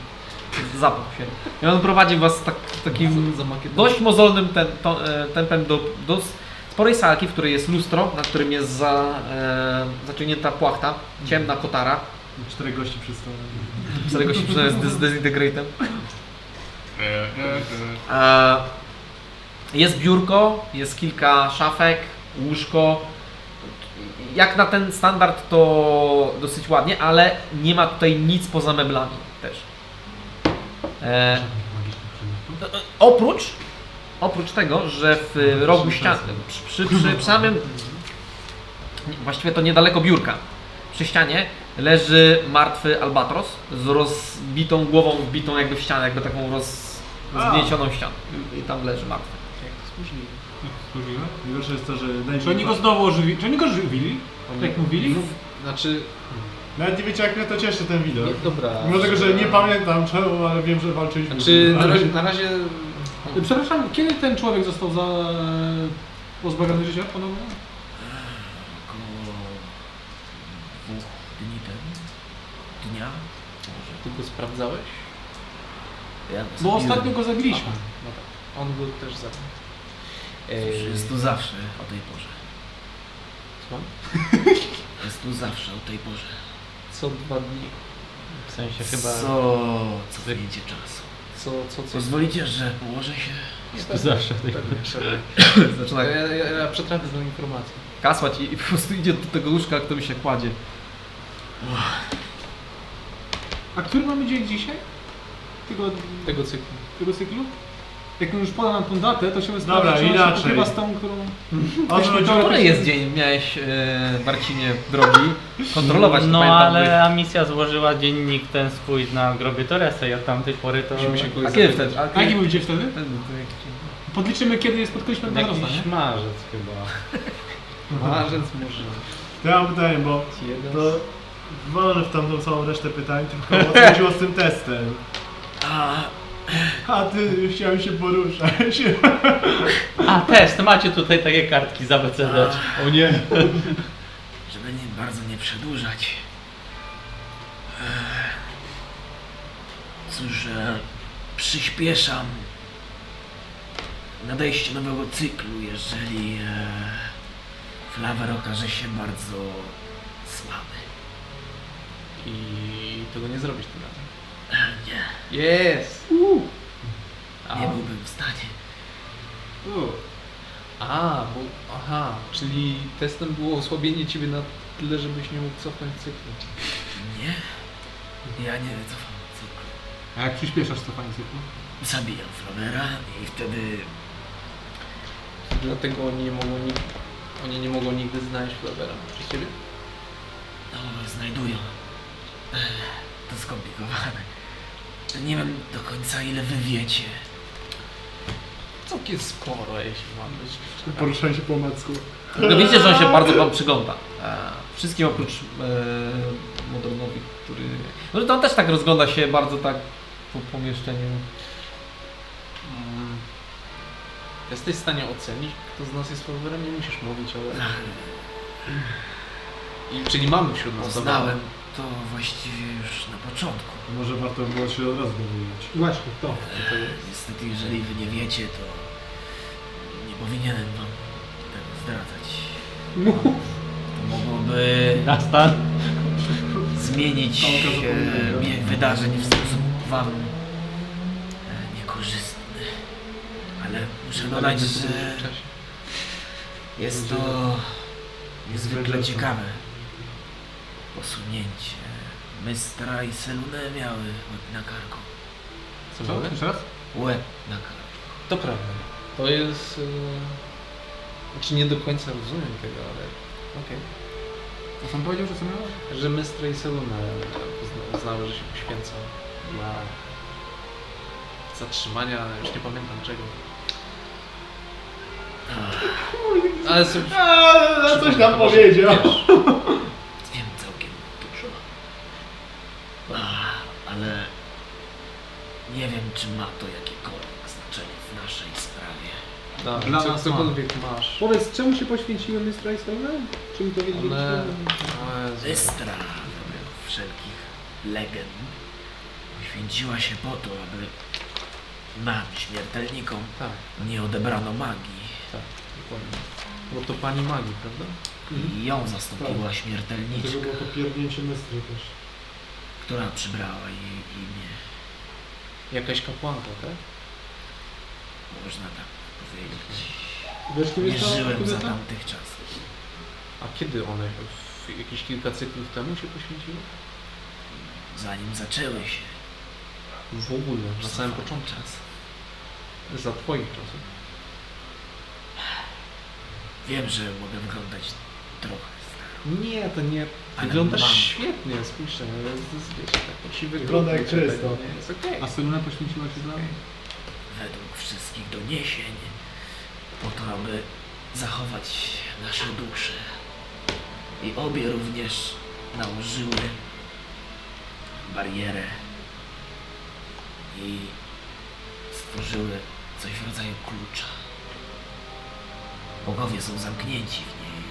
Speaker 1: zapał się. I on prowadzi was tak, takim
Speaker 7: Za makietą.
Speaker 1: dość mozolnym tem, to, e, tempem do, do sporej salki, w której jest lustro, na którym jest za, e, zaciągnięta płachta, ciemna kotara,
Speaker 2: Cztery gości przedstawiam.
Speaker 1: którego się przyznaje z dezintegratem. E, jest biurko, jest kilka szafek, łóżko. Jak na ten standard to dosyć ładnie, ale nie ma tutaj nic poza meblami też. E, Oprócz, oprócz tego, że w rogu ściany, przy, przy, przy, przy samym, właściwie to niedaleko biurka, przy ścianie leży martwy albatros z rozbitą głową, wbitą jakby w ścianę, jakby taką roz, zgniecioną ścianę. I tam leży martwy.
Speaker 2: Służyłem?
Speaker 14: Najgorsze jest to, że
Speaker 2: Czy oni
Speaker 14: najmniej...
Speaker 2: go znowu ożywili? Czy oni go żywili? Tak jak mówili?
Speaker 7: Znaczy,
Speaker 14: Nawet nie wiecie jak mnie to cieszy ten widok.
Speaker 7: nie, dobra.
Speaker 14: Mimo tego, że nie pamiętam czemu, ale wiem, że walczyliśmy.
Speaker 7: Znaczy, na
Speaker 14: Ale-
Speaker 7: razie, na razie
Speaker 2: Przepraszam, kiedy ten człowiek został za... pozbawiony życia ponownie?
Speaker 6: Około dwóch dni temu. Dnia?
Speaker 7: ty go sprawdzałeś?
Speaker 6: Ja
Speaker 2: Bo
Speaker 6: zabiłem.
Speaker 2: ostatnio go zabiliśmy.
Speaker 7: no tak. On go też zabił.
Speaker 6: Cóż, Jest tu zawsze o tej porze.
Speaker 7: Co?
Speaker 6: Jest tu zawsze o tej porze.
Speaker 7: Co dwa dni?
Speaker 8: W sensie chyba...
Speaker 6: Co? Co wyjdzie czasu?
Speaker 7: Co, co, co?
Speaker 6: Pozwolicie, że położę się?
Speaker 8: To zawsze tak. tej
Speaker 1: Zaczyna
Speaker 7: Ja, ja, ja przetrafię z tą informacją.
Speaker 1: kasłać i, i po prostu idzie do tego łóżka, którym się kładzie.
Speaker 2: A który mamy dzień dzisiaj? Tego,
Speaker 7: tego cyklu.
Speaker 2: tego cyklu? Jak już podam nam tą datę, to się sprawdzi,
Speaker 11: Dobra,
Speaker 2: czy ona się
Speaker 11: inaczej.
Speaker 2: pokrywa z
Speaker 14: No,
Speaker 2: tą, którą...
Speaker 11: Odwróć
Speaker 16: Który jest dzień miałeś, yy,
Speaker 1: e,
Speaker 16: Marcinie, drogi, kontrolować?
Speaker 8: No
Speaker 16: pamiętam,
Speaker 8: ale Amicia złożyła dziennik ten swój na grobie Torresa i od tamtej pory to...
Speaker 7: Musimy się
Speaker 16: bo- A
Speaker 7: kogoś
Speaker 16: kiedy
Speaker 7: zapytać.
Speaker 16: wtedy? A
Speaker 2: A jaki
Speaker 16: kiedy?
Speaker 2: był dzień wtedy? Podliczymy, kiedy spotkaliśmy Admerosa,
Speaker 8: Jakiś
Speaker 2: nie?
Speaker 8: marzec chyba.
Speaker 7: Marzec może.
Speaker 11: To ja mam pytanie, bo to wolę w tamtą całą resztę pytań, tylko o co chodziło z tym testem. A ty chciałem się poruszać.
Speaker 8: A test, macie tutaj takie kartki z ABCD.
Speaker 11: O nie.
Speaker 6: Żeby nie, bardzo nie przedłużać. Ech. Cóż, e, przyspieszam nadejście nowego cyklu, jeżeli e, Flawer okaże się bardzo słaby.
Speaker 7: I tego nie zrobisz tym razem.
Speaker 6: Nie,
Speaker 7: Jest!
Speaker 6: nie byłbym w stanie.
Speaker 7: A, bo, aha, czyli testem było osłabienie ciebie na tyle, żebyś nie mógł cofnąć cyklu.
Speaker 6: Nie, ja nie wycofam cyklu.
Speaker 2: A jak przyspieszasz cofanie cyklu?
Speaker 6: Zabijam Flawera i wtedy
Speaker 7: Dlatego oni nie mogą, nig- oni nie mogą nigdy znaleźć Flabera przez ciebie.
Speaker 6: No, znajdują. Ech, To skomplikowane. Nie wiem do końca ile wy wiecie.
Speaker 7: Całkiem sporo, jeśli mam być.
Speaker 11: Poruszałem się po omacku.
Speaker 16: No widzicie, że on się bardzo wam przygląda. E, Wszystkim oprócz e, Modronowi, który... No to on też tak rozgląda się bardzo tak po pomieszczeniu.
Speaker 7: Mm. Jesteś w stanie ocenić, kto z nas jest faworytem? Nie musisz mówić, ale... I, czyli mamy wśród nas
Speaker 6: Poznałem to właściwie już na początku.
Speaker 11: Może warto by było się od razu dowiedzieć.
Speaker 2: Właśnie, to.
Speaker 6: Niestety, jeżeli wy nie wiecie, to nie powinienem wam tego zdradzać. To mogłoby
Speaker 8: Dastan.
Speaker 6: zmienić
Speaker 11: Nauka
Speaker 6: e,
Speaker 11: zapomnienia.
Speaker 6: bieg wydarzeń w sposób wam e, niekorzystny. Ale muszę dodać, że Jest to niezwykle ciekawe posunięcie. Mystra i Selunę miały łeb na karku.
Speaker 7: Co mamy?
Speaker 2: Jeszcze raz?
Speaker 6: Łeb na karku.
Speaker 7: To prawda. To jest... Yy... Znaczy nie do końca rozumiem tego, ale... Okej.
Speaker 2: A sam powiedział, że co miałeś?
Speaker 7: Że Mystra i Seluna uznały, y, że się poświęcą dla zatrzymania, już nie pamiętam czego. Ale sobie
Speaker 11: A, no, coś nam powiedział.
Speaker 6: Wiem całkiem dużo. Ach, ale nie wiem, czy ma to jakiekolwiek znaczenie w naszej sprawie.
Speaker 7: da,
Speaker 2: Dla
Speaker 7: Tak, co,
Speaker 2: nas
Speaker 7: cokolwiek masz.
Speaker 2: Powiedz, czemu się poświęciły Miss Trajstone? Czym to
Speaker 7: One... O Jezu.
Speaker 6: Mystra według wszelkich legend poświęciła się po to, aby nam, śmiertelnikom,
Speaker 7: Tak,
Speaker 6: nie odebrano magii.
Speaker 7: dokładnie. Bo to pani magii, prawda? Mhm.
Speaker 6: I ją
Speaker 7: Tak.
Speaker 6: zastąpiła śmiertelniczka.
Speaker 11: Dlatego było to pierdnięcie mestry też.
Speaker 6: która przybrała jej imię,
Speaker 7: Jakaś kapłanka, tak?
Speaker 6: można tak powiedzieć.
Speaker 2: Wiesz, kim
Speaker 6: Nie
Speaker 2: jest ta
Speaker 6: żyłem za
Speaker 2: kobieta?
Speaker 6: tamtych czasów.
Speaker 7: A kiedy one w jakieś kilka cyklów temu się poświęciły?
Speaker 6: Zanim zaczęły się.
Speaker 7: W ogóle, na samym
Speaker 6: Cofam
Speaker 7: początku.
Speaker 6: czas.
Speaker 7: Za twoich czasów.
Speaker 6: Wiem, że mogę wyglądać trochę staro.
Speaker 7: Nie, to nie.
Speaker 6: Ale
Speaker 7: Wyglądasz
Speaker 6: mam.
Speaker 7: świetnie, spójrzcie, ale to jest wiecie, tak poczciwy
Speaker 11: Wygląda jak
Speaker 7: grudnik,
Speaker 11: czysto.
Speaker 7: tak, nie, Jest okej.
Speaker 2: A Seluna poświęciła się dla...
Speaker 6: Według wszystkich doniesień, po to, aby zachować nasze dusze. I obie również nałożyły barierę i stworzyły coś w rodzaju klucza. Bogowie są zamknięci w niej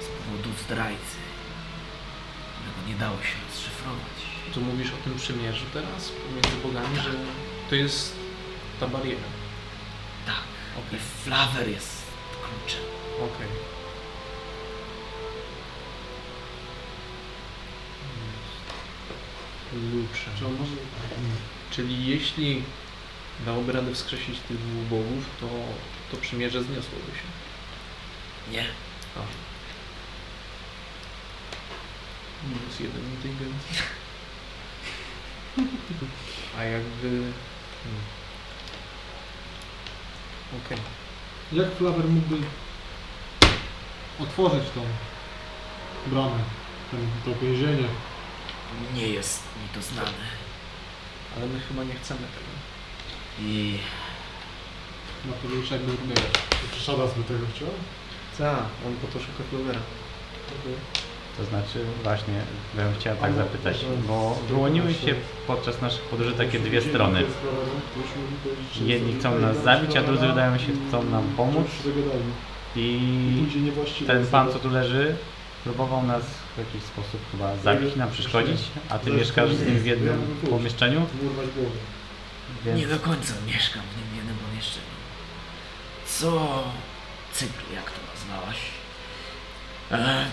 Speaker 6: z powodu zdrajcy, którego nie dało się rozszyfrować.
Speaker 7: Tu mówisz o tym przymierzu teraz pomiędzy bogami, że to jest ta bariera.
Speaker 6: Tak. I
Speaker 7: Okej,
Speaker 6: Flawer jest kluczem.
Speaker 7: okej. Klucze.
Speaker 11: Czy on może...
Speaker 7: Czyli jeśli dałoby radę wskrzesić tych dwóch bogów, to to przymierze zniosłoby się.
Speaker 6: Nie.
Speaker 17: Minus jeden inteligencji. A jakby... hmm. Okej.
Speaker 2: Jak Flawer mógłby otworzyć tą bramę, ten, to więzienie?
Speaker 6: Nie jest mi to znane.
Speaker 17: Ale my chyba nie chcemy tego.
Speaker 6: I
Speaker 2: Na to już jakby robił.
Speaker 14: Czy Shadas by tego chciał?
Speaker 17: Za, on po to szuka Clovera.
Speaker 8: To znaczy, właśnie, bym chciała tak
Speaker 14: Ale
Speaker 8: zapytać,
Speaker 14: może
Speaker 8: bo
Speaker 14: z-
Speaker 8: wyłoniły
Speaker 14: z-
Speaker 8: się podczas naszych podróży takie
Speaker 14: Jeśli
Speaker 8: dwie
Speaker 14: dzień
Speaker 8: strony.
Speaker 14: jest prowadzony, to już mogli powiedzieć, że
Speaker 8: Jedni
Speaker 14: sobie
Speaker 8: chcą
Speaker 14: tutaj
Speaker 8: nas
Speaker 14: damy
Speaker 8: zabić, a
Speaker 14: Shaddasa,
Speaker 8: drudzy wydają się chcą nam pomóc.
Speaker 14: Już się dogadali. I
Speaker 8: I
Speaker 14: pójdzie niewłaściwie.
Speaker 8: ten pan, co tu leży, próbował nas w jakiś sposób chyba zabić, nam przeszkodzić, a ty
Speaker 14: Zresztą
Speaker 8: mieszkasz z nim w
Speaker 14: ja bym
Speaker 8: jednym
Speaker 14: tu-
Speaker 8: pomieszczeniu,
Speaker 14: Urwać głowę.
Speaker 6: nie no,
Speaker 8: więc
Speaker 6: do końca mieszkam w tym jednym pomieszczeniu. Co cykl, jak to nazwałaś? E,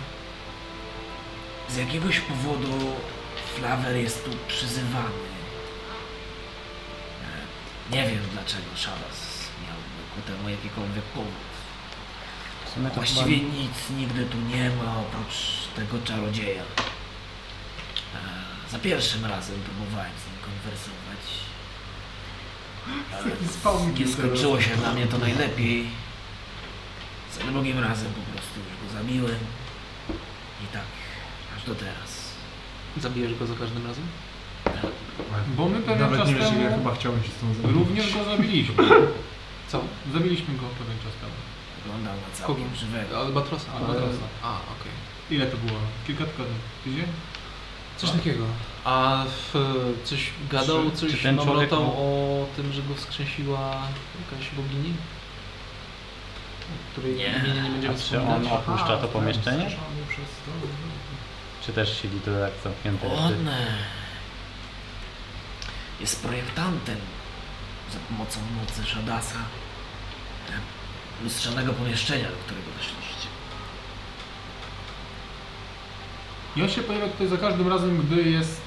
Speaker 6: z jakiegoś powodu Flawer jest tu przyzywany. E, nie wiem dlaczego Szalas miałby ku temu jakikolwiek powód.
Speaker 8: w sumie to chyba...
Speaker 6: Właściwie nic nigdy tu nie ma oprócz tego czarodzieja. E, Za pierwszym razem próbowałem z nim konwersować. Ale nie skończyło się dla mnie to najlepiej. Za drugim razem po prostu już go zabiłem. I tak, aż do teraz.
Speaker 7: Zabijesz go za każdym razem?
Speaker 2: Bo my pewien
Speaker 11: Nawet
Speaker 2: czas
Speaker 11: nie wiesz,
Speaker 2: temu
Speaker 11: jak ja chyba chciałem się z tą zabić.
Speaker 2: również go zabiliśmy.
Speaker 7: Co?
Speaker 2: Zabiliśmy go pewien czas temu.
Speaker 6: Wyglądał na całkiem
Speaker 7: Kogo?
Speaker 6: żywego.
Speaker 7: Albatrosa.
Speaker 2: Albatrosa.
Speaker 7: A, okej.
Speaker 2: Ile to było? Kilka tygodni. Tydzień?
Speaker 7: Coś takiego. Tak. A w, coś gadał,
Speaker 8: Czy-
Speaker 7: coś
Speaker 8: czy ten człowiek
Speaker 7: mamrotał
Speaker 8: ma-
Speaker 7: o tym, że go wskrzesiła jakaś bogini? Której
Speaker 6: Nie.
Speaker 7: imienia nie będziemy
Speaker 8: A czy
Speaker 7: wspominać.
Speaker 8: on opuszcza to pomieszczenie?
Speaker 11: Strzelamy przez to, no.
Speaker 8: Czy też siedzi tu tak zamknięty? jak ty?
Speaker 6: On e, jest projektantem za pomocą mocy Shadasa e, lustrzanego pomieszczenia, do którego weszliście.
Speaker 2: I on się pojawia tutaj za każdym razem, gdy jest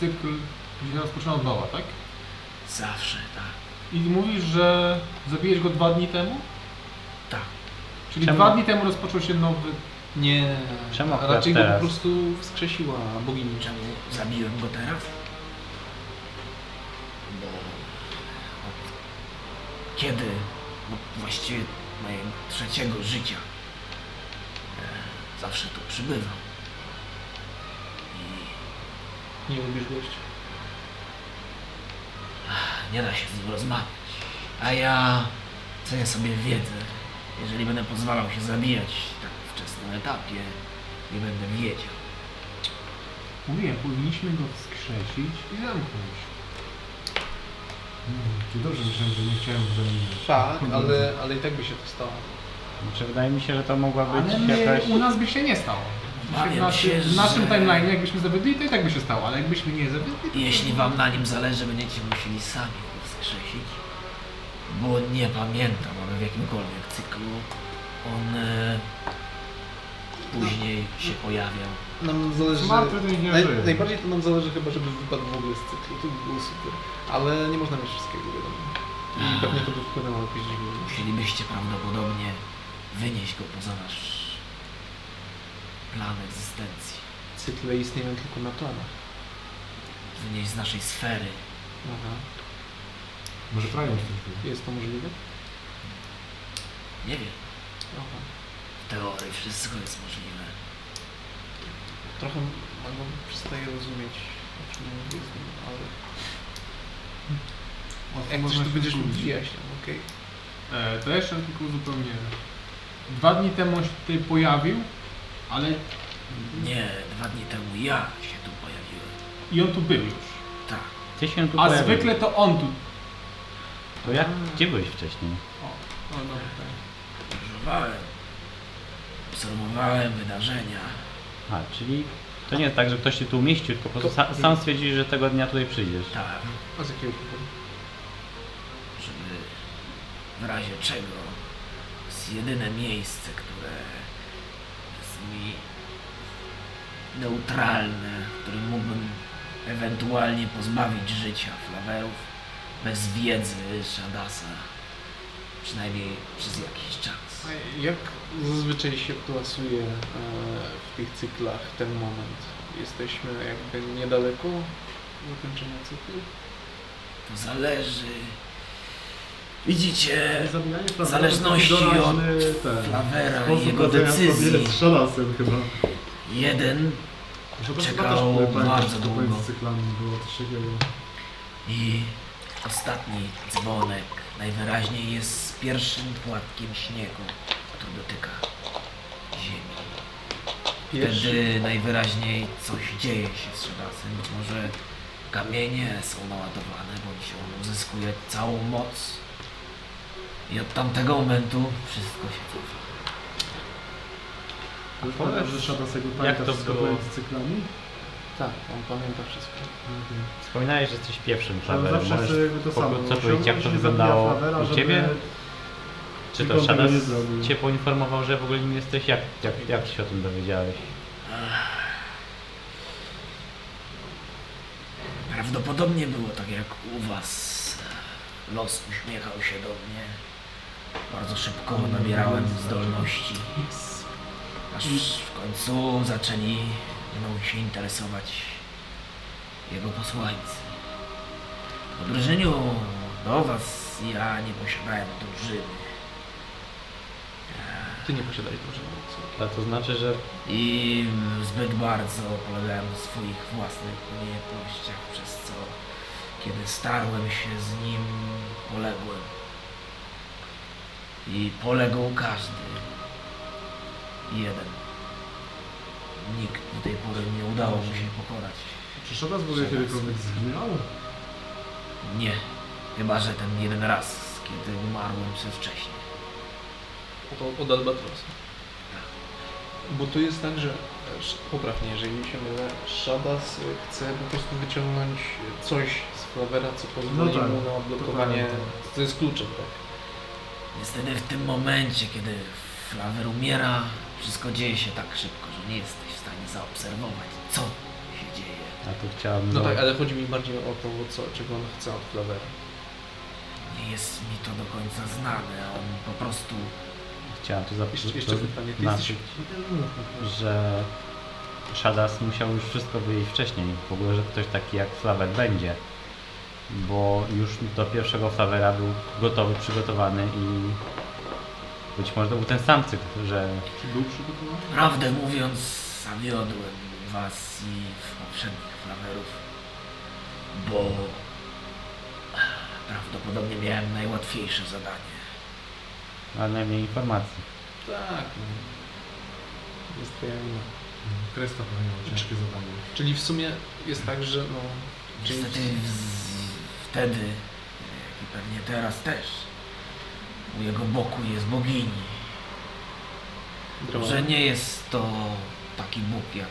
Speaker 2: cykl, gdzie rozpoczyna od nowa, tak?
Speaker 6: Zawsze, tak.
Speaker 2: I mówisz, że zabiłeś go dwa dni temu?
Speaker 6: Tak.
Speaker 2: Czyli
Speaker 8: Czemu?
Speaker 2: dwa dni temu rozpoczął się nowy...
Speaker 7: Nie,
Speaker 8: Czemu
Speaker 7: a
Speaker 8: akurat
Speaker 7: raczej go
Speaker 8: teraz?
Speaker 7: po prostu wskrzesiła bogini.
Speaker 6: Czemu zabiłem go teraz? Bo od kiedy, no właściwie mojego trzeciego życia, e, zawsze tu przybywam. I
Speaker 7: Nie lubisz gości.
Speaker 6: nie da się z nim rozmawiać. A ja cenię sobie wiedzę. Jeżeli będę pozwalał się zabijać tak wczesnym etapie, nie będę wiedział.
Speaker 2: Mówiłem, powinniśmy go wskrzesić i zamknąć.
Speaker 14: Hmm, Czy dobrze myślałem, że nie chciałem go zamienić?
Speaker 7: Tak,
Speaker 8: Mhm.
Speaker 7: ale, ale i tak by się to stało.
Speaker 8: Czy Znaczy, wydaje mi się, że to mogła być
Speaker 2: Ale nie,
Speaker 8: jakaś...
Speaker 2: u nas by się nie stało. W,
Speaker 6: Obawiam
Speaker 2: naszym-
Speaker 6: się,
Speaker 2: w naszym
Speaker 6: że
Speaker 2: timeline jakbyśmy zabili, to i tak by się stało, ale jakbyśmy nie zabili...
Speaker 6: jeśli wam na nim zależy, będziecie musieli sami go wskrzesić. Bo nie pamiętam, aby w jakimkolwiek cyklu on e, później się pojawiał.
Speaker 17: Nam zależy...
Speaker 14: Martwy to nie
Speaker 17: Naj,
Speaker 14: żyje.
Speaker 17: najbardziej to nam zależy chyba, żeby wypadł w ogóle z cyklu. To by było super. Ale nie można mieć wszystkiego, wiadomo. I pewnie to by wpłynęło jakoś dziwnie.
Speaker 6: Musielibyście prawdopodobnie wynieść go poza nasz plan egzystencji.
Speaker 17: Cykle istnieją tylko na planach.
Speaker 6: Wynieść z naszej sfery.
Speaker 17: Aha.
Speaker 14: Może trając coś
Speaker 17: Jest to możliwe?
Speaker 6: Nie wiem.
Speaker 17: Aha.
Speaker 6: W teorii wszystko jest możliwe.
Speaker 17: Trochę albo przestaję rozumieć, o czym mówię z nim, ale...
Speaker 7: Hmm.
Speaker 17: Jak coś to będziesz mi wyjaśniał, okej?
Speaker 2: E, to jeszcze tylko uzupełnię. Dwa dni temu on się tutaj pojawił, ale
Speaker 6: Nie, dwa dni temu ja się tu pojawiłem.
Speaker 2: i on tu był już.
Speaker 6: Tak.
Speaker 8: Ty się tu
Speaker 2: A
Speaker 8: pojawił.
Speaker 2: zwykle to on tu...
Speaker 8: To jak? Gdzie byłeś wcześniej?
Speaker 2: O, o dobra, tak.
Speaker 6: Podróżowałem. Obserwowałem wydarzenia.
Speaker 8: A, czyli to nie jest tak, że ktoś się tu umieścił, tylko po prostu sa- sam stwierdziłeś, że tego dnia tutaj przyjdziesz.
Speaker 6: Tak,
Speaker 17: A z jakiego powodu?
Speaker 6: żeby w razie czego jest jedyne miejsce, które jest mi neutralne, w którym mógłbym ewentualnie pozbawić życia flawerów bez wiedzy Shadasa. Przynajmniej przez jakiś czas.
Speaker 7: A Jak zazwyczaj się plasuje e, w tych cyklach ten moment? Jesteśmy jakby niedaleko zakończenia cyklu?
Speaker 6: To zależy. Widzicie,
Speaker 14: Zabijanie
Speaker 6: w
Speaker 14: Flavera
Speaker 6: zależności
Speaker 14: to taki
Speaker 6: od
Speaker 14: doraźny ten
Speaker 6: Flavera i
Speaker 14: sposób
Speaker 6: jego
Speaker 14: radzenia sobie
Speaker 6: decyzji,
Speaker 14: z szalasem chyba.
Speaker 6: jeden
Speaker 14: Że to chyba też
Speaker 6: czekał
Speaker 14: były pamięci,
Speaker 6: bardzo
Speaker 14: to
Speaker 6: długo.
Speaker 14: pomiędzy cyklami było coś takiego.
Speaker 6: I ostatni dzwonek najwyraźniej jest z pierwszym płatkiem śniegu, który dotyka ziemi. Wtedy najwyraźniej coś dzieje się z Shadasem. Być może kamienie są naładowane, bądź on uzyskuje całą moc. I od tamtego momentu wszystko się cofa.
Speaker 14: Pamiętasz, że szalas jakby pamięta
Speaker 8: to
Speaker 14: wszystko
Speaker 8: było?
Speaker 14: pomiędzy cyklami?
Speaker 7: Tak, on pamięta wszystko.
Speaker 8: Wspominałeś, że jesteś pierwszym
Speaker 14: Ale
Speaker 8: Flaverem.
Speaker 14: zawsze
Speaker 8: Możesz
Speaker 14: chcę jakby to samo.
Speaker 8: co powiedzieć,
Speaker 14: Chciałbym,
Speaker 8: jak to
Speaker 14: żeby
Speaker 8: wyglądało
Speaker 14: zabija Flavera,
Speaker 8: u
Speaker 14: żeby-
Speaker 8: Ciebie? Czy
Speaker 14: tylko
Speaker 8: to
Speaker 14: on tego
Speaker 8: Shadows
Speaker 14: nie zrobił.
Speaker 8: Cię poinformował, że w ogóle nim jesteś? Jak, jak, jak Ty się o tym dowiedziałeś?
Speaker 6: Prawdopodobnie było tak jak u was. Los uśmiechał się do mnie. Bardzo szybko nabierałem zdolności. Aż w końcu zaczęli mną się interesować jego posłańcy. W odróżnieniu do was ja nie posiadałem drużyny.
Speaker 7: Ty nie posiadaj drużyny. co?
Speaker 8: A to znaczy, że
Speaker 6: i zbyt bardzo polegałem na swoich własnych umiejętnościach, przez co kiedy starłem się z nim, poległem. I poległ każdy. Jeden. Nikt do tej pory nie udało mu się pokonać.
Speaker 14: Czy szalas w ogóle
Speaker 6: Szalas.
Speaker 14: kiedykolwiek zginął?
Speaker 6: Nie. Chyba, że ten jeden raz, kiedy umarłem przedwcześnie.
Speaker 24: Od, od Albatrosa.
Speaker 7: Bo tu jest tak, że e, sz- poprawnie, jeżeli się mylę, Shadas e, chce po prostu wyciągnąć e, coś z Flavera, co pozwoli
Speaker 14: No tak,
Speaker 7: mu na odblokowanie.
Speaker 24: To jest kluczem, tak?
Speaker 6: Niestety w tym momencie, kiedy Flawer umiera, wszystko dzieje się tak szybko, że nie jesteś w stanie zaobserwować, co się dzieje.
Speaker 8: a to chciałbym...
Speaker 7: No tak, ale chodzi mi bardziej o to, co, czego on chce od Flavera.
Speaker 6: Nie jest mi to do końca znane, a on po prostu
Speaker 8: Chciałem tu
Speaker 7: Jeszcze,
Speaker 8: zapisać,
Speaker 7: jeszcze pytanie. Ty
Speaker 8: na-
Speaker 7: jesteś...
Speaker 8: że Shadas musiał już wszystko wiedzieć wcześniej. W ogóle, że ktoś taki jak Flawer będzie. Bo już do pierwszego Flavera był gotowy, przygotowany i być może to był ten sam cykl, że
Speaker 14: Czy był przygotowany?
Speaker 6: prawdę mówiąc zawiodłem was i poprzednich flawerów, bo prawdopodobnie miałem najłatwiejsze zadanie.
Speaker 8: ma najmniej informacji.
Speaker 7: Tak, no. Jest twoja wina. Mhm. Tak.
Speaker 14: Kresta miał ciężkie zadanie.
Speaker 7: Czyli w sumie jest tak, że no...
Speaker 6: Niestety z- wtedy, jak i pewnie teraz też, u jego boku jest bogini.
Speaker 7: Droga.
Speaker 6: Że nie jest to taki Bóg jak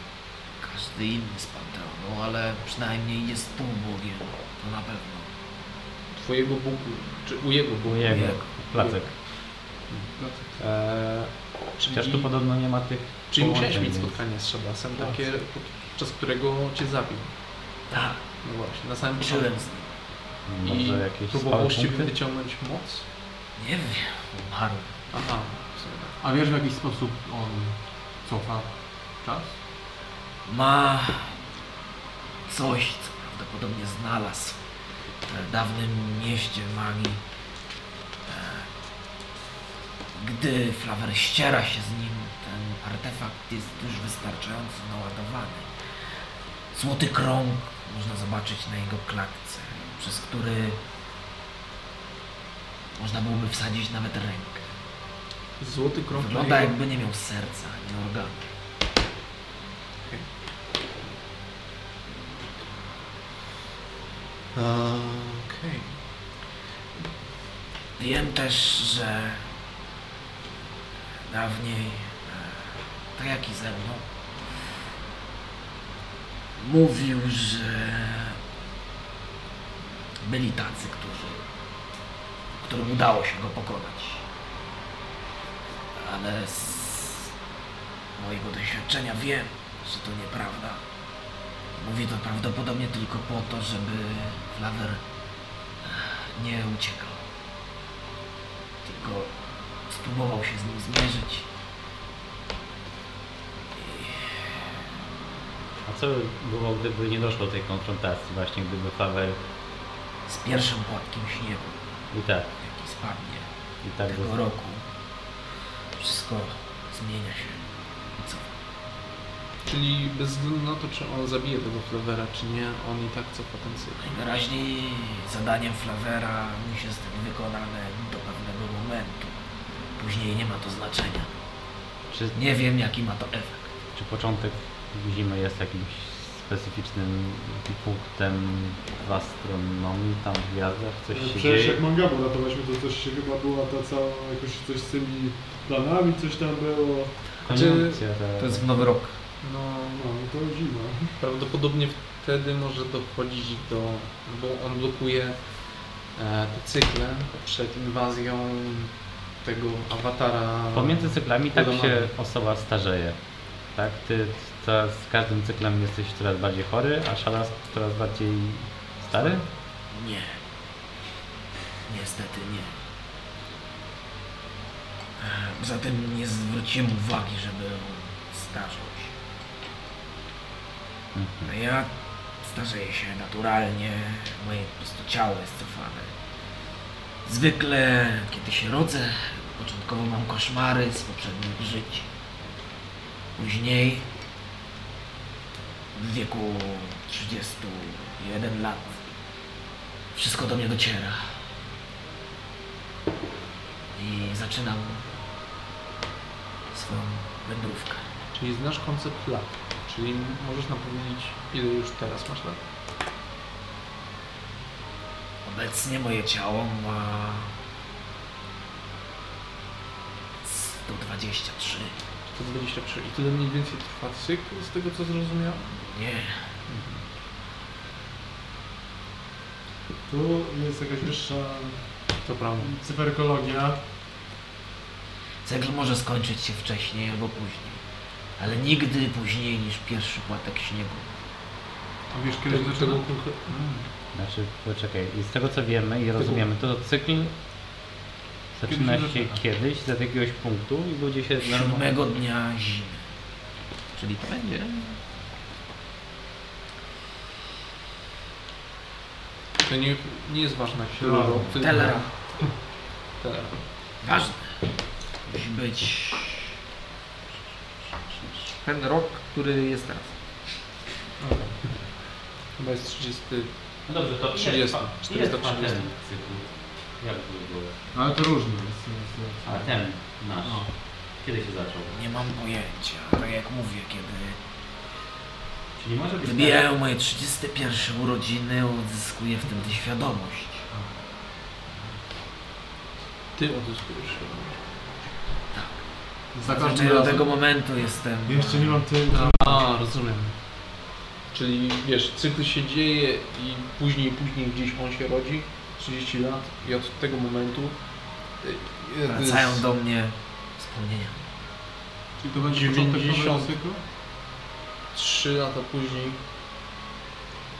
Speaker 6: każdy inny z Panteonu, ale przynajmniej jest półbogiem, to na pewno.
Speaker 7: Twojego Bogu, czy u jego Bogu.
Speaker 8: U jego
Speaker 6: Jego.
Speaker 8: placek. Eee,
Speaker 7: E, Czyli,
Speaker 8: chociaż tu podobno nie ma tych
Speaker 7: czyli musiałeś
Speaker 8: połączeń,
Speaker 7: mieć
Speaker 8: więc-
Speaker 7: spotkanie z Szabasem,
Speaker 8: Tak.
Speaker 7: takie, podczas którego cię zabił.
Speaker 6: Tak,
Speaker 7: No właśnie, na samym
Speaker 6: uczyłem z
Speaker 7: początku.
Speaker 6: nim.
Speaker 7: I
Speaker 8: Może jakieś
Speaker 7: próbował z
Speaker 8: spałe
Speaker 7: ciebie
Speaker 8: punkty?
Speaker 7: wyciągnąć moc?
Speaker 6: Nie wiem, umarł.
Speaker 7: Aha, w sumie tak.
Speaker 2: A wiesz w jakiś sposób on cofa czas?
Speaker 6: Ma coś, co prawdopodobnie znalazł w dawnym mieście magii. E, Gdy Flawer ściera się z nim, ten artefakt jest już wystarczająco naładowany. Złoty krąg można zobaczyć na jego klatce, przez który można byłoby wsadzić nawet rękę.
Speaker 7: Złoty krąg
Speaker 6: Wygląda
Speaker 7: jego-
Speaker 6: jakby nie miał serca, nie organu.
Speaker 7: A, Okej.
Speaker 6: Wiem też, że dawniej, e, tak jak i ze mną, mówił, że byli tacy, którzy, którym udało się go pokonać. Ale z mojego doświadczenia wiem, że to nieprawda. Mówi to prawdopodobnie tylko po to, żeby Flawer e, nie uciekał. tylko spróbował się z nim zmierzyć.
Speaker 8: A co by było, gdyby nie doszło do tej konfrontacji, właśnie gdyby Paweł
Speaker 6: Z pierwszym płatkiem śniegu,
Speaker 8: i tak,
Speaker 6: jaki spadnie
Speaker 8: i tak
Speaker 6: tego
Speaker 8: został.
Speaker 6: roku, wszystko zmienia się. Co?
Speaker 7: Czyli bez względu na to, czy on zabije tego flowera, czy nie, on i tak cofa ten cykl.
Speaker 6: Najwyraźniej zadaniem Flavera musi zostać wykonane do pewnego momentu. Później nie ma to znaczenia.
Speaker 8: Czy,
Speaker 6: Nie wiem jaki ma to efekt.
Speaker 8: czy początek zimy jest jakimś specyficznym punktem w astronomii, tam w gwiazdach, coś się
Speaker 14: Przecież
Speaker 8: dzieje?
Speaker 14: jak mangabu ratowaliśmy, to coś się chyba była ta cała, jakoś coś z tymi planami, coś tam było.
Speaker 8: Koniunkcja,
Speaker 1: To jest w nowy rok.
Speaker 7: No,
Speaker 14: No, to zima.
Speaker 7: prawdopodobnie wtedy może dochodzić do, bo on blokuje e, te cykle przed inwazją tego awatara.
Speaker 8: Pomiędzy cyklami tak
Speaker 7: Wiadomo.
Speaker 8: się osoba starzeje. Tak, ty coraz, z każdym cyklem jesteś coraz bardziej chory, a szalas coraz bardziej stary?
Speaker 6: Nie. Niestety nie. Ehm, Zatem nie zwróciłem uwagi, żeby on starzał się. No ja starzeję się naturalnie, moje po prostu ciało jest cofane. Zwykle, kiedy się rodzę, początkowo mam koszmary z poprzednich żyć. Później, w wieku 31 lat, wszystko do mnie dociera. I zaczynam swoją wędrówkę.
Speaker 7: Czyli znasz koncept lat. Czyli możesz nam powiedzieć, ile już teraz masz lat.
Speaker 6: Obecnie moje ciało ma 123.
Speaker 7: 123. I tyle mniej więcej trwa cykl, z tego co zrozumiałem.
Speaker 6: Nie,
Speaker 14: Tu jest jakaś wyższa
Speaker 7: To prawda.
Speaker 14: cyberkologia.
Speaker 6: cykl może skończyć się wcześniej albo później, ale nigdy później niż pierwszy płatek śniegu.
Speaker 2: A wiesz, kiedy
Speaker 7: Tego,
Speaker 2: zaczyna?
Speaker 7: tego konkre- mm.
Speaker 8: Znaczy, poczekaj, i z tego co wiemy i rozumiemy, to cykl zaczyna
Speaker 2: się
Speaker 8: się
Speaker 2: zaczyna.
Speaker 8: kiedyś z jakiegoś punktu i ludzie się normalnie...
Speaker 6: Siódmego dnia zimy. Czyli to będzie?
Speaker 7: To nie, nie jest ważne, który
Speaker 14: Dobra.
Speaker 7: rok. tylko-
Speaker 6: Telera.
Speaker 7: Telera.
Speaker 6: Ważne. Musi być...
Speaker 1: Ten rok, który jest teraz.
Speaker 7: Chyba jest 30.
Speaker 8: No dobrze, to
Speaker 7: 30, 430.
Speaker 8: cykl? Jak by było?
Speaker 2: No,
Speaker 8: No.
Speaker 2: Ale to różne jest. jest, jest.
Speaker 8: A ten nasz, kiedy się zaczął?
Speaker 6: Nie mam pojęcia. Tak jak mówię, kiedy
Speaker 8: Czyli może być...
Speaker 6: Wybijają moje 31 urodziny, odzyskuję w tym tę świadomość.
Speaker 7: Ty odzyskujesz się.
Speaker 2: Za każdym
Speaker 6: Zazwyczaj do
Speaker 2: razem.
Speaker 6: Znaczy, no, tego momentu jestem.
Speaker 14: Jeszcze nie mam tej...
Speaker 7: A, rozumiem. Czyli wiesz, cykl się dzieje i później, później gdzieś on się rodzi, 30 lat i od tego momentu y,
Speaker 6: Wracają
Speaker 7: z-
Speaker 6: do mnie wspomnienia.
Speaker 2: Czyli to będzie początek nowego
Speaker 7: 90.
Speaker 2: cyklu?
Speaker 7: Trzy lata później.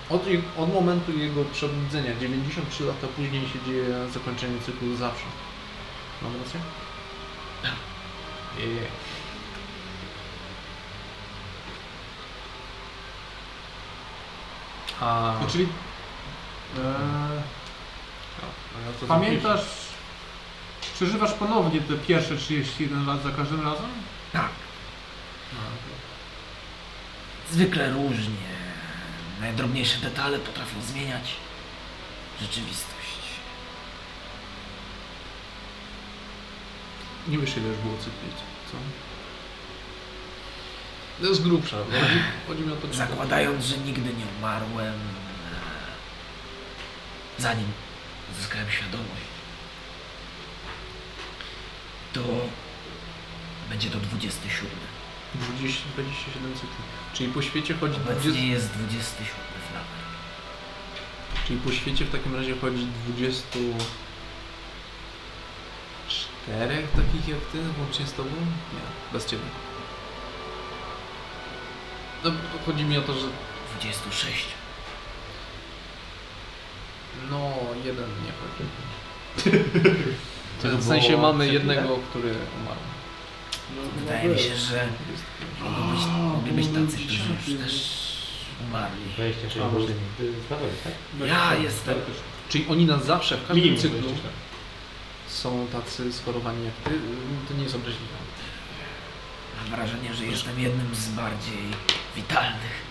Speaker 7: Od, je- od momentu jego przebudzenia, 93 lata później się dzieje zakończenie cyklu zawsze. Mam rację? Jej. A,
Speaker 2: No, czyli e,
Speaker 7: a ja to
Speaker 2: pamiętasz, przeżywasz ponownie te pierwsze 31 lat za każdym razem?
Speaker 6: Tak.
Speaker 2: No,
Speaker 6: Zwykle różnie. Najdrobniejsze detale potrafią zmieniać rzeczywistość.
Speaker 7: Nie wiesz ile już było cykli, co? To jest grubsza, bo chodzi, chodzi mi o to, czy to-
Speaker 6: Zakładając, że nigdy nie umarłem, e, zanim uzyskałem świadomość, to będzie to 27.
Speaker 7: 20, 27 cykli. Czyli po świecie chodzi 20,
Speaker 6: Obecnie jest 27 flawer.
Speaker 7: Czyli po świecie w takim razie chodzi 24 takich jak ty, łącznie z tobą? Nie, bez ciebie. No, chodzi mi o to, że
Speaker 6: 26.
Speaker 7: no, jeden nie chodzi.
Speaker 8: Tego
Speaker 7: W sensie
Speaker 8: było
Speaker 7: mamy
Speaker 8: przed chwilę?
Speaker 7: jednego, który umarł.
Speaker 6: Wydaje mi się, że mogą być, mogli być tacy, którzy już też umarli.
Speaker 8: 26
Speaker 25: A,
Speaker 8: godzin. tak?
Speaker 6: Ja
Speaker 7: Tak.
Speaker 6: jestem.
Speaker 7: Czyli oni nas zawsze, w każdym
Speaker 14: Minimum
Speaker 7: cyklu
Speaker 14: 24.
Speaker 7: są tacy schorowani jak ty. To nie jest obraźliwe.
Speaker 6: Mam wrażenie, że jestem jednym z bardziej witalnych.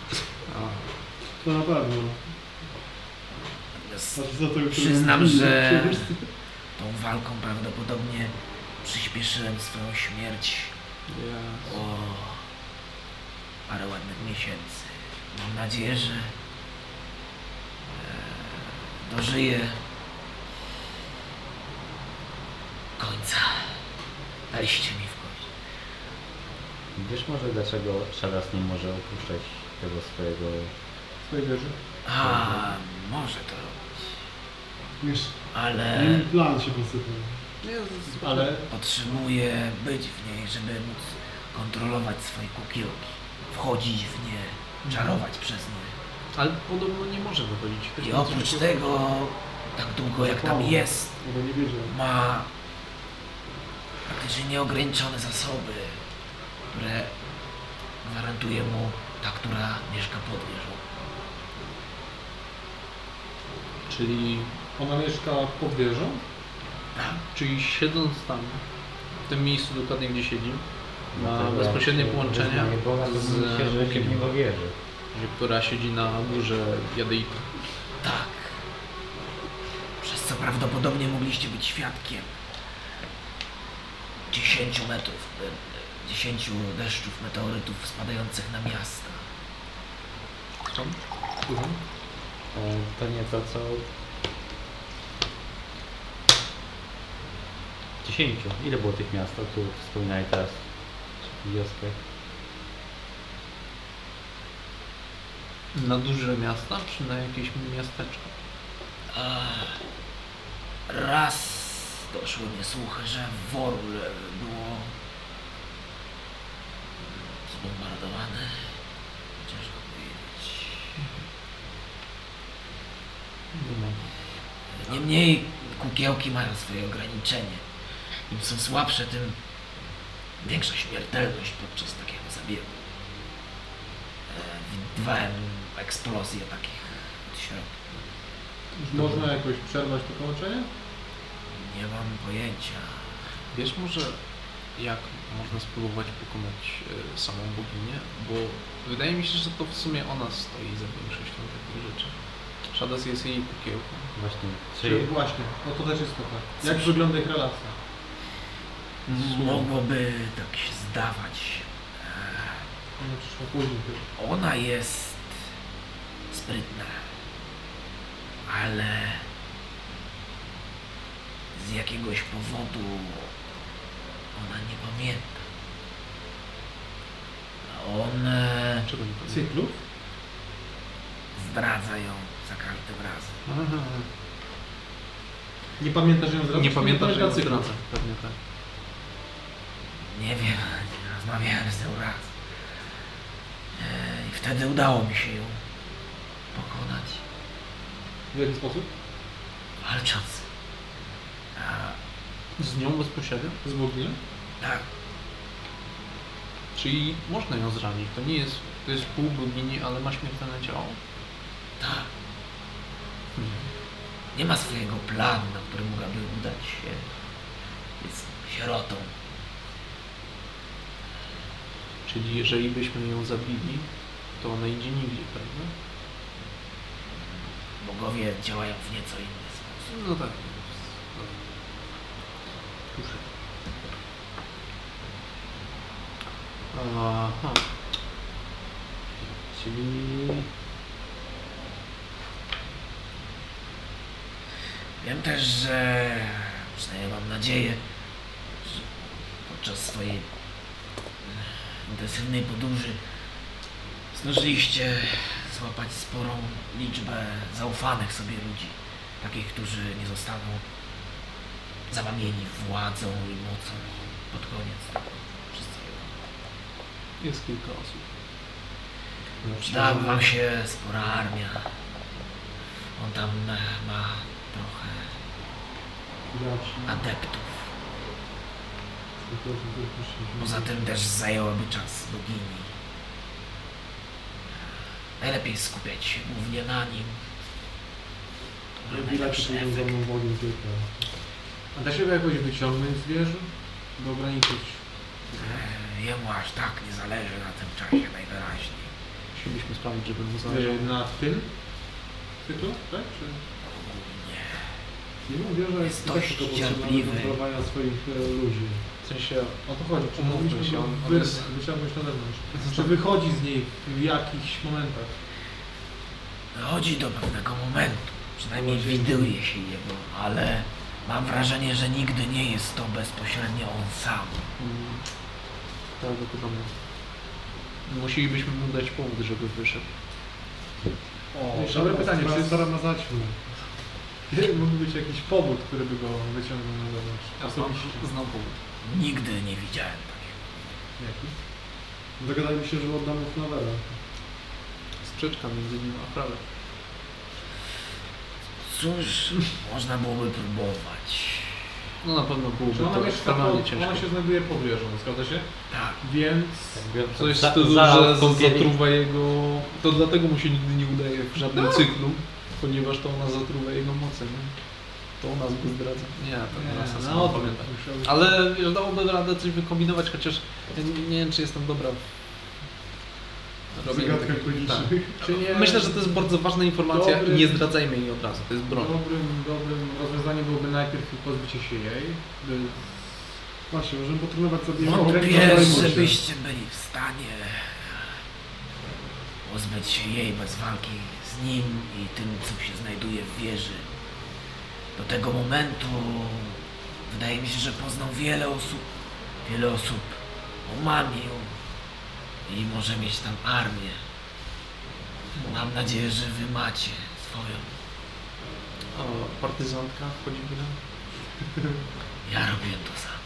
Speaker 14: To na pewno.
Speaker 6: Natomiast
Speaker 14: Znaczy za to, który-
Speaker 6: Przyznam, że tą walką prawdopodobnie przyspieszyłem swoją śmierć o parę ładnych miesięcy. Mam nadzieję, że e, dożyję końca. Daliście mi w końcu.
Speaker 8: Wiesz może dlaczego Szaras nie może opuszczać tego swojego...
Speaker 14: Twojej wieży.
Speaker 6: A, może to robić,
Speaker 14: Wiesz,
Speaker 6: ale
Speaker 14: jej No plan się posypał. Ale
Speaker 6: potrzebuję być w niej, żeby móc kontrolować swoje kukiełki. Wchodzić w nie, czarować przez nie.
Speaker 7: Ale podobno nie może wychodzić.
Speaker 6: I oprócz tego, tak długo jak tam jest,
Speaker 14: bo nie wiedział.
Speaker 6: ma praktycznie nieograniczone zasoby, które gwarantuje mu ta, która mieszka pod wieżą.
Speaker 7: Czyli
Speaker 2: Ona mieszka pod wieżą?
Speaker 7: Czyli siedząc tam, w tym miejscu dokładnie gdzie siedzi, ma
Speaker 8: tego-
Speaker 7: bezpośrednie
Speaker 8: tego
Speaker 7: połączenie
Speaker 8: wyznania Boga, to
Speaker 7: z
Speaker 8: mówi się, że się w niego wierzy.
Speaker 7: która siedzi na górze Jadeity.
Speaker 6: Tak. Przez co prawdopodobnie mogliście być świadkiem 10 metrów, e, 10 deszczów meteorytów spadających na miasta.
Speaker 7: Mhm.
Speaker 8: To, E, to nie to co... 10. Ile było tych miast, o których wspominali teraz? Wioskę.
Speaker 7: Na duże miasta, czy na jakieś miasteczko?
Speaker 6: A raz doszły mnie słuchy, że Worul e, było zbombardowane. Ciężko powiedzieć. Niemniej kukiełki mają swoje ograniczenie. Im są słabsze, tym większa śmiertelność podczas takiego zabiegu. E, Widywałem eksplozję takich od środka.
Speaker 2: Już można jakoś przerwać to połączenie?
Speaker 6: Nie mam pojęcia.
Speaker 7: Wiesz może, jak można spróbować pokonać e, samą boginię? Bo wydaje mi się, że to w sumie ona stoi za większością takich rzeczy. Shadas jest jej kukiełką.
Speaker 8: Właśnie.
Speaker 2: Czyli
Speaker 8: Czy
Speaker 2: właśnie, no to też jest to tak. Jak wygląda ich relacja?
Speaker 6: Mogłoby tak się zdawać.
Speaker 2: Ona przyszła później tylko.
Speaker 6: Ona jest sprytna, ale z jakiegoś powodu ona nie pamięta. A On e,
Speaker 7: Czego nie powiem?
Speaker 2: Cyklów?
Speaker 6: zdradza ją za każdym razem.
Speaker 2: Nie pamiętasz, że ją zrobił?
Speaker 7: Nie pamiętam, że ją
Speaker 2: cyklu.
Speaker 7: zdradzę. Pewnie tak.
Speaker 6: Nie wiem, nie rozmawiałem z nią raz. E, I wtedy udało mi się ją pokonać.
Speaker 2: W jaki sposób?
Speaker 6: Walcząc. A,
Speaker 7: Z nią bezpośrednio?
Speaker 2: Z Bogiem?
Speaker 6: tak,
Speaker 7: Czyli można ją zranić. To nie jest, to jest pół bogini, ale ma śmiertelne ciało.
Speaker 6: tak. Hmm. Nie ma swojego planu, na który mogłaby udać się. Jest sierotą.
Speaker 7: Czyli jeżeli byśmy ją zabili, to ona idzie nigdzie, prawda?
Speaker 6: Bogowie działają w nieco inny sposób.
Speaker 7: No tak. Aha.
Speaker 8: Czyli...
Speaker 6: Wiem też, że przynajmniej mam nadzieję, że podczas swojej e, intensywnej podróży zdążyliście złapać sporą liczbę zaufanych sobie ludzi. Takich, którzy nie zostaną zamienieni władzą i mocą pod koniec tego wszystkiego.
Speaker 7: Jest kilka osób.
Speaker 8: No,
Speaker 6: Przydała wam się spora armia. On tam e, ma trochę adeptów. Poza tym też zajęłaby czas bogini. Najlepiej skupiać się głównie na nim. To ma
Speaker 14: Jak
Speaker 6: najlepszy
Speaker 14: widać, to będą za
Speaker 6: efekt.
Speaker 14: mną wogiem tylko.
Speaker 26: A da się go jakoś wyciągnąć z wieży? By ograniczyć
Speaker 6: Eee, Jemu aż tak nie zależy na tym czasie najwyraźniej.
Speaker 7: Musielibyśmy sprawdzić, żeby mu zależało.
Speaker 26: wieżę na tym?
Speaker 2: Tytuł, tak? Czy...
Speaker 14: Nie mówię, że
Speaker 6: Jest
Speaker 14: jest tak
Speaker 6: dość
Speaker 14: tylko potrzebne do
Speaker 6: cierpliwy.
Speaker 14: kontrolowania swoich e, ludzi.
Speaker 26: W sensie
Speaker 2: O to chodzi, czy
Speaker 26: Umówmy
Speaker 2: powinniśmy
Speaker 26: się,
Speaker 2: go
Speaker 26: on- on
Speaker 2: wy-
Speaker 26: jest-
Speaker 2: wyciągnąć na zewnątrz. Czy wychodzi z niej w jakichś momentach?
Speaker 6: Dochodzi do pewnego momentu. Przynajmniej widuje się jego, ale mam wrażenie, że nigdy nie jest to bezpośrednio on sam.
Speaker 7: mm,
Speaker 26: prawdopodobnie. Musielibyśmy mu dać powód, żeby wyszedł.
Speaker 2: O, dobre pytanie, czy
Speaker 14: Teraz
Speaker 2: jest,
Speaker 14: stara na zaćmy.
Speaker 2: mógłby być jakiś powód, który by go wyciągnął na zewnątrz?
Speaker 7: Ja znam,
Speaker 2: Osobiście.
Speaker 7: znam powód.
Speaker 6: Nigdy nie widziałem takiego.
Speaker 2: Jaki?
Speaker 14: Dogadajmy się, że oddamy Flawera.
Speaker 7: Sprzeczka między nim a prawem.
Speaker 6: Cóż, można byłoby próbować.
Speaker 26: No na pewno byłby
Speaker 2: Czy ona
Speaker 26: to
Speaker 2: mieszka pod,
Speaker 26: ekstremalnie ciężko.
Speaker 2: ona się znajduje pod wieżą, zgadza się?
Speaker 6: Tak.
Speaker 2: Więc...
Speaker 7: Coś
Speaker 8: Za-
Speaker 7: z tyłu,
Speaker 8: za
Speaker 7: że
Speaker 8: kąpieli.
Speaker 7: zatruwa jego... To dlatego mu się nigdy nie udaje w żadnym cyklu, ponieważ to ona zatruwa jego moce, nie? To ona go zdradza. Nie, to ona sama
Speaker 2: no,
Speaker 7: pamięta.
Speaker 2: musiałby-
Speaker 7: Ale już dałoby radę coś wykombinować, chociaż ja nie, nie wiem, czy jestem dobra w... robieniu
Speaker 14: Zagadka
Speaker 7: takich- tak.
Speaker 14: koniecznych.
Speaker 2: Czy nie-
Speaker 7: Myślę, że to jest bardzo ważna informacja
Speaker 2: Dobry-
Speaker 7: i nie zdradzajmy jej od razu, to jest broń.
Speaker 2: Dobrym, dobrym rozwiązaniem byłoby najpierw pozbycie się jej, by
Speaker 14: Właśnie, możemy potrenować sobie
Speaker 7: No,
Speaker 6: Wątpię,
Speaker 14: Okręt-
Speaker 6: żebyście byli w stanie pozbyć się jej bez walki z nim i tym, co się znajduje w wieży. Do tego momentu wydaje mi się, że poznał wiele osób. Wiele osób omamił i może mieć tam armię. Mam nadzieję, że wy macie swoją.
Speaker 26: O, partyzantka wchodzi w grę.
Speaker 6: Ja robię to sam.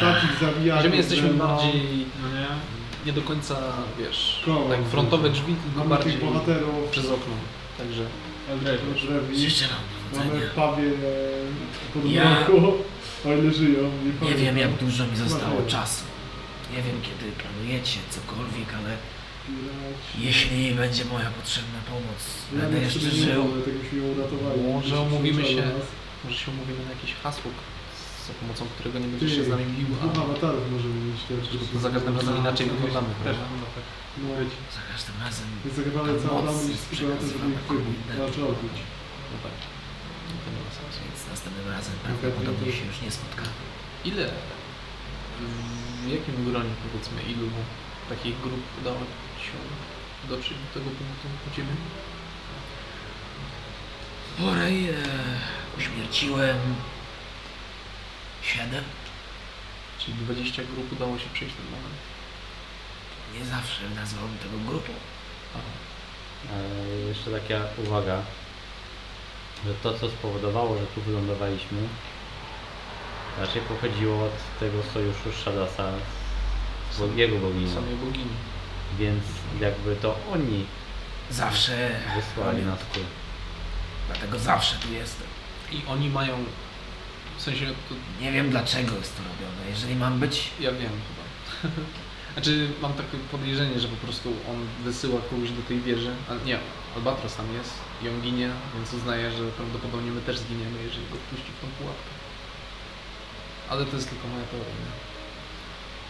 Speaker 14: Takich zabijaków.
Speaker 7: Że my jesteśmy
Speaker 14: że no,
Speaker 7: bardziej,
Speaker 2: no nie?
Speaker 7: nie do końca, wiesz,
Speaker 14: Koło.
Speaker 7: tak frontowe drzwi, tylko
Speaker 14: Mamy tych
Speaker 7: bardziej
Speaker 14: bohaterów,
Speaker 7: przez okno. Także
Speaker 2: Eldrej,
Speaker 14: drewni,
Speaker 6: Życzę wam
Speaker 14: mamy
Speaker 6: powodzenia.
Speaker 14: pawie
Speaker 6: Ja-
Speaker 14: podwórku, o ile żyją.
Speaker 6: Nie
Speaker 14: pamiętam.
Speaker 6: wiem, jak dużo mi zostało
Speaker 14: Zobaczymy.
Speaker 6: czasu. Nie wiem, kiedy planujecie cokolwiek, ale jeśli będzie moja potrzebna pomoc,
Speaker 14: Ja
Speaker 6: będę
Speaker 14: nie
Speaker 6: jeszcze
Speaker 14: przewidziałem,
Speaker 6: żył.
Speaker 14: ale tak byśmy ją uratowali.
Speaker 7: Może
Speaker 14: Byśmy
Speaker 7: umówimy
Speaker 14: przyjrzeli
Speaker 7: się-
Speaker 14: nas.
Speaker 7: może się umówimy na jakieś hasło, za pomocą którego nie
Speaker 14: Ty,
Speaker 7: będziesz się z nami bił,
Speaker 14: Dwóch
Speaker 7: a
Speaker 14: awatarów możemy mieć też.
Speaker 7: to za każdym razem No, inaczej wyglądamy.
Speaker 2: Też,
Speaker 7: prawda?
Speaker 2: no tak.
Speaker 14: No,
Speaker 6: Za każdym razem
Speaker 14: jest zagadane
Speaker 6: Ta
Speaker 14: cała
Speaker 6: moc
Speaker 14: rama i
Speaker 6: jest
Speaker 14: skupiona na tym, żeby ich
Speaker 6: przekazywana
Speaker 14: wybić.
Speaker 6: komuś
Speaker 14: Znaczy odbić.
Speaker 7: No tak. No to nie ma sensu.
Speaker 6: Więc następnym razem prawdopodobnie się już nie spotkamy.
Speaker 7: Ile, w jakim gronie powiedzmy, ilu takich grup udało się dotrzeć do tego punktu u Ciebie?
Speaker 6: Porej e, uśmierciłem siedem.
Speaker 7: Czyli 20 grup udało się przejść ten moment?
Speaker 6: Nie zawsze nazwałbym tego grupą.
Speaker 8: E, Jeszcze taka uwaga, że to co spowodowało, że tu wylądowaliśmy, raczej pochodziło od tego sojuszu Shadasa z bo- jego boginią,
Speaker 7: Samej bogini.
Speaker 8: więc jakby to oni
Speaker 6: Zawsze,
Speaker 8: wysłali nas tu.
Speaker 6: dlatego zawsze tu jestem.
Speaker 7: I oni mają, w sensie, to
Speaker 6: Nie wiem dlaczego jest to robione. Jeżeli mam być,
Speaker 7: ja wiem chyba. Znaczy, mam takie podejrzenie, że po prostu on wysyła kogoś do tej wieży, a nie, Albatros tam jest i on ginie, więc uznaje, że prawdopodobnie my też zginiemy, jeżeli go wpuści w tą pułapkę. Ale to jest tylko moja teoria. nie?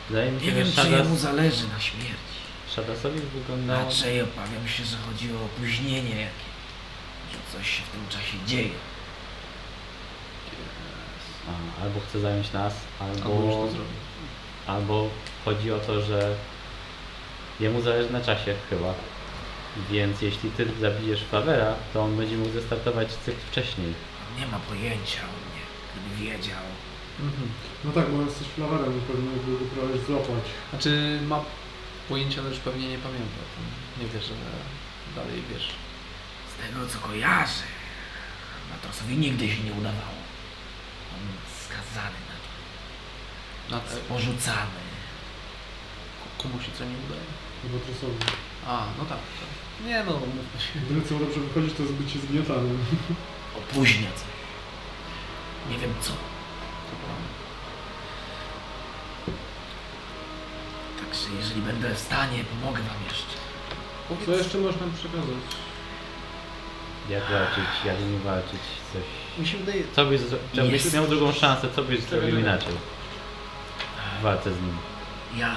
Speaker 8: Wydaje mi
Speaker 6: nie
Speaker 8: się, że
Speaker 6: wiem czy jemu
Speaker 8: Shadas,
Speaker 6: zależy na śmierci.
Speaker 8: Shadasowi wyglądało...
Speaker 6: Raczej obawiam się, że chodzi o opóźnienie jakie. Że coś się w tym czasie dzieje.
Speaker 8: A, albo chce zająć nas,
Speaker 7: Albo już
Speaker 8: albo,
Speaker 7: to zrobił.
Speaker 8: albo chodzi o to, że jemu zależy na czasie chyba. Więc jeśli ty zabijesz Fawera, to on będzie mógł zestartować cykl wcześniej.
Speaker 6: On nie ma pojęcia o mnie. Gdyby wiedział,
Speaker 7: Mhm.
Speaker 14: No tak, bo jesteś flawerem, na pewno by go próbowałeś złapać.
Speaker 7: Znaczy ma pojęcie, ale już pewnie nie pamięta. To Nie wiesz, że dalej wiesz.
Speaker 6: Z tego co kojarzę, Matrosowi nigdy się nie udawało. On skazany na to,
Speaker 7: Na te,
Speaker 6: porzucany.
Speaker 7: komu się co nie udaje.
Speaker 14: Chyba tresowi.
Speaker 7: A, no tak. tak. Nie no, mówmy się.
Speaker 14: Jedyne co mu dobrze wychodzi, to jest bycie zgniatanym.
Speaker 6: Opóźnia coś. Nie wiem co.
Speaker 7: To prawda.
Speaker 6: rzeczy. Jeżeli będę w stanie, pomogę wam jeszcze.
Speaker 11: Co jeszcze można przekazać?
Speaker 8: Jak walczyć, jak nie walczyć, coś.
Speaker 17: Mi się wydaje,
Speaker 8: Co byś, zro- jakbyś
Speaker 6: Jest.
Speaker 8: miał drugą szansę, co byś zrobił
Speaker 11: czekaj.
Speaker 8: inaczej w walce z nim?
Speaker 6: Ja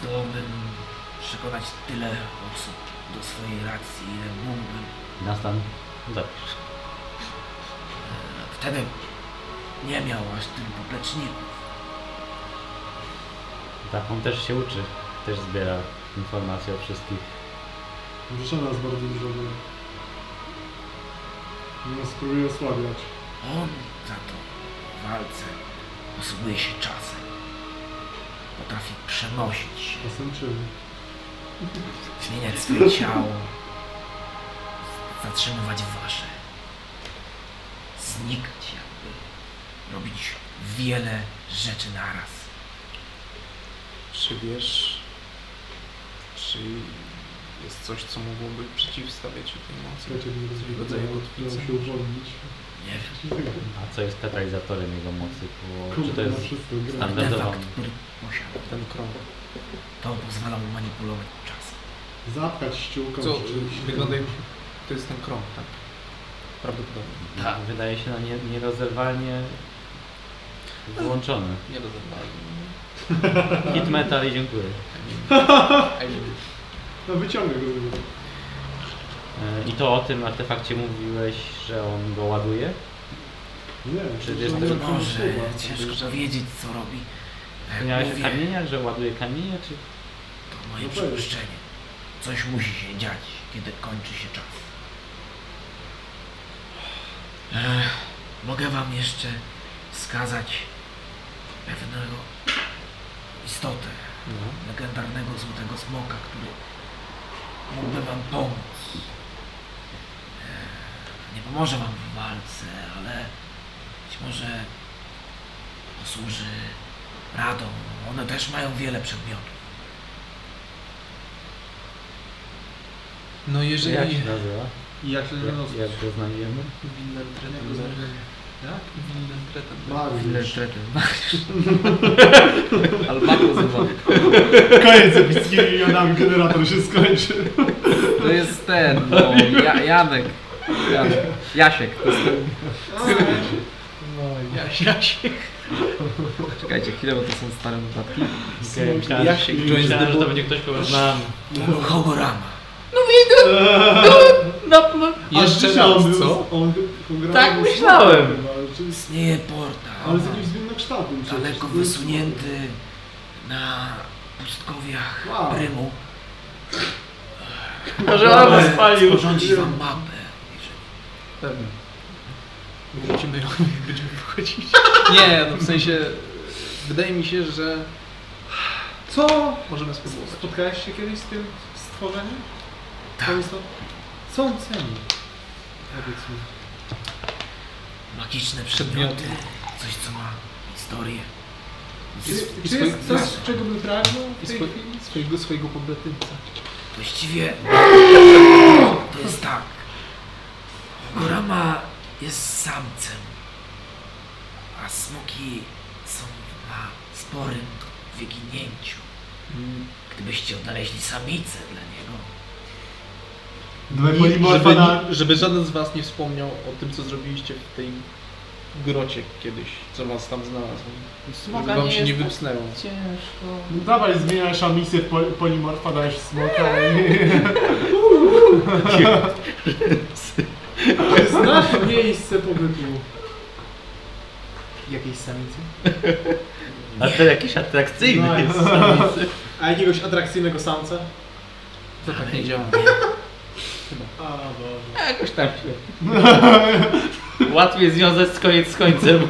Speaker 6: zdołałbym przekonać tyle osób do swojej racji, ile mógłbym.
Speaker 8: Nastan, zapisz.
Speaker 6: Wtedy nie miał aż tylu popleczników.
Speaker 8: Tak, on też się uczy, też zbiera informacje o wszystkich.
Speaker 14: Brzesza nas bardzo dużo wie. Nie nas spróbuję osłabiać.
Speaker 6: On za to w walce posługuje się czasem. Potrafi przenosić się,
Speaker 14: Czasem czyny.
Speaker 6: zmieniać swoje ciało, zatrzymywać wasze, znikać jakby, robić wiele rzeczy naraz.
Speaker 17: Czy wiesz, czy jest coś, co mogłoby przeciwstawiać się tej mocy?
Speaker 14: Słuchajcie, nie rozumiem.
Speaker 17: Rodzaj
Speaker 14: Miałem
Speaker 17: kotwicy.
Speaker 14: się uwolnić.
Speaker 6: Nie wiem,
Speaker 8: A co jest katalizatorem jego mocy? Bo, czy to
Speaker 14: Kurde, na
Speaker 8: jest
Speaker 14: wszystko gra.
Speaker 8: standardowa?
Speaker 6: artefakt, który posiadał,
Speaker 17: Ten krąg.
Speaker 6: to pozwala mu manipulować czasem.
Speaker 14: Zapchać ściółką
Speaker 17: Co?
Speaker 14: czy czymś.
Speaker 17: Wygląda jak... To jest ten krąg, tak? Prawdopodobnie.
Speaker 6: Tak.
Speaker 8: Wydaje się na nie, nierozerwalnie włączony.
Speaker 17: Nie rozumiem.
Speaker 8: Hit metal i dziękuję.
Speaker 17: I mean,
Speaker 14: No wyciągnę go z niego.
Speaker 8: E, I to o tym artefakcie mówiłeś, że on go ładuje?
Speaker 14: Nie,
Speaker 8: Przecież
Speaker 14: to
Speaker 8: to
Speaker 14: nie
Speaker 6: No Może
Speaker 14: słowa.
Speaker 6: ciężko powiedzieć, co robi. Jak
Speaker 8: Miałeś w
Speaker 6: mówię,
Speaker 8: kamieniach, że ładuje kamienie, czy
Speaker 6: To moje
Speaker 14: No powiedz.
Speaker 6: przypuszczenie. Coś musi się dziać, kiedy kończy się czas. Ech, mogę wam jeszcze wskazać pewnego istotę, legendarnego złotego smoka, który mógłby wam pomóc. Ech, nie pomoże wam w walce, ale być może posłuży radą. One też mają wiele przedmiotów.
Speaker 17: No
Speaker 8: jak
Speaker 17: jeżeli...
Speaker 8: się nazywa?
Speaker 2: I jak się nie
Speaker 8: Jak, jak go znajdziemy?
Speaker 17: Wilner Trettenberg. Jak? Wilner Trettenberg.
Speaker 14: Mariusz.
Speaker 1: Albaku zywam.
Speaker 14: Koniec epickimi milionami, generator się skończy.
Speaker 16: To jest ten, no, ja, Janek. Janek. Jasiek. To jest ten.
Speaker 17: Jaś, jaś.
Speaker 16: Czekajcie chwilę, bo to są stare notatki.
Speaker 8: Okej, myślałem,
Speaker 17: Jak się
Speaker 8: myślałem, że to będzie ktoś, kogo znam.
Speaker 6: Hogorama.
Speaker 16: No,
Speaker 17: Jeszcze
Speaker 14: A dzisiaj on
Speaker 17: raz,
Speaker 14: był-
Speaker 17: co?
Speaker 14: On, on
Speaker 8: Tak myślałem.
Speaker 6: Istnieje portal,
Speaker 14: Ale z jakimś zmiennokształtnym. przecież.
Speaker 6: daleko
Speaker 14: To jest-
Speaker 6: wysunięty na pustkowiach
Speaker 14: Wow.
Speaker 6: Prymu.
Speaker 8: Może on go spalił.
Speaker 6: Urządzi wam mapę. jeżeli-
Speaker 17: Pewnie. Musimy ją będziemy wychodzić.
Speaker 2: Nie,
Speaker 17: No w sensie... Wydaje mi się, że
Speaker 2: Co?
Speaker 17: możemy spróbować.
Speaker 2: Spotkałeś się kiedyś z tym stworzeniem?
Speaker 6: Tak.
Speaker 2: To jest to- Co on ceni? Powiedz mi.
Speaker 6: Magiczne przedmioty, coś co ma historię.
Speaker 2: Czy,
Speaker 17: i
Speaker 2: czy
Speaker 17: swój-
Speaker 2: jest coś, czego by pragnął
Speaker 17: I
Speaker 2: w tej
Speaker 17: swój,
Speaker 2: chwili?
Speaker 17: swojego, swojego pobratymca.
Speaker 6: Właściwie to jest tak. Hogorama jest samcem, a smoki są na sporym wyginięciu.
Speaker 17: Mm.
Speaker 6: Gdybyście odnaleźli samicę dla niego,
Speaker 14: Dwa
Speaker 17: Żeby,
Speaker 14: polimorfa na...
Speaker 17: żeby żaden z was nie wspomniał o tym, co zrobiliście w tej grocie kiedyś, co was tam znalazło. Żeby wam się nie wypsnęło.
Speaker 14: No dawaj, zmieniasz ambicję w pol- polimorfa, dajesz smoka
Speaker 2: Znasz miejsce pobytu. Jakiejś samicy?
Speaker 8: A to jakiś atrakcyjny jest.
Speaker 2: A jakiegoś atrakcyjnego samca?
Speaker 17: To tak nie działa.
Speaker 14: A, Boże.
Speaker 8: Jakoś tam się. Łatwiej związać z koniec z końcem.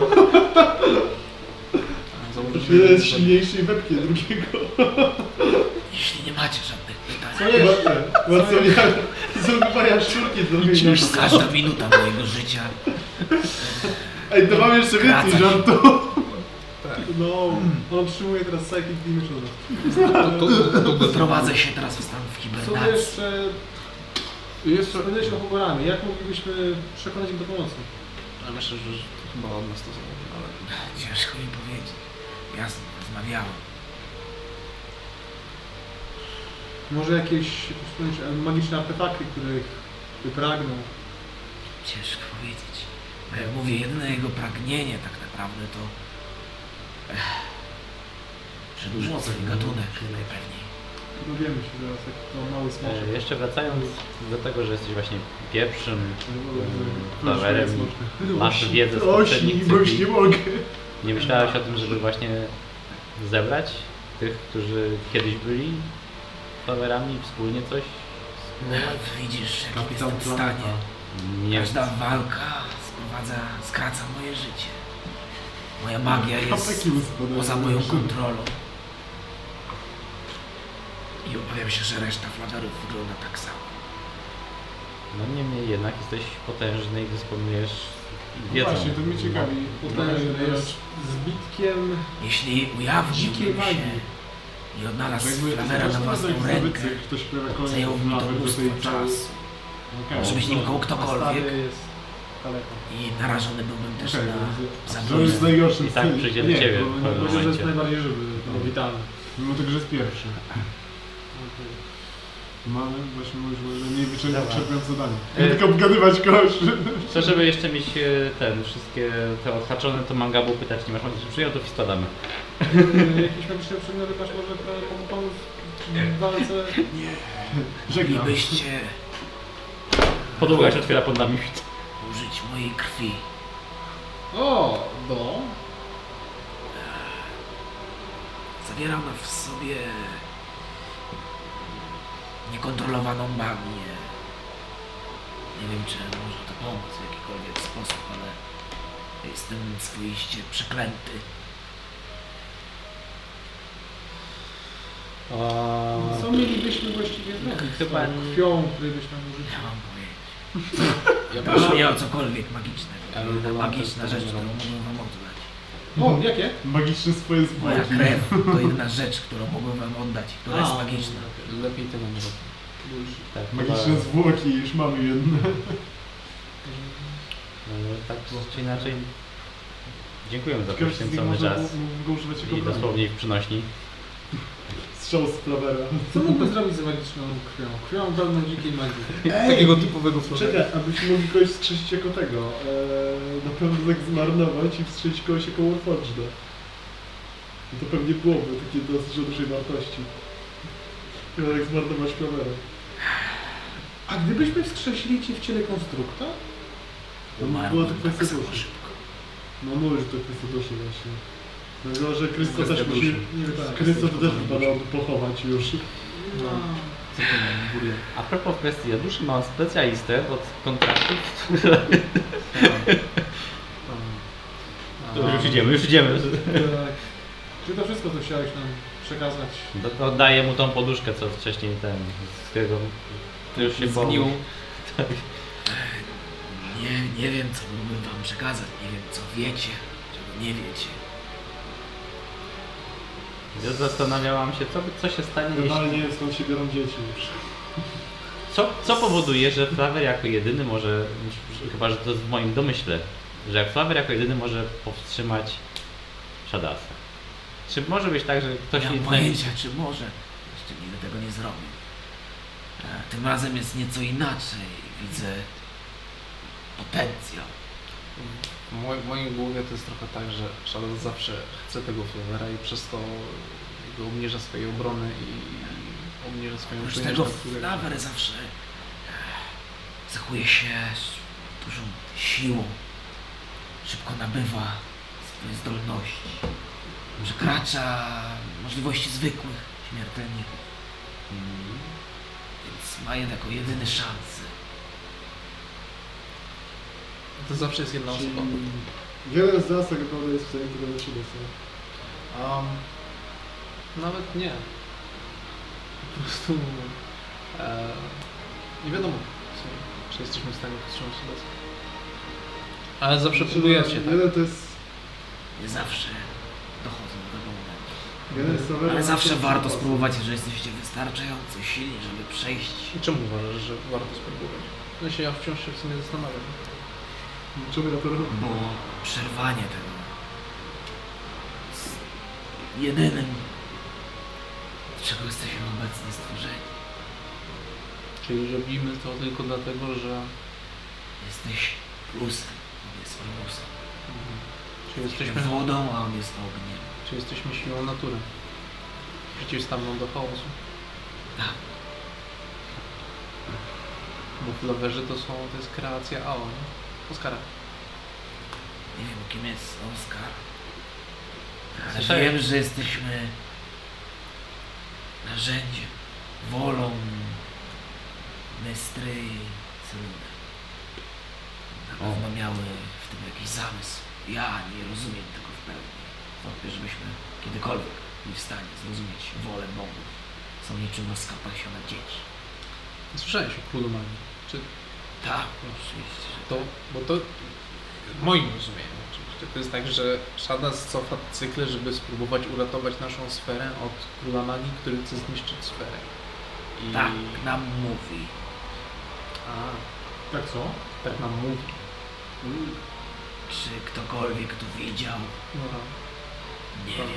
Speaker 14: To jest silniejszy i wepnie drugiego.
Speaker 6: jeśli nie macie żadnych pytań,
Speaker 14: Co jest? Marcelian, zdobywa jaszczurki do mnie.
Speaker 6: już każda minuta mojego życia
Speaker 14: Ej, to mam jeszcze więcej
Speaker 6: Wracać.
Speaker 14: żartu.
Speaker 2: No, on przyjmuje teraz Psychic Dimension.
Speaker 6: prowadzę się teraz w stan w
Speaker 2: Co by
Speaker 6: hibernacji.
Speaker 2: jeszcze... Jeszcze wspomniałeś o Hogorami. Jak moglibyśmy przekonać ich do pomocy?
Speaker 17: Ja myślę, że chyba od nas to zależy, ale
Speaker 6: Ciężko mi powiedzieć. Ja z- rozmawiałem.
Speaker 2: Może jakieś wspomnieć, e, magiczne artefakty, których by pragnął.
Speaker 6: Ciężko powiedzieć. A jak mówię, jedyne jego pragnienie tak naprawdę to ech, przedłużyć
Speaker 2: Młotek,
Speaker 6: swój
Speaker 2: no,
Speaker 6: gatunek najpewniej.
Speaker 2: Dowiemy się zaraz, jak to mały smoczek.
Speaker 8: E, Jeszcze wracając do tego, że jesteś właśnie pierwszym
Speaker 2: To już
Speaker 8: towerem,
Speaker 2: jest smoczek.
Speaker 8: mm, masz wiedzę z
Speaker 2: Ośni,
Speaker 8: poprzednich
Speaker 2: bo już nie
Speaker 8: cykli.
Speaker 2: mogę.
Speaker 8: Nie myślałaś o tym, żeby właśnie zebrać tych, którzy kiedyś byli towerami, wspólnie coś?
Speaker 6: No, widzisz, jakim jestem w stanie.
Speaker 8: Nie
Speaker 6: Każda walka sprowadza, skraca moje życie. Moja magia jest
Speaker 2: Kapeki uspadają.
Speaker 6: poza moją kontrolą. I obawiam się, że reszta fladerów wygląda tak samo.
Speaker 8: No niemniej jednak jesteś potężny i dysponujesz wiedzą.
Speaker 2: No Właśnie, to mnie ciekawi. Poznaję, że No. jest zbitkiem
Speaker 6: Jeśli ujawniłbym
Speaker 2: dzikiej
Speaker 6: się
Speaker 2: magii.
Speaker 6: i odnalazł
Speaker 2: Jakby-
Speaker 6: fladera na
Speaker 2: Można
Speaker 6: własną
Speaker 2: zrobić
Speaker 6: rękę,
Speaker 2: zabytek, Ktoś pojawia kolejny
Speaker 6: zająłby mi to
Speaker 2: nawet do tej
Speaker 6: mnóstwo
Speaker 2: całej- No,
Speaker 6: czasu.
Speaker 2: Okej.
Speaker 6: Żebyś nim był
Speaker 2: Stary
Speaker 6: ktokolwiek
Speaker 2: jest daleko.
Speaker 6: i narażony byłbym też
Speaker 2: Okej,
Speaker 6: na
Speaker 2: To
Speaker 6: zabójstwo.
Speaker 2: jest najgorszy
Speaker 8: I tak
Speaker 2: styl.
Speaker 8: przyjdzie do
Speaker 2: Nie,
Speaker 8: ciebie
Speaker 2: bo
Speaker 8: w pewnym
Speaker 2: Powiedział, że jest
Speaker 8: momencie.
Speaker 2: najbardziej żywy, no, witalny. Mimo tego, że jest pierwszy. Mamy właśnie mówisz, że nie wyczerpując zadanie. Nie
Speaker 8: Y-
Speaker 2: tylko obgadywać kogoś.
Speaker 8: Chcę, No, żeby jeszcze mieć e, ten, wszystkie te odhaczone, to mangabu pytać nie masz. Jeśli przyjął, to pista damy.
Speaker 2: Jakieś magiczne przedmioty masz może pra- pomóc w walce? Nie. Żegnam.
Speaker 6: Moglibyście
Speaker 8: Podłoga się otwiera pod nami.
Speaker 6: użyć mojej krwi.
Speaker 27: O, do.
Speaker 6: Zawiera ona w sobie niekontrolowaną magię. Nie wiem, czy może to pomóc w jakikolwiek sposób, ale jestem swoiście przeklęty.
Speaker 2: Co mielibyśmy właściwie zrobić? z tą
Speaker 8: Chyba nie-
Speaker 2: krwią, której byś nam użyczył?
Speaker 6: Nie mam pojęcia.
Speaker 7: Ja bym
Speaker 6: Proszę mnie o cokolwiek magicznego.
Speaker 8: Ja bym wolał
Speaker 6: Magiczna
Speaker 8: też
Speaker 6: rzecz,
Speaker 8: nie
Speaker 6: którą
Speaker 8: robić.
Speaker 6: mogę wam oddać.
Speaker 2: O, jakie?
Speaker 14: Magiczne swoje
Speaker 6: Moja
Speaker 14: zbrodni.
Speaker 6: krew to jedna rzecz, którą mogę wam oddać, która jest
Speaker 2: A.
Speaker 6: magiczna.
Speaker 7: lepiej tego nie robię.
Speaker 8: Tak, chyba,
Speaker 14: Magiczne zwłoki, już mamy jedne.
Speaker 8: e, tak czy inaczej. Dziękujemy za
Speaker 14: Tylko z nich
Speaker 8: poświęcony
Speaker 14: można
Speaker 8: czas.
Speaker 14: było- Mógł używać jako
Speaker 8: I
Speaker 14: broni.
Speaker 8: dosłownie ich przynośni.
Speaker 14: Strzał z plawera.
Speaker 2: Co mógłby zrobić z magiczną krwią? Krwią pełną dzikiej magii.
Speaker 7: Takiego typowego florera.
Speaker 14: Czekaj, abyśmy mogli kogoś wskrzesić jako tego. Eee, na pewno tak zmarnować i wskrzesić kogoś jako Warforgeda. I to pewnie byłoby takie dosyć o dużej wartości. Chyba tak zmarnować kamerę.
Speaker 2: A gdybyśmy wskrzesili cię w ciele konstrukta?
Speaker 14: No, była to kwestia duszy. No mówię, że to kwestia duszy właśnie. Dlatego, że Krysto
Speaker 7: Kwestia
Speaker 14: też musi...
Speaker 7: duszy.
Speaker 2: Nie wiem, tak.
Speaker 14: Krysto to też wypadałoby pochować już.
Speaker 8: A propos kwestii Jaduszy, mam specjalistę od kontraktów. Dobrze, już idziemy, już idziemy.
Speaker 2: Tak. Czy to wszystko, co chciałeś nam przekazać?
Speaker 8: To, to daję mu tą poduszkę, co wcześniej ten, z którego ty już się
Speaker 1: Zgnił.
Speaker 8: bał.
Speaker 6: Nie, nie wiem, co mógłbym wam przekazać, nie wiem, co wiecie, czego nie wiecie.
Speaker 8: Ja zastanawiałam się, co, by- co się stanie, jeśli,
Speaker 14: Generalnie nie wiem skąd się biorą dzieci już.
Speaker 8: co, co powoduje, że Flawer jako jedyny może, chyba że to jest w moim domyśle, że jak Flawer jako jedyny może powstrzymać Shadasa. Czy może być tak, że ktoś
Speaker 6: nie mam
Speaker 8: inny-
Speaker 6: pojęcia, czy może. Jeszcze nigdy tego nie zrobił. E, Tym razem jest nieco inaczej. Widzę potencjał.
Speaker 7: W moj- w mojej głowie to jest trochę tak, że Shadow zawsze chce tego flowera i przez to jakby obniża swojej obrony i obniża swoją
Speaker 6: Oprócz
Speaker 7: czujność
Speaker 6: tego
Speaker 7: na flowera.
Speaker 6: Flawer zawsze e, cechuje się z dużą siłą. Szybko nabywa swoje zdolności. Przekracza możliwości zwykłych śmiertelników. Więc ma jednak o jedyny szansę.
Speaker 7: To zawsze jest jedna
Speaker 14: Czyli
Speaker 7: osoba.
Speaker 14: Jeden z nas tak naprawdę jest w stanie tego do siebie, co?
Speaker 7: Um, nawet nie. Po prostu e, nie wiadomo, w sumie, czy jesteśmy w stanie powstrzymać Shadow. Ale zawsze próbuje się, tak?
Speaker 14: Jeden to jest...
Speaker 6: Nie zawsze dochodzą do tego momentu.
Speaker 14: Jeden z Tavera-
Speaker 6: Ale zawsze warto spróbować, że jesteście wystarczająco silni, żeby przejść.
Speaker 7: I czemu uważasz, że warto spróbować? No się ja wciąż się w sumie zastanawiam.
Speaker 14: Czemu ja to robię?
Speaker 6: Bo przerwanie tego jest jedynym, do czego jesteśmy obecnie stworzeni.
Speaker 7: Czyli robimy to tylko dlatego, że
Speaker 6: Jesteś plusem, on jest minusem.
Speaker 7: mhm, czy
Speaker 6: Jesteśmy
Speaker 7: jesteśmy,
Speaker 6: wodą, a on jest ogniem.
Speaker 7: czy jesteśmy siłą natury. Przeciwstawną do chaosu. Bo flawerzy to są, to jest kreacja AO, nie? Oskara.
Speaker 6: Nie wiem, kim jest Oskar. Ale
Speaker 7: Słyszałem.
Speaker 6: wiem, że jesteśmy narzędziem, wolą Mestry i Celuny. Na
Speaker 8: O.
Speaker 6: pewno miały w tym jakiś zamysł. Ja nie rozumiem tego w pełni. Wątpię, żebyśmy kiedykolwiek byli w stanie zrozumieć wolę bogów. Są niczym rozkapać się na dzieci.
Speaker 28: Słyszałeś o królu magii.
Speaker 6: Tak, oczywiście. że
Speaker 28: To, bo to w moim rozumieniu oczywiście. To jest tak, że Shadas cofa cykle, żeby spróbować uratować naszą sferę od króla magii, który chce zniszczyć sferę. I...
Speaker 6: Tak, nam mówi.
Speaker 28: A,
Speaker 14: Tak co?
Speaker 28: tak nam mówi.
Speaker 6: Czy ktokolwiek to widział? Nie wiem.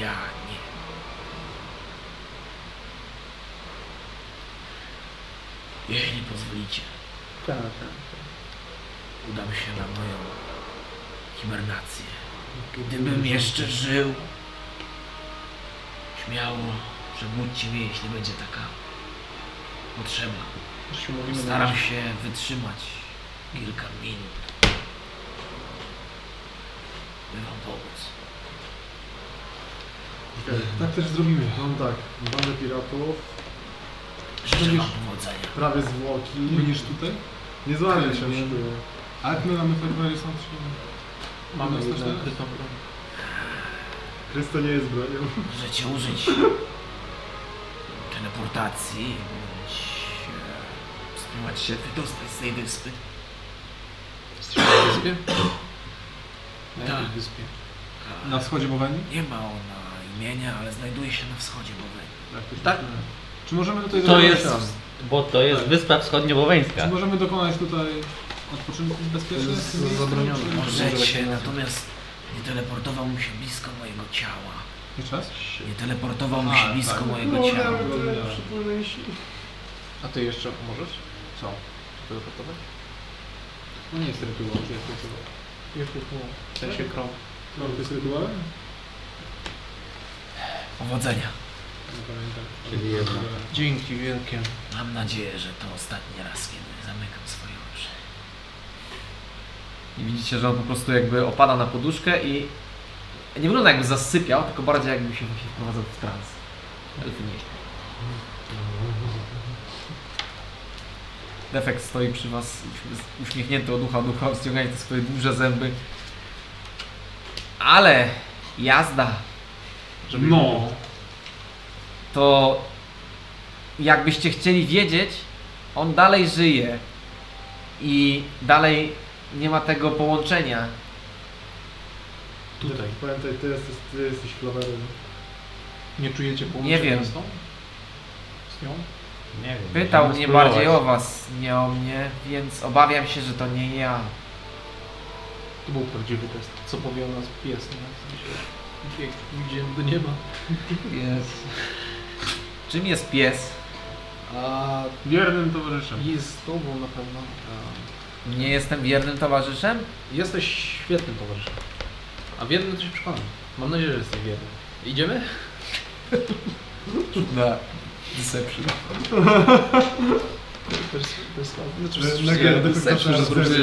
Speaker 6: Ja nie. Jeśli pozwolicie,
Speaker 7: Tak, tak.
Speaker 6: udam się na moją hibernację. Gdybym jeszcze żył, śmiało przebudźcie mnie, jeśli będzie taka potrzeba.
Speaker 7: Już się mówimy na
Speaker 6: Staram się wytrzymać kilka minut, by wam pomóc.
Speaker 14: Okej, Tak też zrobimy. Mam tak, bandę piratów,
Speaker 6: Życzę wam powodzenia.
Speaker 14: prawie zwłoki.
Speaker 2: Będziesz tutaj?
Speaker 14: Nie złamię się,
Speaker 2: Nie.
Speaker 14: szykuję.
Speaker 2: A jak my mamy Ferrari są trzy?
Speaker 7: Mamy
Speaker 2: Mamy
Speaker 7: jedną
Speaker 2: jedną
Speaker 7: krytą
Speaker 14: Krysto nie jest bronią.
Speaker 6: Możecie użyć teleportacji, bądź e, spróbować się wydostać z tej wyspy.
Speaker 28: Jesteśmy na wyspie? Na
Speaker 6: Tak.
Speaker 28: jakiej wyspie?
Speaker 2: Na wschodzie Bowenii?
Speaker 6: Nie ma ona imienia, ale znajduje się na wschodzie Bowenii.
Speaker 2: Tak. to się
Speaker 28: Tak.
Speaker 2: wydaje. Czy możemy tutaj
Speaker 8: To
Speaker 2: dokonać,
Speaker 8: jest, bo to jest wyspa
Speaker 2: czy
Speaker 8: wschodniowoweńska.
Speaker 2: możemy dokonać tutaj odpoczynku bezpiecznego?
Speaker 7: jest zabronione.
Speaker 6: Możecie, natomiast nie teleportował mu się blisko mojego ciała.
Speaker 2: Nie czas?
Speaker 6: Nie teleportował mu
Speaker 2: A,
Speaker 6: się blisko
Speaker 2: tak.
Speaker 6: mojego ciała.
Speaker 2: Dobra.
Speaker 28: A ty jeszcze możesz? Co? Teleportować?
Speaker 2: No nie jest rytuał, czy jest rytuał?
Speaker 7: W
Speaker 28: Tak.
Speaker 7: sensie krąg.
Speaker 14: Mam to jest rytuałem?
Speaker 6: Powodzenia.
Speaker 2: Nie pamiętam.
Speaker 8: Czyli jedno.
Speaker 7: Dzięki wielkie.
Speaker 6: Mam nadzieję, że to ostatni raz, kiedy zamykam swoje oczy.
Speaker 1: I widzicie, że on po prostu jakby opada na poduszkę i nie wygląda jakby zasypiał, tylko bardziej jakby się właśnie wprowadzał w trans. Elfy nie śpią. Defekt stoi przy was uś- uśmiechnięty od ucha do ucha, wciągając swoje duże zęby. Ale jazda
Speaker 14: No.
Speaker 1: to jakbyście chcieli wiedzieć, on dalej żyje i dalej nie ma tego połączenia.
Speaker 7: Tutaj.
Speaker 14: Pamiętaj, ty jesteś, ty jesteś flawerem.
Speaker 7: Nie czujecie połączenia
Speaker 1: Nie wiem.
Speaker 7: z tą? Z nią?
Speaker 8: Nie wiem.
Speaker 1: Pytał
Speaker 8: musimy
Speaker 1: mnie
Speaker 8: spróbować.
Speaker 1: bardziej o was, nie o mnie, więc obawiam się, że to nie ja.
Speaker 7: To był prawdziwy test. Co powie o nas pies, nie? W sensie, jak idziemy do nieba.
Speaker 1: Jest. Czym jest pies?
Speaker 7: A
Speaker 2: Wiernym towarzyszem.
Speaker 7: jest z tobą na pewno.
Speaker 1: Nie jestem wiernym towarzyszem?
Speaker 28: Jesteś świetnym towarzyszem. A wierny to się przekonam. Mam nadzieję, że jesteś wierny. Idziemy?
Speaker 1: Na deception.
Speaker 28: Znaczy,
Speaker 14: Legendę
Speaker 1: że zrobiłeś.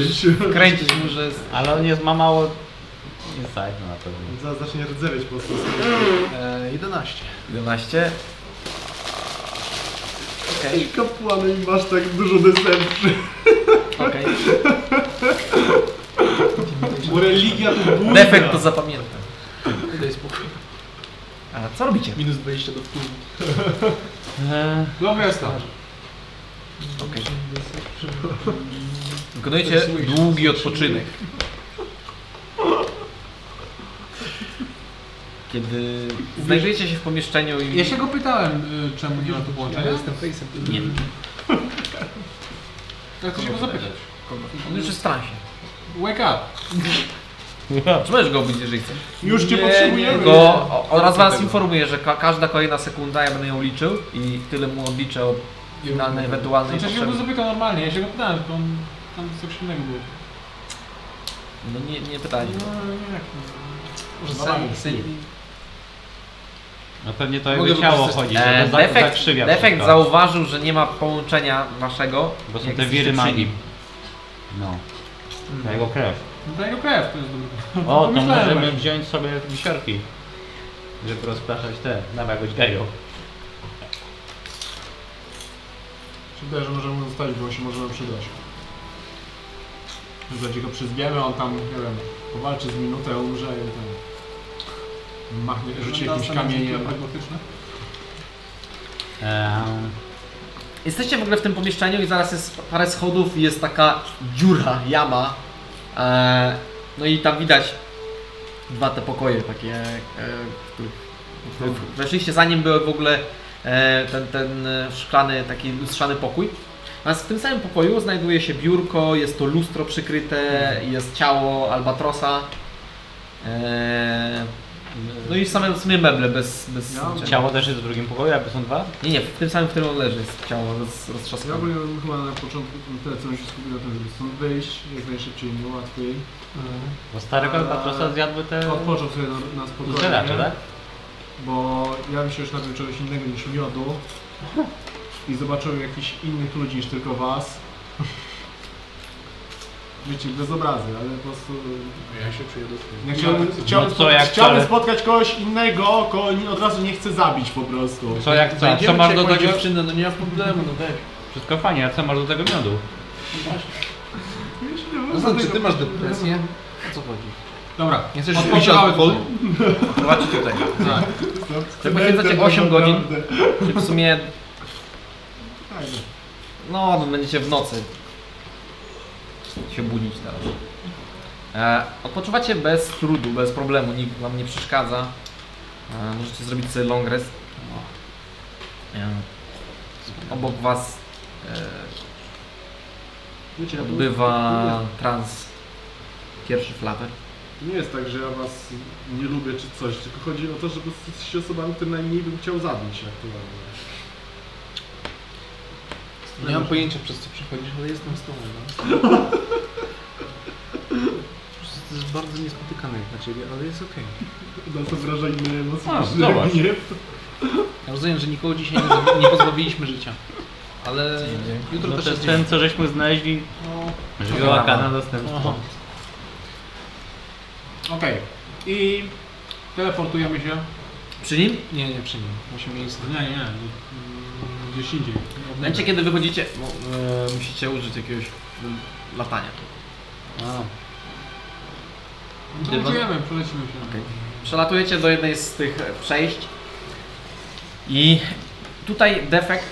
Speaker 1: Kręcić mu, że jest...
Speaker 8: Ale on jest ma mało... Inside na pewno.
Speaker 14: Zaraz zacznie rdzewieć po prostu.
Speaker 28: e, 11.
Speaker 1: 11? Okej,
Speaker 14: Kapłany i masz tak dużo decepcji.
Speaker 1: okej.
Speaker 14: Bo religia to bójka.
Speaker 1: Defekt to zapamiętam.
Speaker 28: Daj spokój.
Speaker 1: A co robicie?
Speaker 7: Minus 20 do wpływu.
Speaker 8: Eee,
Speaker 2: Dobra, jest tak.
Speaker 1: Okej. Wykonujecie długi odpoczynek. Kiedy znajdujecie się w pomieszczeniu i...
Speaker 2: Ja się go pytałem, y, czemu nie ma tu połączenia.
Speaker 28: face'em.
Speaker 8: nie.
Speaker 2: Tak, to się go zapytać.
Speaker 1: On już jest w transie.
Speaker 2: Wake up!
Speaker 8: No.
Speaker 1: Czy możesz go obudzić, jeżeli chcesz?
Speaker 2: Już cię potrzebujemy.
Speaker 1: Tylko o- oraz was informuję, że ka każda kolejna sekunda ja będę ją liczył i tyle mu odliczę od finalnej, ewentualnej
Speaker 29: Chociaż się go
Speaker 1: potrzeby.
Speaker 29: zapyka normalnie, ja się go pytałem, bo on tam coś innego było.
Speaker 1: No nie, nie pytanie.
Speaker 29: No jak
Speaker 7: Może
Speaker 29: no.
Speaker 7: sen, sen,
Speaker 8: No pewnie to
Speaker 7: Mogę
Speaker 8: jego ciało
Speaker 7: wykorzystać-
Speaker 8: chodzi, tak
Speaker 1: E,
Speaker 8: że to za,
Speaker 1: defekt
Speaker 8: zakrzywia
Speaker 1: defekt
Speaker 8: wszystko.
Speaker 1: zauważył, że nie ma połączenia naszego.
Speaker 8: Bo są
Speaker 1: jak
Speaker 8: te
Speaker 1: z
Speaker 8: wiry magii.
Speaker 1: szybszymi.
Speaker 8: No. To jego krew.
Speaker 29: no to jego krew to jest dobry.
Speaker 8: O, to
Speaker 29: Pomyślałem
Speaker 8: możemy
Speaker 29: właśnie.
Speaker 8: wziąć sobie wisiorki. Żeby rozpraszać te, dawaj jakąś geją.
Speaker 2: Się wydaje, że możemy go zostawić, bo on się może nam przydać. Znaczy go przyzbiemy, on tam, nie wiem, powalczy z minutę, umrze i ten... Machnie, rzuci jakimś kamieniem.
Speaker 29: Pragmatyczne.
Speaker 8: Ehm,
Speaker 1: Jesteście w ogóle w tym pomieszczeniu i zaraz jest parę schodów i jest taka dziura, jama. E, no i tam widać dwa te pokoje takie, e, w których w których weszliście zanim był w ogóle e, ten, ten e, szklany, taki lustrzany pokój. Natomiast w tym samym pokoju znajduje się biurko, jest to lustro przykryte, jest ciało albatrosa. E, no i same w sumie meble bez, bez
Speaker 2: Ja mam
Speaker 1: niczego.
Speaker 8: ciało też jest w drugim pokoju, a są dwa?
Speaker 1: Nie, nie, w tym samym, w którym on leży jest ciało roz,
Speaker 2: Ja
Speaker 1: roztrzaskane.
Speaker 2: ogólnie bym chyba na początku tyle co bym się skupił na tym, żeby stąd wyjść, jak najszybciej, najłatwiej.
Speaker 8: Bo starego
Speaker 2: Eee,
Speaker 8: albatrosa zjadły te...
Speaker 2: Odpoczął sobie na, na spokojnie.
Speaker 8: Zeracze, tak?
Speaker 2: bo ja bym się już napił czegoś innego niż miodu i zobaczyłem jakichś innych ludzi niż tylko was. Wiecie, bez obrazy, ale po prostu... e,
Speaker 7: Ja się czuję do
Speaker 2: Ja chciałbym, chciałbym,
Speaker 8: No, co, jak
Speaker 2: spotkać, chciałbym
Speaker 8: wcale-
Speaker 2: spotkać kogoś innego, kogo nie- od razu nie chcę zabić po prostu.
Speaker 8: Co jak co? Co
Speaker 7: Znajdziemy
Speaker 8: masz
Speaker 7: cię
Speaker 8: do
Speaker 7: jakąś
Speaker 8: tego?
Speaker 7: dziewczynę, no nie ma problemu, no weź.
Speaker 8: Wszystko fajnie, a co masz do tego miodu?
Speaker 7: No znaczy, ty masz depresję? O co chodzi?
Speaker 29: Dobra,
Speaker 7: Nie chcesz
Speaker 29: Odpoczywamy
Speaker 7: pić alkohol? Tak.
Speaker 30: Zobaczcie tutaj.
Speaker 1: Czy poświęcacie 8 godzin? Czy w sumie. No, to będziecie w nocy się budzić teraz. E, odpoczywacie bez trudu, bez problemu, nikt wam nie przeszkadza. E, możecie zrobić sobie long rest. E, obok was
Speaker 2: Wiecie,
Speaker 1: e,
Speaker 2: ja tu-
Speaker 1: odbywa trans pierwszy flaper.
Speaker 2: Nie jest tak, że ja was nie lubię czy coś, tylko chodzi o to, że jesteście osobami, które najmniej bym chciał zabić aktualnie.
Speaker 7: Nie mam pojęcia przez co przechodzisz, ale jestem z tobą, no. To jest bardzo niespotykane jak na ciebie, ale jest okej.
Speaker 2: Nas obraża inne emocje,
Speaker 8: A,
Speaker 2: niż
Speaker 8: zobacz.
Speaker 2: gniew.
Speaker 7: Ja rozumiem, że nikogo dzisiaj nie, zabi- nie pozbawiliśmy życia. Ale jutro
Speaker 8: No
Speaker 7: też
Speaker 8: to jest
Speaker 7: jest
Speaker 8: ten, co żeśmy znaleźli,
Speaker 7: No,
Speaker 8: że go łaka na następstwo.
Speaker 29: Okej. I teleportujemy się.
Speaker 1: Przy nim?
Speaker 7: nie, nie przy nim. Musimy iść
Speaker 29: Nie, nie, nie. Gdzieś indziej.
Speaker 1: W
Speaker 8: Znaczy,
Speaker 1: momencie, kiedy wychodzicie, bo, e, musicie użyć jakiegoś
Speaker 7: mm,
Speaker 1: m, latania.
Speaker 29: No to
Speaker 1: Dywan?
Speaker 29: Idziemy, przelecimy się.
Speaker 1: Okej. Przelatujecie do jednej z tych e, przejść i tutaj defekt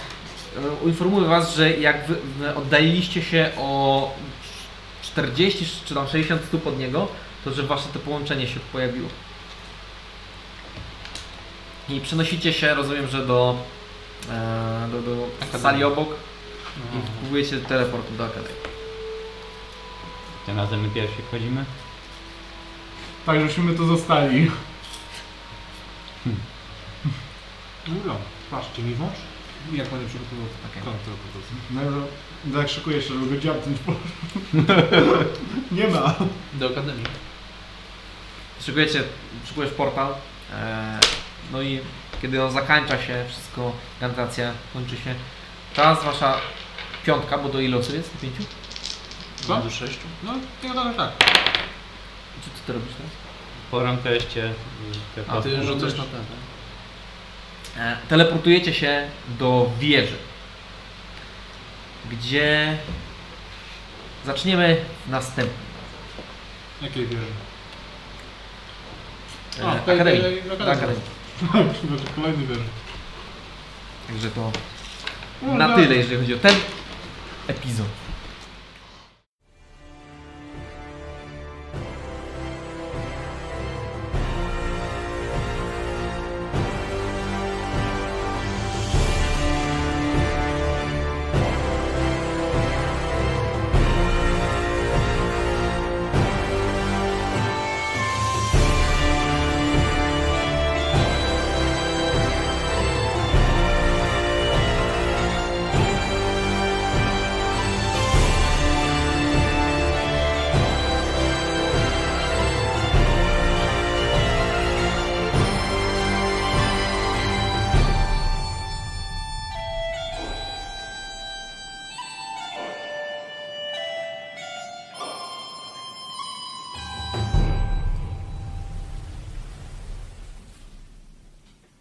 Speaker 1: e, informuje was, że jak wy w- oddaliliście się o 40 czy tam 60 stóp od niego, to że wasze to połączenie się pojawiło. I przenosicie się, rozumiem, że do, e, do, do sali obok i wpływujecie do teleportu do akademii.
Speaker 8: Tym razem my pierwsi wchodzimy.
Speaker 2: Tak, żeśmy to zostali.
Speaker 29: No Dobra, patrzcie mi w oczy. tak Jak będę przygotował
Speaker 1: Okej.
Speaker 29: konto po prostu.
Speaker 2: No, że- tak szykuję się, żeby go dziabnąć po... Nie ma.
Speaker 7: do akademii.
Speaker 1: Szykujecie, szykujesz portal. E, no i kiedy on zakańcza się, wszystko, grantacja kończy się. Teraz wasza piątka, bo do ile osób jest? Pięciu?
Speaker 29: Co?
Speaker 7: Do sześciu.
Speaker 29: No, ja dałem tak.
Speaker 1: Czy ty to robisz teraz?
Speaker 8: Po ramteście. te
Speaker 7: A ty
Speaker 8: kostki.
Speaker 7: rzucasz na ten.
Speaker 1: E, teleportujecie się do wieży, gdzie zaczniemy następny.
Speaker 29: Jakiej wieży?
Speaker 1: E,
Speaker 29: A, tutaj-
Speaker 1: akademii.
Speaker 29: tutaj-
Speaker 1: Do akademii.
Speaker 29: Znaczy kolejny wieży.
Speaker 1: Także to na tyle, jeżeli chodzi o ten epizod.